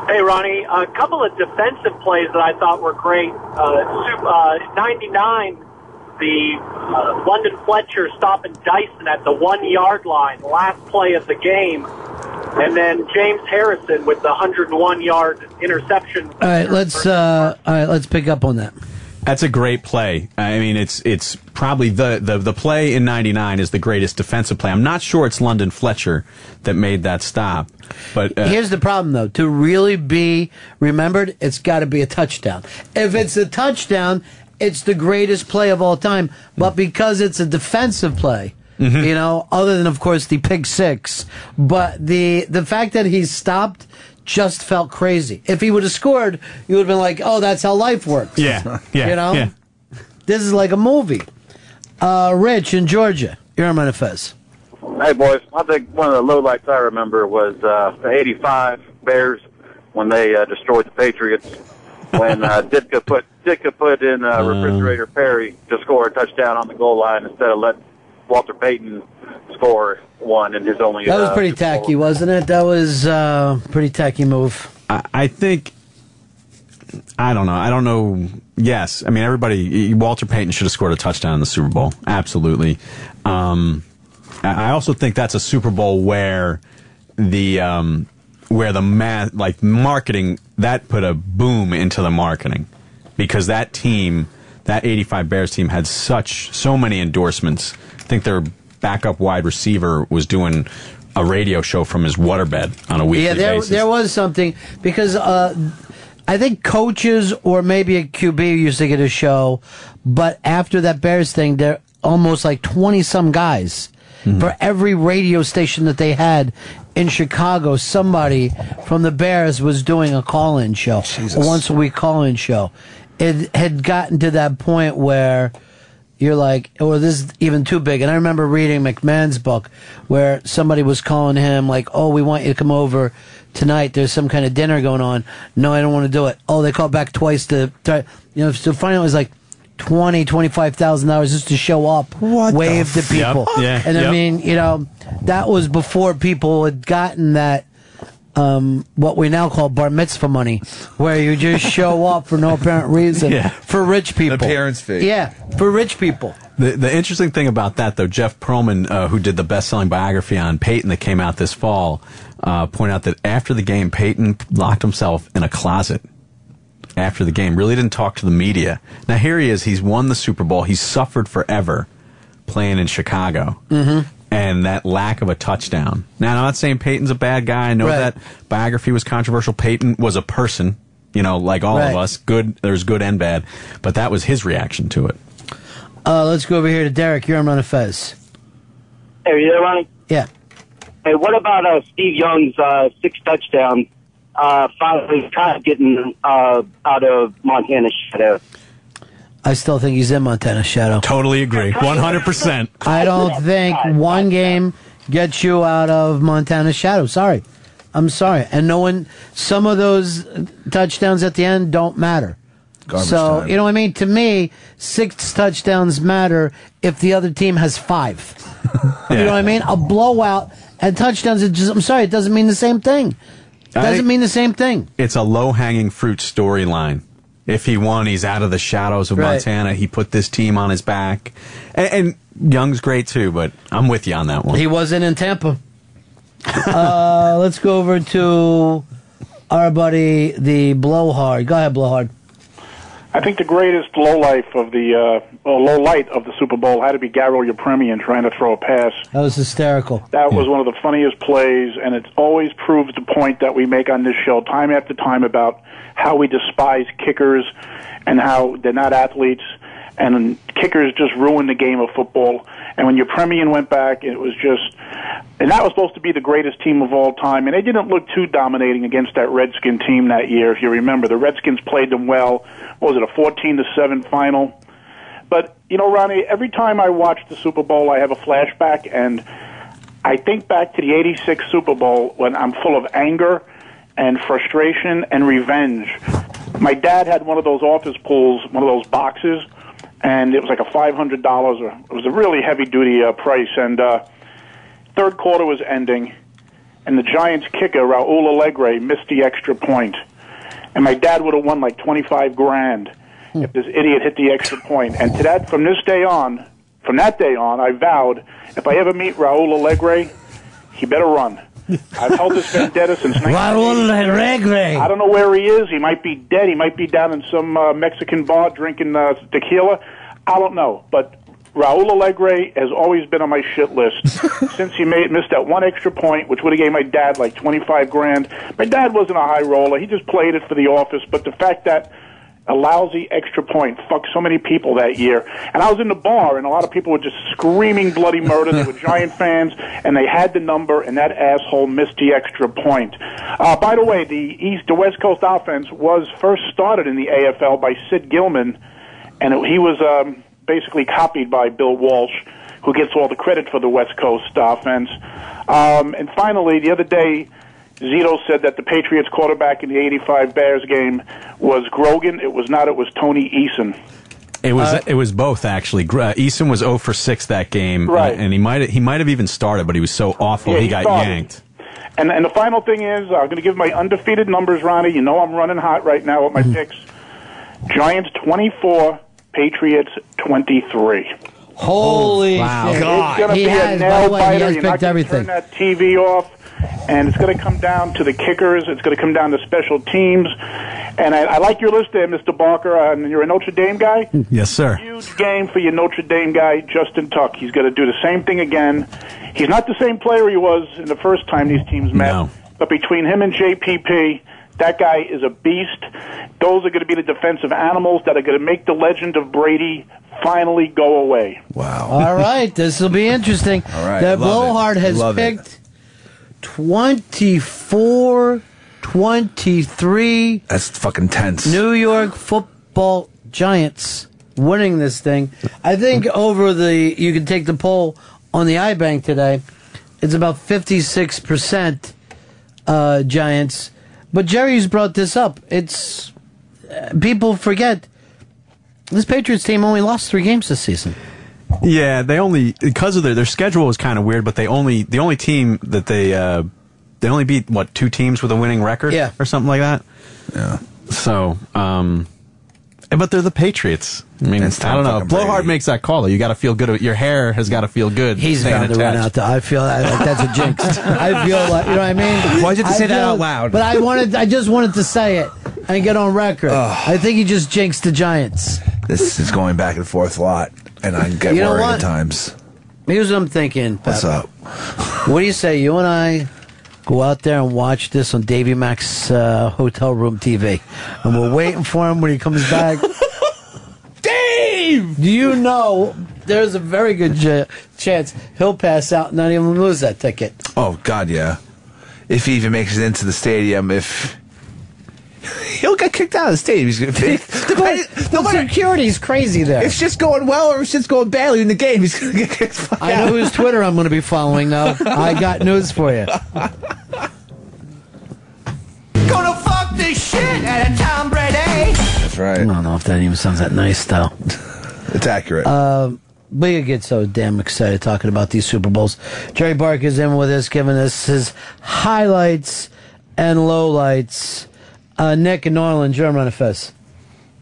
S9: Hey, Ronnie, a couple of defensive plays that I thought were great. Uh, Sup- uh, 99, the uh, London Fletcher stopping Dyson at the one yard line, last play of the game. And then James Harrison with the 101 yard interception.
S2: All right, let's uh, all right, let's pick up on that.
S20: That's a great play. I mean, it's it's probably the the, the play in '99 is the greatest defensive play. I'm not sure it's London Fletcher that made that stop, but uh,
S2: Here's the problem, though. To really be remembered, it's got to be a touchdown. If it's a touchdown, it's the greatest play of all time. But because it's a defensive play,
S20: Mm-hmm.
S2: you know, other than of course the pick six, but the the fact that he stopped just felt crazy. If he would have scored, you would have been like, "Oh, that's how life works."
S20: Yeah, yeah,
S2: you know,
S20: yeah.
S2: this is like a movie. Uh, Rich in Georgia, you're on Fez.
S22: Hey, boys. I think one of the lowlights I remember was uh, the 85 Bears when they uh, destroyed the Patriots. When uh, Ditka put Ditka put in uh, refrigerator Perry to score a touchdown on the goal line instead of letting Walter Payton score one in his only.
S2: That was
S22: uh,
S2: pretty tacky, wasn't it? That was uh, pretty tacky move.
S20: I, I think I don't know. I don't know. Yes, I mean everybody. Walter Payton should have scored a touchdown in the Super Bowl. Absolutely. Um, I I also think that's a Super Bowl where the um, where the ma- like marketing that put a boom into the marketing because that team, that '85 Bears team, had such so many endorsements. I think their backup wide receiver was doing a radio show from his waterbed on a weekly
S2: yeah, there
S20: basis.
S2: there was something because uh, I think coaches or maybe a QB used to get a show, but after that Bears thing, there almost like twenty some guys
S20: Mm-hmm.
S2: for every radio station that they had in Chicago. Somebody from the Bears was doing a call in show, a once a week call in show. It had gotten to that point where you're like, or this is even too big. And I remember reading McMahon's book where somebody was calling him like, oh, we want you to come over tonight. There's some kind of dinner going on. No, I don't want to do it. Oh, they called back twice to, to you know, so finally it was like twenty, twenty-five thousand dollars just to show up, wave to
S6: f- Yep,
S2: people.
S6: yeah,
S2: And I
S6: yep.
S2: mean, you know, that was before people had gotten that. Um, what we now call bar mitzvah money, where you just show up for no apparent reason
S20: Yeah.
S2: for rich people.
S20: Appearance fee.
S2: Yeah, for rich people.
S20: The, the interesting thing about that, though, Jeff Perlman, uh, who did the best-selling biography on Peyton that came out this fall, uh, point out that after the game, Peyton locked himself in a closet. After the game, really didn't talk to the media. Now here he is; he's won the Super Bowl. He's suffered forever playing in Chicago,
S6: Mm-hmm.
S20: and that lack of a touchdown. Now I'm not saying Peyton's a bad guy. I know
S6: Right.
S20: that biography was controversial. Peyton was a person, you know, like all
S2: Right.
S20: of us. Good, there's good and bad, but that was his reaction to it.
S2: Uh, let's go over here to Derek. You're on Run of Fez.
S24: Hey, are you there, Ronnie?
S2: Yeah.
S24: Hey, what about uh, Steve Young's uh, six touchdown? Uh, finally, kind of getting uh, out of Montana shadow.
S2: I still think he's in Montana Shadow.
S20: Totally agree. 100%.
S2: I don't think one game gets you out of Montana Shadow. Sorry. I'm sorry. And no one, some of those touchdowns at the end don't matter.
S6: Garbage
S2: so,
S6: time.
S2: you know what I mean? To me, six touchdowns matter if the other team has five. You know what I mean? A blowout and touchdowns, it just, I'm sorry, it doesn't mean the same thing.
S20: I-
S2: Doesn't mean the same thing.
S20: it's a low hanging fruit storyline. If he won, he's out of the shadows of
S2: Right.
S20: Montana. He put this team on his back, and, and Young's great too. But I'm with you on that one.
S2: He wasn't in Tampa. uh, let's go over to our buddy, the Blowhard. Go ahead, Blowhard.
S15: I think the greatest low life of the uh, uh, low light of the Super Bowl had to be Garo Yepremian trying to throw a pass.
S2: That was hysterical.
S15: That was one of the funniest plays, and it always proves the point that we make on this show time after time about how we despise kickers and how they're not athletes, and kickers just ruin the game of football. And when Yepremian went back, it was just, and that was supposed to be the greatest team of all time, and they didn't look too dominating against that Redskin team that year. If you remember, the Redskins played them well. What was it a fourteen to seven final? But you know, Ronnie, every time I watch the Super Bowl, I have a flashback, and I think back to the '86 Super Bowl when I'm full of anger and frustration and revenge. My dad had one of those office pools, one of those boxes, and it was like a five hundred dollars. It was a really heavy duty uh, price, and uh, third quarter was ending, and the Giants kicker Raul Alegre missed the extra point, and my dad would have won like twenty five grand if this idiot hit the extra point. And to that, from this day on, from that day on, I vowed if I ever meet Raul Alegre, he better run. I've held this vendetta since. 1980.
S2: Raul Alegre.
S15: I don't know where he is. He might be dead. He might be down in some uh, Mexican bar drinking uh, tequila. I don't know, but. Raul Alegre has always been on my shit list since he made missed that one extra point, which would have gave my dad like twenty five grand. My dad wasn't a high roller; he just played it for the office. But the fact that a lousy extra point fucked so many people that year. And I was in the bar, and a lot of people were just screaming bloody murder. They were Giant fans, and they had the number, and that asshole missed the extra point. Uh, by the way, the East to West Coast offense was first started in the AFL by Sid Gilman, and it, he was um, basically copied by Bill Walsh. Who gets all the credit for the West Coast offense? Um, and finally, the other day, Zito said that the Patriots quarterback in the 85 Bears game was Grogan. It was not. It was Tony Eason.
S20: It was it was both actually. Gr- Uh, Eason was 0 for 6 that game,
S15: Right.
S20: and, and he might he might have even started, but he was so awful
S15: Yeah,
S20: he,
S15: he
S20: got
S15: started.
S20: yanked.
S15: And, and the final thing is, I'm going to give my undefeated numbers, Ronnie. You know I'm running hot right now with my
S2: Mm-hmm.
S15: picks. Giants 24, Patriots 23.
S2: Holy
S15: Wow.
S2: shit.
S15: It's going to
S2: Oh, He
S15: be
S2: has,
S15: a
S2: by the
S15: nail
S2: way, he
S15: biter.
S2: has
S15: You're not going
S2: picked
S15: to
S2: everything.
S15: turn that TV off. And it's going to come down to the kickers. It's going to come down to special teams. And I, I like your list there, Mr. Barker. Uh, and you're a Notre Dame guy.
S20: Yes, sir.
S15: Huge game for your Notre Dame guy, Justin Tuck. He's going to do the same thing again. He's not the same player he was in the first time these teams met. But between him and JPP, that guy is a beast. Those are going to be the defensive animals that are going to make the legend of Brady finally go away.
S2: Wow. All right, this will be interesting. All
S15: right,
S2: The
S15: love
S2: blowhard
S15: it.
S2: has
S15: Love it.
S2: picked 24 23.
S3: That's fucking tense.
S2: New York football giants winning this thing. I think over the, you can take the poll on the iBank today, it's about 56% uh, giants. But Jerry's brought this up. It's, uh, people forget this Patriots team only lost three games this season.
S20: Yeah, they only because of their their schedule was kind of weird, but they only the only team that they uh, they only beat what two teams with a winning record, yeah. or something like that. Yeah. So, um, eh, but they're the Patriots. I mean,
S3: It's Tom
S20: I don't know.
S3: fucking
S20: Blowhard makes that call. though. You got to feel good. Your hair has got to feel good.
S2: He's
S20: staying
S2: bound to run
S20: attached.
S2: out. The, I feel that, that's a jinx. I feel like you know what I mean.
S20: Why'd you have to
S2: I
S20: say that
S2: feel-
S20: out loud?
S2: But I wanted. I just wanted to say it and get on record. I think he just jinxed the Giants.
S3: This is going back and forth a lot, and I get
S2: You know
S3: worried
S2: what?
S3: at times.
S2: Here's what I'm thinking.
S3: What's
S2: Pep.
S3: up?
S2: What do you say? You and I go out there and watch this on Davy Mac's uh, hotel room TV, and we're waiting for him when he comes back. Dave, do you know there's a very good ch- chance he'll pass out and not even lose that ticket?
S3: Oh God, yeah. If he even makes it into the stadium, if he'll get kicked out of the stadium, he's gonna be.
S2: The security's crazy there.
S3: if shit's going well or if shit's going badly in the game, he's gonna get kicked. the fuck
S2: I know
S3: out.
S2: whose Twitter I'm going to be following now. I got news for you.
S6: Gonna fuck this shit out of Tom Brady.
S3: That's right. I
S2: don't know if that even sounds that nice, though.
S3: it's accurate.
S2: Um, but you get so damn excited talking about these Super Bowls. Jerry Bark is in with us, giving us his highlights and lowlights. Uh, Nick and Orland, German on a fest.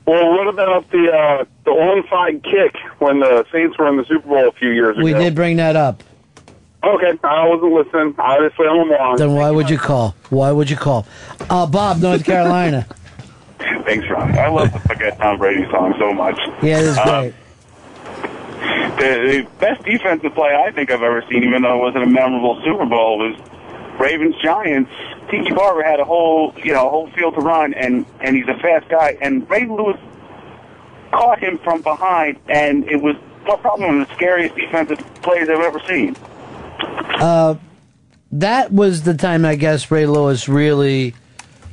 S17: Well, what about the uh, the onside kick when the Saints were in the Super Bowl a few years ago?
S2: We did bring that up.
S17: Okay, I wasn't listening. Obviously, I'm wrong.
S2: Then why would you call? Why would you call? Uh, Bob, North Carolina.
S7: Thanks, Ron. I love the Forget Tom Brady song so much.
S2: Yeah, it is
S7: Uh,
S2: great.
S7: the, the best defensive play I think I've ever seen, even though it wasn't a memorable Super Bowl, was Ravens Giants. Tiki Barber had a whole you know a whole field to run, and and he's a fast guy, and Ray Lewis caught him from behind, and it was no problem one of the scariest defensive plays I've ever seen.
S2: Uh, that was the time I guess Ray Lewis really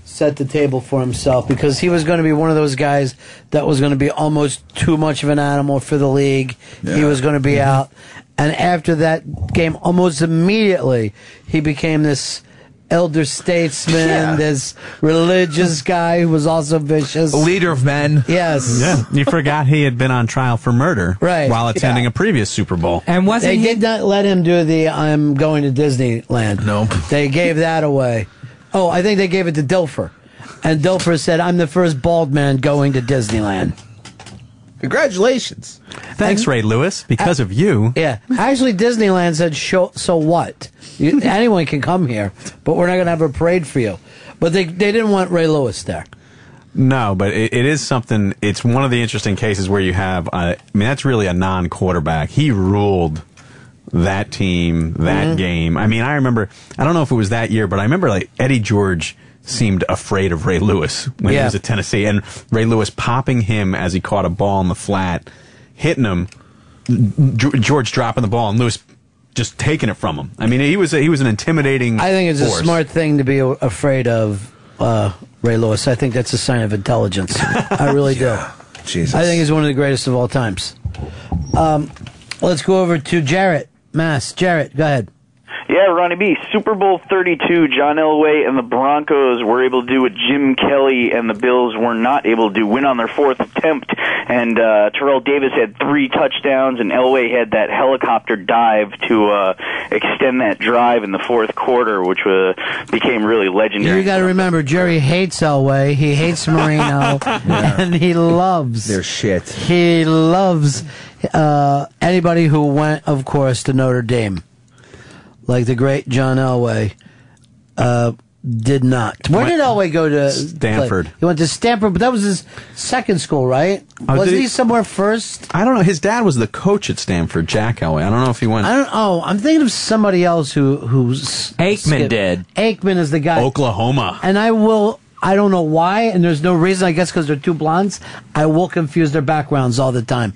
S2: set the table for himself because he was going to be one of those guys that was going to be almost too much of an animal for the league. He was going to
S3: Mm-hmm.
S2: be out. And after that game, almost immediately, he became this elder statesman, this religious guy who was also vicious.
S3: Leader of men.
S2: Yes.
S20: Yeah, you forgot he had been on trial for murder
S2: Right,
S20: while attending a previous Super Bowl.
S11: And
S2: they did not let him do the "I'm going to Disneyland." Nope. They gave that away. Oh, I think they gave it to Dilfer, and Dilfer said, "I'm the first bald man going to Disneyland."
S3: Congratulations.
S20: Thanks, Ray Lewis. Because of you,
S2: Yeah, actually, Disneyland said, "Show so what? You, anyone can come here, but we're not going to have a parade for you." But they they didn't want Ray Lewis there.
S20: No, but it, it is something. It's one of the interesting cases where you have. Uh, I mean, that's really a non-quarterback. He ruled that team, that
S2: Mm-hmm.
S20: game. I mean, I remember. I don't know if it was that year, but I remember like Eddie George seemed afraid of Ray Lewis when he
S4: Yeah.
S20: was at Tennessee, and Ray Lewis popping him as he caught a ball in the flat, hitting him. G- George dropping the ball, and Lewis just taking it from him. I mean, he was a, he was an intimidating.
S2: I think it's
S20: force.
S2: a smart thing to be a- afraid of uh, Ray Lewis. I think that's a sign of intelligence. I really do.
S3: Jesus.
S2: I think he's one of the greatest of all times. Um, let's go over to Jarrett Mass. Jarrett, go ahead.
S12: Yeah, Ronnie B. Super Bowl 32, John Elway and the Broncos were able to do what Jim Kelly and the Bills were not able to do, win on their fourth attempt. And uh, Terrell Davis had three touchdowns, and Elway had that helicopter dive to uh, extend that drive in the fourth quarter, which uh, became really legendary.
S2: You got to remember, Jerry hates Elway. He hates Marino, and he loves their
S3: shit.
S2: He loves uh, anybody who went, of course, to Notre Dame, like the great John Elway. Uh, did not. Where did Elway go to?
S20: Stanford.
S2: play? He went to Stanford, but that was his second school, right?
S20: Oh,
S2: Wasn't
S20: did
S2: he,
S20: he-
S2: somewhere first?
S20: I don't know. His dad was the coach at Stanford, Jack Elway. I don't know if he went.
S2: I don't. Oh, I'm thinking of somebody else who who's
S20: Aikman did.
S2: Aikman is the guy.
S20: Oklahoma.
S2: And I will. I don't know why, and there's no reason. I guess because they're two blondes, I will confuse their backgrounds all the time.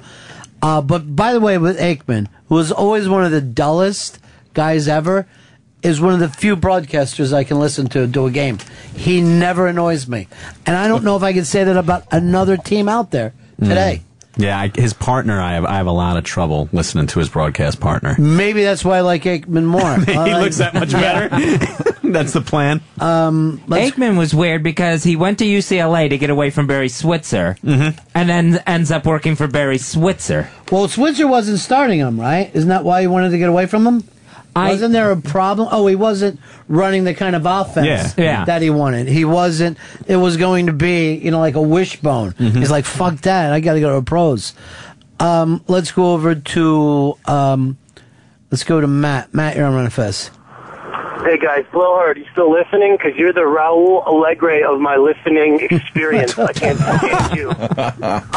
S2: Uh, but by the way, with Aikman, who is always one of the dullest guys ever, is one of the few broadcasters I can listen to do a game. He never annoys me, and I don't know if I can say that about another team out there today.
S20: Hmm. Mm. Yeah, I, his partner. I have I have a lot of trouble listening to his broadcast partner.
S2: Maybe that's why I like Aikman more.
S20: he
S2: I like-
S20: looks that much better. That's the plan.
S11: Um, Aikman was weird because he went to UCLA to get away from Barry Switzer, and then ends up working for Barry Switzer.
S2: Well, Switzer wasn't starting him, right? Isn't that why he wanted to get away from him? wasn't there a problem? Oh, he wasn't running the kind of offense
S11: Yeah. Yeah.
S2: that he wanted. He wasn't. It was going to be, you know, like a wishbone. He's like, "Fuck that! I got to go to a pros." Um, let's go over to um, let's go to Matt. Matt, you're on Runifest.
S18: Hey guys, Blowhard, you still listening? Because you're the Raul Alegre of my listening experience. I can't stand you.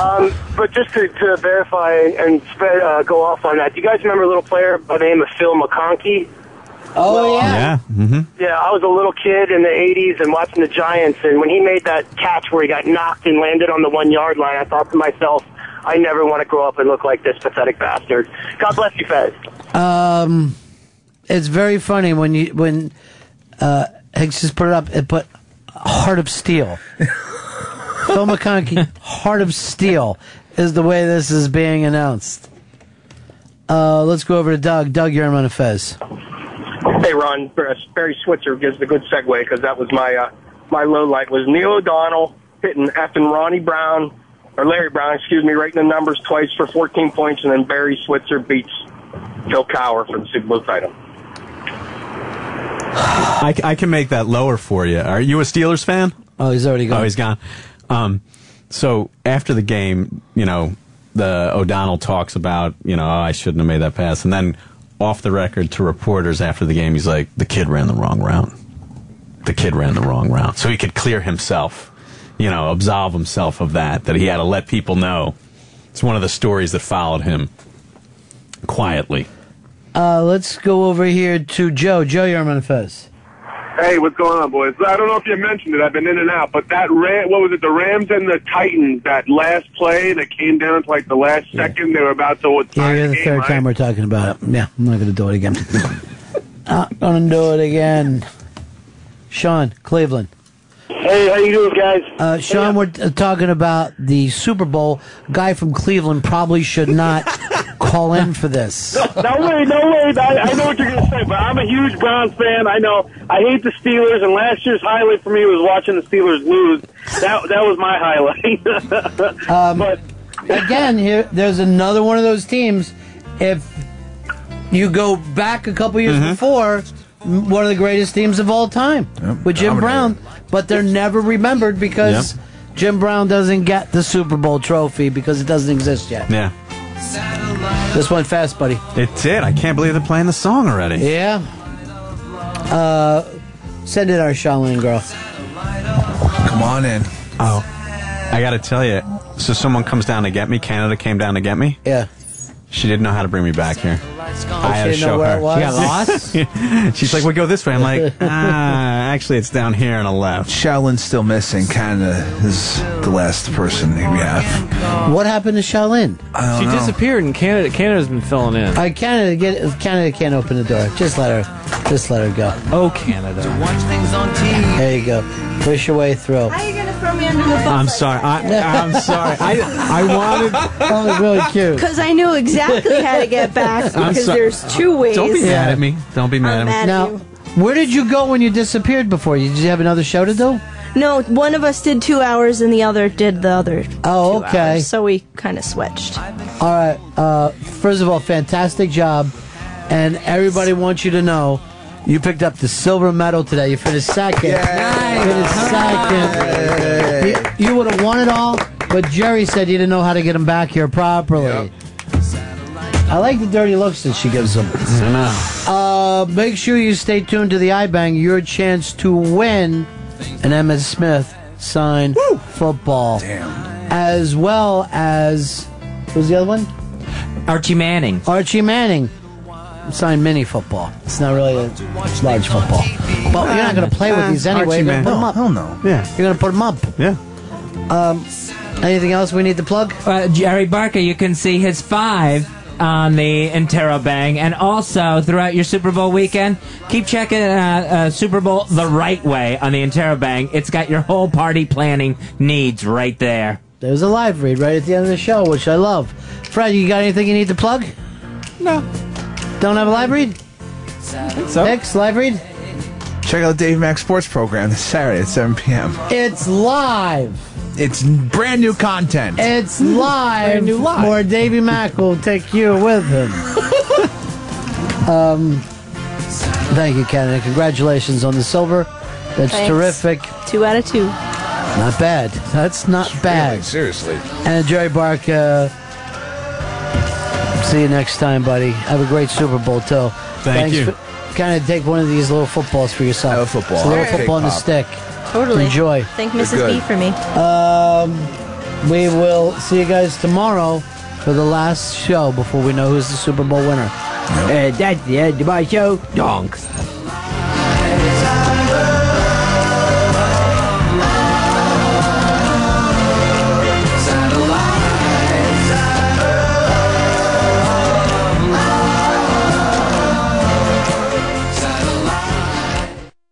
S18: Um, but just to, to verify and spread, uh, go off on that, do you guys remember a little player by the name of Phil McConkey?
S2: Oh yeah,
S20: yeah. Mm-hmm.
S18: Yeah, I was a little kid in the '80s and watching the Giants, and when he made that catch where he got knocked and landed on the one yard line, I thought to myself, I never want to grow up and look like this pathetic bastard. God bless you, Fez.
S2: Um, it's very funny when you when uh, Hicks just put it up. It put heart of steel. Phil McConkey, heart of steel is the way this is being announced. Uh, let's go over to Doug. Doug, you're on a Fez.
S26: Hey, Ron, Barry Switzer gives the good segue because that was my uh, my low light was Neil O'Donnell hitting effing Ronnie Brown or Larry Brown, excuse me, rating the numbers twice for 14 points, and then Barry Switzer beats Phil Cower for the Super Bowl title.
S20: I, I can make that lower for you. Are you a Steelers fan?
S2: Oh, he's already gone.
S20: Oh, he's gone. Um, so after the game, you know, the O'Donnell talks about, you know, oh, I shouldn't have made that pass, and then off the record to reporters after the game, he's like, the kid ran the wrong route. The kid ran the wrong route, so he could clear himself. you know, absolve himself of that, that he had to let people know. It's one of the stories that followed him quietly.
S2: Uh, let's go over here to Joe. Joe, you're on Fez.
S4: Hey, what's going on, boys? I don't know if you mentioned it. I've been in and out, but that Ram, what was it? The Rams and the Titans. That last play that came down to like the last second. They were about to what?
S2: Yeah, you're the third time we're talking about it. Yeah, I'm not going to do it again. not going to do it again. Sean, Cleveland.
S10: Hey, how you doing, guys?
S2: Uh, Sean, we're uh, talking about the Super Bowl. Guy from Cleveland probably should not call in for this.
S10: No way, no way. I, I know what you're going to say, but I'm a huge Browns fan. I know. I hate the Steelers, and last year's highlight for me was watching the Steelers lose. That that was my highlight.
S2: Um, again, here there's another one of those teams. If you go back a couple years
S20: Mm-hmm.
S2: before, m- one of the greatest teams of all time with
S6: dominated.
S2: Jim Brown, but they're never remembered because
S6: Yep.
S2: Jim Brown doesn't get the Super Bowl trophy because it doesn't exist yet.
S20: Yeah.
S2: This went fast, buddy.
S20: It did. I can't believe they're playing the song already.
S2: Yeah. Uh, send it our Shaolin girl.
S20: Come on in. Oh, I got to tell you. So someone comes down to get me. Canada came down to get me.
S2: Yeah.
S20: She didn't know how to bring me back here. I had to
S6: didn't know
S20: show
S6: where
S20: her.
S6: it was? She got lost?
S20: She's like, "We go this way." I'm like, "Ah, actually, it's down here on a left."
S3: Shaolin's still missing. Canada is the last person we have.
S2: What happened to Shaolin?
S3: I
S16: She
S3: don't know.
S16: disappeared, and Canada Canada's been filling in.
S2: Uh, Canada get Canada can't open the door. Just let her, just let her go.
S16: Oh, Canada!
S2: There you go. Push your way through.
S25: How are you going to throw me under the bus?
S20: I'm sorry. I, I'm sorry. I I wanted.
S2: That was really cute.
S25: Because I knew exactly how to get back.
S20: I'm
S25: Because
S20: so-
S25: there's two ways.
S20: Don't be mad at me. Don't be mad
S25: I'm
S20: at me.
S25: mad at
S2: Now, where did you go when you disappeared before? You Did you have another show to do?
S25: No, one of us did two hours and the other did the other.
S2: Oh,
S25: two
S2: okay.
S25: hours, so we kind of switched.
S2: All right. Uh, first of all, fantastic job, and everybody wants you to know. You picked up the silver medal today. You finished second. You finished second. You, would have won it all, but Jerry said you didn't know how to get him back here properly. I like the dirty looks that she gives him.
S20: I know.
S2: Uh, make sure you stay tuned to the iBang. Your chance to win an Emmett Smith signed football. Damn. As well as, what was the other one?
S11: Archie Manning.
S2: Archie Manning signed mini football. It's not really a large football. But you're not going to play with these anyway.
S3: Eh, Archie
S2: you're going to put them
S3: Manning.
S2: up.
S3: Hell no.
S20: Yeah.
S2: You're going to put them up.
S20: Yeah.
S2: Um, anything else we need to plug?
S11: Uh, Jerry Barker, you can see his five on the Interrobang, and also throughout your Super Bowl weekend, keep checking uh, uh, Super Bowl the right way on the Interrobang. It's got your whole party planning needs right there.
S2: There's a live read right at the end of the show, which I love. Fred, you got anything you need to plug? No. Don't have a live read?
S3: uh,
S2: Next live read?
S3: Check out Dave Max Sports Program this Saturday at 7 p.m.
S2: It's live.
S3: It's brand new content.
S2: It's live.
S3: Brand new live.
S2: Or Davy Mack will take you with him. um, thank you, Canada. Congratulations on the silver. That's
S25: Thanks.
S2: terrific.
S25: Two out of two.
S2: Not bad. That's not bad.
S3: seriously.
S2: And Jerry Bark, uh, see you next time, buddy. Have a great Super Bowl, too.
S3: Thank you.
S2: Kind of take one of these little footballs for yourself.
S3: Have a football.
S2: It's a little
S3: Sure.
S2: football on the
S3: Pop.
S2: stick.
S25: Totally.
S2: Enjoy.
S25: Thank Mrs. B for me.
S2: Um, we will see you guys tomorrow for the last show before we know who's the Super Bowl winner.
S27: Uh, that's the end of my show. Donks.